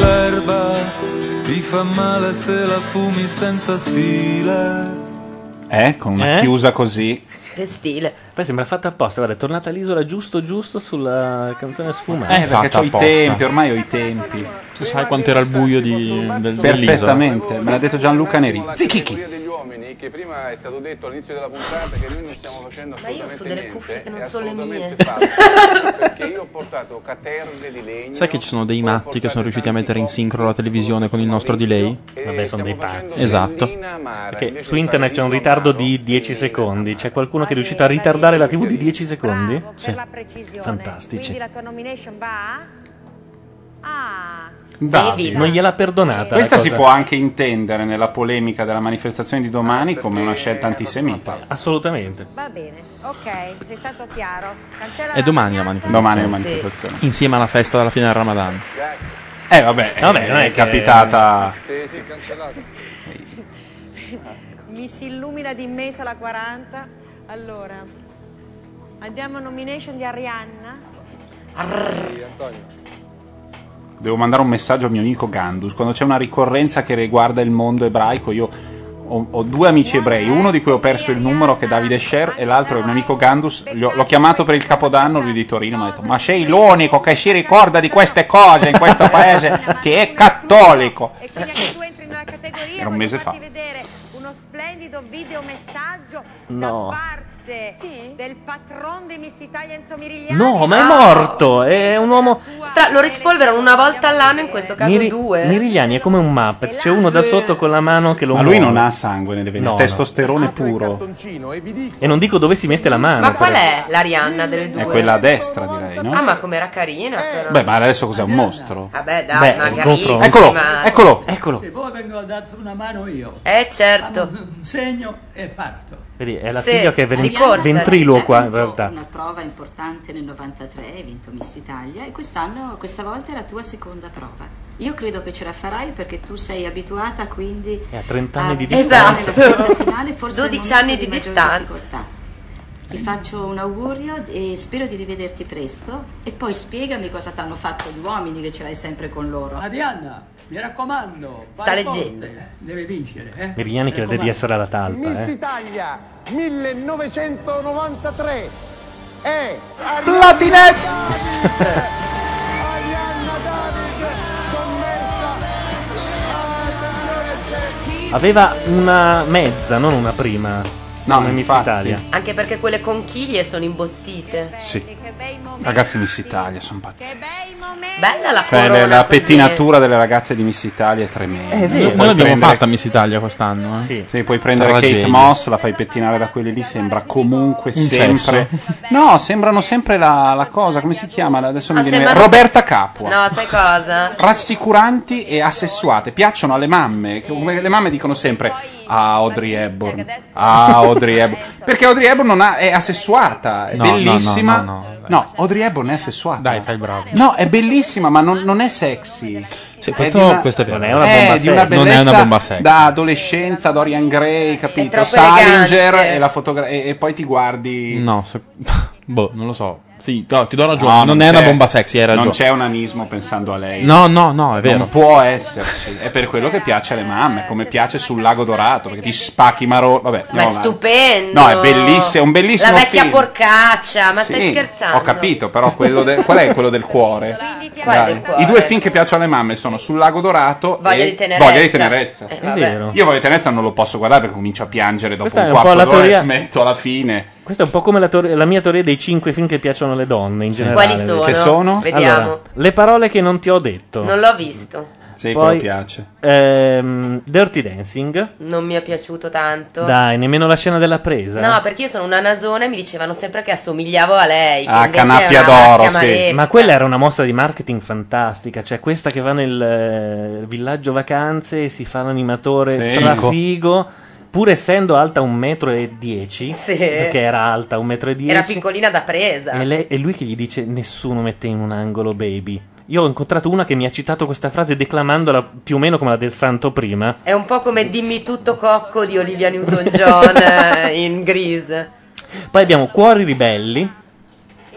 Speaker 27: L'erba ti fa male se la fumi senza stile.
Speaker 7: Eh, con una
Speaker 5: Eh?
Speaker 7: chiusa così.
Speaker 8: Che stile.
Speaker 5: Poi sembra fatta apposta, guarda, è tornata all'isola giusto giusto sulla canzone sfumata.
Speaker 7: Eh, perché ho i tempi, ormai ho i tempi.
Speaker 6: Tu sai quanto era il buio di, del, dell'isola?
Speaker 7: Perfettamente, me l'ha detto Gianluca Neri.
Speaker 14: La
Speaker 7: Zichichi.
Speaker 14: categoria degli uomini che prima è stato detto all'inizio della puntata che noi non stiamo facendo
Speaker 8: Ma io
Speaker 14: assolutamente
Speaker 8: so delle cuffie che
Speaker 14: niente,
Speaker 8: non
Speaker 14: è
Speaker 8: sono le mie.
Speaker 14: assolutamente falso, perché io ho portato caterne di legno
Speaker 6: Sai che ci sono dei matti che sono riusciti a mettere in sincro la televisione con il nostro delay?
Speaker 5: Vabbè, sono dei pazzi.
Speaker 6: Esatto.
Speaker 5: Perché su internet c'è un ritardo di 10 secondi. C'è qualcuno che è riuscito a ritardare la TV di 10 secondi? Sì.
Speaker 12: precisione.
Speaker 5: Fantastici.
Speaker 12: Quindi la tua nomination va a... Ah,
Speaker 7: Davide.
Speaker 5: Non gliel'ha perdonata.
Speaker 7: Questa
Speaker 5: la
Speaker 7: si
Speaker 5: cosa.
Speaker 7: può anche intendere nella polemica della manifestazione di domani come una scelta antisemita.
Speaker 5: Assolutamente.
Speaker 12: va bene. Ok, sei stato chiaro. Cancella
Speaker 5: Eh.
Speaker 6: È domani la
Speaker 7: Domani
Speaker 6: manifestazione.
Speaker 7: la manifestazione.
Speaker 6: Insieme alla festa della fine del Ramadan.
Speaker 7: Eh vabbè,
Speaker 6: Vabbè, non è
Speaker 7: è
Speaker 6: che-
Speaker 7: capitata.
Speaker 14: Sì, cancellata.
Speaker 12: Mi si illumina di immenso la 40. Allora, andiamo a nomination di Arianna.
Speaker 7: Devo mandare un messaggio al mio amico Gandus. Quando c'è una ricorrenza che riguarda il mondo ebraico, io ho, ho due amici ebrei, uno di cui ho perso il numero che è Davide Sher e l'altro è il mio amico Gandus. Li ho- L'ho chiamato per il capodanno, lui di Torino mi ha detto: Ma sei l'unico che si ricorda di queste cose in questo paese che è cattolico.
Speaker 12: E quindi anche tu entri nella categoria.
Speaker 7: Era un
Speaker 12: voglio
Speaker 7: mese
Speaker 12: farti
Speaker 7: fa.
Speaker 12: vedere uno splendido videomessaggio
Speaker 5: No.
Speaker 12: da parte del patron di Miss Italia Enzo Mirigliani.
Speaker 5: No, ma è morto. È un uomo.
Speaker 8: Stra- lo rispolverano una volta all'anno, in questo caso
Speaker 5: Miri-
Speaker 8: due.
Speaker 5: Mirigliani è come un Muppet. C'è uno da sotto con la mano che lo
Speaker 7: Ma
Speaker 5: muove.
Speaker 7: lui non ha sangue nelle vene,
Speaker 5: No,
Speaker 7: ha
Speaker 5: no.
Speaker 7: testosterone puro.
Speaker 5: E non dico dove si mette la mano.
Speaker 8: Ma qual
Speaker 5: però.
Speaker 8: è l'Arianna delle due?
Speaker 7: È quella a destra, direi,
Speaker 8: Ah,
Speaker 7: no?
Speaker 8: ma com'era carina però.
Speaker 7: Beh, ma adesso cos'è un mostro?
Speaker 8: Vabbè, Ah, dai, ma
Speaker 7: Beh,
Speaker 8: carissima.
Speaker 7: eccolo, eccolo, eccolo.
Speaker 13: Se voi vengo dato una mano io.
Speaker 8: Eh, certo.
Speaker 13: Un segno e parto.
Speaker 5: Vedi, è la
Speaker 13: Sì,
Speaker 5: figlia che è ven-
Speaker 13: di corsa.
Speaker 5: ventriloqua in realtà.
Speaker 16: diciamo, Una prova importante nel 93, hai vinto Miss Italia e quest'anno, questa volta è la tua seconda prova. Io credo che ce la farai perché tu sei abituata quindi
Speaker 5: È a 30
Speaker 8: Ah,
Speaker 5: anni di
Speaker 16: a
Speaker 5: distanza.
Speaker 16: passare la
Speaker 8: esatto.
Speaker 16: sfida finale,
Speaker 8: 12
Speaker 16: forse è il momento
Speaker 8: anni di
Speaker 16: maggior
Speaker 8: distanza.
Speaker 16: difficoltà. Ti faccio un augurio e spero di rivederti presto e poi spiegami cosa t'hanno fatto gli uomini che ce l'hai sempre con loro.
Speaker 13: Arianna, mi raccomando, vai
Speaker 16: Sta
Speaker 13: forte,
Speaker 16: leggendo.
Speaker 13: Deve vincere, eh?
Speaker 5: Mirigliani crede
Speaker 8: Ecco
Speaker 5: di essere alla talpa.
Speaker 13: Miss
Speaker 5: Eh.
Speaker 13: Italia.
Speaker 25: 1993 è
Speaker 5: Aveva una mezza, non una prima. come Miss
Speaker 7: infatti.
Speaker 5: Italia.
Speaker 8: Anche perché quelle conchiglie sono imbottite.
Speaker 7: Sì. Ragazzi Miss Italia, sono pazzeschi.
Speaker 8: Bella la
Speaker 7: Cioè,
Speaker 8: corona.
Speaker 7: la, la
Speaker 8: così.
Speaker 7: pettinatura delle ragazze di Miss Italia è tremenda.
Speaker 6: È vero.
Speaker 7: Puoi
Speaker 6: Noi l'abbiamo
Speaker 7: prendere-
Speaker 6: fatta Miss Italia quest'anno. Eh?
Speaker 5: Sì.
Speaker 7: Sì, puoi prendere Kate
Speaker 6: Tragedia.
Speaker 7: Moss, la fai pettinare da quelli lì, sembra comunque
Speaker 6: Un
Speaker 7: sempre... No, sembrano sempre la, la cosa, come si chiama? Adesso mi
Speaker 8: Ah,
Speaker 7: viene...
Speaker 8: sembra-
Speaker 7: Roberta Capua.
Speaker 8: No, sai cosa?
Speaker 7: Rassicuranti e assessuate, piacciono alle mamme, che- come le mamme dicono sempre a Audrey Hepburn, a Audrey Hepburn, perché Audrey Hepburn non ha- è assessuata, è
Speaker 6: No, no, no,
Speaker 7: bellissima,
Speaker 6: no,
Speaker 7: No, Audrey Hepburn è assessuata,
Speaker 6: Dai, fai il bravo.
Speaker 7: no, è bellissima ma non, non è sexy,
Speaker 6: Sì, questo,
Speaker 7: di una- Eh,
Speaker 6: questo è vero.
Speaker 5: Non è una bomba
Speaker 7: di una
Speaker 6: sexy. Non è
Speaker 7: bellezza
Speaker 6: una bomba sexy.
Speaker 7: da adolescenza, Dorian Gray, capito?
Speaker 6: troppo
Speaker 7: Salinger
Speaker 6: elegante.
Speaker 7: e, la fotogra- e, e poi ti guardi.
Speaker 6: No, se- boh, non lo so. Sì, no, ti do ragione.
Speaker 7: No,
Speaker 6: non, è una
Speaker 7: Ah, c'è-
Speaker 6: bomba sexy, hai ragione.
Speaker 7: Non c'è un anismo pensando a lei.
Speaker 6: No, no, no, è vero.
Speaker 7: Non può esserci, è per quello che piace alle mamme, come piace sul Lago Dorato, perché ti spacchi Maro. Vabbè,
Speaker 8: Ma è
Speaker 7: andiamo avanti.
Speaker 8: stupendo.
Speaker 7: No, è bellissimo, è un bellissimo
Speaker 8: La vecchia
Speaker 7: film.
Speaker 8: porcaccia, ma stai
Speaker 7: Sì,
Speaker 8: scherzando?
Speaker 7: Ho capito, però quello de- qual è quello del cuore?
Speaker 8: Qual è
Speaker 7: Dai.
Speaker 8: del cuore?
Speaker 7: I due film che piacciono alle mamme sono Sul Lago Dorato
Speaker 8: Voglia
Speaker 7: e
Speaker 8: di tenerezza.
Speaker 7: Voglia di tenerezza.
Speaker 8: Eh, vabbè. È vero.
Speaker 7: Io Voglia di tenerezza non lo posso guardare perché comincio a piangere dopo
Speaker 5: Questa è
Speaker 7: un
Speaker 5: un po'
Speaker 7: quarto
Speaker 5: la
Speaker 7: d'ora
Speaker 5: teoria-
Speaker 7: e smetto alla fine.
Speaker 5: Questa è un po' come la, teor- la mia teoria dei 5 film che piacciono alle donne in generale.
Speaker 8: Quali sono?
Speaker 7: Che sono?
Speaker 8: Vediamo.
Speaker 5: Allora, le parole che non ti ho detto.
Speaker 8: Non l'ho visto.
Speaker 7: Sì,
Speaker 5: Poi-
Speaker 7: quello piace.
Speaker 5: Ehm, Dirty Dancing.
Speaker 8: Non mi è piaciuto tanto.
Speaker 5: Dai, nemmeno la scena della presa.
Speaker 8: No, perché io sono una nasona e mi dicevano sempre che assomigliavo a lei. che
Speaker 5: Ah,
Speaker 8: invece è
Speaker 5: Canappia
Speaker 8: una
Speaker 5: d'Oro,
Speaker 8: macchia malefica.
Speaker 5: Ma quella era una mossa di marketing fantastica. Cioè, questa che va nel eh, villaggio vacanze e si fa l'animatore
Speaker 6: Sì.
Speaker 5: strafigo. Pur essendo alta 1,10 m,
Speaker 8: Sì.
Speaker 5: perché era alta 1,10 m,
Speaker 8: Era piccolina da presa.
Speaker 5: E, lei- e lui che gli dice: Nessuno mette in un angolo, baby. Io ho incontrato una che mi ha citato questa frase declamandola più o meno come la del santo prima.
Speaker 8: È un po' come dimmi tutto cocco di Olivia Newton-John eh, in Grease.
Speaker 5: Poi abbiamo Cuori ribelli.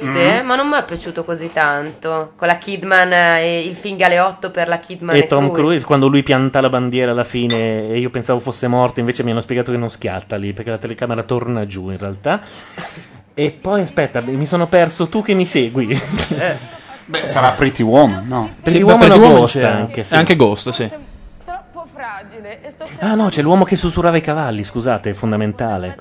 Speaker 7: Mm.
Speaker 8: forse, ma non mi è piaciuto così tanto. Con la Kidman eh, e il fingaleotto per la Kidman e,
Speaker 5: E Tom Cruise quando lui pianta la bandiera alla fine e io pensavo fosse morto, invece mi hanno spiegato che non schiatta lì perché la telecamera torna giù in realtà. E poi aspetta, mi sono perso tu che mi segui.
Speaker 7: Beh, sarà Pretty Woman, no?
Speaker 5: Pretty Woman
Speaker 6: Pretty
Speaker 5: o
Speaker 6: Woman
Speaker 5: Ghost
Speaker 6: c'è.
Speaker 5: anche, sì.
Speaker 6: È anche Ghost, sì.
Speaker 5: Ah no, c'è l'uomo che sussurrava i cavalli, scusate, è fondamentale.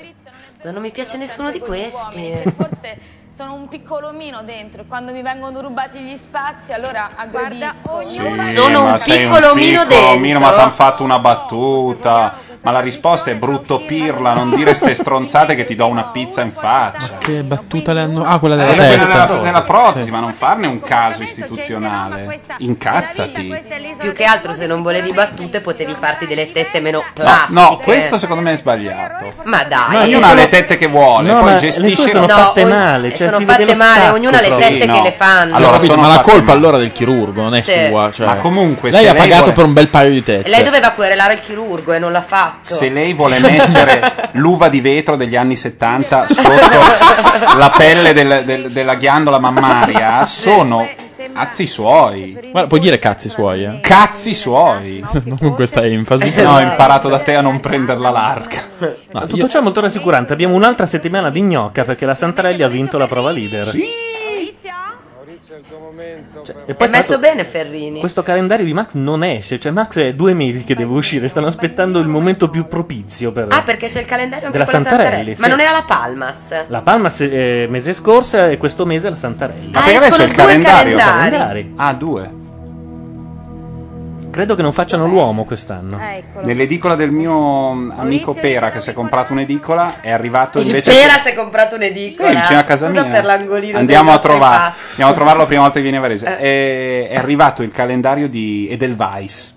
Speaker 8: Ma non mi piace nessuno di questi.
Speaker 20: Sono un piccolomino dentro, quando mi vengono rubati gli spazi allora aggredisco. Guarda,
Speaker 7: Sì,
Speaker 8: Sono
Speaker 7: ma
Speaker 8: un
Speaker 7: sei
Speaker 8: piccolomino
Speaker 7: piccolomino,
Speaker 8: dentro.
Speaker 7: ma t'han fatto una battuta. Ma la risposta è brutto pirla, non dire ste stronzate che ti do una pizza in faccia.
Speaker 6: Che battuta le hanno. Ah, quella
Speaker 7: Eh,
Speaker 6: della
Speaker 7: quella
Speaker 6: terza.
Speaker 7: della, della prossima, non farne un caso istituzionale. Incazzati.
Speaker 8: Più che altro se non volevi battute potevi farti delle tette meno
Speaker 7: No,
Speaker 8: plastiche.
Speaker 7: no, questo secondo me è sbagliato.
Speaker 8: Ma dai.
Speaker 7: Ma ognuno ha le tette che vuole,
Speaker 5: No, ma
Speaker 7: poi
Speaker 5: le
Speaker 7: gestisce.
Speaker 5: sue sono
Speaker 7: No,
Speaker 5: fatte
Speaker 7: ogni-
Speaker 5: male, cioè
Speaker 8: eh, sono
Speaker 5: si vede
Speaker 8: fatte
Speaker 5: lo
Speaker 8: male,
Speaker 5: stacco
Speaker 8: ognuna ha le
Speaker 5: proprio.
Speaker 8: tette che le fanno.
Speaker 6: Allora,
Speaker 7: capito,
Speaker 6: ma
Speaker 7: ma
Speaker 6: la
Speaker 7: fatte
Speaker 6: colpa allora del chirurgo, non è
Speaker 8: Sì.
Speaker 6: sua. Cioè.
Speaker 7: Ma comunque,
Speaker 6: lei
Speaker 7: se
Speaker 6: ha
Speaker 7: lei
Speaker 6: pagato
Speaker 7: vuole-
Speaker 6: per un bel paio di tette.
Speaker 8: Lei doveva querelare il chirurgo e non l'ha fatto.
Speaker 7: Se lei vuole mettere l'uva di vetro degli anni 70 sotto la pelle del- del- della ghiandola mammaria, sono cazzi suoi.
Speaker 6: Guarda, puoi dire cazzi suoi, eh.
Speaker 7: Cazzi suoi.
Speaker 6: Non con questa enfasi.
Speaker 7: No, ho imparato da te a non prenderla larga.
Speaker 5: Ma tutto ciò è molto rassicurante. Abbiamo un'altra settimana di gnocca perché la Santarelli ha vinto la prova leader.
Speaker 7: Cioè,
Speaker 5: E
Speaker 8: È
Speaker 5: poi, tra
Speaker 8: messo
Speaker 5: l'altro,
Speaker 8: bene Ferrini.
Speaker 5: questo calendario di Max non esce, cioè Max è due mesi che deve uscire, stanno aspettando il momento più propizio per...
Speaker 8: Ah, perché c'è il calendario anche
Speaker 5: Della
Speaker 8: con la
Speaker 5: Santarelli,
Speaker 8: Santarelli.
Speaker 5: sì.
Speaker 8: Ma non era la Palmas.
Speaker 5: La Palma se- eh, mese scorso e questo mese la Santarelli.
Speaker 8: Ma Ah, perché adesso escono è il due calendario? calendari.
Speaker 7: Ah, due.
Speaker 5: Credo che non facciano l'uomo quest'anno.
Speaker 7: Nell'edicola del mio mm, amico Pera, che si è comprato un'edicola, è arrivato
Speaker 8: Il
Speaker 7: invece.
Speaker 8: Pera si è comprato un'edicola.
Speaker 7: Sì, vicino a casa
Speaker 8: Scusa
Speaker 7: mia.
Speaker 8: per l'angolino.
Speaker 7: Andiamo
Speaker 8: dei
Speaker 7: a,
Speaker 8: nostri
Speaker 7: trovare,
Speaker 8: fatti.
Speaker 7: andiamo a trovarlo la prima volta che viene a Varese. Eh, È arrivato il calendario di Edelweiss,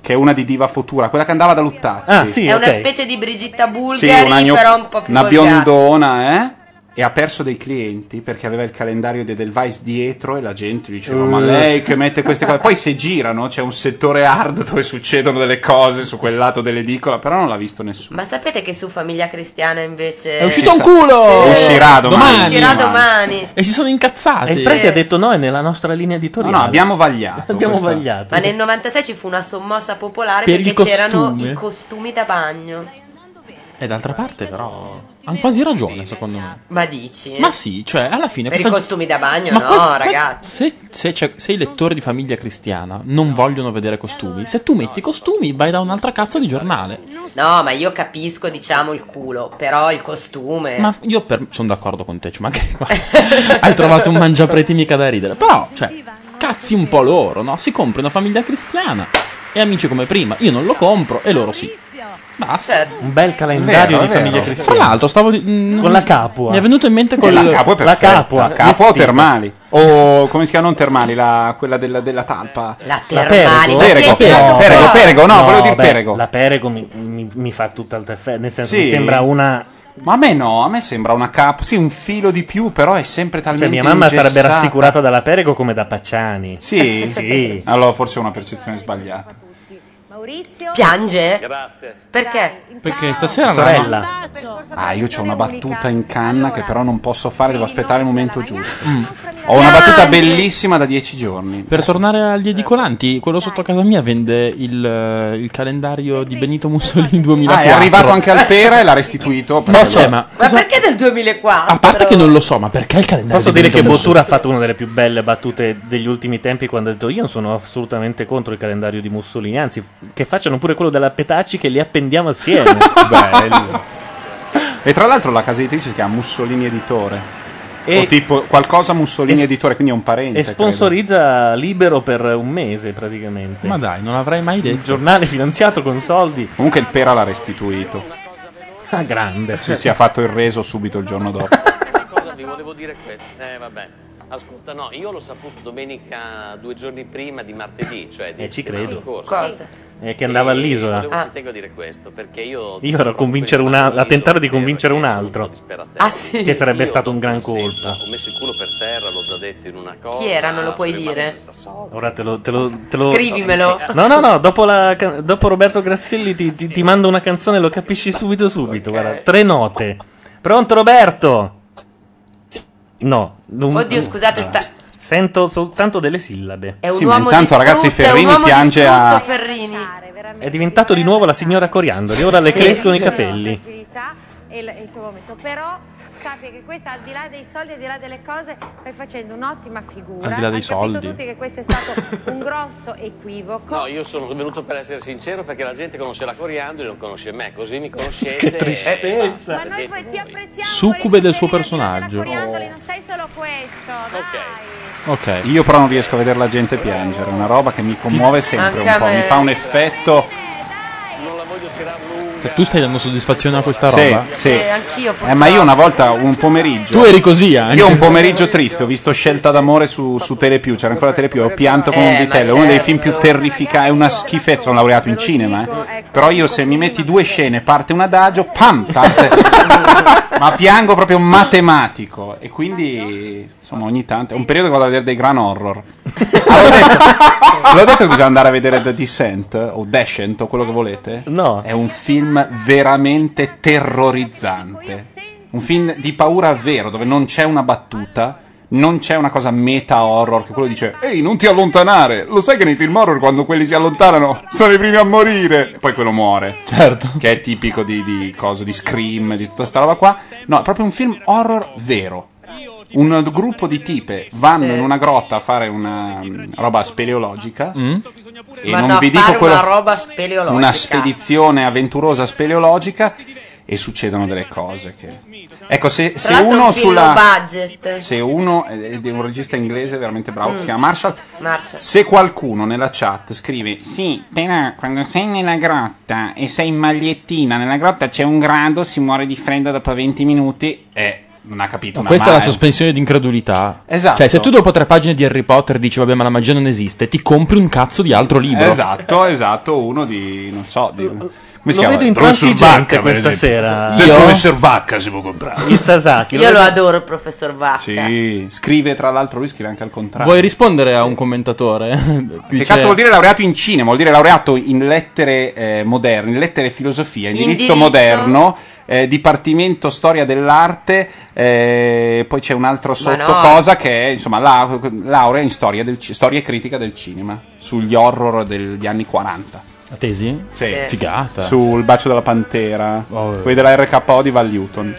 Speaker 7: che è una di Diva Futura, quella che andava da Luttacci.
Speaker 8: è una specie di Brigitta
Speaker 7: Ah, Sì,
Speaker 8: Bulgari,
Speaker 7: una, gno-
Speaker 8: però un po' più
Speaker 7: una
Speaker 8: volgare.
Speaker 7: biondona, eh? E ha perso dei clienti perché aveva il calendario di Edelweiss dietro e la gente diceva:
Speaker 5: Eh.
Speaker 7: Ma lei che mette queste cose. Poi se girano c'è un settore hard dove succedono delle cose su quel lato dell'edicola, però non l'ha visto nessuno.
Speaker 8: Ma sapete che su Famiglia Cristiana invece
Speaker 7: È uscito un culo! Uscirà domani. Domani.
Speaker 8: Uscirà domani.
Speaker 5: E si sono incazzati. E il prete
Speaker 8: Eh.
Speaker 5: ha detto no, è nella nostra linea editoriale.
Speaker 7: No, no, abbiamo vagliato.
Speaker 5: Abbiamo
Speaker 7: questa-
Speaker 5: vagliato.
Speaker 8: Ma nel 96 ci fu una sommossa popolare
Speaker 6: Per
Speaker 8: perché
Speaker 6: il costume.
Speaker 8: c'erano i costumi da bagno.
Speaker 6: E Eh, d'altra parte, però. Hanno quasi ragione, secondo me.
Speaker 8: Ma dici?
Speaker 6: Ma sì, cioè, alla fine.
Speaker 8: Per i
Speaker 6: questa-
Speaker 8: costumi da bagno
Speaker 6: Ma
Speaker 8: no,
Speaker 6: quest- quest-
Speaker 8: ragazzi.
Speaker 6: se, se c'è- se i lettori di famiglia cristiana non vogliono vedere costumi, se tu metti costumi, vai da un'altra cazzo di giornale.
Speaker 8: No, ma io capisco, diciamo, il culo, però il costume...
Speaker 6: Ma io per- sono d'accordo con te, cioè, ma anche qua hai trovato un mangiapreti mica da ridere. Però, cioè, cazzi un po' loro, no? Si compra una famiglia cristiana e amici come prima. Io non lo compro e loro sì. Basta.
Speaker 5: Un bel calendario di famiglia cristiana.
Speaker 6: Tra l'altro, stavo. di- mm,
Speaker 5: Con la capua.
Speaker 6: Mi è venuto in mente
Speaker 7: Eh,
Speaker 6: col.
Speaker 7: la capua è
Speaker 5: la
Speaker 7: perfetta.
Speaker 5: capua,
Speaker 7: La capua o
Speaker 5: vestita.
Speaker 7: termali. O come si chiama? Non termali, la- quella della, della talpa.
Speaker 8: La
Speaker 7: perego.
Speaker 5: ma chi è
Speaker 7: Perego,
Speaker 5: che
Speaker 7: perego,
Speaker 5: la-
Speaker 7: perego, perego, no, volevo dire
Speaker 5: beh,
Speaker 7: perego.
Speaker 5: La perego mi, mi- mi fa tutt'altro effetto. Nel senso,
Speaker 7: Sì.
Speaker 5: mi sembra una.
Speaker 7: Ma a me no, a me sembra una capua. Sì, un filo di più, però è sempre talmente.
Speaker 5: Cioè, mia mamma sarebbe
Speaker 7: ingessata.
Speaker 5: rassicurata dalla perego come da Pacciani.
Speaker 7: Sì,
Speaker 5: sì.
Speaker 7: Allora, forse è una percezione sbagliata.
Speaker 12: Maurizio.
Speaker 8: Piange?
Speaker 11: Grazie.
Speaker 8: Perché?
Speaker 7: Perché stasera
Speaker 5: Sorella.
Speaker 7: Ah, io ho una battuta in canna che però non posso fare, devo aspettare il momento giusto.
Speaker 6: Mm.
Speaker 7: Ho una battuta bellissima da dieci giorni.
Speaker 6: Per tornare agli edicolanti, quello sotto casa mia vende il, eh, il calendario di Benito Mussolini 2004.
Speaker 7: Ah, è arrivato anche al Pera e l'ha restituito. perché
Speaker 6: No, cioè,
Speaker 7: allora-
Speaker 6: ma
Speaker 8: Ma perché del 2004?
Speaker 6: a parte che non lo so, ma perché il calendario?
Speaker 5: Posso
Speaker 6: di
Speaker 5: dire che
Speaker 6: Benito
Speaker 5: Bottura ha fatto una delle più belle battute degli ultimi tempi quando ha detto io non sono assolutamente contro il calendario di Mussolini, anzi che facciano pure quello della Petacci che li appendiamo assieme.
Speaker 7: Bello. E tra l'altro la casa editrice si chiama Mussolini Editore.
Speaker 5: E-
Speaker 7: o tipo qualcosa Mussolini
Speaker 5: e-
Speaker 7: Editore, quindi è un parente.
Speaker 5: e sponsorizza libero per un mese praticamente. Ma
Speaker 6: dai, non avrei mai detto.
Speaker 5: Il giornale finanziato con soldi.
Speaker 7: credo. Comunque il Pera l'ha restituito.
Speaker 5: Ah, grande.
Speaker 7: Sì, sì, ha fatto il reso subito il giorno dopo.
Speaker 11: cosa vi volevo dire questo. Eh, vabbè. Ascolta, no, io l'ho saputo domenica due giorni prima di martedì, cioè di
Speaker 5: Eh, ci
Speaker 11: settimana
Speaker 5: credo. Ah.
Speaker 11: scorsa.
Speaker 8: Cosa?
Speaker 5: Eh, che andava all'isola.
Speaker 11: Volevo ci tengo a dire questo, perché io
Speaker 5: Io ero a, convincere un al- a tentare di convincere un altro.
Speaker 8: Ah,
Speaker 5: Che sarebbe stato un gran colpo.
Speaker 11: ho messo il culo per terra, l'ho già detto in una cosa.
Speaker 8: Chi era? Non lo puoi
Speaker 11: sono
Speaker 8: dire?
Speaker 11: rimasto
Speaker 5: Ora te lo, te lo- te lo-
Speaker 8: Scrivimelo.
Speaker 5: No, no, no. Dopo, la can- dopo Roberto Grasselli ti, ti- ti mando una canzone, lo capisci subito, subito. Guarda, tre note. Pronto, Roberto? No. non-
Speaker 8: Oddio, scusate,
Speaker 5: no.
Speaker 7: Ah.
Speaker 8: sta-
Speaker 5: Sento soltanto delle sillabe.
Speaker 8: È un Sì, ma uomo intanto, distrutto, ragazzi, è un Ferrini uomo piange distrutto, a- Ferrini.
Speaker 5: È diventato di nuovo la signora Coriandoli, ora le
Speaker 8: Sì.
Speaker 5: crescono i capelli.
Speaker 12: facilità e il, e il tuo momento, però sappi che questa al di là dei soldi, al di là delle cose, stai facendo un'ottima figura.
Speaker 11: Al di là dei
Speaker 12: Hanno capito
Speaker 11: soldi.
Speaker 12: tutti che questo è stato un grosso equivoco.
Speaker 11: No, io sono venuto per essere sincero perché la gente conosce la Coriandoli non conosce me, così mi conoscete. Eh, che
Speaker 6: tristezza.
Speaker 12: Ma noi poi ti apprezziamo.
Speaker 6: Succube del suo personaggio.
Speaker 11: eh,
Speaker 7: Io però non riesco a vedere la gente piangere, è una roba che mi commuove sempre
Speaker 6: Anche
Speaker 7: un
Speaker 6: a
Speaker 7: po',
Speaker 6: me.
Speaker 7: mi fa un effetto.
Speaker 6: Cioè, tu stai dando soddisfazione a questa
Speaker 7: Sì,
Speaker 6: roba?
Speaker 7: sì.
Speaker 8: Eh, anch'io
Speaker 7: Eh, ma io una volta un pomeriggio.
Speaker 6: Tu eri così anche.
Speaker 7: Io un pomeriggio triste, ho visto Scelta d'amore su, su Telepiù, c'era ancora Telepiù, ho pianto come
Speaker 6: Eh,
Speaker 7: un
Speaker 6: ma
Speaker 7: vitello, è uno dei film più terrificanti, è una schifezza, sono laureato in cinema,
Speaker 6: ecco,
Speaker 7: eh. però io se mi metti due scene, parte un adagio, pam, parte, ma piango proprio matematico e quindi insomma ogni tanto, è un periodo che vado a vedere dei gran horror. Ve l'ho detto che bisogna andare a vedere The Descent o Descent o quello che volete?
Speaker 5: No.
Speaker 7: È un film veramente terrorizzante. Un film di paura vero, dove non c'è una battuta, non c'è una cosa meta horror che quello dice "Ehi, non ti allontanare". Lo sai che nei film horror quando quelli si allontanano sono i primi a morire. E Poi quello muore.
Speaker 6: Certo.
Speaker 7: Che è tipico di di coso di Scream, di tutta sta roba qua. No, è proprio un film horror vero un gruppo di tipe vanno
Speaker 8: Sì.
Speaker 7: in una grotta a fare una mm, roba speleologica
Speaker 6: Mm.
Speaker 7: e
Speaker 8: Ma
Speaker 7: non
Speaker 8: no,
Speaker 7: vi
Speaker 8: fare
Speaker 7: dico quello
Speaker 8: una roba speleologica.
Speaker 7: una spedizione avventurosa speleologica e succedono delle cose che ecco se, se
Speaker 8: Tra l'altro
Speaker 7: uno
Speaker 8: un film
Speaker 7: sulla
Speaker 8: budget.
Speaker 7: se uno ed è un regista inglese veramente bravo
Speaker 8: Mm.
Speaker 7: si chiama Marshall
Speaker 8: Marshall.
Speaker 7: se qualcuno nella chat scrive sì però quando sei nella grotta e sei in magliettina nella grotta c'è un grado si muore di freddo dopo 20 minuti eh, non ha capito una
Speaker 6: Questa è la
Speaker 7: ma- eh.
Speaker 6: sospensione di incredulità.
Speaker 7: Esatto.
Speaker 6: Cioè, se tu dopo tre pagine di Harry Potter dici, vabbè, ma la magia non esiste, ti compri un cazzo di altro libro.
Speaker 7: Esatto, esatto, uno di non so, di come
Speaker 6: lo vedo
Speaker 5: intransigente
Speaker 7: Vacca, per
Speaker 5: questa
Speaker 7: esempio.
Speaker 5: sera.
Speaker 7: Del
Speaker 5: Io?
Speaker 7: professor Vacca si può comprare.
Speaker 5: Il Sasaki.
Speaker 8: Io lo adoro il professor Vacca.
Speaker 7: Sì, scrive tra l'altro lui scrive anche al contrario.
Speaker 6: Vuoi rispondere a un commentatore?
Speaker 7: che cazzo vuol dire laureato in cinema? Vuol dire laureato in lettere eh, moderne, in lettere e filosofia, indirizzo,
Speaker 6: Indirizzo.
Speaker 7: moderno, eh, dipartimento storia dell'arte, eh, poi c'è un altro sotto
Speaker 6: no.
Speaker 7: cosa che è insomma la- laurea in storia, del, ci- storia e critica del cinema, sugli horror degli anni 40.
Speaker 6: La tesi?
Speaker 7: Sì.
Speaker 6: Figata.
Speaker 7: Sul bacio della pantera, quelli della RKO di Val Newton.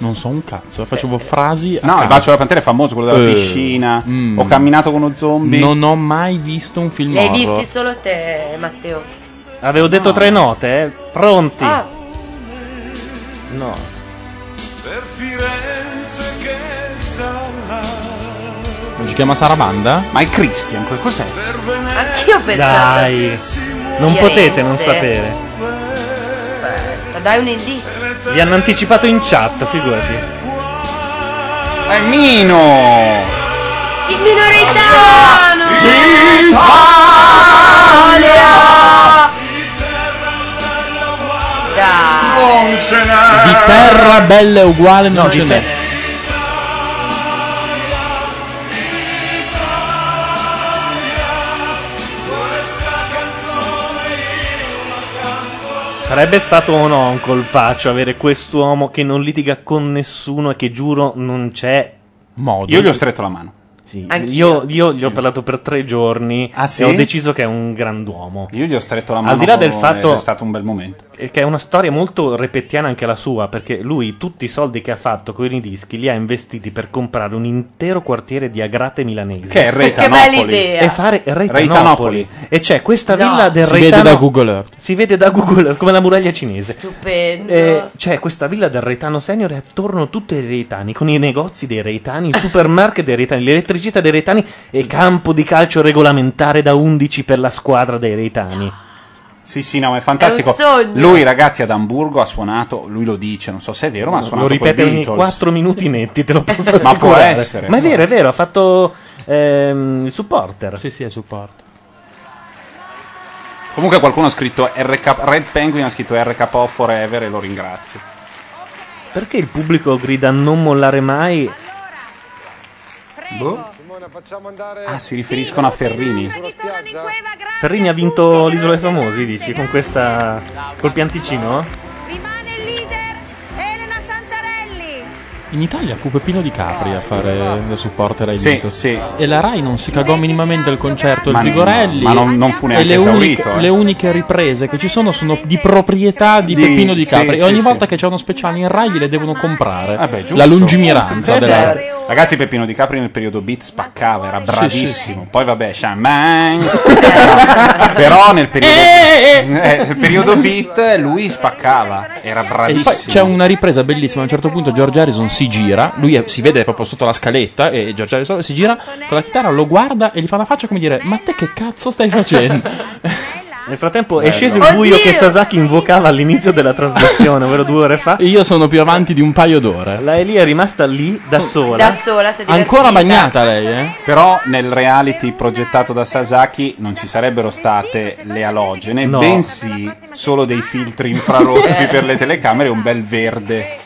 Speaker 6: Non so un cazzo, facevo frasi. a
Speaker 7: No, il
Speaker 6: caso.
Speaker 7: bacio della pantera è famoso, quello della
Speaker 6: Eh,
Speaker 7: piscina.
Speaker 6: mm.
Speaker 7: Ho camminato con uno zombie.
Speaker 6: Non ho mai visto un film
Speaker 8: Li hai
Speaker 6: horror.
Speaker 8: visti solo te, Matteo.
Speaker 5: Avevo detto tre note, eh. Pronti?
Speaker 8: Ah,
Speaker 5: No.
Speaker 6: Non si chiama Sarabanda?
Speaker 7: Ma è Christian, que- cos'è?
Speaker 8: anch'io pensavo.
Speaker 5: Dai. Non
Speaker 8: Firenze.
Speaker 5: potete non sapere.
Speaker 8: Aspetta, Dai un indizio.
Speaker 5: Vi hanno anticipato in chat, figurati.
Speaker 7: È Mino!
Speaker 8: Il minoritano! Dai.
Speaker 25: Non ce
Speaker 6: Di terra bella e uguale non, ce n'è.
Speaker 5: Sarebbe stato o no un colpaccio avere quest'uomo che non litiga con nessuno e che giuro non c'è
Speaker 6: modo.
Speaker 7: Io gli ho stretto la mano.
Speaker 5: Sì,
Speaker 7: Anch'io.
Speaker 5: io, io gli ho parlato per tre giorni
Speaker 7: Ah, sì?
Speaker 5: e ho deciso che è un grand'uomo.
Speaker 7: Io gli ho stretto la mano.
Speaker 5: Al di là del
Speaker 7: ed
Speaker 5: fatto
Speaker 7: È stato un bel momento.
Speaker 5: che è una storia molto repettiana anche la sua, perché lui tutti i soldi che ha fatto con i dischi li ha investiti per comprare un intero quartiere di agrate milanesi.
Speaker 7: Che è Retanopoli. Che bella idea.
Speaker 5: E fare Retanopoli.
Speaker 7: Retanopoli.
Speaker 5: E c'è questa
Speaker 7: No.
Speaker 5: villa del
Speaker 6: Si vede
Speaker 5: Retano-
Speaker 6: da Google Earth.
Speaker 5: Si vede da Google Earth, come la muraglia cinese.
Speaker 8: Stupendo.
Speaker 5: Eh, c'è questa villa del Reitano Senior e attorno tutti i Reitani, con i negozi dei Reitani, il supermarket dei Reitani, l'elettricità dei Reitani e campo di calcio regolamentare da 11 per la squadra dei Reitani.
Speaker 7: Sì, sì, no, ma è fantastico.
Speaker 5: È un sogno.
Speaker 7: Lui, ragazzi, ad Amburgo ha suonato. Lui lo dice, non so se è vero, ma ha
Speaker 5: Lo
Speaker 7: suonato
Speaker 5: ripete
Speaker 7: coi
Speaker 5: ogni
Speaker 7: Beatles.
Speaker 5: 4 minuti netti, te lo posso
Speaker 7: Ma può
Speaker 5: assicurare.
Speaker 7: essere,
Speaker 5: Ma è
Speaker 7: può
Speaker 5: vero, è vero, ha fatto ehm, il supporter.
Speaker 6: Sì, sì, è supporter.
Speaker 7: Comunque, qualcuno ha scritto RK, Red Penguin ha scritto RKO Forever e lo ringrazio.
Speaker 5: Perché il pubblico grida non mollare mai?
Speaker 7: Boh. Ah, si riferiscono a Ferrini.
Speaker 5: Ferrini ha vinto l'Isola dei Famosi, dici, con questa... col pianticino?
Speaker 12: Rimane il leader Elena Santarelli.
Speaker 6: In Italia fu Peppino Di Capri a fare il supporter ai
Speaker 7: Sì,
Speaker 6: Beatles. E la Rai non si cagò minimamente al concerto
Speaker 7: Ma
Speaker 6: del Vigorelli.
Speaker 7: no, ma non- non fu neanche
Speaker 6: e le
Speaker 7: esaurito,
Speaker 6: Uniche,
Speaker 7: eh.
Speaker 6: le uniche riprese che ci sono sono di proprietà di,
Speaker 7: Di-
Speaker 6: Peppino Di
Speaker 7: sì,
Speaker 6: Capri.
Speaker 7: sì,
Speaker 6: e ogni
Speaker 7: sì.
Speaker 6: volta che c'è uno speciale in Rai gliele devono comprare.
Speaker 7: giusto.
Speaker 6: La lungimiranza della Rai.
Speaker 7: Ragazzi, Peppino Di Capri nel periodo beat spaccava, era
Speaker 6: sì.
Speaker 7: bravissimo. Poi vabbè, Shaman. Però nel periodo, eh, nel periodo beat lui spaccava, era
Speaker 6: E
Speaker 7: bravissimo.
Speaker 6: poi c'è una ripresa bellissima. A un certo punto George Harrison si gira, lui è- si vede proprio sotto la scaletta. E George Harrison si gira con la chitarra, lo guarda e gli fa una faccia come dire: Ma te che cazzo stai facendo?
Speaker 5: Nel frattempo è
Speaker 6: Bello.
Speaker 5: sceso il buio
Speaker 6: Oddio!
Speaker 5: che Sasaki invocava all'inizio della trasmissione, ovvero due ore fa.
Speaker 6: Io sono più avanti di un paio d'ore.
Speaker 5: La Elia è rimasta lì da sola.
Speaker 8: Da sola si è
Speaker 7: Ancora
Speaker 6: bagnata lei, eh?
Speaker 7: Però nel reality progettato da Sasaki non ci sarebbero state le alogene,
Speaker 5: No.
Speaker 7: bensì solo dei filtri infrarossi per le telecamere e un bel verde.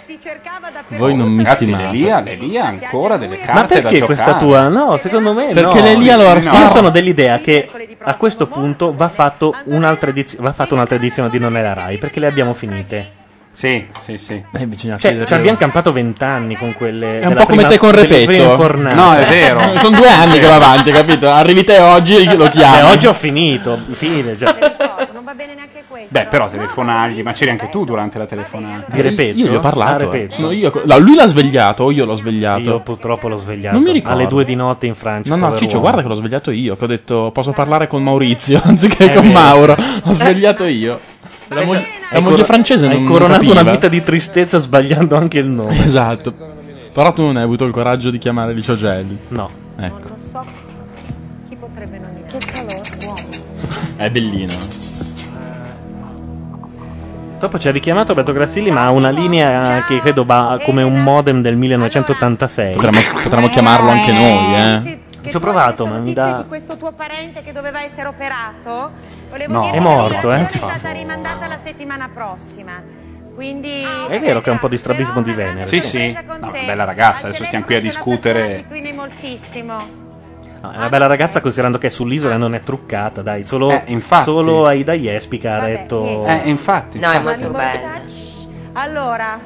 Speaker 6: Voi non mi
Speaker 7: Ragazzi,
Speaker 6: stimate.
Speaker 7: l'Elia, l'Elia ha ancora delle carte
Speaker 5: Ma
Speaker 7: da
Speaker 5: perché
Speaker 7: giocare. Eh,
Speaker 5: questa tua? No, secondo me
Speaker 7: Perché
Speaker 5: no.
Speaker 7: l'Elia lo arrestava.
Speaker 5: Io sono dell'idea che a questo punto va, fatto un'altra ediz- va fatta un'altra edizione di Non è la Rai, perché le abbiamo finite.
Speaker 7: Sì, sì, sì.
Speaker 6: Eh, bisogna
Speaker 5: Cioè,
Speaker 6: chiedere-
Speaker 5: ci abbiamo campato vent'anni con quelle.
Speaker 6: È un
Speaker 5: della
Speaker 6: po' come
Speaker 5: prima-
Speaker 6: te con
Speaker 5: delle prime
Speaker 6: Repetto.
Speaker 5: infornate.
Speaker 6: Sono due anni che va avanti, capito? Arrivi te oggi e lo chiami.
Speaker 7: eh,
Speaker 5: Beh, Eh, oggi ho finito, fine già.
Speaker 7: Beh, però telefonagli, ma c'eri anche tu durante la telefonata.
Speaker 6: Io gli ho parlato. eh. Sono io- no, lui l'ha svegliato, o io l'ho svegliato. Io
Speaker 5: purtroppo l'ho svegliato.
Speaker 6: Non mi ricordo.
Speaker 5: Alle due di notte in Francia.
Speaker 6: No, no,
Speaker 5: povero
Speaker 6: Ciccio,
Speaker 5: uomo.
Speaker 6: guarda che l'ho svegliato io. Che ho detto, posso parlare con Maurizio anziché
Speaker 5: Eh,
Speaker 6: con
Speaker 5: vero,
Speaker 6: Mauro.
Speaker 5: sì.
Speaker 6: L'ho svegliato io. La, mo- la
Speaker 5: Hai
Speaker 6: moglie
Speaker 5: cor-
Speaker 6: francese non
Speaker 5: Hai coronato
Speaker 6: capiva.
Speaker 5: una vita di tristezza sbagliando anche il nome.
Speaker 6: Esatto. Però tu non hai avuto il coraggio di chiamare Licio Gelli.
Speaker 5: No.
Speaker 6: Ecco.
Speaker 12: Non so chi potrebbe nominare. Che calore, uomo.
Speaker 6: È bellino.
Speaker 5: Dopo ci ha richiamato Alberto Grassilli, ma ha una linea che credo va come un modem del 1986.
Speaker 6: Potremmo, potremmo chiamarlo anche noi, eh.
Speaker 5: Ci ho provato, ma mi dà.
Speaker 12: Questo tuo parente che doveva essere operato, volevo
Speaker 5: No,
Speaker 12: dire
Speaker 5: è morto, eh.
Speaker 12: che la cura è stata rimandata la settimana prossima. Quindi
Speaker 5: Ah, È vero che è un po' di strabismo di Venere.
Speaker 7: Sì, sì. No, bella ragazza, adesso stiamo qui a discutere.
Speaker 12: tu ne moltissimo.
Speaker 5: No, è una bella ragazza considerando che è sull'isola e non è truccata, dai. Solo, solo Aida Jespica ha detto.
Speaker 7: Eh, infatti. infatti.
Speaker 12: Allora,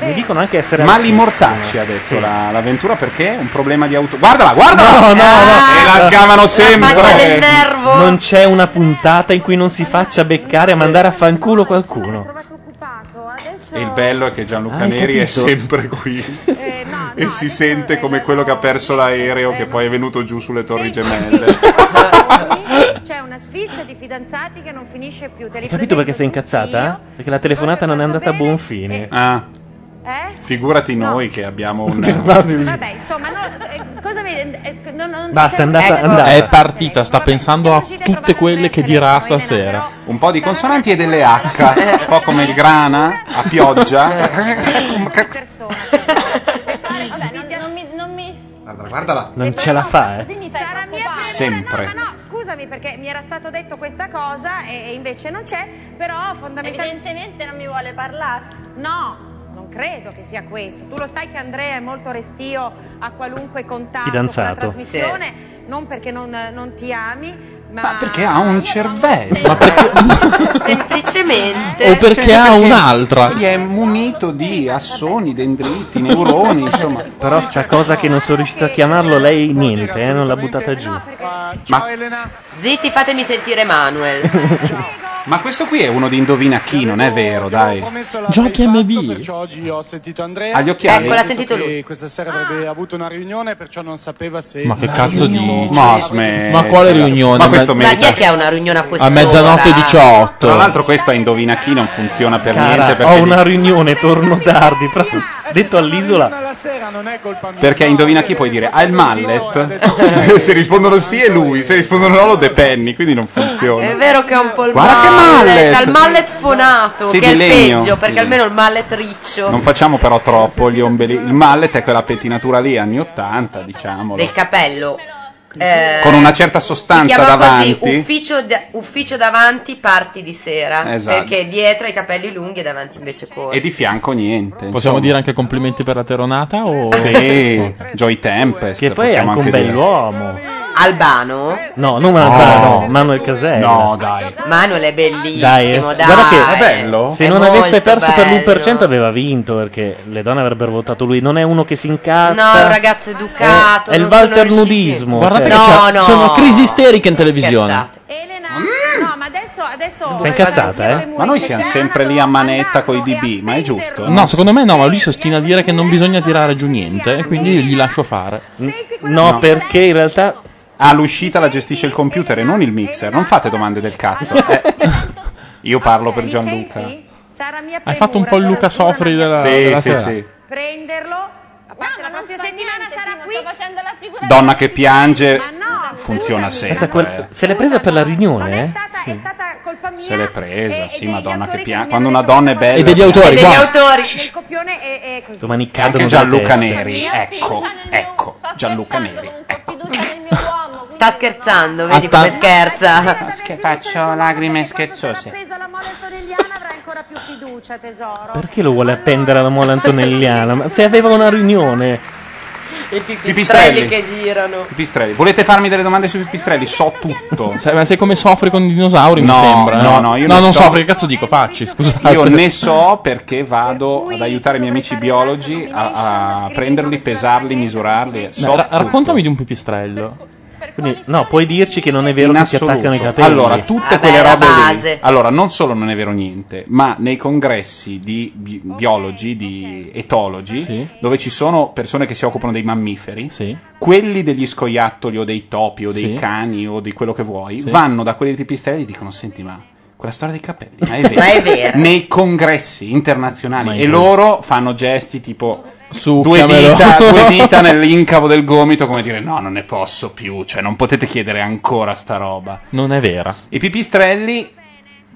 Speaker 5: Mi dicono anche essere.
Speaker 7: Ma li
Speaker 5: altissime.
Speaker 7: mortacci adesso
Speaker 5: Sì.
Speaker 7: la- l'avventura perché è un problema di auto. Guardala, guardala!
Speaker 5: No, no, no.
Speaker 7: E Ah, la scavano sempre!
Speaker 5: Non c'è una puntata in cui non si faccia beccare a mandare a fanculo qualcuno.
Speaker 7: E Il bello è che Gianluca
Speaker 5: Hai
Speaker 7: Neri è
Speaker 5: capito?
Speaker 7: sempre qui. e si sente come quello che ha perso l'aereo che poi è venuto giù sulle Torri Gemelle.
Speaker 12: c'è una sfilza di fidanzati che non finisce più. Te li
Speaker 5: Hai capito
Speaker 12: presento
Speaker 5: perché sei incazzata? Perché la telefonata non è andata a buon fine.
Speaker 7: Ah.
Speaker 12: Eh?
Speaker 7: Figurati noi che abbiamo un. Ecco.
Speaker 12: Vabbè, insomma, no, eh, cosa mi. eh, non- non-
Speaker 5: Basta, è andata-
Speaker 12: Ecco.
Speaker 5: andata.
Speaker 6: È partita, sta pensando a tutte quelle che dirà stasera.
Speaker 7: Un po' di consonanti e delle H, un po' come il grana a pioggia.
Speaker 28: Vabbè, non, non mi, non mi...
Speaker 7: Guardala, guardala.
Speaker 5: Non ce la fa, eh.
Speaker 28: mi fai preoccupare.
Speaker 7: Sempre.
Speaker 12: No, scusami perché mi era stato detto questa cosa e, e invece non c'è, però fondamentalmente. Evidentemente non mi vuole parlare. No. Non credo che sia questo. Tu lo sai che Andrea è molto restio a qualunque contatto
Speaker 7: Fidanzato.
Speaker 12: con la trasmissione, non perché non, non ti ami, ma,
Speaker 7: Ah, Perché ha un cervello.
Speaker 8: Semplicemente.
Speaker 7: Cioè, perché
Speaker 6: un'altra.
Speaker 7: Lui è munito di assoni, dendriti, neuroni, insomma.
Speaker 5: Però sta cosa che non sono riuscito a chiamarlo, lei niente, eh, non l'ha buttata giù.
Speaker 7: Ma,
Speaker 8: Zitti, fatemi sentire Manuel.
Speaker 7: ma questo qui è uno di indovina chi, non è vero, dai.
Speaker 6: Giochi MB.
Speaker 24: Perciò oggi ho sentito Andrea.
Speaker 7: Ha gli occhiali? Ecco, l'ha
Speaker 24: Ha detto
Speaker 7: sentito
Speaker 24: che
Speaker 7: lui.
Speaker 24: Questa sera
Speaker 5: Ah.
Speaker 24: avrebbe avuto una riunione, perciò non sapeva se.
Speaker 6: Ma che cazzo dici?
Speaker 7: Ma smetti.
Speaker 6: Ma quale riunione?
Speaker 7: Ma questo
Speaker 8: Ma chi
Speaker 7: merita.
Speaker 8: è che ha una riunione a quest'ora?
Speaker 7: Tra l'altro questo a indovina chi non funziona per
Speaker 5: Cara,
Speaker 7: niente
Speaker 5: ho
Speaker 7: perché,
Speaker 5: una riunione, torno tardi. proprio detto all'isola.
Speaker 7: perché a indovina chi puoi dire ha il mallet. se rispondono sì è lui, se rispondono no lo depenni, quindi
Speaker 24: Eh,
Speaker 7: non
Speaker 8: È
Speaker 7: funziona.
Speaker 8: vero che è un po' il
Speaker 7: Guarda che mallet!
Speaker 8: mallet, ha il mallet fonato,
Speaker 7: Sì,
Speaker 8: che
Speaker 7: di
Speaker 8: è il
Speaker 7: legno.
Speaker 8: peggio, perché
Speaker 7: Di
Speaker 8: almeno il mallet riccio
Speaker 7: Non facciamo però troppo gli ombeli. Il mallet è quella pettinatura lì anni 80, diciamolo.
Speaker 8: del capello. Eh,
Speaker 7: Con una certa
Speaker 8: si
Speaker 7: sostanza
Speaker 8: chiama così,
Speaker 7: davanti.
Speaker 8: ufficio, da- ufficio davanti, parti di sera.
Speaker 7: Esatto.
Speaker 8: Perché dietro hai i capelli lunghi e davanti invece corti.
Speaker 7: E di fianco niente.
Speaker 6: Possiamo
Speaker 7: insomma.
Speaker 6: dire anche complimenti per la teronata? O...
Speaker 7: Sì, Joy Tempest.
Speaker 5: Che poi è
Speaker 7: possiamo
Speaker 5: anche un
Speaker 7: dire.
Speaker 5: bell'uomo.
Speaker 8: Albano?
Speaker 5: No, non Albano, Manuel Casella.
Speaker 7: No, dai.
Speaker 8: Manuel è
Speaker 5: Dai,
Speaker 8: bellissimo, dai.
Speaker 5: è- guarda che Se
Speaker 8: È
Speaker 5: non avesse
Speaker 8: molto
Speaker 5: perso
Speaker 8: bello.
Speaker 5: per l'1% aveva vinto perché le donne avrebbero votato lui. Non è uno che si incazza.
Speaker 8: No, è un ragazzo educato.
Speaker 5: è il
Speaker 8: non
Speaker 5: Walter
Speaker 8: sono riusciti-
Speaker 5: nudismo.
Speaker 6: Guardate
Speaker 5: cioè.
Speaker 6: che c'è,
Speaker 8: no.
Speaker 6: c'è una crisi isterica in televisione.
Speaker 12: No, ma adesso, adesso
Speaker 6: Sei incazzata, eh?
Speaker 7: Ma noi siamo sempre lì a manetta coi DB, ma è giusto?
Speaker 6: No, secondo me no, ma lui si ostina a dire che non bisogna tirare giù niente, e quindi gli lascio fare.
Speaker 7: Mm.
Speaker 5: No, perché in realtà.
Speaker 7: Ah, l'uscita la gestisce il computer e non il mixer. Non fate domande del cazzo. eh. Io parlo per Gianluca.
Speaker 6: Hai fatto un po' il Luca Sofri
Speaker 5: Ah,
Speaker 6: della,
Speaker 7: Sì,
Speaker 6: della
Speaker 7: sì,
Speaker 6: sera.
Speaker 7: sì.
Speaker 12: prenderlo. A parte la prossima settimana sarà qui. facendo la figura
Speaker 7: Donna che piange funziona sempre. eh.
Speaker 8: Eh.
Speaker 5: quel- se l'è presa per la riunione? eh?
Speaker 7: Se l'è presa, sì, madonna che piange. Quando una donna è bella.
Speaker 5: E degli autori, E degli guarda.
Speaker 8: autori.
Speaker 5: Domani
Speaker 7: E anche
Speaker 5: cadono
Speaker 7: Gianluca
Speaker 5: dalle teste.
Speaker 7: Neri, ecco, ecco, Gianluca Neri.
Speaker 8: Sta scherzando, vedi come
Speaker 7: Attan-
Speaker 8: scherza.
Speaker 7: Ah, Faccio lacrime scherzose.
Speaker 5: Perché lo vuole appendere alla mola antonelliana? Ma se aveva una riunione.
Speaker 8: I
Speaker 7: pipistrelli.
Speaker 8: che girano.
Speaker 7: Pipistrelli, volete farmi delle domande sui pipistrelli? So tutto.
Speaker 6: Sai, Cioè, ma sei come Sofri con i dinosauri, mi
Speaker 7: No,
Speaker 6: sembra. eh?
Speaker 7: no, no, io
Speaker 6: no
Speaker 7: ne
Speaker 6: non
Speaker 7: so-
Speaker 6: Sofri, che cazzo dico? Facci, scusate.
Speaker 7: Io ne so perché vado ad aiutare i miei amici biologi a, a prenderli, pesarli, misurarli. So
Speaker 6: ra- raccontami di un pipistrello.
Speaker 5: no, puoi dirci che non è vero
Speaker 7: In
Speaker 5: che si attaccano i
Speaker 7: assoluto.
Speaker 5: capelli.
Speaker 7: Allora, tutte
Speaker 5: Vabbè,
Speaker 7: quelle
Speaker 5: la
Speaker 7: robe lì.
Speaker 5: base.
Speaker 7: Allora, non solo non è vero niente, ma nei congressi di bi- biologi, di etologi, dove ci sono persone che si occupano dei mammiferi, quelli degli scoiattoli o dei topi o dei
Speaker 6: Sì.
Speaker 7: cani o di quello che vuoi,
Speaker 6: Sì.
Speaker 7: vanno da quelli dei pipistrelli e dicono: Senti, ma. Quella storia dei capelli, ma è vero.
Speaker 6: Ma è vero.
Speaker 7: Nei congressi internazionali
Speaker 6: Ma è
Speaker 7: e
Speaker 6: vero.
Speaker 7: loro fanno gesti tipo due
Speaker 6: Camelo.
Speaker 7: dita, due dita nell'incavo del gomito, come dire: No, non ne posso più. Cioè, non potete chiedere ancora sta roba.
Speaker 6: Non è vera.
Speaker 7: I pipistrelli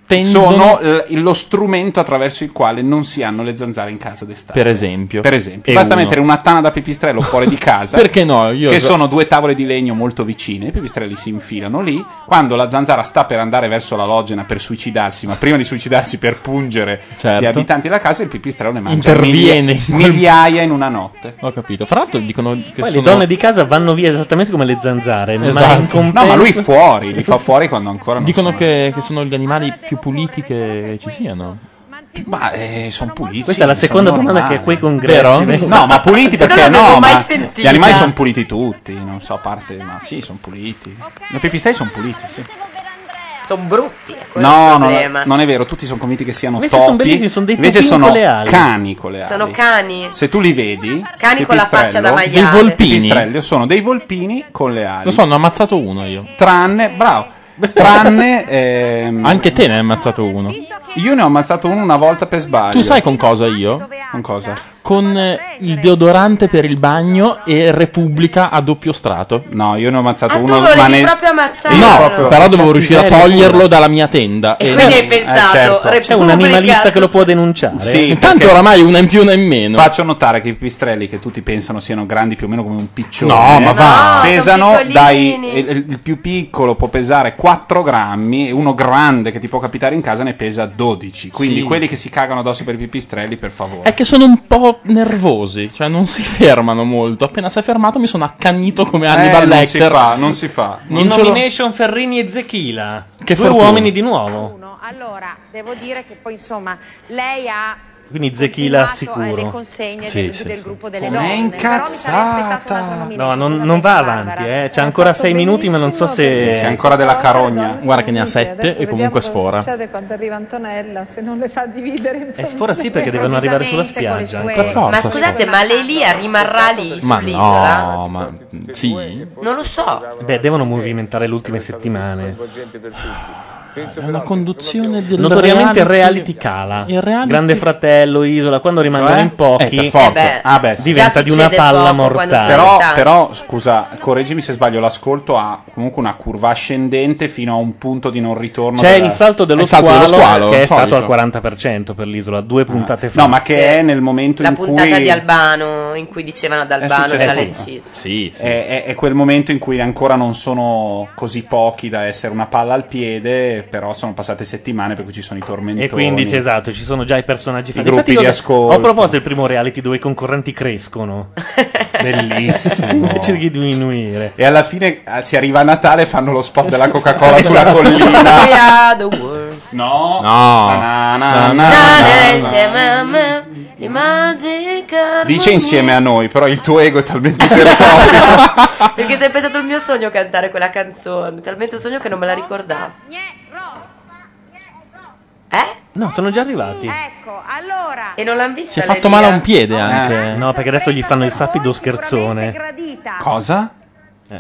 Speaker 6: Tendono-
Speaker 7: sono l- lo strumento attraverso il quale non si hanno le zanzare in casa d'estate.
Speaker 6: Per esempio.
Speaker 7: Per esempio,
Speaker 6: E
Speaker 7: basta
Speaker 6: uno.
Speaker 7: mettere una tana da pipistrello fuori di casa.
Speaker 6: Perché no? Io
Speaker 7: Che sono due tavole di legno molto vicine, i pipistrelli si infilano lì. Quando la zanzara sta per andare verso l'alogena per suicidarsi, ma prima di suicidarsi per pungere gli abitanti della casa, il pipistrello ne
Speaker 5: Cioè,
Speaker 7: mangia
Speaker 6: Certo. Interviene
Speaker 7: miglia-
Speaker 6: in quel-
Speaker 7: migliaia in una notte.
Speaker 6: Ho capito. Fra l'altro dicono che
Speaker 5: Poi
Speaker 6: sono...
Speaker 5: le donne di casa vanno via esattamente come le zanzare. Ma in
Speaker 6: Esatto.
Speaker 5: compenso-
Speaker 6: No, ma lui
Speaker 7: fuori, li fa fuori quando ancora non
Speaker 6: Dicono che, che sono gli animali più puliti che ci siano.
Speaker 7: Ma eh, sono puliti.
Speaker 5: Questa è la seconda
Speaker 7: sono
Speaker 5: domanda
Speaker 7: normali.
Speaker 5: che quei congressi vengono-
Speaker 7: No, ma puliti perché
Speaker 5: Non l'avevo
Speaker 7: no?
Speaker 5: mai
Speaker 7: Ma
Speaker 5: sentita.
Speaker 7: gli animali sono puliti tutti, non so, a parte, ma sì, sono puliti. I pipistrelli sono puliti, sì.
Speaker 8: Sono brutti. è quello
Speaker 7: No,
Speaker 8: il
Speaker 7: non,
Speaker 8: problema.
Speaker 7: non è vero, tutti sono convinti che siano
Speaker 8: Invece
Speaker 7: topi.
Speaker 8: sono bellissimi, sono dei
Speaker 7: Invece
Speaker 8: topini
Speaker 7: sono
Speaker 8: con le ali.
Speaker 7: cani con le ali.
Speaker 8: Sono cani.
Speaker 7: Se tu li vedi,
Speaker 8: Cani con la faccia da
Speaker 7: pipistrello-
Speaker 8: maiale. Dei volpini?
Speaker 7: pipistrelli sono dei volpini con le ali.
Speaker 6: Lo so, ne ho ammazzato uno io.
Speaker 7: Tranne, bravo. Tranne ehm,
Speaker 6: Anche te ne hai ammazzato uno.
Speaker 7: Io ne ho ammazzato uno una volta per sbaglio.
Speaker 6: Tu sai con cosa io?
Speaker 7: Con cosa?
Speaker 6: Con eh, il deodorante per il bagno e Repubblica a doppio strato.
Speaker 7: No, io ne ho ammazzato
Speaker 8: Ah, Tu
Speaker 6: uno.
Speaker 8: volevi proprio ammazzare.
Speaker 6: No,
Speaker 8: proprio-
Speaker 6: però dovevo
Speaker 5: Cattiveria
Speaker 6: riuscire a
Speaker 5: pura.
Speaker 6: toglierlo dalla mia tenda.
Speaker 8: E
Speaker 7: Eh,
Speaker 8: quindi hai pensato, Repubblica-
Speaker 5: C'è un animalista che lo può denunciare.
Speaker 7: certo. Sì,
Speaker 6: Intanto oramai una in più, una in meno.
Speaker 7: Faccio notare che i pipistrelli che tutti pensano siano grandi più o meno come un piccione. Eh,
Speaker 6: No, ma va. No,
Speaker 7: pesano
Speaker 6: sono piccolini.
Speaker 7: dai. eh, Il, il più piccolo può pesare 4 grammi e uno grande che ti può capitare in casa ne pesa 12. Quindi
Speaker 6: Sì.
Speaker 7: quelli che si cagano addosso per i pipistrelli, per favore.
Speaker 6: È che sono un po' nervosi, cioè non si fermano molto. Appena si è fermato mi sono accanito come Hannibal
Speaker 7: Eh, non si
Speaker 6: Lecter.
Speaker 7: fa, non si fa.
Speaker 6: Non
Speaker 5: In
Speaker 6: ce l'ho-
Speaker 5: nomination Ferrini e Zechila. Due
Speaker 6: Che fortuna.
Speaker 5: uomini di nuovo.
Speaker 12: Allora, devo dire che poi insomma, lei ha
Speaker 5: Quindi Zechila
Speaker 12: continuato, eh, le
Speaker 5: sicuro.
Speaker 12: consegne
Speaker 5: Sì,
Speaker 12: del,
Speaker 5: sì,
Speaker 12: del
Speaker 5: sì.
Speaker 12: gruppo delle
Speaker 5: Com'è
Speaker 12: donne.
Speaker 5: incazzata. No, non, non va avanti, eh. C'ha ancora sei minuti, ma non so se.
Speaker 6: C'è
Speaker 7: ancora della carogna.
Speaker 6: Guarda che ne ha
Speaker 17: Adesso
Speaker 6: sette e
Speaker 17: vediamo
Speaker 6: comunque
Speaker 17: cosa
Speaker 6: sfora.
Speaker 17: succede quando arriva Antonella, se non le fa dividere.
Speaker 5: Eh, sfora sì, perché devono arrivare sulla spiaggia. eh.
Speaker 6: Per forza,
Speaker 8: Ma
Speaker 6: sfora.
Speaker 8: scusate, ma l'Elia rimarrà lì
Speaker 6: cioè, Ma
Speaker 8: sull'isola?
Speaker 6: no, ma sì.
Speaker 8: Non lo so.
Speaker 5: Eh Beh, devono movimentare le ultime settimane.
Speaker 6: È una conduzione del
Speaker 5: Notoriamente il
Speaker 6: reality.
Speaker 5: reality cala.
Speaker 6: Il reality-
Speaker 5: Grande fratello, isola, quando rimangono
Speaker 7: Cioè?
Speaker 5: in pochi,
Speaker 7: Eh, per forza. Eh beh, Ah, beh, sì.
Speaker 5: diventa
Speaker 7: già
Speaker 5: di una
Speaker 7: succede
Speaker 5: palla
Speaker 7: poco quando
Speaker 5: mortale.
Speaker 7: Però, però, scusa, correggimi se sbaglio, l'ascolto ha comunque una curva ascendente fino a un punto di non ritorno.
Speaker 5: c'è
Speaker 7: della-
Speaker 5: il salto dello,
Speaker 7: Il salto dello squalo,
Speaker 5: che è
Speaker 7: solito. Ah.
Speaker 5: stato al 40% per l'isola, due puntate fa.
Speaker 7: No, ma che è nel momento
Speaker 8: La
Speaker 7: in
Speaker 8: puntata
Speaker 7: cui
Speaker 8: di Albano in cui dicevano ad Albano
Speaker 7: successo
Speaker 8: c'era
Speaker 7: tutto.
Speaker 8: l'ecciso.
Speaker 7: È, è- è quel momento in cui ancora non sono così pochi da essere una palla al piede, però sono passate settimane per cui ci sono i tormentori.
Speaker 5: E quindi c'è esatto, ci sono già i personaggi fan.
Speaker 7: gruppi
Speaker 5: Infatti io
Speaker 7: di ascolto.
Speaker 5: Ho proposto il primo reality dove i concorrenti crescono.
Speaker 7: Bellissimo.
Speaker 5: Invece di diminuire.
Speaker 7: E alla fine eh, si arriva a Natale e fanno lo spot della Coca-Cola sulla collina.
Speaker 8: We are the world.
Speaker 7: No.
Speaker 6: Esatto. No.
Speaker 7: Na, na, na,
Speaker 8: Dale
Speaker 7: na, na.
Speaker 8: insieme a me, di magica
Speaker 7: Dice
Speaker 8: armonia.
Speaker 7: insieme a noi, però il tuo ego è talmente ipertrofico.
Speaker 8: Perché è sempre stato il mio sogno cantare quella canzone. Talmente un sogno che non me la ricordavo.
Speaker 5: No, sono già arrivati.
Speaker 12: Ecco, allora,
Speaker 8: E non l'hanno vista.
Speaker 5: Si è
Speaker 8: lei
Speaker 5: fatto
Speaker 8: lì,
Speaker 5: male a
Speaker 8: eh?
Speaker 5: un piede anche. No, perché adesso gli fanno il sapido scherzone. Eh,
Speaker 12: gradita.
Speaker 7: Cosa?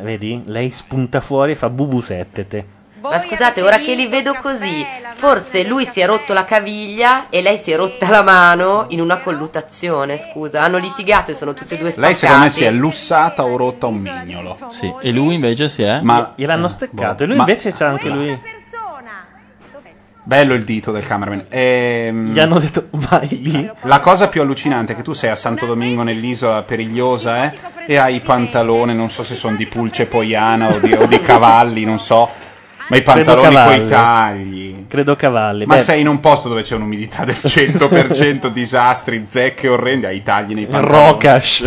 Speaker 5: vedi? Lei spunta fuori e fa bubu settete.
Speaker 8: Ma scusate, ora che li vedo così, forse lui si è rotto la caviglia e lei si è rotta la mano in una colluttazione, scusa. Hanno litigato e sono tutte e due spaccate.
Speaker 7: Lei secondo me si è lussata o rotta un mignolo.
Speaker 6: Sì, e lui invece si è.
Speaker 7: Ma Boh,
Speaker 5: gliel'hanno steccato. E lui invece c'ha anche lui.
Speaker 7: Bello il dito del cameraman. Ehm,
Speaker 5: Gli hanno detto vai lì.
Speaker 7: La cosa più allucinante è che tu sei a Santo Domingo nell'isola perigliosa eh, e hai i pantaloni, non so se sono di pulce poiana o di, o di cavalli, non so, ma i pantaloni coi tagli.
Speaker 5: Credo cavalli.
Speaker 7: Ma
Speaker 5: Beh,
Speaker 7: sei in un posto dove c'è un'umidità del 100%, disastri, zecche orrende, hai i tagli nei pantaloni. Eh,
Speaker 5: Rocash.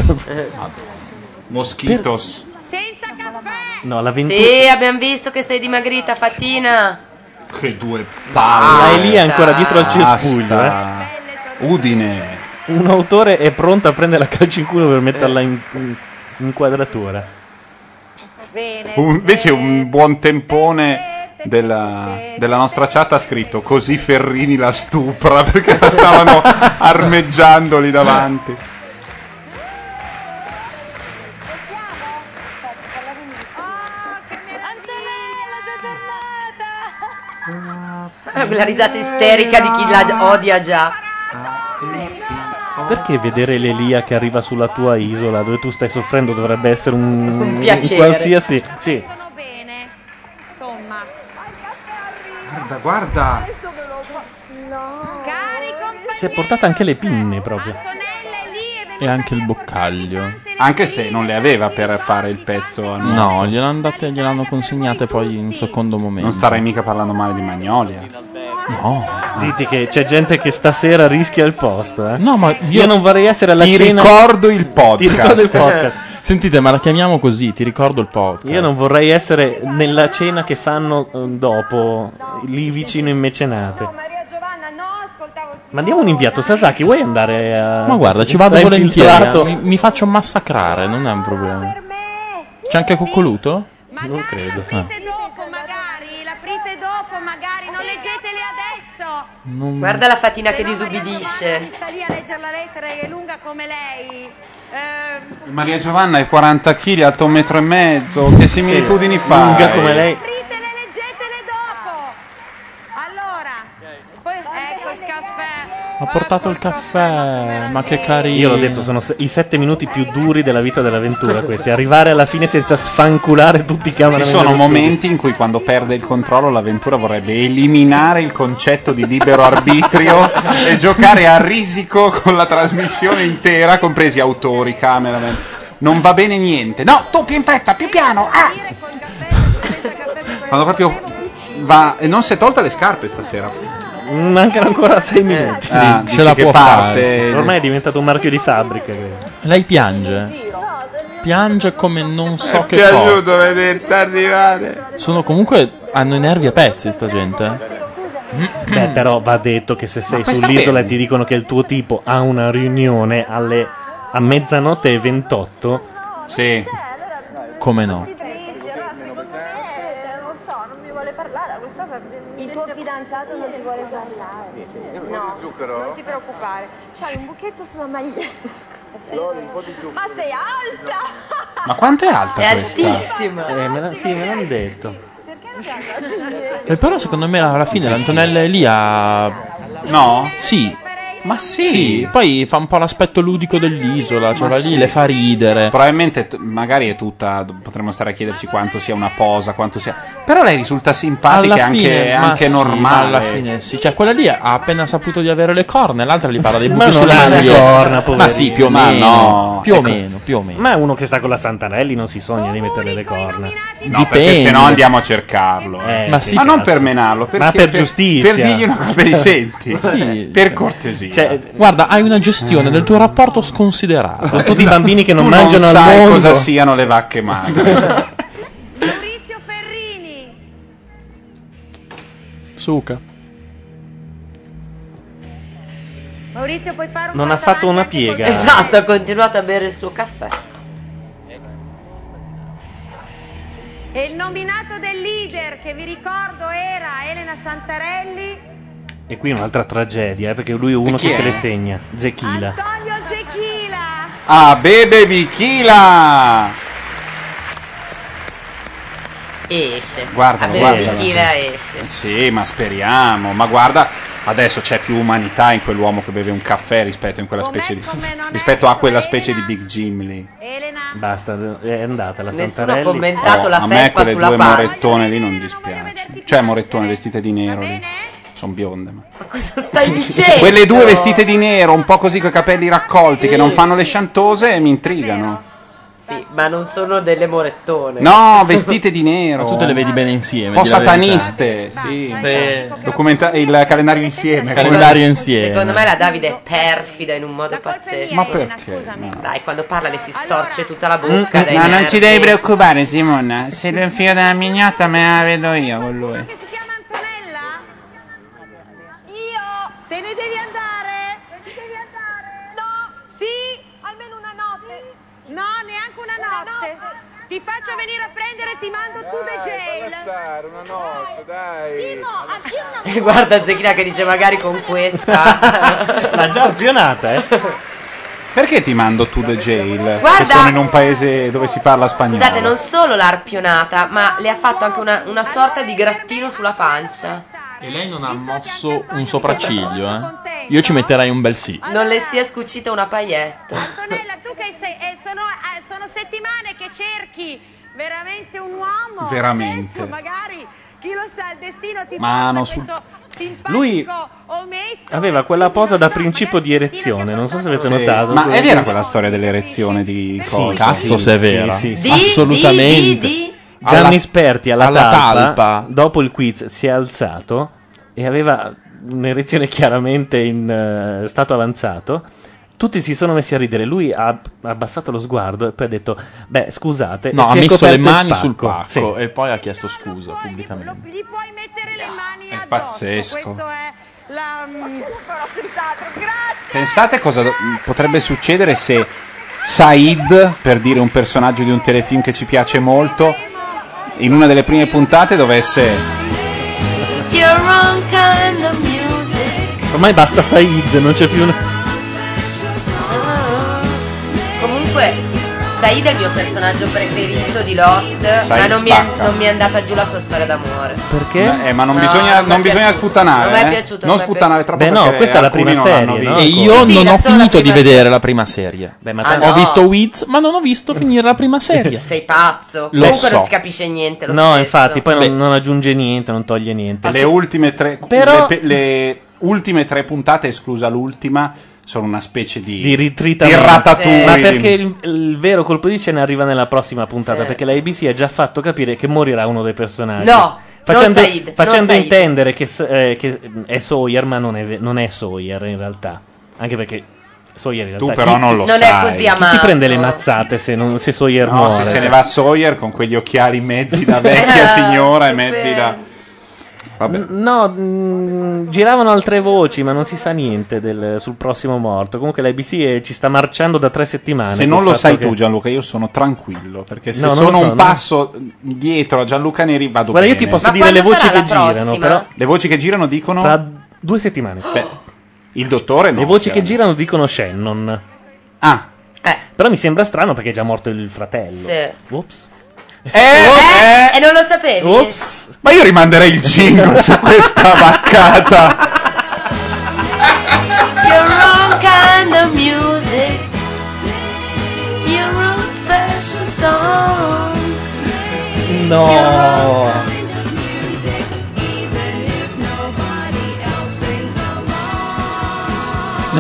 Speaker 7: Moschitos.
Speaker 5: No, la ventura.
Speaker 8: Sì, abbiamo visto che sei dimagrita, Fatina.
Speaker 7: Che due
Speaker 5: Ma
Speaker 7: palle.
Speaker 5: è lì ancora dietro al cespuglio, eh.
Speaker 7: Basta. Udine.
Speaker 5: Un autore è pronto a prendere la calcio in culo per metterla
Speaker 7: Eh.
Speaker 5: in, in- in quadratura.
Speaker 7: Un- invece un buon tempone della, della nostra chat ha scritto così Ferrini la stupra perché la stavano armeggiando lì davanti.
Speaker 8: Ah, Quella risata isterica di chi la odia già.
Speaker 5: Perché vedere l'Elia che arriva sulla tua isola dove tu stai soffrendo dovrebbe essere un,
Speaker 8: Un piacere.
Speaker 5: qualsiasi. Sì.
Speaker 12: insomma.
Speaker 7: Guarda, guarda.
Speaker 12: Cari compagni,
Speaker 5: Si è portata anche le pinne proprio.
Speaker 6: E anche il boccaglio.
Speaker 7: Anche se non le aveva per fare il pezzo a nuoto.
Speaker 6: No, gliel'hanno, date, gliel'hanno consegnate poi in secondo momento.
Speaker 7: Non starai mica parlando male di Magnolia.
Speaker 6: No.
Speaker 5: Zitti che c'è gente che stasera rischia il posto, eh.
Speaker 6: No, ma
Speaker 5: io, non vorrei essere alla
Speaker 6: Ti
Speaker 5: cena.
Speaker 6: ricordo
Speaker 7: il
Speaker 5: Ti ricordo il podcast.
Speaker 6: Sentite, ma la chiamiamo così, ti ricordo il podcast.
Speaker 5: Io non vorrei essere nella cena che fanno eh, dopo, lì vicino in mecenate. Mandiamo un inviato, Sasaki, vuoi andare a...
Speaker 6: Ma guarda, ci vado
Speaker 5: L'hai
Speaker 6: volentieri.
Speaker 5: infiltrato?
Speaker 6: eh. Mi, mi faccio massacrare, non è un problema. C'è anche Coccoluto?
Speaker 5: Non credo.
Speaker 12: aprite dopo, magari non leggetele adesso.
Speaker 8: Guarda la Fatina che disubbidisce.
Speaker 12: Sta lì a leggere la lettera che è lunga come lei. Eh,
Speaker 7: Maria Giovanna è 40 kg, alto un metro e mezzo. Che similitudini fa?
Speaker 5: lunga come lei.
Speaker 12: Apritele, leggetele dopo. Allora, poi ecco il caffè.
Speaker 6: Ah. Ha portato il caffè, ma che carino.
Speaker 5: Io l'ho detto, sono se- i sette minuti più duri della vita dell'avventura questi. Arrivare alla fine senza sfanculare tutti i cameraman
Speaker 7: Ci sono
Speaker 5: dello studio.
Speaker 7: momenti in cui quando perde il controllo l'avventura vorrebbe eliminare il concetto di libero arbitrio e giocare a risico con la trasmissione intera, compresi autori, cameraman. Non va bene niente. No, tu più in fretta, più piano. Ah! Quando proprio va e non si è tolta le scarpe stasera.
Speaker 5: Mancano ancora sei minuti.
Speaker 7: sì, Ah, dici ce la che può parte. fare.
Speaker 5: Ormai è diventato un marchio di fabbrica. credo.
Speaker 6: Lei piange. Piange come non so che
Speaker 7: Eh, Ti
Speaker 6: cosa.
Speaker 7: aiuto a vederti arrivare.
Speaker 6: Sono comunque. hanno i nervi a pezzi sta gente.
Speaker 5: Beh, però va detto che se sei
Speaker 6: questa
Speaker 5: sull'isola e
Speaker 6: per-
Speaker 5: ti dicono che il tuo tipo ha una riunione alle, a mezzanotte e 28.
Speaker 7: Sì.
Speaker 6: Come no?
Speaker 10: Il tuo fidanzato non ti vuole parlare.
Speaker 25: No, zucchero?
Speaker 10: Non ti preoccupare. C'hai un buchetto sulla maglietta.
Speaker 25: Lori, un po' di zucchero.
Speaker 10: Ma sei alta!
Speaker 7: Ma quanto è alta
Speaker 8: È
Speaker 7: questa?
Speaker 8: altissima.
Speaker 5: Eh, me la- sì, me l'hanno detto.
Speaker 6: E Eh, però secondo me alla fine l'Antonella Elia.
Speaker 7: No?
Speaker 6: Sì.
Speaker 7: Ma sì.
Speaker 6: Poi fa un po' l'aspetto ludico dell'isola, cioè
Speaker 7: Ma
Speaker 6: va lì
Speaker 7: sì.
Speaker 6: le fa ridere.
Speaker 7: Probabilmente, t- magari è tutta. Potremmo stare a chiederci quanto sia una posa, quanto sia. Però lei risulta simpatica e
Speaker 6: alla
Speaker 7: anche,
Speaker 6: fine, ma
Speaker 7: anche
Speaker 6: sì,
Speaker 7: normale.
Speaker 6: Alla fine sì, cioè quella lì ha appena saputo di avere le corna, e l'altra gli parla dei
Speaker 5: Ma
Speaker 6: buchi
Speaker 5: non
Speaker 6: sulle
Speaker 5: ha le
Speaker 6: maniche.
Speaker 5: corna,
Speaker 6: Ma
Speaker 5: poverina.
Speaker 6: sì, più o
Speaker 7: Ma
Speaker 6: meno.
Speaker 7: no.
Speaker 6: Più o
Speaker 7: Ecco,
Speaker 6: meno. più o meno.
Speaker 5: Ma uno che sta con la Santarelli non si sogna di metterle le corna.
Speaker 7: No, perché se no andiamo a cercarlo.
Speaker 5: Eh,
Speaker 7: ma
Speaker 5: Ma sì,
Speaker 7: non
Speaker 5: cazzo.
Speaker 7: per menarlo, perché-
Speaker 5: Ma per giustizia.
Speaker 7: Per dirgli una cosa, per i senti.
Speaker 6: Sì.
Speaker 7: per Cioè, cortesia.
Speaker 6: Guarda, hai una gestione del tuo rapporto sconsiderata.
Speaker 7: Con tutti i bambini che non
Speaker 6: Tu
Speaker 7: mangiano al
Speaker 6: sai
Speaker 7: mondo.
Speaker 6: cosa siano le vacche magre. Suca.
Speaker 12: Maurizio puoi fare un
Speaker 5: Non ha fatto una piega.
Speaker 8: Esatto, ha continuato a bere il suo caffè.
Speaker 12: E il nominato del leader che vi ricordo era Elena Santarelli,
Speaker 5: E qui un'altra tragedia, eh, perché lui è uno
Speaker 7: chi
Speaker 5: che se
Speaker 7: è?
Speaker 5: le segna. Zechila.
Speaker 12: Antonio Zechila.
Speaker 7: Ah, bebe Michila!
Speaker 8: E esce.
Speaker 7: Guardalo,
Speaker 8: Vabbè,
Speaker 7: guardalo.
Speaker 8: Michela esce.
Speaker 7: Eh Sì, ma speriamo. Ma guarda, adesso c'è più umanità in quell'uomo che beve un caffè rispetto, in quella specie di, rispetto a quella specie di Big Jim lì.
Speaker 5: Basta, è andata la
Speaker 8: Nessuno
Speaker 5: Santarelli.
Speaker 8: ha commentato la
Speaker 7: a me
Speaker 8: felpa
Speaker 7: quelle
Speaker 8: sulla
Speaker 7: due
Speaker 8: pancia.
Speaker 7: morettone lì non dispiace. Cioè, morettone vestite di nero lì. Sono bionde. Ma
Speaker 8: Stai dicendo?
Speaker 7: Quelle due vestite di nero, un po' così coi capelli raccolti, che non fanno le sciantose, mi intrigano.
Speaker 8: Sì, ma non sono delle morettone.
Speaker 7: No, vestite di nero.
Speaker 6: Ma tu te le vedi bene insieme.
Speaker 7: Un po'
Speaker 6: di la verità.
Speaker 7: sataniste, sì. Documenta- il calendario insieme.
Speaker 6: Calendario insieme.
Speaker 8: Secondo me la Davide è perfida in un modo pazzesco.
Speaker 7: Ma perché?
Speaker 8: Dai, quando parla le si storce tutta la
Speaker 7: Mm,
Speaker 8: bocca. dai
Speaker 30: Mm, No, non
Speaker 8: nervi.
Speaker 30: ci devi preoccupare, Simona. Se lui è un figlio della mignotta, me la vedo io con lui.
Speaker 12: Te ne devi andare? Non ci devi andare? No! Sì! Almeno una notte! No, neanche una notte! Ti faccio venire a prendere e ti mando tu da jail!
Speaker 14: Una notte, dai.
Speaker 8: Guarda Zechila che dice magari con
Speaker 30: Ah,
Speaker 8: questa.
Speaker 5: L'ha già arpionata, eh?
Speaker 7: Perché ti mando to the jail?
Speaker 8: Guarda-
Speaker 7: Che sono in un paese dove si parla spagnolo.
Speaker 8: Scusate, non solo l'ha arpionata, ma le ha fatto anche una, una sorta di grattino sulla pancia.
Speaker 6: E lei non ha mosso un sopracciglio, eh? Io ci metterei un bel sì.
Speaker 8: Non le si è scucita una paglietta.
Speaker 12: Antonella, tu che sei. eh, sono, eh, sono settimane che cerchi veramente un uomo!
Speaker 7: Veramente.
Speaker 12: Adesso magari chi lo sa, il destino ti
Speaker 5: Mano
Speaker 12: porta
Speaker 5: sul-
Speaker 12: questo simpatico
Speaker 5: Lui aveva quella posa da principio di erezione, non so se avete
Speaker 7: Sì.
Speaker 5: notato.
Speaker 7: Ma è vera quella storia dell'erezione di
Speaker 5: Sì,
Speaker 7: Coca?
Speaker 5: sì, Cazzo sì, se è sì, vera. sì, sì. Di- Assolutamente. di- di-
Speaker 7: Alla-
Speaker 5: Gianni Sperti alla,
Speaker 7: alla
Speaker 5: talpa,
Speaker 7: talpa.
Speaker 5: dopo il quiz, si è alzato e aveva un'erezione chiaramente in eh, stato avanzato. Tutti si sono messi a ridere. Lui ha abbassato lo sguardo e poi ha detto: Beh,
Speaker 7: Eh,
Speaker 5: scusate,
Speaker 6: No,
Speaker 5: e
Speaker 6: ha
Speaker 5: si è
Speaker 6: messo le
Speaker 5: coperto il
Speaker 6: mani sul pacco
Speaker 5: Sì.
Speaker 6: e poi ha chiesto scusa pubblicamente.
Speaker 7: È pazzesco. Pensate cosa do- potrebbe succedere se Said, per dire un personaggio di un telefilm che ci piace molto, in una delle prime puntate dovesse...
Speaker 8: Your wrong kind of music.
Speaker 5: Ormai basta Said, non c'è più. una-
Speaker 8: Comunque, Said è il mio personaggio preferito di Lost, ma
Speaker 7: Said
Speaker 8: non mi, è,
Speaker 7: spacca.
Speaker 8: non mi è andata giù la sua storia d'amore.
Speaker 5: Perché?
Speaker 7: Eh, ma non
Speaker 8: No,
Speaker 7: bisogna,
Speaker 8: non mi è
Speaker 7: non bisogna sputtanare.
Speaker 8: Non mi è
Speaker 7: eh.
Speaker 8: piaciuto,
Speaker 7: non
Speaker 8: non mi è
Speaker 7: sputtanare
Speaker 5: piaciuto.
Speaker 7: troppo.
Speaker 5: Beh, no,
Speaker 7: perché eh,
Speaker 5: questa è la
Speaker 7: alcuni
Speaker 5: prima
Speaker 7: non hanno
Speaker 5: serie,
Speaker 7: visto.
Speaker 5: no?
Speaker 6: E io
Speaker 5: Sì, Ah,
Speaker 6: non
Speaker 5: la
Speaker 6: ho
Speaker 5: sola
Speaker 6: finito di
Speaker 5: prima-
Speaker 6: vedere la prima serie.
Speaker 5: ma
Speaker 8: tanto-
Speaker 6: Ho
Speaker 8: no.
Speaker 6: visto Wiz, ma non ho visto finire la prima serie.
Speaker 8: Sei pazzo.
Speaker 6: Lo
Speaker 8: Comunque
Speaker 6: so.
Speaker 8: non si capisce niente. Lo
Speaker 5: No,
Speaker 8: stesso.
Speaker 5: infatti, poi non, non aggiunge niente, non toglie niente.
Speaker 7: Le ultime tre,
Speaker 5: Però-
Speaker 7: le, pe- le ultime tre puntate, esclusa l'ultima, sono una specie di,
Speaker 5: di ritritamento.
Speaker 7: di ratatouille.
Speaker 5: Eh, Ma perché il, il vero colpo di scena arriva nella prossima puntata? Perché la ABC ha già fatto capire che morirà uno dei personaggi.
Speaker 8: No,
Speaker 5: Facendo,
Speaker 8: non Said, non
Speaker 5: facendo
Speaker 8: Said.
Speaker 5: intendere che, s- eh, che è Sawyer, ma non è, ve- non è Sawyer in realtà. Anche perché Sawyer in
Speaker 7: Tu
Speaker 5: realtà.
Speaker 7: però
Speaker 5: chi-
Speaker 7: non lo
Speaker 5: chi-
Speaker 7: Non è sai. così
Speaker 5: chi
Speaker 7: amato.
Speaker 5: si prende le mazzate se, non- se Sawyer
Speaker 7: No,
Speaker 5: muore?
Speaker 7: se se
Speaker 5: Cioè,
Speaker 7: ne va Sawyer con quegli occhiali mezzi da
Speaker 8: Eh,
Speaker 7: vecchia signora e mezzi da... Vabbè.
Speaker 5: No, mh, giravano altre voci, ma non si sa niente del- sul prossimo morto. Comunque la ABC è- ci sta marciando da tre settimane.
Speaker 7: Se non
Speaker 5: col
Speaker 7: lo
Speaker 5: Ah, fatto
Speaker 7: sai
Speaker 5: che-
Speaker 7: tu Gianluca, io sono tranquillo, perché se
Speaker 5: No, non lo
Speaker 7: sono
Speaker 5: so,
Speaker 7: un
Speaker 5: no.
Speaker 7: passo dietro a Gianluca Neri vado
Speaker 5: Guarda, io
Speaker 7: bene.
Speaker 5: ti posso Ma dire le quando voci sarà che la girano, prossima? però-
Speaker 7: Le voci che girano dicono...
Speaker 5: Tra due settimane.
Speaker 7: il dottore no.
Speaker 5: Le voci che
Speaker 7: chiaramente.
Speaker 5: girano dicono Shannon.
Speaker 7: Ah.
Speaker 5: Però mi sembra strano perché è già morto il fratello.
Speaker 8: Sì.
Speaker 5: Ops. Oh,
Speaker 8: Eh, e non lo sapevi?
Speaker 7: Ma io rimanderei il jingle su questa vaccata.
Speaker 8: Your wrong kind of music. Your own special song.
Speaker 5: No.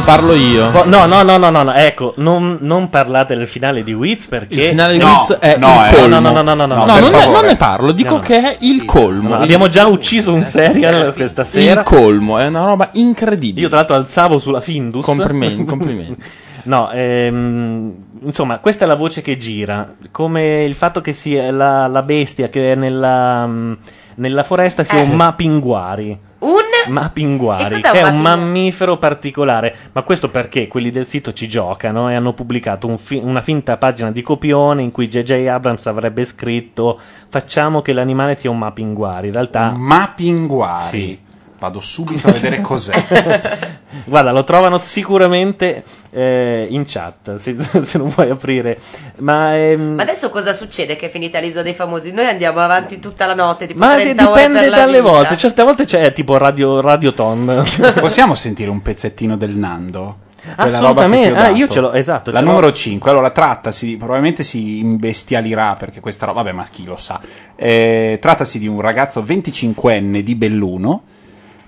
Speaker 6: Parlo io.
Speaker 5: Po- No, no, no, no, no, no, ecco, non, non parlate del finale di Wiz perché...
Speaker 6: Il finale di Wiz è il
Speaker 5: no,
Speaker 6: colmo.
Speaker 5: no, no, no, no, no, no,
Speaker 6: eh.
Speaker 5: per
Speaker 6: non, ne,
Speaker 5: favore.
Speaker 6: non ne parlo, dico
Speaker 5: No, no.
Speaker 6: che è il colmo.
Speaker 5: No, abbiamo già ucciso un serial questa sera.
Speaker 6: Il colmo, è una roba incredibile.
Speaker 5: Io tra l'altro alzavo sulla Findus.
Speaker 6: Complimenti, complimenti.
Speaker 5: No, ehm, insomma, questa è la voce che gira, come il fatto che sia la, la bestia che è nella, mm, nella foresta sia
Speaker 8: Eh.
Speaker 5: un mapinguari.
Speaker 8: Un?
Speaker 5: Mapinguari,
Speaker 8: E cos'è un
Speaker 5: è un
Speaker 8: mapinguari?
Speaker 5: mammifero particolare, ma questo perché quelli del sito ci giocano e hanno pubblicato un fi- una finta pagina di copione in cui JJ Abrams avrebbe scritto facciamo che l'animale sia un mapinguari, in realtà...
Speaker 7: Mapinguari? Vado subito a vedere cos'è.
Speaker 5: Guarda, lo trovano sicuramente eh, in chat, se, se non vuoi aprire. Ma, ehm,
Speaker 8: Ma adesso cosa succede che è finita l'isola dei famosi? Noi andiamo avanti tutta la notte, tipo
Speaker 5: ma
Speaker 8: 30 ore
Speaker 5: Ah, dipende
Speaker 8: per la
Speaker 5: dalle
Speaker 8: vita.
Speaker 5: volte, cioè- certe volte c'è tipo radio, radioton.
Speaker 7: Possiamo sentire un pezzettino del Nando? Quella roba che ti ho
Speaker 5: Assolutamente, ah,
Speaker 7: dato.
Speaker 5: io ce l'ho, esatto.
Speaker 7: La
Speaker 5: ce l'ho.
Speaker 7: numero 5, allora trattasi, di- probabilmente si imbestialirà perché questa roba, vabbè ma chi lo sa, Eh, trattasi di un ragazzo 25enne di Belluno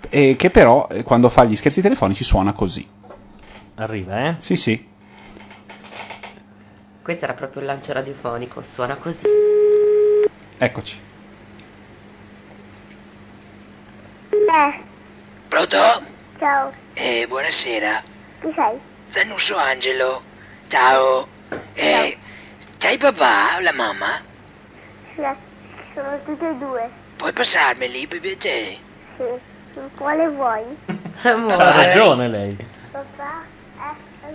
Speaker 7: eh, che però eh, quando fa gli scherzi telefonici suona così.
Speaker 5: Arriva, eh?
Speaker 7: Sì, sì.
Speaker 8: Questo era proprio il lancio radiofonico, suona così.
Speaker 7: Eccoci.
Speaker 18: Pronto?
Speaker 3: Ciao,
Speaker 18: Eh, buonasera.
Speaker 3: chi sei?
Speaker 18: Dannuso Angelo. Ciao. Eh, c'hai papà o la mamma?
Speaker 3: Sì, sono tutti e due.
Speaker 18: Puoi passarmeli per piacere?
Speaker 3: Sì, quale vuoi?
Speaker 5: C'ha ragione lei.
Speaker 3: Papà, eh, hai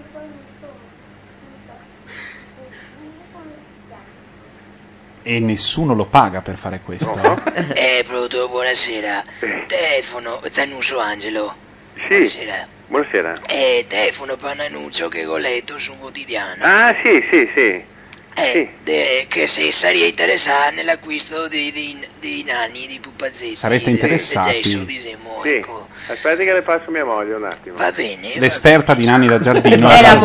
Speaker 7: E nessuno lo paga per fare questo.
Speaker 8: Oh,
Speaker 18: eh, pronto, buonasera. Telefono, Dannuso Angelo.
Speaker 2: Sì.
Speaker 18: Buonasera.
Speaker 2: Buonasera.
Speaker 18: Eh, telefono per un annuncio che ho letto su un quotidiano.
Speaker 2: Ah, sì, sì, sì.
Speaker 18: Eh, de- che se sarei interessato nell'acquisto di, di, di nani, di pupazzetti.
Speaker 7: Sareste
Speaker 18: de-
Speaker 7: interessati?
Speaker 18: de gesso, diremmo,
Speaker 2: Sì.
Speaker 18: ecco.
Speaker 2: Aspetta che le passo mia moglie un attimo.
Speaker 18: Va bene.
Speaker 7: L'esperta di Nanni da Giardino
Speaker 8: È la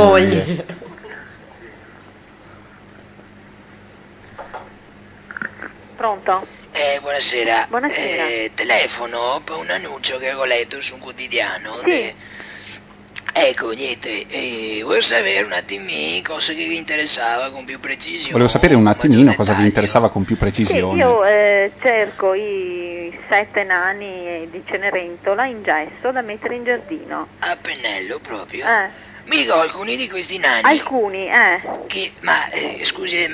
Speaker 18: Pronto? Eh, buonasera. Buonasera. telefono per un annuncio che ho letto su un quotidiano.
Speaker 3: Sì.
Speaker 18: Eh, Ecco, niente, eh, volevo sapere un attimino cosa che vi interessava con più precisione.
Speaker 7: Volevo sapere un attimino cosa vi interessava con più precisione.
Speaker 3: io eh, cerco i sette nani di Cenerentola in gesso da mettere in giardino.
Speaker 18: A pennello proprio?
Speaker 3: Eh.
Speaker 18: Mica alcuni di questi nani.
Speaker 3: Alcuni, eh.
Speaker 18: Che, ma eh, scusi, eh,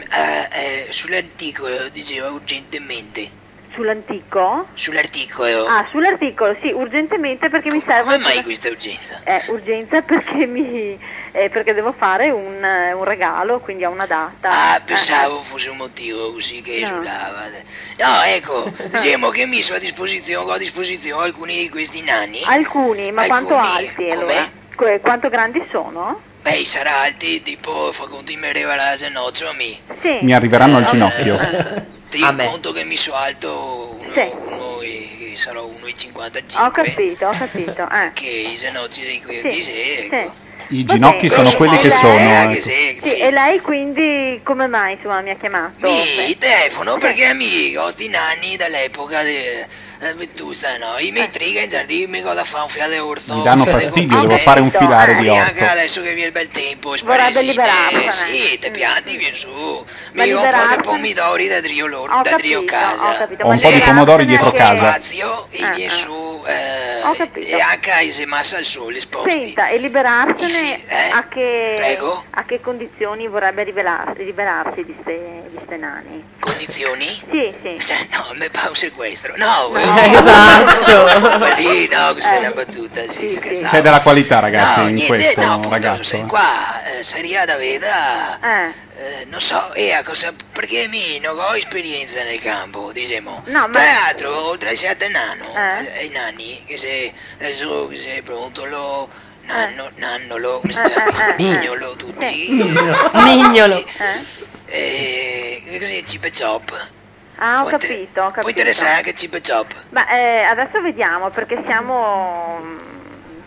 Speaker 18: eh, sull'articolo diceva urgentemente.
Speaker 3: Sull'antico?
Speaker 18: Sull'articolo.
Speaker 3: Ah, sull'articolo, sì, urgentemente perché mi servono...
Speaker 18: Come mai questa urgenza?
Speaker 3: Eh, urgenza perché mi... eh, perché devo fare un, eh, un regalo, quindi a una data.
Speaker 18: Ah,
Speaker 3: Eh.
Speaker 18: pensavo fosse un motivo così che
Speaker 3: No.
Speaker 18: esulava. No, ecco,
Speaker 3: eh.
Speaker 18: diciamo che ho messo a disposizione, ho a disposizione alcuni di questi nani.
Speaker 3: Alcuni, ma quanto
Speaker 18: Alcuni,
Speaker 3: alti
Speaker 18: com'è?
Speaker 3: allora? Que- quanto grandi sono?
Speaker 18: Beh, sarà alti, tipo, fa conto che mi arriverà al ginocchio a me.
Speaker 3: Sì.
Speaker 7: Mi arriveranno
Speaker 18: Eh,
Speaker 7: al ginocchio.
Speaker 18: Ti conto che mi so alto uno,
Speaker 3: Sì.
Speaker 18: uno e, e sarò 1,55.
Speaker 3: Ho capito, ho capito. Eh.
Speaker 18: Che i ginocchi di qui
Speaker 3: Sì,
Speaker 18: di sé, ecco.
Speaker 7: I ginocchi sono quelli che
Speaker 3: E
Speaker 7: sono.
Speaker 3: lei-
Speaker 7: ecco.
Speaker 3: Sì, e lei quindi come mai insomma, mi ha chiamato?
Speaker 18: Mi telefono
Speaker 3: Sì.
Speaker 18: perché amico, sti nanni dall'epoca di eh, Vetusta, no? I miei triga in giardino mi cosa fa un fiale orto.
Speaker 7: Mi danno
Speaker 18: un fiale
Speaker 7: fastidio,
Speaker 18: con-
Speaker 7: devo fare un filare di
Speaker 18: E anche
Speaker 7: orto.
Speaker 18: eh, adesso che viene il bel tempo,
Speaker 3: Vorrebbe
Speaker 18: sparisci,
Speaker 3: liberarsi,
Speaker 18: eh,
Speaker 3: eh.
Speaker 18: Sì, te pianti, vieni su.
Speaker 3: Ma
Speaker 18: Mi do un po'
Speaker 3: liberarsi-
Speaker 18: di pomidori da trio loro,
Speaker 3: Ho
Speaker 18: da trio
Speaker 3: capito,
Speaker 18: casa. Ah,
Speaker 3: ho capito,
Speaker 7: Ho un po' di pomodori dietro casa.
Speaker 18: Spazio, e vieni su. eh,
Speaker 3: Ho capito.
Speaker 18: e anche ai se massa al sole, esposti.
Speaker 3: Senta, e liberarsene a, che,
Speaker 18: eh, Prego.
Speaker 3: a che condizioni vorrebbe rivelarsi- liberarsi di ste, di ste nani?
Speaker 18: Condizioni?
Speaker 3: Sì, sì.
Speaker 18: No, mi fa un sequestro. No,
Speaker 3: esatto. Eh,
Speaker 18: Ma lì, no, questa è una battuta, sì, scherzavo.
Speaker 7: C'è della qualità, ragazzi,
Speaker 18: No,
Speaker 7: in
Speaker 18: niente,
Speaker 7: questo
Speaker 18: no, appunto,
Speaker 7: ragazzo. eh.
Speaker 18: Qua, eh, Serie A da Veda, eh, non so, e a cosa, perché mi non ho esperienza nel campo, diciamo.
Speaker 3: No, ma-
Speaker 18: Tra l'altro, oltre ai sette nano,
Speaker 3: Eh.
Speaker 18: eh, ai nani, che se, adesso, che se pronto lo, nanno, nannolo,
Speaker 3: Eh, eh, eh, eh.
Speaker 18: mignolo, tutti.
Speaker 3: Sì.
Speaker 18: Mignolo.
Speaker 3: Eh?
Speaker 18: Eh, così, chip e chop.
Speaker 3: Ah, ho
Speaker 18: Può inter-
Speaker 3: capito, ho capito.
Speaker 18: Può interessare anche chip e chop.
Speaker 3: Ma eh, adesso vediamo perché siamo mm,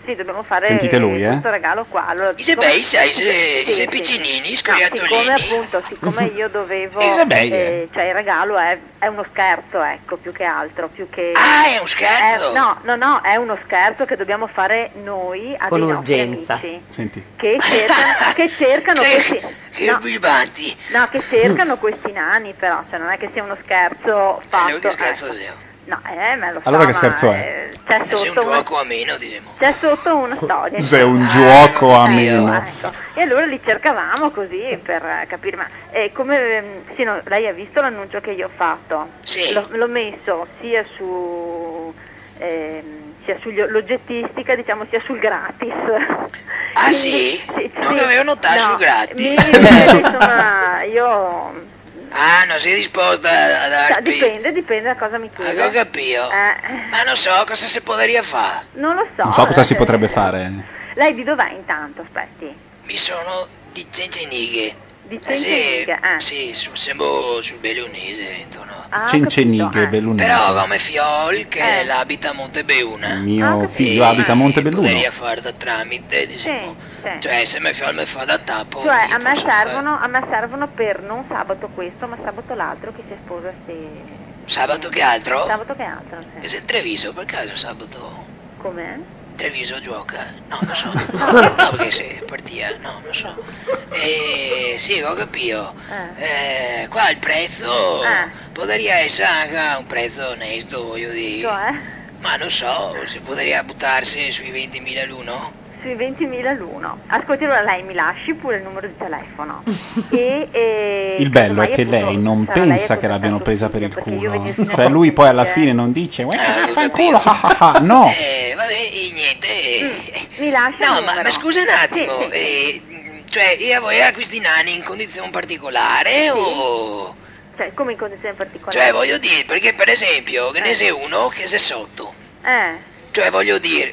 Speaker 3: Sì, dobbiamo fare
Speaker 7: Sentite lui, eh?
Speaker 3: questo regalo qua. Allora,
Speaker 18: Isabei, sai,
Speaker 3: siccome-
Speaker 18: se-
Speaker 3: Sì,
Speaker 18: se
Speaker 3: sì.
Speaker 18: eh, piccinini,
Speaker 3: No,
Speaker 18: scoiattolini.
Speaker 3: siccome appunto, siccome io dovevo...
Speaker 18: Isabei,
Speaker 3: eh, cioè il regalo è, è uno scherzo, ecco, più che altro, più che...
Speaker 18: Ah, è un scherzo?
Speaker 3: Eh, no, no, no, è uno scherzo che dobbiamo fare noi a
Speaker 34: Con
Speaker 3: dei nostri
Speaker 34: urgenza.
Speaker 3: amici
Speaker 7: Senti.
Speaker 3: Che cercano, che cercano questi...
Speaker 18: Che
Speaker 3: no.
Speaker 18: bisbanti.
Speaker 3: No, che cercano questi nani però, cioè non è che sia uno scherzo
Speaker 18: Noi
Speaker 3: fatto...
Speaker 18: che Eh, scherzo
Speaker 3: ecco.
Speaker 18: siamo?
Speaker 3: No, eh, me lo so,
Speaker 7: Allora che
Speaker 3: ma,
Speaker 7: scherzo è?
Speaker 3: eh, C'è
Speaker 18: Sei un
Speaker 3: sotto, una,
Speaker 18: gioco a meno, diciamo.
Speaker 3: c'è sotto una storia.
Speaker 7: Cos'è un
Speaker 3: Ah,
Speaker 7: gioco a
Speaker 3: ecco,
Speaker 7: meno?
Speaker 3: ecco. E allora li cercavamo così per eh, capire, ma eh, come ehm, sì, no, lei ha visto l'annuncio che io ho fatto?
Speaker 18: Sì.
Speaker 3: L'ho, l'ho messo sia su ehm, sia sull'oggettistica, diciamo, sia sul gratis.
Speaker 18: Ah,
Speaker 3: Quindi-
Speaker 18: sì?
Speaker 3: sì,
Speaker 18: Non
Speaker 3: sì.
Speaker 18: avevo notato
Speaker 3: No,
Speaker 18: sul gratis.
Speaker 3: mi- insomma, io
Speaker 18: Ah, non sei disposta a
Speaker 3: Cioè,
Speaker 18: darmi...
Speaker 3: dipende, dipende da cosa mi chiede.
Speaker 18: Ah, ho capito.
Speaker 3: Eh,
Speaker 18: Ma non so cosa si potrebbe fare.
Speaker 3: non lo so.
Speaker 7: Non so cosa si
Speaker 3: eh,
Speaker 7: potrebbe fare.
Speaker 3: Lei di dov'è intanto, aspetti?
Speaker 18: Mi sono di Cencenighe.
Speaker 3: Di
Speaker 18: Eh, sì,
Speaker 3: Centenighe, eh.
Speaker 18: sì, su, sembro sul Bellunese, intorno.
Speaker 3: Ah, ho
Speaker 7: Cencenighe,
Speaker 3: capito, eh.
Speaker 7: Bellunese.
Speaker 18: Però come Fiol, che
Speaker 3: Eh.
Speaker 18: l'abita a Montebeuna.
Speaker 7: Il mio
Speaker 3: Ah,
Speaker 7: figlio
Speaker 18: eh,
Speaker 7: abita a Montebelluno.
Speaker 18: Poteria fare da tramite, diciamo.
Speaker 3: Sì, sì.
Speaker 18: Cioè, se me Fiol me fa da tappo...
Speaker 3: Cioè,
Speaker 18: io
Speaker 3: a me,
Speaker 18: posso fare-
Speaker 3: servono, a me servono per non sabato questo, ma sabato l'altro che si sposa se...
Speaker 18: Sabato che altro?
Speaker 3: Sabato che altro,
Speaker 18: E
Speaker 3: sì.
Speaker 18: se Eh. Treviso, per caso sabato...
Speaker 3: Com'è?
Speaker 18: Treviso gioca? No, non so. no, perché se partia, no, non so. E sì, ho capito. Eh, qua il prezzo
Speaker 3: Eh.
Speaker 18: potrebbe essere anche un prezzo onesto, voglio dire.
Speaker 3: Cioè,
Speaker 18: Ma non so, se potrebbe buttarsi sui 20.000 l'uno.
Speaker 3: sui 20.000 l'uno. Ascolti, allora lei mi lasci pure il numero di telefono. E, e-
Speaker 7: Il bello è
Speaker 3: casomai,
Speaker 7: che
Speaker 3: appunto,
Speaker 7: lei non
Speaker 3: sarà cioè, lei
Speaker 7: pensa
Speaker 3: a
Speaker 7: che l'abbiano
Speaker 3: contattare
Speaker 7: presa
Speaker 3: suo
Speaker 7: per il
Speaker 3: figlio, perché io
Speaker 7: culo.
Speaker 3: venerdì
Speaker 7: Cioè lui poi alla
Speaker 3: eh,
Speaker 7: fine non dice,
Speaker 18: Eh,
Speaker 7: "Uè,
Speaker 18: ho
Speaker 7: vaffanculo,
Speaker 18: capito.
Speaker 7: ah ah ah", no.
Speaker 18: Eh, vabbè, e niente. eh.
Speaker 3: Mm, Mi lascia
Speaker 18: No,
Speaker 3: il
Speaker 18: ma,
Speaker 3: numero.
Speaker 18: ma scusa un attimo,
Speaker 3: Sì, sì.
Speaker 18: eh, mh, cioè, io voi a questi nani in condizione particolare o...
Speaker 3: Cioè, come in condizioni particolari?
Speaker 18: Cioè, voglio dire, perché per esempio, che ne sei uno che sei sotto.
Speaker 3: Eh,
Speaker 18: Cioè, voglio dire,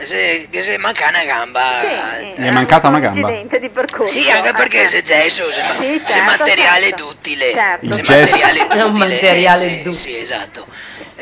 Speaker 18: eh, se, che se manca una gamba...
Speaker 3: sì.
Speaker 7: Gli è mancata
Speaker 3: eh,
Speaker 7: una gamba.
Speaker 3: Accidente di percorso.
Speaker 18: Sì, anche perché
Speaker 3: Eh.
Speaker 18: se gesso, se, ma-
Speaker 3: Sì,
Speaker 18: se
Speaker 3: certo,
Speaker 18: materiale
Speaker 3: certo.
Speaker 18: duttile.
Speaker 3: Certo.
Speaker 7: Il
Speaker 18: se
Speaker 7: gesso.
Speaker 18: materiale
Speaker 34: È un
Speaker 18: duttile,
Speaker 34: materiale
Speaker 18: eh, sì,
Speaker 34: duttile.
Speaker 18: Sì, esatto.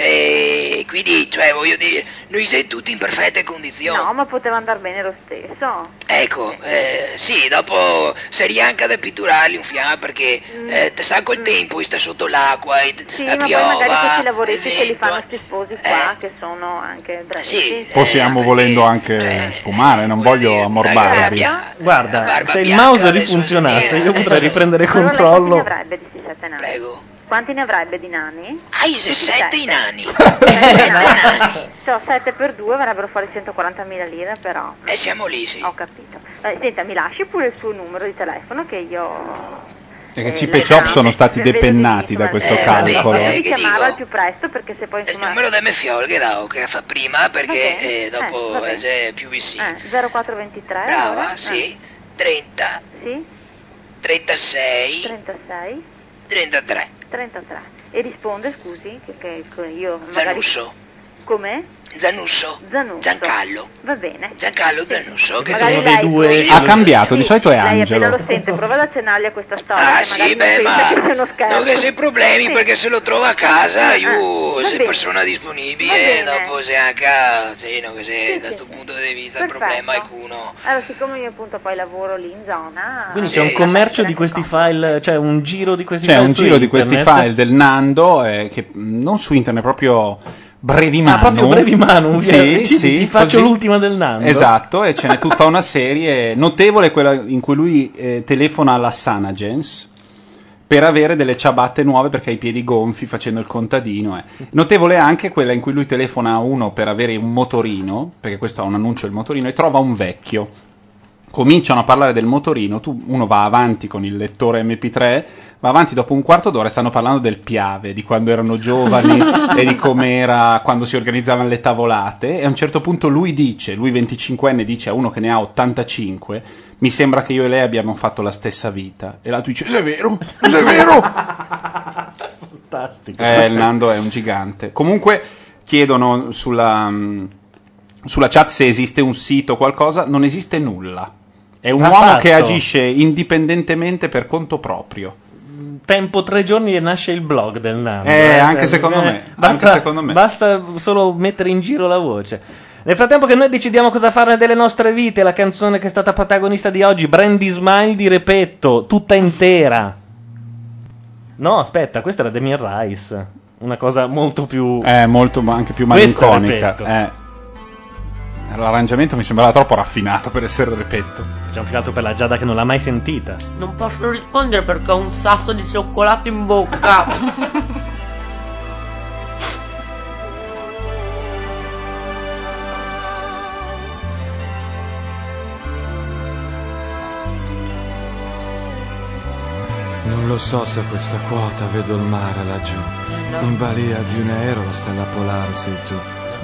Speaker 18: E quindi, cioè, voglio dire, noi siamo tutti in perfette condizioni.
Speaker 3: No, ma poteva andare bene lo stesso.
Speaker 18: Ecco, eh, sì, dopo se rianca da pitturarli un fiamma perché eh, te sa col tempo, sta sotto l'acqua, e
Speaker 3: Mm. Sì,
Speaker 18: la
Speaker 3: ma
Speaker 18: piova,
Speaker 3: poi magari questi
Speaker 18: il
Speaker 3: lavoretti se li
Speaker 18: vento.
Speaker 3: fanno sti sposi qua,
Speaker 18: Eh.
Speaker 3: che sono anche bravi.
Speaker 18: Sì,
Speaker 7: Possiamo
Speaker 18: eh,
Speaker 7: volendo
Speaker 18: eh,
Speaker 7: anche
Speaker 18: eh,
Speaker 7: sfumare, non voglio ammorbarvi.
Speaker 18: Guarda, la
Speaker 5: Eh, Guarda,
Speaker 18: barba
Speaker 5: se il
Speaker 18: bianca
Speaker 5: mouse
Speaker 18: adesso
Speaker 5: rifunzionasse,
Speaker 18: non
Speaker 5: io
Speaker 18: viene.
Speaker 5: potrei riprendere il
Speaker 3: Allora, lei
Speaker 5: controllo.
Speaker 3: Quanti ne avrebbe di 67 nani?
Speaker 18: Eh. Prego.
Speaker 3: Quanti ne avrebbe di nani?
Speaker 18: Hai se
Speaker 3: Tutti
Speaker 18: sette
Speaker 3: sette.
Speaker 18: i nani.
Speaker 3: Sette
Speaker 18: nani.
Speaker 3: Cioè, 7 per 2 verrebbero fuori 140.000 lire, però.
Speaker 18: E Eh, siamo lì, sì.
Speaker 3: Ho capito. Eh, senta, mi lasci pure il suo numero di telefono che io...
Speaker 7: E che
Speaker 3: eh,
Speaker 7: Cip
Speaker 3: le
Speaker 7: e Chop
Speaker 3: do.
Speaker 7: sono stati
Speaker 3: Vedo di sì,
Speaker 7: depennati
Speaker 3: insomma,
Speaker 7: da questo
Speaker 18: eh,
Speaker 7: calcolo.
Speaker 18: vabbè,
Speaker 3: Devi
Speaker 18: Che dico?
Speaker 3: chiamarlo al più presto perché se poi
Speaker 18: Il
Speaker 3: insomma...
Speaker 18: numero da me che davo, che fa prima perché
Speaker 3: Va bene.
Speaker 18: eh, dopo
Speaker 3: Eh, va
Speaker 18: eh, c'è più vicino.
Speaker 3: Eh, 0423. allora?
Speaker 18: Brava,
Speaker 3: Eh,
Speaker 18: sì. 30,
Speaker 3: sì,
Speaker 18: 36,
Speaker 3: 36,
Speaker 18: 33.
Speaker 3: 33. E risponde, scusi, che, che- che io magari...
Speaker 18: Zanusso.
Speaker 3: Come?
Speaker 18: Zanusso.
Speaker 3: Zanusso.
Speaker 18: Giancallo.
Speaker 3: Va bene.
Speaker 18: Giancallo Zanusso. Che
Speaker 5: Questo è uno
Speaker 3: Magari
Speaker 5: dei
Speaker 3: lei-
Speaker 5: due.
Speaker 7: Ha cambiato, di solito è
Speaker 3: Lei appena
Speaker 7: Angelo.
Speaker 3: lo sente, prova ad accennargli a questa storia.
Speaker 18: Ah
Speaker 3: che magari
Speaker 18: sì,
Speaker 3: non
Speaker 18: beh,
Speaker 3: pensa
Speaker 18: ma
Speaker 3: che sia uno scherzo.
Speaker 18: non che sei problemi
Speaker 3: Sì.
Speaker 18: perché se lo trovo a casa,
Speaker 3: Ah,
Speaker 18: io
Speaker 3: va
Speaker 18: sei
Speaker 3: bene.
Speaker 18: persona disponibile,
Speaker 3: Va bene.
Speaker 18: dopo se anche, sì, no, che se
Speaker 3: Sì,
Speaker 18: da
Speaker 3: sì,
Speaker 18: questo
Speaker 3: sì.
Speaker 18: punto di vista
Speaker 3: Perfetto.
Speaker 18: problema alcuno.
Speaker 3: Allora, siccome io appunto poi lavoro lì in zona...
Speaker 5: Quindi
Speaker 18: Sì.
Speaker 5: c'è un
Speaker 18: Sì.
Speaker 5: commercio di questi file, cioè un giro di questi
Speaker 7: C'è
Speaker 5: file.
Speaker 7: un
Speaker 5: su
Speaker 7: giro di questi
Speaker 5: internet.
Speaker 7: file del Nando eh, che mh, non su internet, proprio brevi mano.
Speaker 5: Ah, proprio brevi mano, un
Speaker 7: Sì,
Speaker 5: video. Ci-
Speaker 7: sì,
Speaker 5: ti faccio
Speaker 7: così.
Speaker 5: l'ultima del Nando.
Speaker 7: Esatto, e ce n'è tutta una serie notevole quella in cui lui eh, telefona alla Sanagens per avere delle ciabatte nuove perché ha i piedi gonfi facendo il contadino. eh. Notevole anche quella in cui lui telefona a uno per avere un motorino, perché questo ha un annuncio del motorino, e trova un vecchio. Cominciano a parlare del motorino, tu, uno va avanti con il lettore MP3, va avanti dopo un quarto d'ora e stanno parlando del Piave, di quando erano giovani e di com'era quando si organizzavano le tavolate e a un certo punto lui dice, lui 25enne dice a uno che ne ha 85, mi sembra che io e lei abbiamo fatto la stessa vita e l'altro dice, "Se è vero, se è vero!
Speaker 5: Fantastico.
Speaker 7: Eh, il Nando è un gigante. Comunque chiedono sulla, mh, sulla chat se esiste un sito o qualcosa, non esiste nulla. È un
Speaker 5: Ha
Speaker 7: uomo
Speaker 5: fatto.
Speaker 7: che agisce indipendentemente per conto proprio.
Speaker 5: Mm, Tempo tre giorni e nasce il blog del Nando. eh,
Speaker 7: Eh, anche secondo me, anche
Speaker 5: Basta,
Speaker 7: secondo me.
Speaker 5: basta solo mettere in giro la voce. Nel frattempo che noi decidiamo cosa fare delle nostre vite, la canzone che è stata protagonista di oggi, Brandy Smile di Repetto, tutta intera. No, aspetta, questa era Damien Rice. Una cosa molto più...
Speaker 7: È molto ma- anche più
Speaker 5: Questo
Speaker 7: malinconica.
Speaker 5: repetto.
Speaker 7: eh. L'arrangiamento mi sembrava troppo raffinato per essere repetto.
Speaker 5: Facciamo diciamo, più che altro per la Giada che non l'ha mai sentita.
Speaker 8: Non posso rispondere perché ho un sasso di cioccolato in bocca.
Speaker 27: Non lo so se questa quota vedo il mare laggiù. In balia di un aereo la stella polare sei tu.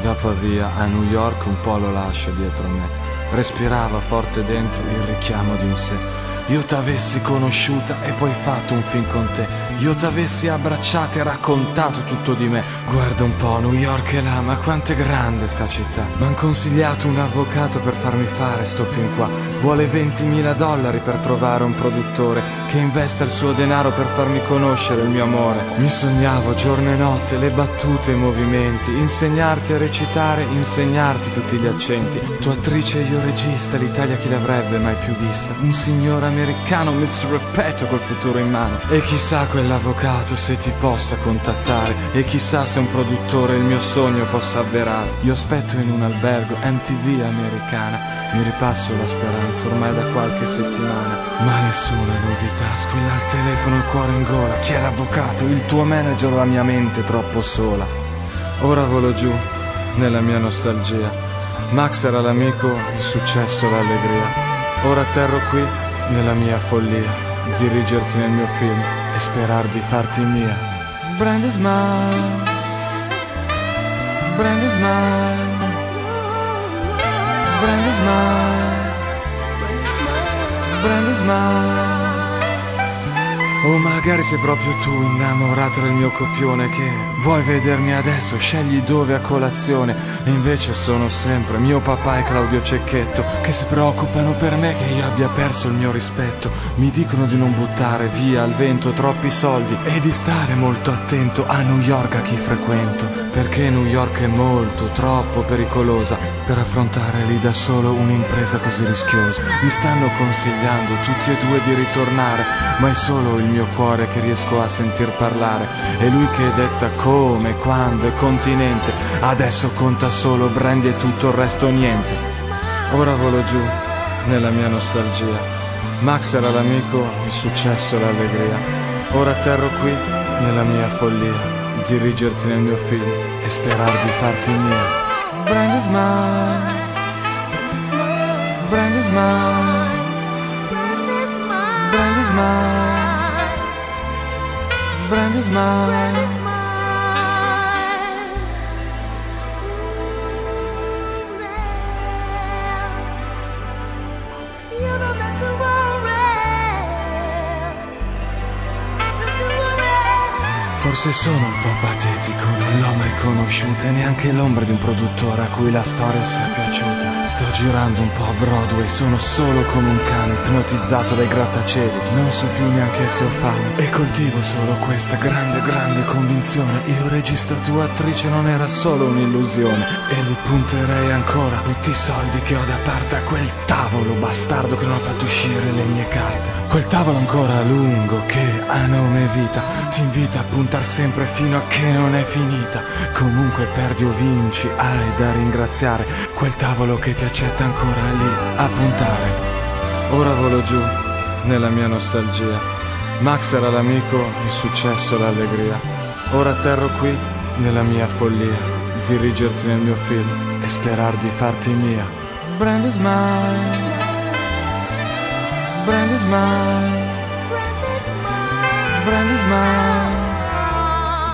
Speaker 27: Da Pavia a New York un po' lo lascio dietro me. Respirava forte dentro il richiamo di un sé. Io t'avessi conosciuta e poi fatto un film con te. Io t'avessi abbracciata e raccontato tutto di me. Guarda un po', New York è là, ma quanto è grande sta città. M'han consigliato un avvocato per farmi fare sto film qua. Vuole 20.000 dollari per trovare un produttore che investa il suo denaro per farmi conoscere il mio amore. Mi sognavo giorno e notte le battute e i movimenti, insegnarti a recitare, insegnarti tutti gli accenti. Tu attrice e io regista, l'Italia chi l'avrebbe mai più vista? Un signore americano, Miss Repetto col futuro in mano. E chissà quell'avvocato se ti possa contattare, e chissà se un produttore il mio sogno possa avverare. Io aspetto in un albergo MTV americana, mi ripasso la speranza ormai da qualche settimana. Ma nessuna novità, squilla il telefono, il cuore in gola. Chi è l'avvocato? Il tuo manager o la mia mente troppo sola? Ora volo giù, nella mia nostalgia. Max era l'amico, il successo, l'allegria. Ora atterro qui, nella mia follia. Dirigerti nel mio film e sperar di farti mia. Brand is mine. Brand is mine. Brand is mine. Brand is mine. O Oh, magari sei proprio tu innamorata del mio copione che vuoi vedermi adesso, scegli dove a colazione. E invece sono sempre mio papà e Claudio Cecchetto che si preoccupano per me che io abbia perso il mio rispetto. Mi dicono di non buttare via al vento troppi soldi e di stare molto attento a New York a chi frequento. Perché New York è molto, troppo pericolosa per affrontare lì da solo un'impresa così rischiosa. Mi stanno consigliando tutti e due di ritornare, ma è solo il mio cuore che riesco a sentir parlare. E lui che detta come, quando e continente, adesso conta solo brand e tutto il resto niente. Ora volo giù, nella mia nostalgia. Max era l'amico, il successo e l'allegria. Ora atterro qui, nella mia follia. Dirigerti nel mio film e sperar di farti mia. Brand is mine. Brand is mine. Brand is mine. Brand is mine. Forse sono un po' patetico, non l'ho mai conosciuta e neanche l'ombra di un produttore a cui la storia sia piaciuta. Sto girando un po' a Broadway, sono solo come un cane ipnotizzato dai grattacieli. Non so più neanche se ho fame e coltivo solo questa grande, grande convinzione. Io regista tua attrice non era solo un'illusione e li punterei ancora tutti i soldi che ho da parte a quel tavolo bastardo che non ha fatto uscire le mie carte. Quel tavolo ancora lungo che a nome vita ti invita a puntar sempre fino a che non è finita. Comunque perdi o vinci, hai da ringraziare quel tavolo che ti accetta ancora lì a puntare. Ora volo giù nella mia nostalgia. Max era l'amico, il successo e l'allegria. Ora atterro qui nella mia follia. Dirigerti nel mio film e sperar di farti mia. Brand is mine. Brand is mine. Brand is mine.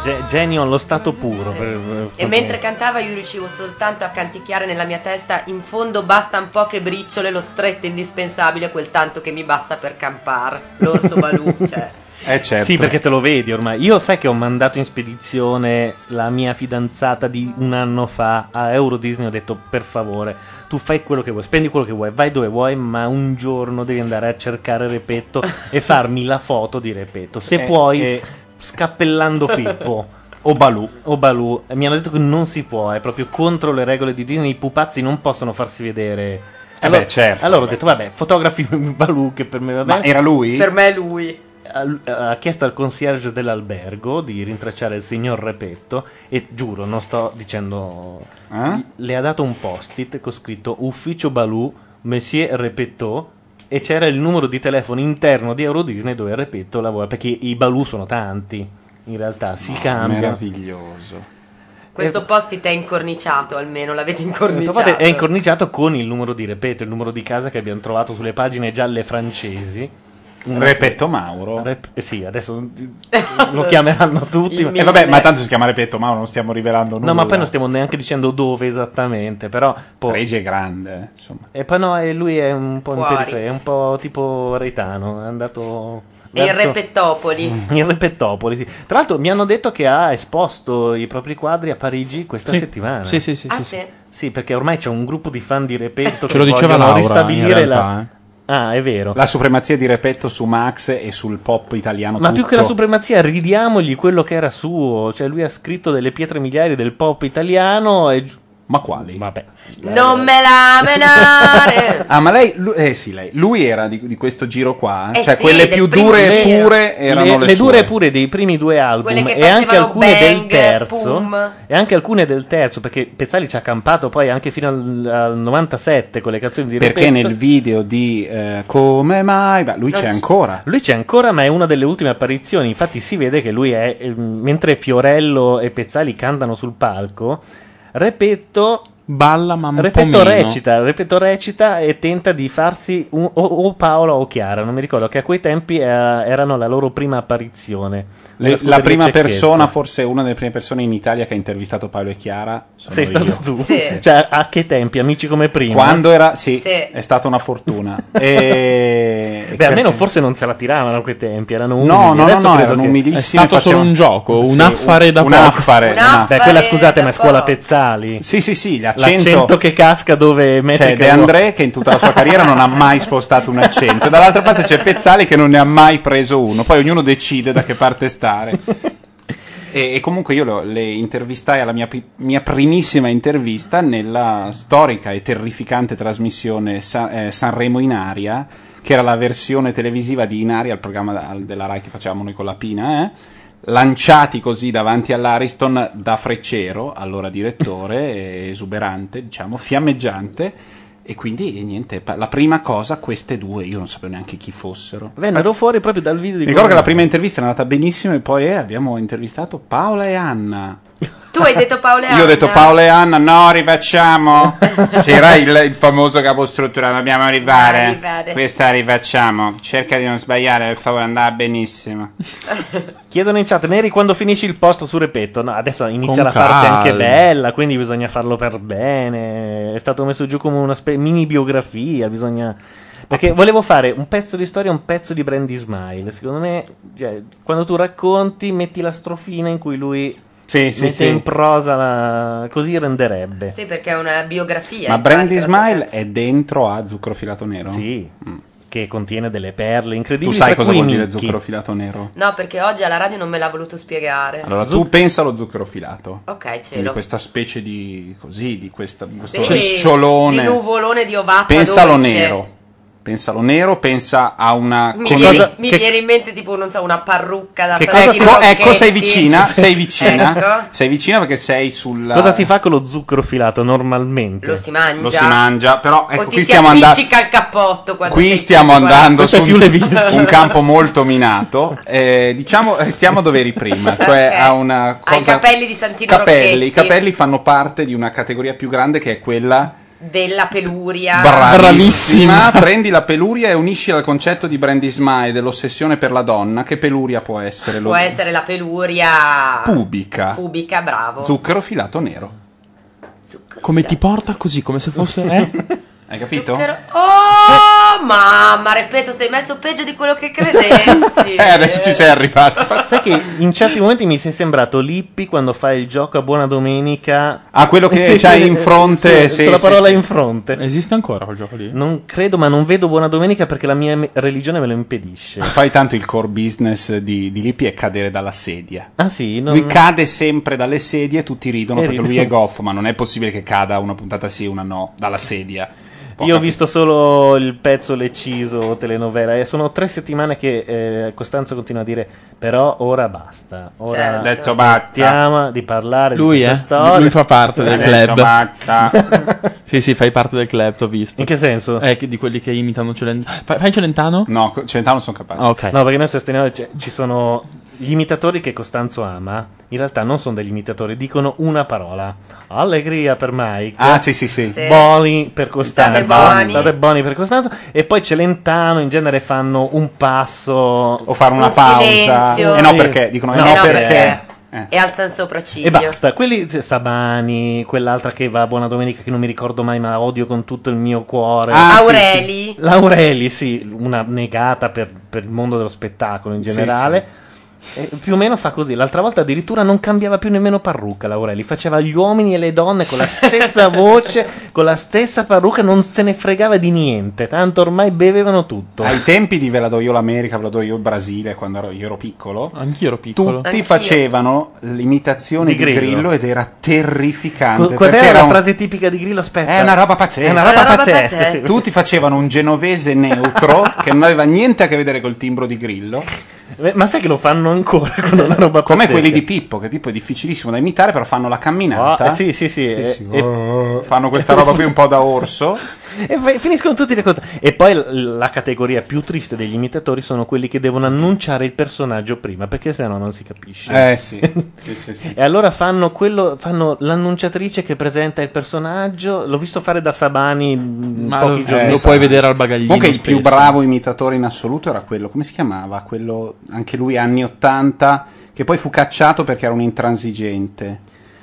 Speaker 5: Ge- genio allo stato puro. per- eh, per-
Speaker 8: E mentre cantava io riuscivo soltanto a canticchiare nella mia testa In fondo bastan poche briciole, lo stretto indispensabile Quel tanto che mi basta per campar L'orso balù, cioè
Speaker 7: Eh certo.
Speaker 5: Sì, perché te lo vedi ormai. Io sai che ho mandato in spedizione la mia fidanzata di un anno fa a Euro Disney. Ho detto, per favore, tu fai quello che vuoi, spendi quello che vuoi, vai dove vuoi, ma un giorno devi andare a cercare Repetto e farmi la foto di Repetto. Se
Speaker 7: Eh,
Speaker 5: puoi,
Speaker 7: eh.
Speaker 5: scappellando Pippo. Obalu. Obalu. E Mi hanno detto che non si può, è proprio contro le regole di Disney, i pupazzi non possono farsi vedere.
Speaker 7: beh, certo,
Speaker 5: Allora ho detto, vabbè, fotografi Obalu che per me va
Speaker 7: Ma
Speaker 5: bene.
Speaker 7: era lui? Per
Speaker 8: me è lui.
Speaker 5: Ha ha chiesto al concierge dell'albergo di rintracciare il signor Repetto e giuro, non sto dicendo... Le ha dato un post-it con scritto Ufficio Balù, Monsieur Repetto e c'era il numero di telefono interno di Euro Disney dove Repetto lavora perché i Balù sono tanti, in realtà si cambia.
Speaker 7: Meraviglioso. Eh.
Speaker 8: Questo post-it è incorniciato, almeno l'avete incorniciato.
Speaker 5: È incorniciato con il numero di Repetto, il numero di casa che abbiamo trovato sulle pagine gialle francesi.
Speaker 7: Repetto Mauro.
Speaker 5: eh sì, adesso lo chiameranno tutti. Eh,
Speaker 7: E Eh, vabbè, ma tanto si chiama Repetto Mauro, non stiamo rivelando nulla.
Speaker 5: No, ma poi non stiamo neanche dicendo dove esattamente, però... Regia
Speaker 7: è grande, eh, insomma.
Speaker 5: E poi no, e lui è un po' in
Speaker 8: Fuori.
Speaker 5: periferia, è un po' tipo Retano, è andato...
Speaker 8: E il
Speaker 5: verso-
Speaker 7: Mm.
Speaker 8: Repetopoli.
Speaker 5: Mm, in Repetopoli, sì. Tra l'altro mi hanno detto che ha esposto i propri quadri a Parigi questa
Speaker 6: Sì.
Speaker 5: settimana.
Speaker 6: Sì, sì, sì, Ah, sì, sì.
Speaker 8: sì.
Speaker 5: Sì, perché ormai c'è un gruppo di fan di Repetto
Speaker 6: Ce
Speaker 5: che
Speaker 6: lo diceva
Speaker 5: vogliono
Speaker 6: Laura,
Speaker 5: ristabilire
Speaker 6: in realtà, eh.
Speaker 5: la... Ah, è vero.
Speaker 7: La supremazia di Repetto su Max e sul pop
Speaker 6: eh.
Speaker 7: italiano
Speaker 5: Ma più
Speaker 7: tutto.
Speaker 5: che la supremazia, ridiamogli quello che era suo. Cioè, lui ha scritto delle pietre miliari del pop italiano. E...
Speaker 7: Ma quali?
Speaker 5: Vabbè.
Speaker 8: Non me la menare.
Speaker 7: Ah, ma lei, lu- eh sì, lei, lui era di, di questo giro qua,
Speaker 8: Eh
Speaker 7: cioè
Speaker 8: sì,
Speaker 7: quelle
Speaker 8: del
Speaker 7: più
Speaker 8: primo
Speaker 7: dure e
Speaker 8: giro.
Speaker 7: pure erano le,
Speaker 5: le,
Speaker 7: sue.
Speaker 5: dure e pure dei primi due
Speaker 8: Quelle
Speaker 5: album
Speaker 8: che
Speaker 5: e anche
Speaker 8: facevano
Speaker 5: alcune del
Speaker 8: bang,
Speaker 5: terzo
Speaker 8: pum.
Speaker 5: e anche alcune del terzo perché Pezzali ci ha campato poi anche fino al, al 97 con le canzoni di
Speaker 7: Perché
Speaker 5: Repetto.
Speaker 7: nel video di eh, Come mai, beh, lui
Speaker 5: Non
Speaker 7: c'è
Speaker 5: c-
Speaker 7: ancora.
Speaker 5: Lui c'è ancora, ma è una delle ultime apparizioni. Infatti, si vede che lui è. ehm, mentre Fiorello e Pezzali cantano sul palco, Repetto.
Speaker 6: Balla, ma un
Speaker 5: Repetto
Speaker 6: po' meno.
Speaker 5: recita, Repetto recita e tenta di farsi un- o, o Paola o Chiara, non mi ricordo, che a quei tempi eh, erano la loro prima apparizione.
Speaker 7: Le-
Speaker 5: nella
Speaker 7: Eh, la
Speaker 5: scuderia
Speaker 7: prima
Speaker 5: Cecchetto.
Speaker 7: persona, forse una delle prime persone in Italia che ha intervistato Paolo e Chiara, sono
Speaker 5: Sei stato
Speaker 7: io.
Speaker 5: tu? Cioè, a che tempi? Amici come prima?
Speaker 7: Quando era, sì,
Speaker 5: Sì.
Speaker 7: è stata una fortuna. E...
Speaker 5: Beh,
Speaker 7: perché-
Speaker 5: almeno forse non se la tiravano a quei tempi, erano umili.
Speaker 7: No, no, no,
Speaker 5: Adesso
Speaker 7: no,
Speaker 5: credo
Speaker 7: erano
Speaker 5: che-
Speaker 7: umilissimi. facevano- Sì, un affare, cioè, Eh, un affare.
Speaker 5: Beh, quella scusate, ma è scuola Pezzali.
Speaker 7: Sì, sì, sì, l'accento-
Speaker 5: l'accento, che casca dove
Speaker 7: C'è
Speaker 5: mette
Speaker 7: Cioè, De André che in tutta la sua carriera non ha mai spostato un accento, e dall'altra parte c'è Pezzali che non ne ha mai preso uno, poi ognuno decide da che parte stare. E, e comunque io lo- le intervistai alla mia, pi- mia primissima intervista nella storica e terrificante trasmissione Sa- eh, Sanremo in aria, che era la versione televisiva di In aria, il programma da- della Rai che facevamo noi con la Pina, eh? lanciati così davanti all'Ariston da Freccero, allora direttore, eh, esuberante, diciamo, fiammeggiante. E quindi eh, niente, pa- la prima cosa, queste due, io non sapevo neanche chi fossero. Eh,
Speaker 5: Vennero fuori proprio dal video di
Speaker 7: Mi ricordo che
Speaker 5: Corona.
Speaker 7: la prima intervista è andata benissimo e poi eh, abbiamo intervistato Paola e Anna.
Speaker 8: Tu hai detto Paola e
Speaker 7: Io ho detto
Speaker 8: Anna.
Speaker 7: Paola e Anna, no, rifacciamo. C'era il, il famoso capostruttura, dobbiamo arrivare.
Speaker 8: Dobbiamo arrivare.
Speaker 7: Questa rifacciamo. Cerca di non sbagliare, per favore, andava benissimo.
Speaker 5: Chiedono in chat, Neri, quando finisci il posto su Repetto? No, adesso inizia
Speaker 7: Con
Speaker 5: la parte
Speaker 7: calma.
Speaker 5: anche bella, quindi bisogna farlo per bene. È stato messo giù come una spe- mini biografia, bisogna... Perché volevo fare un pezzo di storia e un pezzo di Brandy Smile. Secondo me, cioè, quando tu racconti, metti la strofina in cui lui
Speaker 7: sì,
Speaker 5: mette
Speaker 7: sì.
Speaker 5: in prosa, la- così renderebbe.
Speaker 8: Sì, perché è una biografia.
Speaker 7: Ma
Speaker 8: in pratica,
Speaker 7: Brandy
Speaker 8: la sua
Speaker 7: Smile è dentro a zucchero filato nero? Mm.
Speaker 5: Sì, che contiene delle perle incredibili.
Speaker 7: Tu sai
Speaker 5: tra
Speaker 7: cosa
Speaker 5: cui
Speaker 7: vuol dire
Speaker 5: Mickey.
Speaker 7: zucchero filato nero?
Speaker 8: No, perché oggi alla radio non me l'ha voluto spiegare.
Speaker 7: Allora, tu pensa allo zucchero filato.
Speaker 8: Ok,
Speaker 7: Quindi
Speaker 8: cielo.
Speaker 7: questa specie di così, di questa, questo
Speaker 8: Sì,
Speaker 7: ricciolone.
Speaker 8: Di nuvolone di ovatta
Speaker 7: Pensalo
Speaker 8: dolce.
Speaker 7: nero. Pensalo nero, pensa a una
Speaker 8: Mi,
Speaker 7: con-
Speaker 8: viene, mi viene in mente tipo, non so, una parrucca da
Speaker 7: che
Speaker 8: fare
Speaker 7: cosa
Speaker 8: di
Speaker 7: ecco, ecco,
Speaker 8: rocchetti.
Speaker 7: sei vicina, sei vicina.
Speaker 8: Ecco.
Speaker 7: Sei vicina perché sei sulla
Speaker 5: Cosa si fa con lo zucchero filato normalmente?
Speaker 8: Lo si mangia.
Speaker 7: Lo si mangia, però
Speaker 8: O
Speaker 7: ecco
Speaker 8: ti
Speaker 7: qui
Speaker 8: si
Speaker 7: stiamo andando
Speaker 8: appiccica il cappotto quando
Speaker 7: Qui
Speaker 8: sei
Speaker 7: stiamo
Speaker 8: tipo, eh.
Speaker 7: andando su
Speaker 8: guarda.
Speaker 7: un, un campo molto minato. Eh, diciamo, restiamo dove eri prima, cioè
Speaker 8: Ok.
Speaker 7: a una cosa.
Speaker 8: Ai capelli di Santino
Speaker 7: Capelli.
Speaker 8: Rocchetti.
Speaker 7: I capelli fanno parte di una categoria più grande che è quella
Speaker 8: Della peluria.
Speaker 7: bravissima. Prendi la peluria e unisci al concetto di Brandy Smile dell'ossessione per la donna. Che peluria può essere?
Speaker 8: Può essere la peluria...
Speaker 7: Pubica.
Speaker 8: Pubica, bravo.
Speaker 7: Zucchero filato nero.
Speaker 6: Come ti porta così, come se fosse... eh?
Speaker 7: Hai capito?
Speaker 8: Oh, Oh mamma, ripeto, sei messo peggio di quello che credessi.
Speaker 7: Eh, adesso ci sei arrivato.
Speaker 5: Sai che in certi momenti mi sei sembrato Lippi quando fa il gioco a Buona Domenica.
Speaker 7: Ah, quello che c'hai in fronte, sì,
Speaker 5: la
Speaker 7: sì,
Speaker 5: parola
Speaker 7: sì.
Speaker 5: in fronte.
Speaker 6: Esiste ancora quel gioco lì?
Speaker 5: Non credo, ma non vedo Buona Domenica perché la mia me- religione me lo impedisce.
Speaker 7: Poi tanto il core business di, di Lippi è cadere dalla sedia.
Speaker 5: Ah sì? Non...
Speaker 7: Lui cade sempre dalle sedie e tutti ridono
Speaker 5: E
Speaker 7: perché
Speaker 5: ridono.
Speaker 7: lui è goffo, ma non è possibile che cada una puntata sì e una no dalla sedia. Poca-
Speaker 5: Io ho visto solo il pezzo leciso telenovela e sono tre settimane che eh, Costanzo continua a dire però ora basta. Ora
Speaker 7: Certo. Detto batta.
Speaker 5: smettiamo di parlare
Speaker 6: Lui,
Speaker 5: di
Speaker 6: eh?
Speaker 5: questa storia. Eh,
Speaker 6: Lui fa parte del
Speaker 5: Adesso
Speaker 6: club. Ah. sì, sì, fai parte del club, t'ho visto. In
Speaker 5: che senso?
Speaker 6: Eh, che- di quelli che imitano Celentano. Fai, fai Celentano?
Speaker 7: No, Celentano sono capace.
Speaker 6: Ok.
Speaker 5: No, perché noi sosteniamo cioè, ci sono gli imitatori che Costanzo ama, in realtà non sono degli imitatori, dicono una parola. Allegria per Mike.
Speaker 7: Ah, sì, sì, sì. Sì.
Speaker 5: Buoni per Costanzo.
Speaker 7: State buoni.
Speaker 5: State buoni per Costanzo e poi Celentano in genere fanno un passo o
Speaker 7: fare una Un pausa. silenzio. Eh no, perché, dicono, eh no, perché. Eh.
Speaker 8: E alzano sopracciglio.
Speaker 5: E basta, quelli cioè, Sabani, quell'altra che va a Buona Domenica che non mi ricordo mai, ma odio con tutto il mio cuore.
Speaker 8: Ah, Aureli? sì, sì.
Speaker 5: Laureli, sì, una negata per, per il mondo dello spettacolo in
Speaker 6: Sì,
Speaker 5: generale. E più o meno fa così. L'altra volta addirittura non cambiava più nemmeno parrucca Laureli, faceva gli uomini e le donne con la stessa voce, con la stessa parrucca, non se ne fregava di niente, tanto ormai bevevano tutto.
Speaker 7: Ai tempi di Ve la do io l'America, ve la do io il Brasile, quando ero, io ero piccolo,
Speaker 6: anch'io ero piccolo.
Speaker 7: tutti
Speaker 6: Anch'io.
Speaker 7: facevano l'imitazione
Speaker 5: Di
Speaker 7: di Grillo.
Speaker 5: Grillo
Speaker 7: ed era terrificante.
Speaker 5: Co- Cos'era
Speaker 7: perché
Speaker 5: la
Speaker 7: era un-
Speaker 5: frase tipica di Grillo? Aspetta.
Speaker 7: È una roba pazzesca.
Speaker 5: È una roba pazzesca, sì.
Speaker 7: Tutti facevano un genovese neutro che non aveva niente a che vedere col timbro di Grillo.
Speaker 5: Beh, Ma sai che lo fanno ancora con una roba
Speaker 7: Come
Speaker 5: pazzesca?
Speaker 7: quelli di Pippo, che Pippo è difficilissimo da imitare, però fanno la camminata.
Speaker 5: Ah, eh, sì, sì, sì, eh,
Speaker 7: oh. Fanno questa roba qui un po' da orso.
Speaker 5: E poi finiscono tutti le cose. E poi l- la categoria più triste degli imitatori sono quelli che devono annunciare il personaggio prima, perché sennò non si capisce.
Speaker 7: Eh sì. Sì, sì, sì.
Speaker 5: E allora fanno, quello, fanno l'annunciatrice che presenta il personaggio. L'ho visto fare da Sabani mh,
Speaker 6: Ma
Speaker 5: pochi
Speaker 6: lo- eh,
Speaker 5: giorni
Speaker 6: lo
Speaker 5: fa.
Speaker 6: puoi vedere al bagaglino
Speaker 7: Comunque il più
Speaker 6: spesso.
Speaker 7: bravo imitatore in assoluto era quello, come si chiamava? Quello, anche lui anni 80, che poi fu cacciato perché era un intransigente.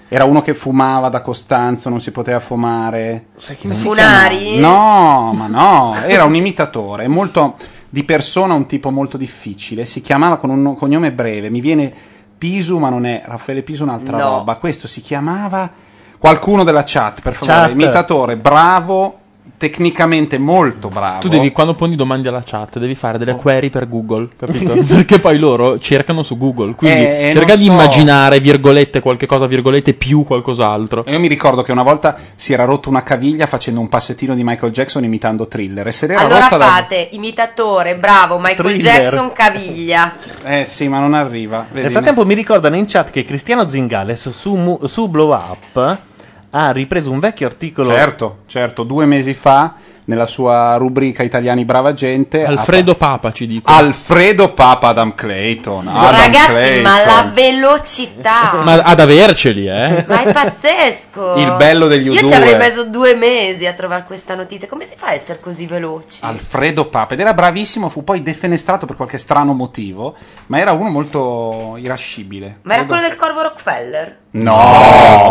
Speaker 7: Era uno che fumava da Costanzo, non si poteva fumare.
Speaker 5: Sai
Speaker 7: come si
Speaker 8: Funari?
Speaker 7: chiamava? No, ma no, era un imitatore, molto di persona, un tipo molto difficile. Si chiamava con un cognome breve, mi viene Pisu, ma non è Raffaele Pisu, un'altra
Speaker 8: No.
Speaker 7: roba. Questo si chiamava qualcuno della chat, per favore,
Speaker 6: Chat.
Speaker 7: imitatore, bravo, tecnicamente molto bravo.
Speaker 6: Tu devi, quando poni domande alla chat, devi fare delle query per Google, capito? Perché poi loro cercano su Google. Quindi
Speaker 7: Eh, eh,
Speaker 6: cerca
Speaker 7: non
Speaker 6: di
Speaker 7: so.
Speaker 6: immaginare, virgolette, qualche cosa, virgolette, più qualcos'altro.
Speaker 7: Io mi ricordo che una volta si era rotto una caviglia facendo un passettino di Michael Jackson imitando Thriller e se l'era
Speaker 8: Allora
Speaker 7: rotta la-
Speaker 8: fate imitatore, bravo, Michael
Speaker 7: Thriller.
Speaker 8: Jackson, caviglia.
Speaker 7: Eh sì, ma non arriva. vedi,
Speaker 5: Nel frattempo mi ricordano in chat che Cristiano Zingales su, Mu- su Blow Up
Speaker 6: Ah,
Speaker 5: ha ripreso un vecchio articolo.
Speaker 7: Certo, certo, due mesi fa nella sua rubrica Italiani brava gente
Speaker 6: Alfredo Papa ci dico.
Speaker 7: Alfredo Papa Adam Clayton. Adam
Speaker 8: Ragazzi,
Speaker 7: Clayton.
Speaker 8: ma la velocità.
Speaker 6: Ma ad averceli, eh?
Speaker 8: Ma è pazzesco!
Speaker 7: Il bello degli
Speaker 8: Io ci
Speaker 7: U2.
Speaker 8: avrei messo due mesi a trovare questa notizia. Come si fa a essere così veloci?
Speaker 7: Alfredo Papa ed era bravissimo, fu poi defenestrato per qualche strano motivo, ma era uno molto irascibile.
Speaker 8: Ma era
Speaker 7: Credo-
Speaker 8: quello del corvo Rockefeller?
Speaker 7: No,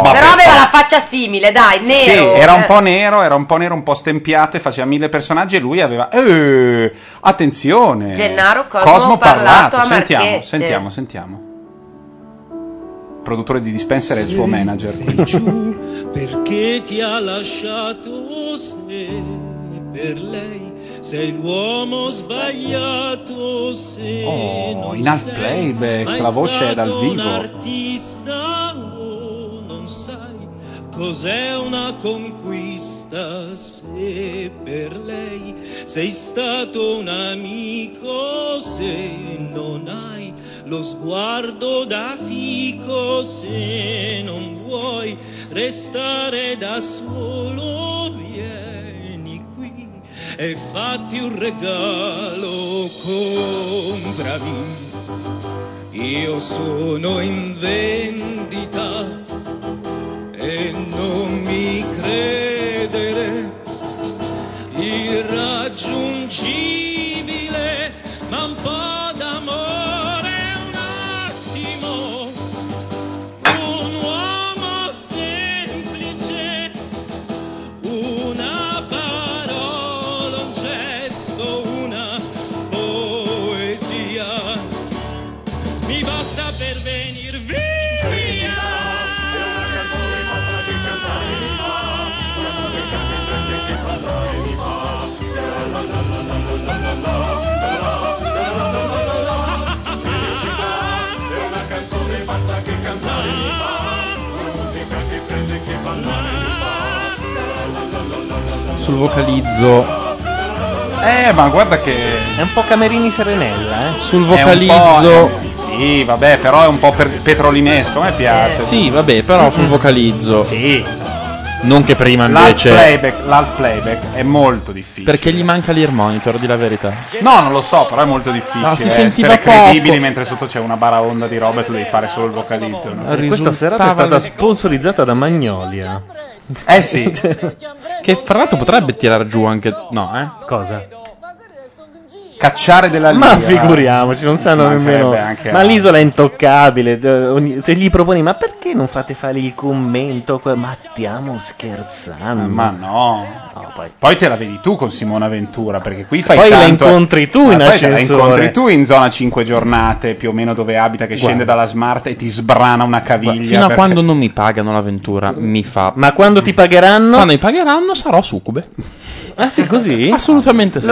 Speaker 7: ma
Speaker 8: Però
Speaker 7: per-
Speaker 8: aveva la faccia simile, dai, nero.
Speaker 7: Sì, era un
Speaker 8: Eh.
Speaker 7: po' nero, era un po' nero, un po' stempiato e faceva mille personaggi e lui aveva... Eh, attenzione!
Speaker 8: Gennaro Cosmo Parlato a
Speaker 7: sentiamo,
Speaker 8: Marchette.
Speaker 7: sentiamo, sentiamo. Produttore di Dispenser e il suo manager.
Speaker 4: perché ti ha lasciato se per lei sei l'uomo sbagliato se
Speaker 7: Oh,
Speaker 4: non
Speaker 7: in alt
Speaker 4: sei
Speaker 7: playback,
Speaker 4: mai
Speaker 7: la voce è dal
Speaker 4: stato un
Speaker 7: vivo.
Speaker 4: artista o non sai cos'è una conquista se per lei sei stato un amico se non hai lo sguardo da fico se non vuoi restare da solo vieni qui e fatti un regalo comprami io sono in vendita e non mi credere irraggiungibile, ma un po' d'amore, un attimo, un uomo semplice, una parola, un gesto
Speaker 6: sul vocalizzo.
Speaker 7: Eh, ma guarda che. È
Speaker 5: un po' Camerini Serenella, eh.
Speaker 6: Sul
Speaker 7: È un po'- eh,
Speaker 6: vocalizzo.
Speaker 7: Sì, vabbè, però è un po' per- petrolinesco, a me piace.
Speaker 6: Eh, Sì, vabbè, però sul vocalizzo. Sì. Non che prima
Speaker 7: L'alt
Speaker 6: invece.
Speaker 7: playback, l'alt playback è molto difficile.
Speaker 6: Perché gli manca l'ear monitor, di la verità.
Speaker 7: No, non lo so, però è molto difficile.
Speaker 6: Ah, si
Speaker 7: eh,
Speaker 6: sentiva
Speaker 7: essere credibili
Speaker 6: poco.
Speaker 7: mentre sotto c'è una baraonda di roba e tu devi fare solo il vocalizzo.
Speaker 6: Eh,
Speaker 7: no?
Speaker 5: Questa serata è stata sponsorizzata da Magnolia.
Speaker 7: Eh sì.
Speaker 6: che fra l'altro potrebbe tirar giù anche. No, eh?
Speaker 5: Cosa?
Speaker 7: Cacciare della
Speaker 5: Ma
Speaker 7: lira.
Speaker 5: figuriamoci, non sanno
Speaker 7: Ci mancherebbe
Speaker 5: nemmeno.
Speaker 7: anche
Speaker 5: Ma
Speaker 7: altro.
Speaker 5: l'isola è intoccabile. cioè, ogni- Se gli proponi, ma perché non fate fare il commento? qua?" Ma stiamo scherzando.
Speaker 7: Ma no.
Speaker 5: poi.
Speaker 7: te la vedi tu con Simona Ventura, perché qui fai
Speaker 5: Poi la
Speaker 7: tanto-
Speaker 5: incontri tu
Speaker 7: Ma
Speaker 5: in
Speaker 7: poi te la
Speaker 5: ascensore.
Speaker 7: incontri tu in zona 5 giornate, più o meno dove abita, che scende dalla smart e ti sbrana una caviglia.
Speaker 6: Fino a
Speaker 7: perché-
Speaker 6: quando non mi pagano l'avventura, mi fa.
Speaker 5: Ma quando ti pagheranno?
Speaker 6: Quando mi pagheranno sarò succube.
Speaker 5: Ah, sì, così? Cioè,
Speaker 6: Assolutamente sì.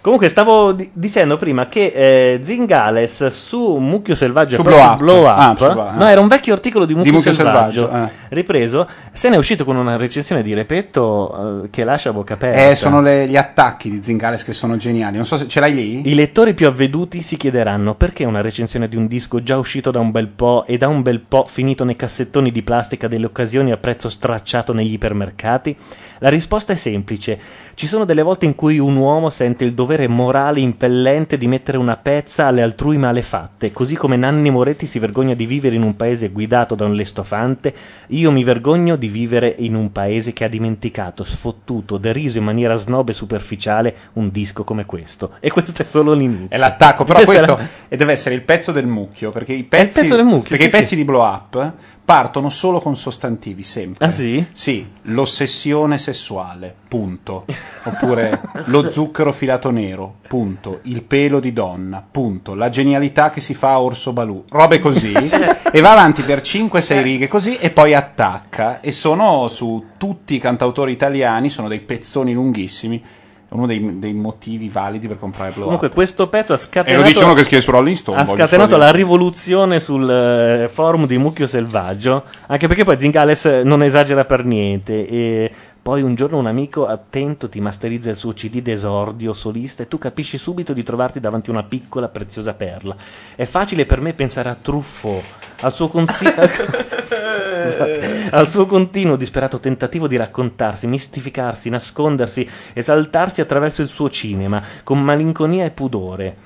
Speaker 5: Comunque, stavo di- dicendo prima che eh, Zingales su Mucchio Selvaggio
Speaker 7: Su
Speaker 5: e proprio
Speaker 7: Blow Up.
Speaker 5: Blow Up,
Speaker 7: Ah, su Blow Up, eh.
Speaker 5: no, era un vecchio articolo di Mucchio,
Speaker 7: Mucchio
Speaker 5: Selvaggio,
Speaker 7: Selvaggio, eh.
Speaker 5: ripreso. Se ne è uscito con una recensione di Repetto eh, che lascia bocca aperta.
Speaker 7: Eh, sono le- gli attacchi di Zingales che sono geniali. Non so se ce l'hai lì.
Speaker 5: I lettori più avveduti si chiederanno perché una recensione di un disco già uscito da un bel po' e da un bel po' finito nei cassettoni di plastica delle occasioni a prezzo stracciato negli ipermercati? La risposta è semplice. Ci sono delle volte in cui un uomo sente il dovere morale impellente di mettere una pezza alle altrui malefatte, così come Nanni Moretti si vergogna di vivere in un paese guidato da un lestofante, io mi vergogno di vivere in un paese che ha dimenticato, sfottuto, deriso in maniera snob e superficiale un disco come questo. E questo è solo l'inizio.
Speaker 7: È l'attacco, però
Speaker 5: Questa è
Speaker 7: questo
Speaker 5: la-
Speaker 7: e deve essere il pezzo del mucchio, perché i pezzi,
Speaker 5: pezzo del mucchio, sì,
Speaker 7: perché i pezzi
Speaker 5: sì.
Speaker 7: di blow up partono solo con sostantivi, sempre.
Speaker 5: Ah, sì?
Speaker 7: Sì, l'ossessione sessuale, punto. Oppure lo zucchero filato nero, punto. Il pelo di donna, punto. La genialità che si fa a Orso Balù, robe così. e va avanti per
Speaker 5: Eh.
Speaker 7: 5-6 righe così e poi attacca. E sono su tutti i cantautori italiani, sono dei pezzoni lunghissimi. È uno dei, dei motivi validi per comprare Blow Up.
Speaker 5: Comunque questo pezzo ha
Speaker 7: E
Speaker 5: scatenato...
Speaker 7: lo dice uno che scrive su Rolling Stone.
Speaker 5: Ha
Speaker 7: voglio
Speaker 5: scatenato
Speaker 7: solo
Speaker 5: la
Speaker 7: dire.
Speaker 5: rivoluzione sul eh, forum di Mucchio Selvaggio, anche perché poi Zingales non esagera per niente. E poi un giorno un amico attento ti masterizza il suo CD d'esordio solista e tu capisci subito di trovarti davanti a una piccola preziosa perla. È facile per me pensare a Truffo, al suo consiglio. Scusate. al suo continuo disperato tentativo di raccontarsi, mistificarsi, nascondersi, esaltarsi attraverso il suo cinema, con malinconia e pudore.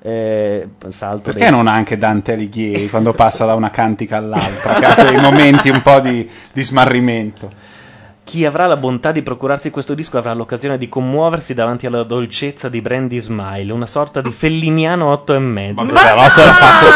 Speaker 5: Eh, salto
Speaker 7: Perché
Speaker 5: dei-
Speaker 7: non anche Dante Alighieri quando passa da una cantica all'altra? Che ha quei momenti un po' di, di smarrimento.
Speaker 5: Chi avrà la bontà di procurarsi questo disco avrà l'occasione di commuoversi davanti alla dolcezza di Brandy Smile, una sorta di felliniano 8 e mezzo.
Speaker 6: Però si era fatto,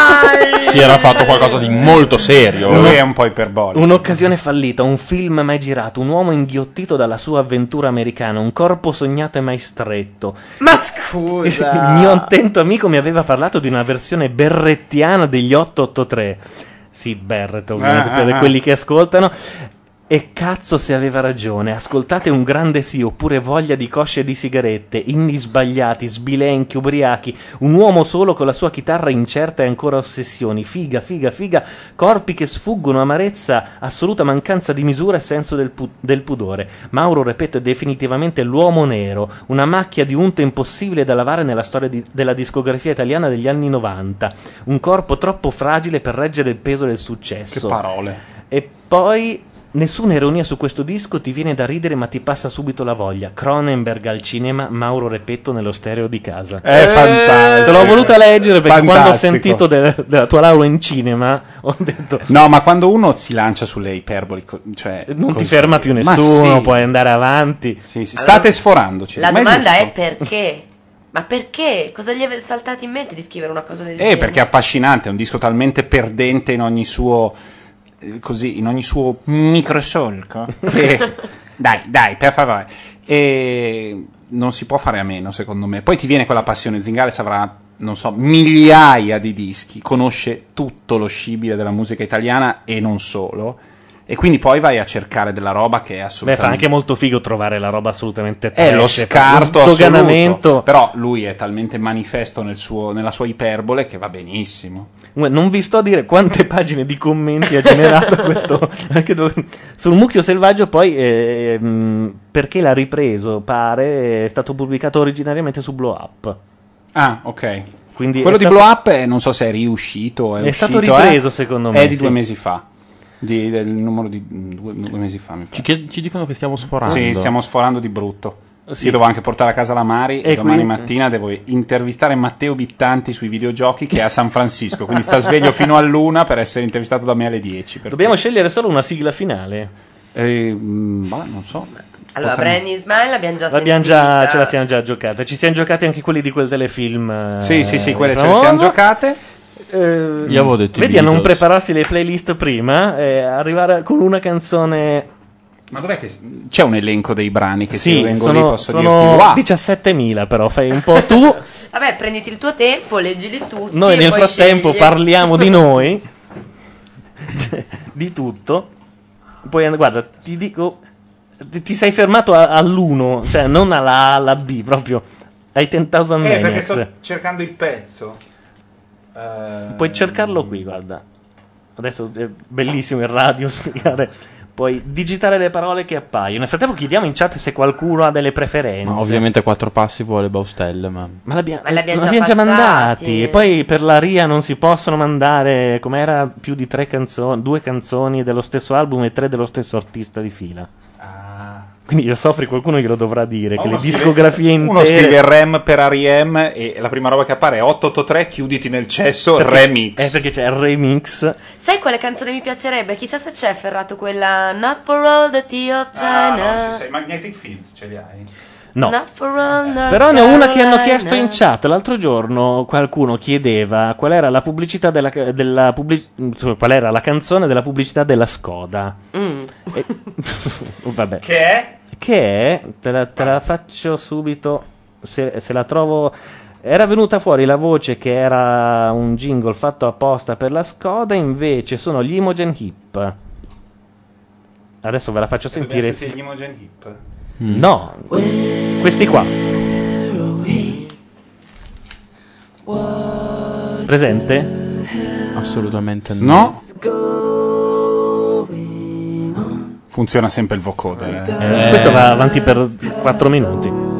Speaker 6: si era fatto qualcosa di molto serio.
Speaker 5: Lui è
Speaker 7: un po' iperbolico.
Speaker 5: Un'occasione fallita, un film mai girato, un uomo inghiottito dalla sua avventura americana, un corpo sognato e mai stretto.
Speaker 8: Ma scusa.
Speaker 5: Il mio attento amico mi aveva parlato di una versione berrettiana degli 883. Sì, Berret, ovviamente,
Speaker 6: Ah,
Speaker 5: per
Speaker 6: ah, ah.
Speaker 5: quelli che ascoltano. E cazzo se aveva ragione, ascoltate un grande sì oppure voglia di cosce di sigarette, inni sbagliati, sbilenchi, ubriachi, un uomo solo con la sua chitarra incerta e ancora ossessioni, figa, figa, figa, corpi che sfuggono, amarezza, assoluta mancanza di misura e senso del, pu- del pudore. Mauro, ripeto, è definitivamente l'uomo nero, una macchia di unto impossibile da lavare nella storia di- della discografia italiana degli anni 90, un corpo troppo fragile per reggere il peso del successo.
Speaker 7: Che parole.
Speaker 5: E poi nessuna ironia su questo disco ti viene da ridere ma ti passa subito la voglia. Cronenberg al cinema, Mauro Repetto nello stereo di casa.
Speaker 7: È Eh, fantastico.
Speaker 5: Eh, Te l'ho voluta leggere perché quando ho
Speaker 7: Fantastico.
Speaker 5: sentito del- della tua laurea in cinema ho detto
Speaker 7: No, ma quando uno si lancia sulle iperboli, co- cioè,
Speaker 5: non ti
Speaker 7: così.
Speaker 5: ferma più
Speaker 7: Ma
Speaker 5: nessuno,
Speaker 7: sì.
Speaker 5: puoi andare avanti.
Speaker 7: State sforandoci.
Speaker 8: La
Speaker 7: ma è
Speaker 8: domanda
Speaker 7: giusto.
Speaker 8: è perché? Ma perché? Cosa gli è saltato in mente di scrivere una cosa del genere?
Speaker 7: Eh, perché è affascinante, è un disco talmente perdente in ogni suo eh, così, in ogni suo microsolco. Eh, che- dai, dai, per favore. E non si può fare a meno, secondo me. Poi ti viene quella passione. Zingales avrà, non so, migliaia di dischi, conosce tutto lo scibile della musica italiana e non solo. E quindi poi vai a cercare della roba che è
Speaker 5: Beh, fa
Speaker 7: assolutamente
Speaker 5: anche molto figo trovare la roba assolutamente trash.
Speaker 7: è lo scarto
Speaker 5: proprio sdoganamento.
Speaker 7: assoluto. Però lui è talmente manifesto nel suo- nella sua iperbole che va benissimo.
Speaker 5: Uè, Non vi sto a dire quante pagine di commenti ha generato questo. anche dove- sul mucchio selvaggio, poi eh, mh, perché l'ha ripreso? Pare è stato pubblicato originariamente su Blow Up.
Speaker 7: Ah, ok.
Speaker 5: Quindi
Speaker 7: Quello
Speaker 5: è
Speaker 7: di
Speaker 5: stato-
Speaker 7: Blow Up è- non so se è riuscito o è,
Speaker 5: È stato
Speaker 7: uscito,
Speaker 5: ripreso,
Speaker 7: eh?
Speaker 5: secondo me,
Speaker 7: È di
Speaker 5: sì.
Speaker 7: due mesi fa. Di- del numero di mm, due, due mesi fa, mi pare.
Speaker 6: Ci, chied- ci dicono che stiamo sforando.
Speaker 7: Sì, stiamo sforando di brutto.
Speaker 6: Sì.
Speaker 7: Io devo anche portare a casa la Mari e,
Speaker 6: E
Speaker 7: domani
Speaker 6: quindi-
Speaker 7: mattina devo intervistare Matteo Bittanti sui videogiochi che è a San Francisco, quindi sta sveglio fino all'una per essere intervistato da me alle 10. per Eh,
Speaker 5: Dobbiamo scegliere solo una sigla finale.
Speaker 7: mm, non so.
Speaker 8: Allora,
Speaker 5: Potremmo-
Speaker 8: Brenny Ismail l'abbiamo già
Speaker 5: L'abbiamo
Speaker 8: sentita.
Speaker 5: già, ce la siamo già giocata. Ci siamo giocati anche quelli di quel telefilm. eh,
Speaker 7: Sì, sì, sì, quelle ce le siamo
Speaker 5: famoso.
Speaker 7: giocate.
Speaker 5: Io
Speaker 6: avevo detto i
Speaker 5: Vedi a non
Speaker 6: Beatles.
Speaker 5: prepararsi le playlist prima, eh, arrivare con una canzone.
Speaker 7: Ma dov'è che c'è un elenco dei brani che se
Speaker 5: Sì,
Speaker 7: io vengo lì
Speaker 5: sono,
Speaker 7: posso dirti
Speaker 5: sono
Speaker 7: "Wow". Eh,
Speaker 5: 17.000 però, fai un po' tu.
Speaker 8: Vabbè, prenditi il tuo tempo, leggili tutti.
Speaker 5: cioè- Noi
Speaker 8: e
Speaker 5: nel
Speaker 8: poi
Speaker 5: frattempo
Speaker 8: scegli.
Speaker 5: parliamo di noi, Cioè, di tutto. Poi and- guarda, ti dico, ti, ti sei fermato a- all'uno, cioè non alla A, alla B, proprio ai 10.000
Speaker 18: Eh, perché
Speaker 5: Maniacs.
Speaker 18: sto cercando il pezzo. Eh,
Speaker 5: Puoi cercarlo qui, guarda. Adesso è bellissimo il radio spiegare. Puoi digitare le parole che appaiono. Nel frattempo chiediamo in chat se qualcuno ha delle preferenze.
Speaker 6: Ma ovviamente a quattro passi vuole Baustelle, ma...
Speaker 5: Ma l'abbiamo,
Speaker 8: Ma l'abbiamo
Speaker 5: ma
Speaker 8: già
Speaker 5: l'abbiamo già,
Speaker 8: passati.
Speaker 5: mandati. E poi per la RIA non si possono mandare, com'era, più di tre canzoni, due canzoni dello stesso album e tre dello stesso artista di fila. Quindi io soffri qualcuno glielo dovrà dire, che
Speaker 7: Ah. Uno
Speaker 5: le
Speaker 7: scrive-
Speaker 5: discografie
Speaker 7: Uno scrive
Speaker 5: intere...
Speaker 7: rem per Ariem e la prima roba che appare è 883, chiuditi nel cesso,
Speaker 5: Perché-
Speaker 7: remix.
Speaker 5: Eh, perché c'è il remix.
Speaker 8: Sai quale canzone mi piacerebbe? Chissà se c'è ferrato quella Not for all the tea of
Speaker 6: Ah,
Speaker 8: China.
Speaker 7: Magnetic Fields ce li hai?
Speaker 5: No.
Speaker 8: Not for all North
Speaker 5: Però ne ho una che hanno chiesto in
Speaker 8: Carolina.
Speaker 5: chat. L'altro giorno qualcuno chiedeva qual era la pubblicità della, della pubblic- insomma, qual era la canzone della pubblicità della Skoda.
Speaker 8: Mm.
Speaker 5: E- Vabbè.
Speaker 18: Che è?
Speaker 5: Che è? Te la, te la faccio subito. Se, se la trovo. Era venuta fuori la voce che era un jingle fatto apposta per la Skoda. Invece sono gli Imogen Hip. Adesso ve la faccio sentire.
Speaker 7: gli Imogen Hip.
Speaker 5: No, questi qua. Presente?
Speaker 6: Assolutamente
Speaker 7: No. Funziona sempre il vocoder.
Speaker 5: Eh, questo va avanti per 4 minuti.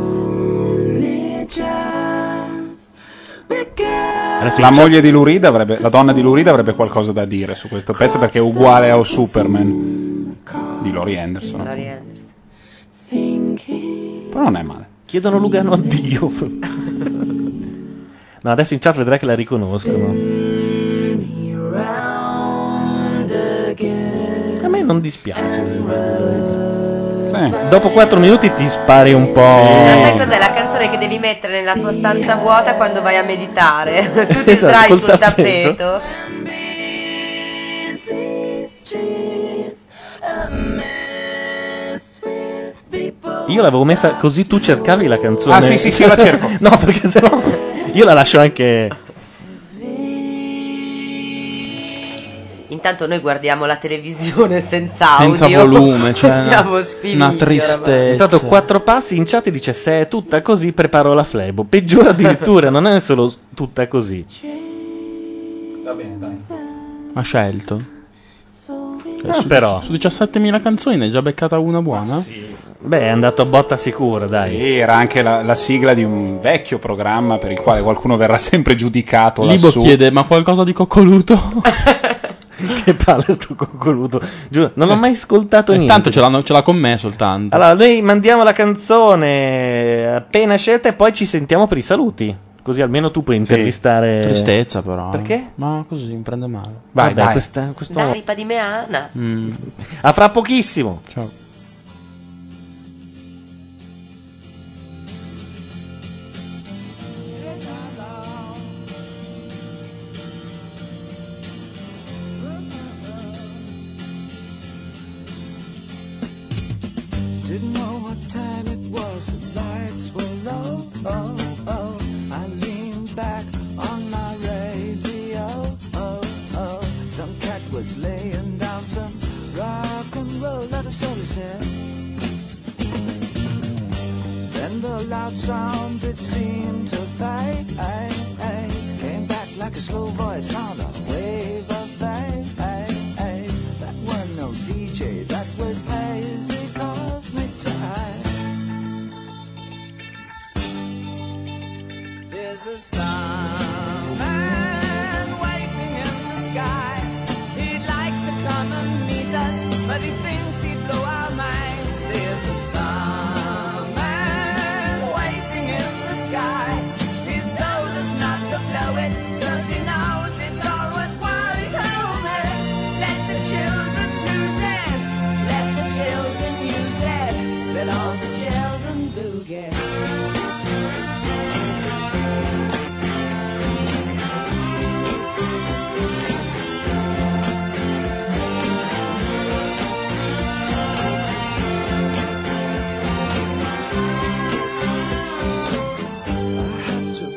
Speaker 7: la moglie di Lurida avrebbe, la donna di Lurida avrebbe qualcosa da dire su questo pezzo perché è uguale a O Superman di Lori Anderson.
Speaker 8: Lori Anderson.
Speaker 7: Però non è male.
Speaker 5: Chiedono Lugano a Dio. No, adesso in chat vedrai che la riconoscono. A me non dispiace. Dopo 4 minuti ti spari un po'.
Speaker 8: Ma sai cos'è la canzone che devi mettere nella tua stanza vuota quando vai a meditare? tu ti
Speaker 5: Esatto,
Speaker 8: sdrai
Speaker 5: col
Speaker 8: sul
Speaker 5: tappeto.
Speaker 8: tappeto.
Speaker 5: Io l'avevo messa così tu cercavi la canzone.
Speaker 7: Ah, sì, sì, sì, la cerco.
Speaker 5: no, perché sennò io la lascio anche
Speaker 8: Intanto noi guardiamo la televisione senza,
Speaker 6: Senza
Speaker 8: audio.
Speaker 6: volume, cioè,
Speaker 8: Siamo
Speaker 6: una
Speaker 8: sfiniti.
Speaker 6: tristezza.
Speaker 5: Intanto quattro passi in chat e dice se è tutta così preparo la flebo. Peggiora addirittura, non è solo s- tutta così.
Speaker 7: Va bene, dai.
Speaker 6: Ha scelto. Cioè,
Speaker 5: Ah,
Speaker 6: su,
Speaker 5: però. Ah,
Speaker 6: Su 17.000 canzoni ne hai già beccata una buona?
Speaker 5: Beh, è andato a botta sicura, dai.
Speaker 7: Sì, era anche la, la sigla di un vecchio programma per il quale qualcuno verrà sempre giudicato
Speaker 6: Libo
Speaker 7: lassù.
Speaker 6: chiede, ma qualcosa di coccoluto?
Speaker 5: che palle sto coccoluto. Giuro, non ho mai ascoltato
Speaker 6: Eh,
Speaker 5: niente.
Speaker 6: Tanto ce, l'hanno- ce l'ha con me soltanto.
Speaker 5: Allora, noi mandiamo la canzone appena scelta e poi ci sentiamo per i saluti. Così almeno tu puoi intervistare.
Speaker 6: Tristezza però.
Speaker 5: Eh, Perché?
Speaker 6: Ma così mi prende male.
Speaker 5: Vai, dai. Questa, questo...
Speaker 8: Dai, ripa di meana.
Speaker 6: Mm.
Speaker 5: A fra pochissimo.
Speaker 6: Ciao.
Speaker 2: Didn't know what time it was, the lights were low. Oh, oh. I leaned back on my radio. Oh, oh. Some cat was laying down some rubber. myself. Then the loud sound that seemed to fade came back like a slow voice on a wave of fade. That were no DJ, that was hazy cosmic jazz. There's a starman waiting in the sky. He'd like to come and meet us, but he thinks he'd blow our minds. There's a starman waiting in the sky. He's told us not to blow it, 'cause he knows it's all worthwhile. He told me, let the children lose it, let the children use it, let all the children do get.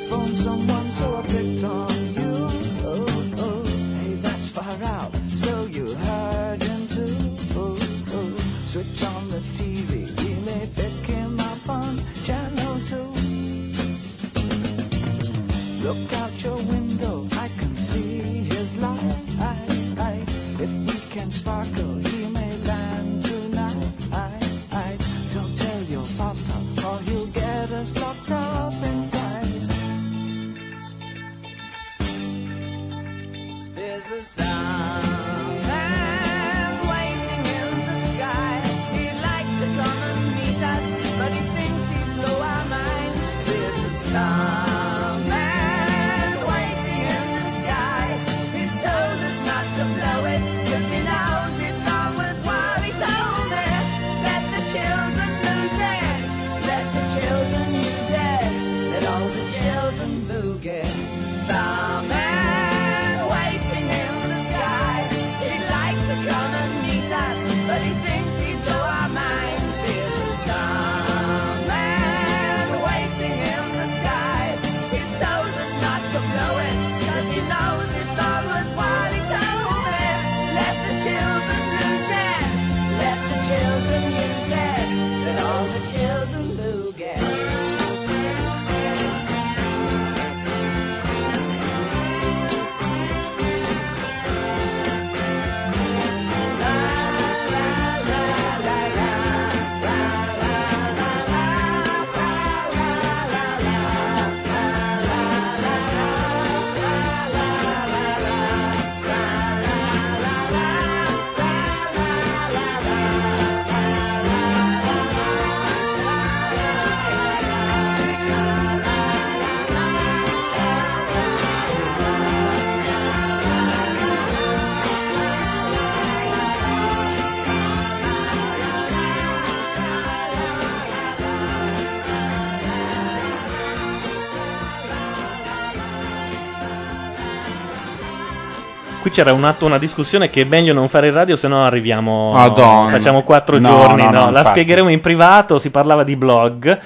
Speaker 2: phone someone, so I picked on you. Oh, oh, hey, that's far out, so you heard him too. Oh, oh, switch on the TV, he may pick him up on channel two. Look out your window, I can see his light. If we can sparkle, he may land tonight. Don't tell your papa, or he'll get us locked up in fight. There's a starman waiting in the sky. He'd like to come and meet us, but he thinks he'd blow our minds. There's a starman waiting in the sky. He's told us not to blow it, 'cause he knows it's all worthwhile. He told me, let the children lose it, let the children use it, let all the children boogie. Starman waiting in the sky. He'd like to come and meet us, but he thinks he'd blow our minds. There's a starman waiting in the sky. He's told us not to blow it, 'cause he knows it's all worthwhile. He told me, let the children lose it, let the children use it, let all the children
Speaker 5: Qui c'era un atto, una discussione che è meglio non fare in radio, se no arriviamo.
Speaker 7: Madonna.
Speaker 5: Facciamo quattro
Speaker 7: No,
Speaker 5: giorni.
Speaker 7: no, no,
Speaker 5: la
Speaker 7: infatti.
Speaker 5: spiegheremo in privato. Si parlava di blog.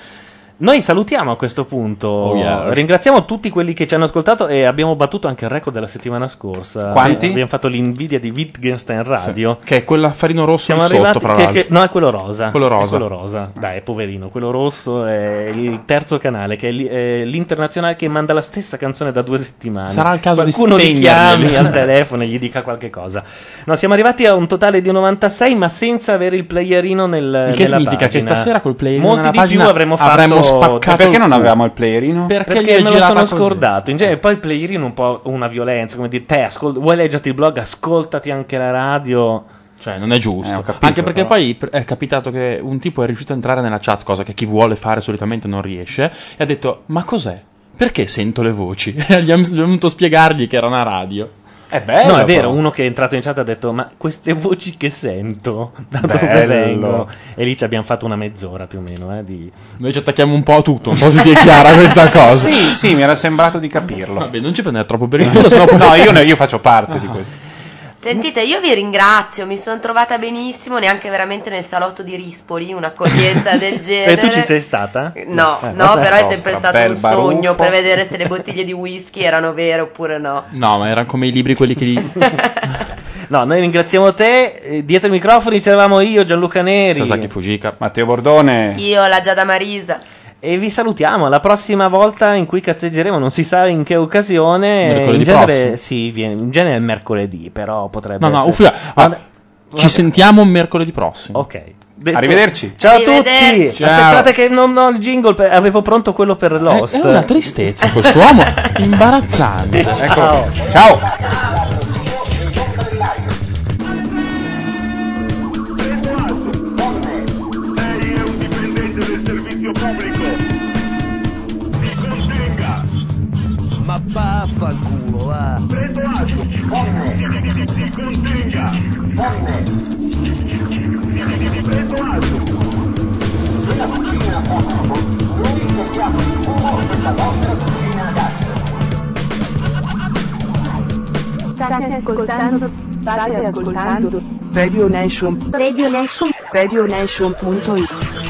Speaker 5: Noi salutiamo a questo punto.
Speaker 6: Oh, yeah.
Speaker 5: Ringraziamo tutti quelli che ci hanno ascoltato e abbiamo battuto anche il record della settimana scorsa.
Speaker 6: Quanti?
Speaker 5: Eh, Abbiamo fatto l'invidia di Wittgenstein Radio.
Speaker 6: Che è quell'affarino rosso
Speaker 5: Siamo
Speaker 6: lì
Speaker 5: arrivati.
Speaker 6: sotto, fra
Speaker 5: che-
Speaker 6: l'altro.
Speaker 5: che- no, è quello rosa.
Speaker 6: Quello
Speaker 5: È
Speaker 6: rosa.
Speaker 5: quello rosa. Dai, poverino. Quello rosso è il terzo canale, che è lì- è l'internazionale che manda la stessa canzone da due settimane.
Speaker 6: Sarà il caso di
Speaker 5: Qualcuno li
Speaker 6: spegnerli.
Speaker 5: chiami al telefono e gli dica qualche cosa. No, siamo arrivati a un totale di 96, ma senza avere il playerino nel.
Speaker 6: Il che
Speaker 5: nella
Speaker 6: significa che
Speaker 5: pagina.
Speaker 6: stasera col playerino
Speaker 5: Molti
Speaker 6: nella
Speaker 5: di
Speaker 6: pagina
Speaker 5: più avremmo fatto.
Speaker 6: avremmo spaccato
Speaker 5: E
Speaker 6: il culo.
Speaker 7: il playerino?
Speaker 6: Perché
Speaker 5: Perché,
Speaker 6: gli è
Speaker 5: me lo
Speaker 6: girata
Speaker 5: sono
Speaker 6: così.
Speaker 5: scordato. In genere poi il playerino è un po' una violenza, come dire, te ascol- vuoi leggerti il blog, ascoltati anche la radio.
Speaker 6: Cioè, non è giusto.
Speaker 5: capito,
Speaker 6: Anche perché
Speaker 5: però.
Speaker 6: poi pr- è capitato che un tipo è riuscito a entrare nella chat, cosa che chi vuole fare solitamente non riesce, e ha detto: Ma cos'è? Perché sento le voci? E gli abbiamo dovuto spiegargli che era una radio.
Speaker 7: È
Speaker 5: no, è vero, uno che è entrato in chat ha detto: Ma queste voci che sento da dove
Speaker 6: Bello.
Speaker 5: vengono? E lì ci abbiamo fatto una mezz'ora più o meno. Eh, di...
Speaker 6: Noi ci attacchiamo un po' a tutto, non so se ti è chiara questa cosa.
Speaker 7: Sì, sì, mi era sembrato di capirlo.
Speaker 6: Vabbè, non ci prendere troppo per il culo, sennò poi-
Speaker 7: No, io, ne- io faccio parte di questo.
Speaker 8: Sentite, io vi ringrazio, mi sono trovata benissimo, neanche veramente nel salotto di Rispoli, un'accoglienza del genere.
Speaker 5: E tu ci sei stata?
Speaker 8: No,
Speaker 5: Eh,
Speaker 8: no,
Speaker 5: vabbè.
Speaker 8: però è
Speaker 6: nostra,
Speaker 8: sempre stato
Speaker 6: bel
Speaker 8: un sogno
Speaker 6: baruffo.
Speaker 8: per vedere se le bottiglie di whisky erano vere oppure no.
Speaker 6: No, ma erano come i libri quelli che li-
Speaker 5: No, noi ringraziamo te. Eh, Dietro i microfoni c'eravamo io, Gianluca Neri.
Speaker 6: Sasaki
Speaker 5: Fujika. Matteo Bordone.
Speaker 8: Io, la Giada Marisa.
Speaker 5: E vi salutiamo. La prossima volta in cui cazzeggeremo, non si sa in che occasione.
Speaker 6: Mercoledì
Speaker 5: in genere,
Speaker 6: prossimo.
Speaker 5: sì, viene, in genere è mercoledì, però potrebbe
Speaker 6: No, no,
Speaker 5: essere.
Speaker 6: Uffica. ah, ci sentiamo mercoledì prossimo.
Speaker 5: Ok. Detto-
Speaker 6: Arrivederci.
Speaker 5: Ciao a tutti.
Speaker 6: Arrivederci. Ciao.
Speaker 5: Aspettate che non ho il jingle, per- avevo pronto quello per Lost.
Speaker 6: Eh, È una tristezza quest'uomo, imbarazzante.
Speaker 5: Eccolo.
Speaker 6: Ciao.
Speaker 2: Ma vaffanculo, va! Prendo atto! Forno! Si contenga! Forno! Prendo atto! Della cucina a fuoco! L'unico piatto di fuoco della vostra cucina a gas!
Speaker 3: State ascoltando, state ascoltando Radio Nation, Radio Nation, Radio Nation.it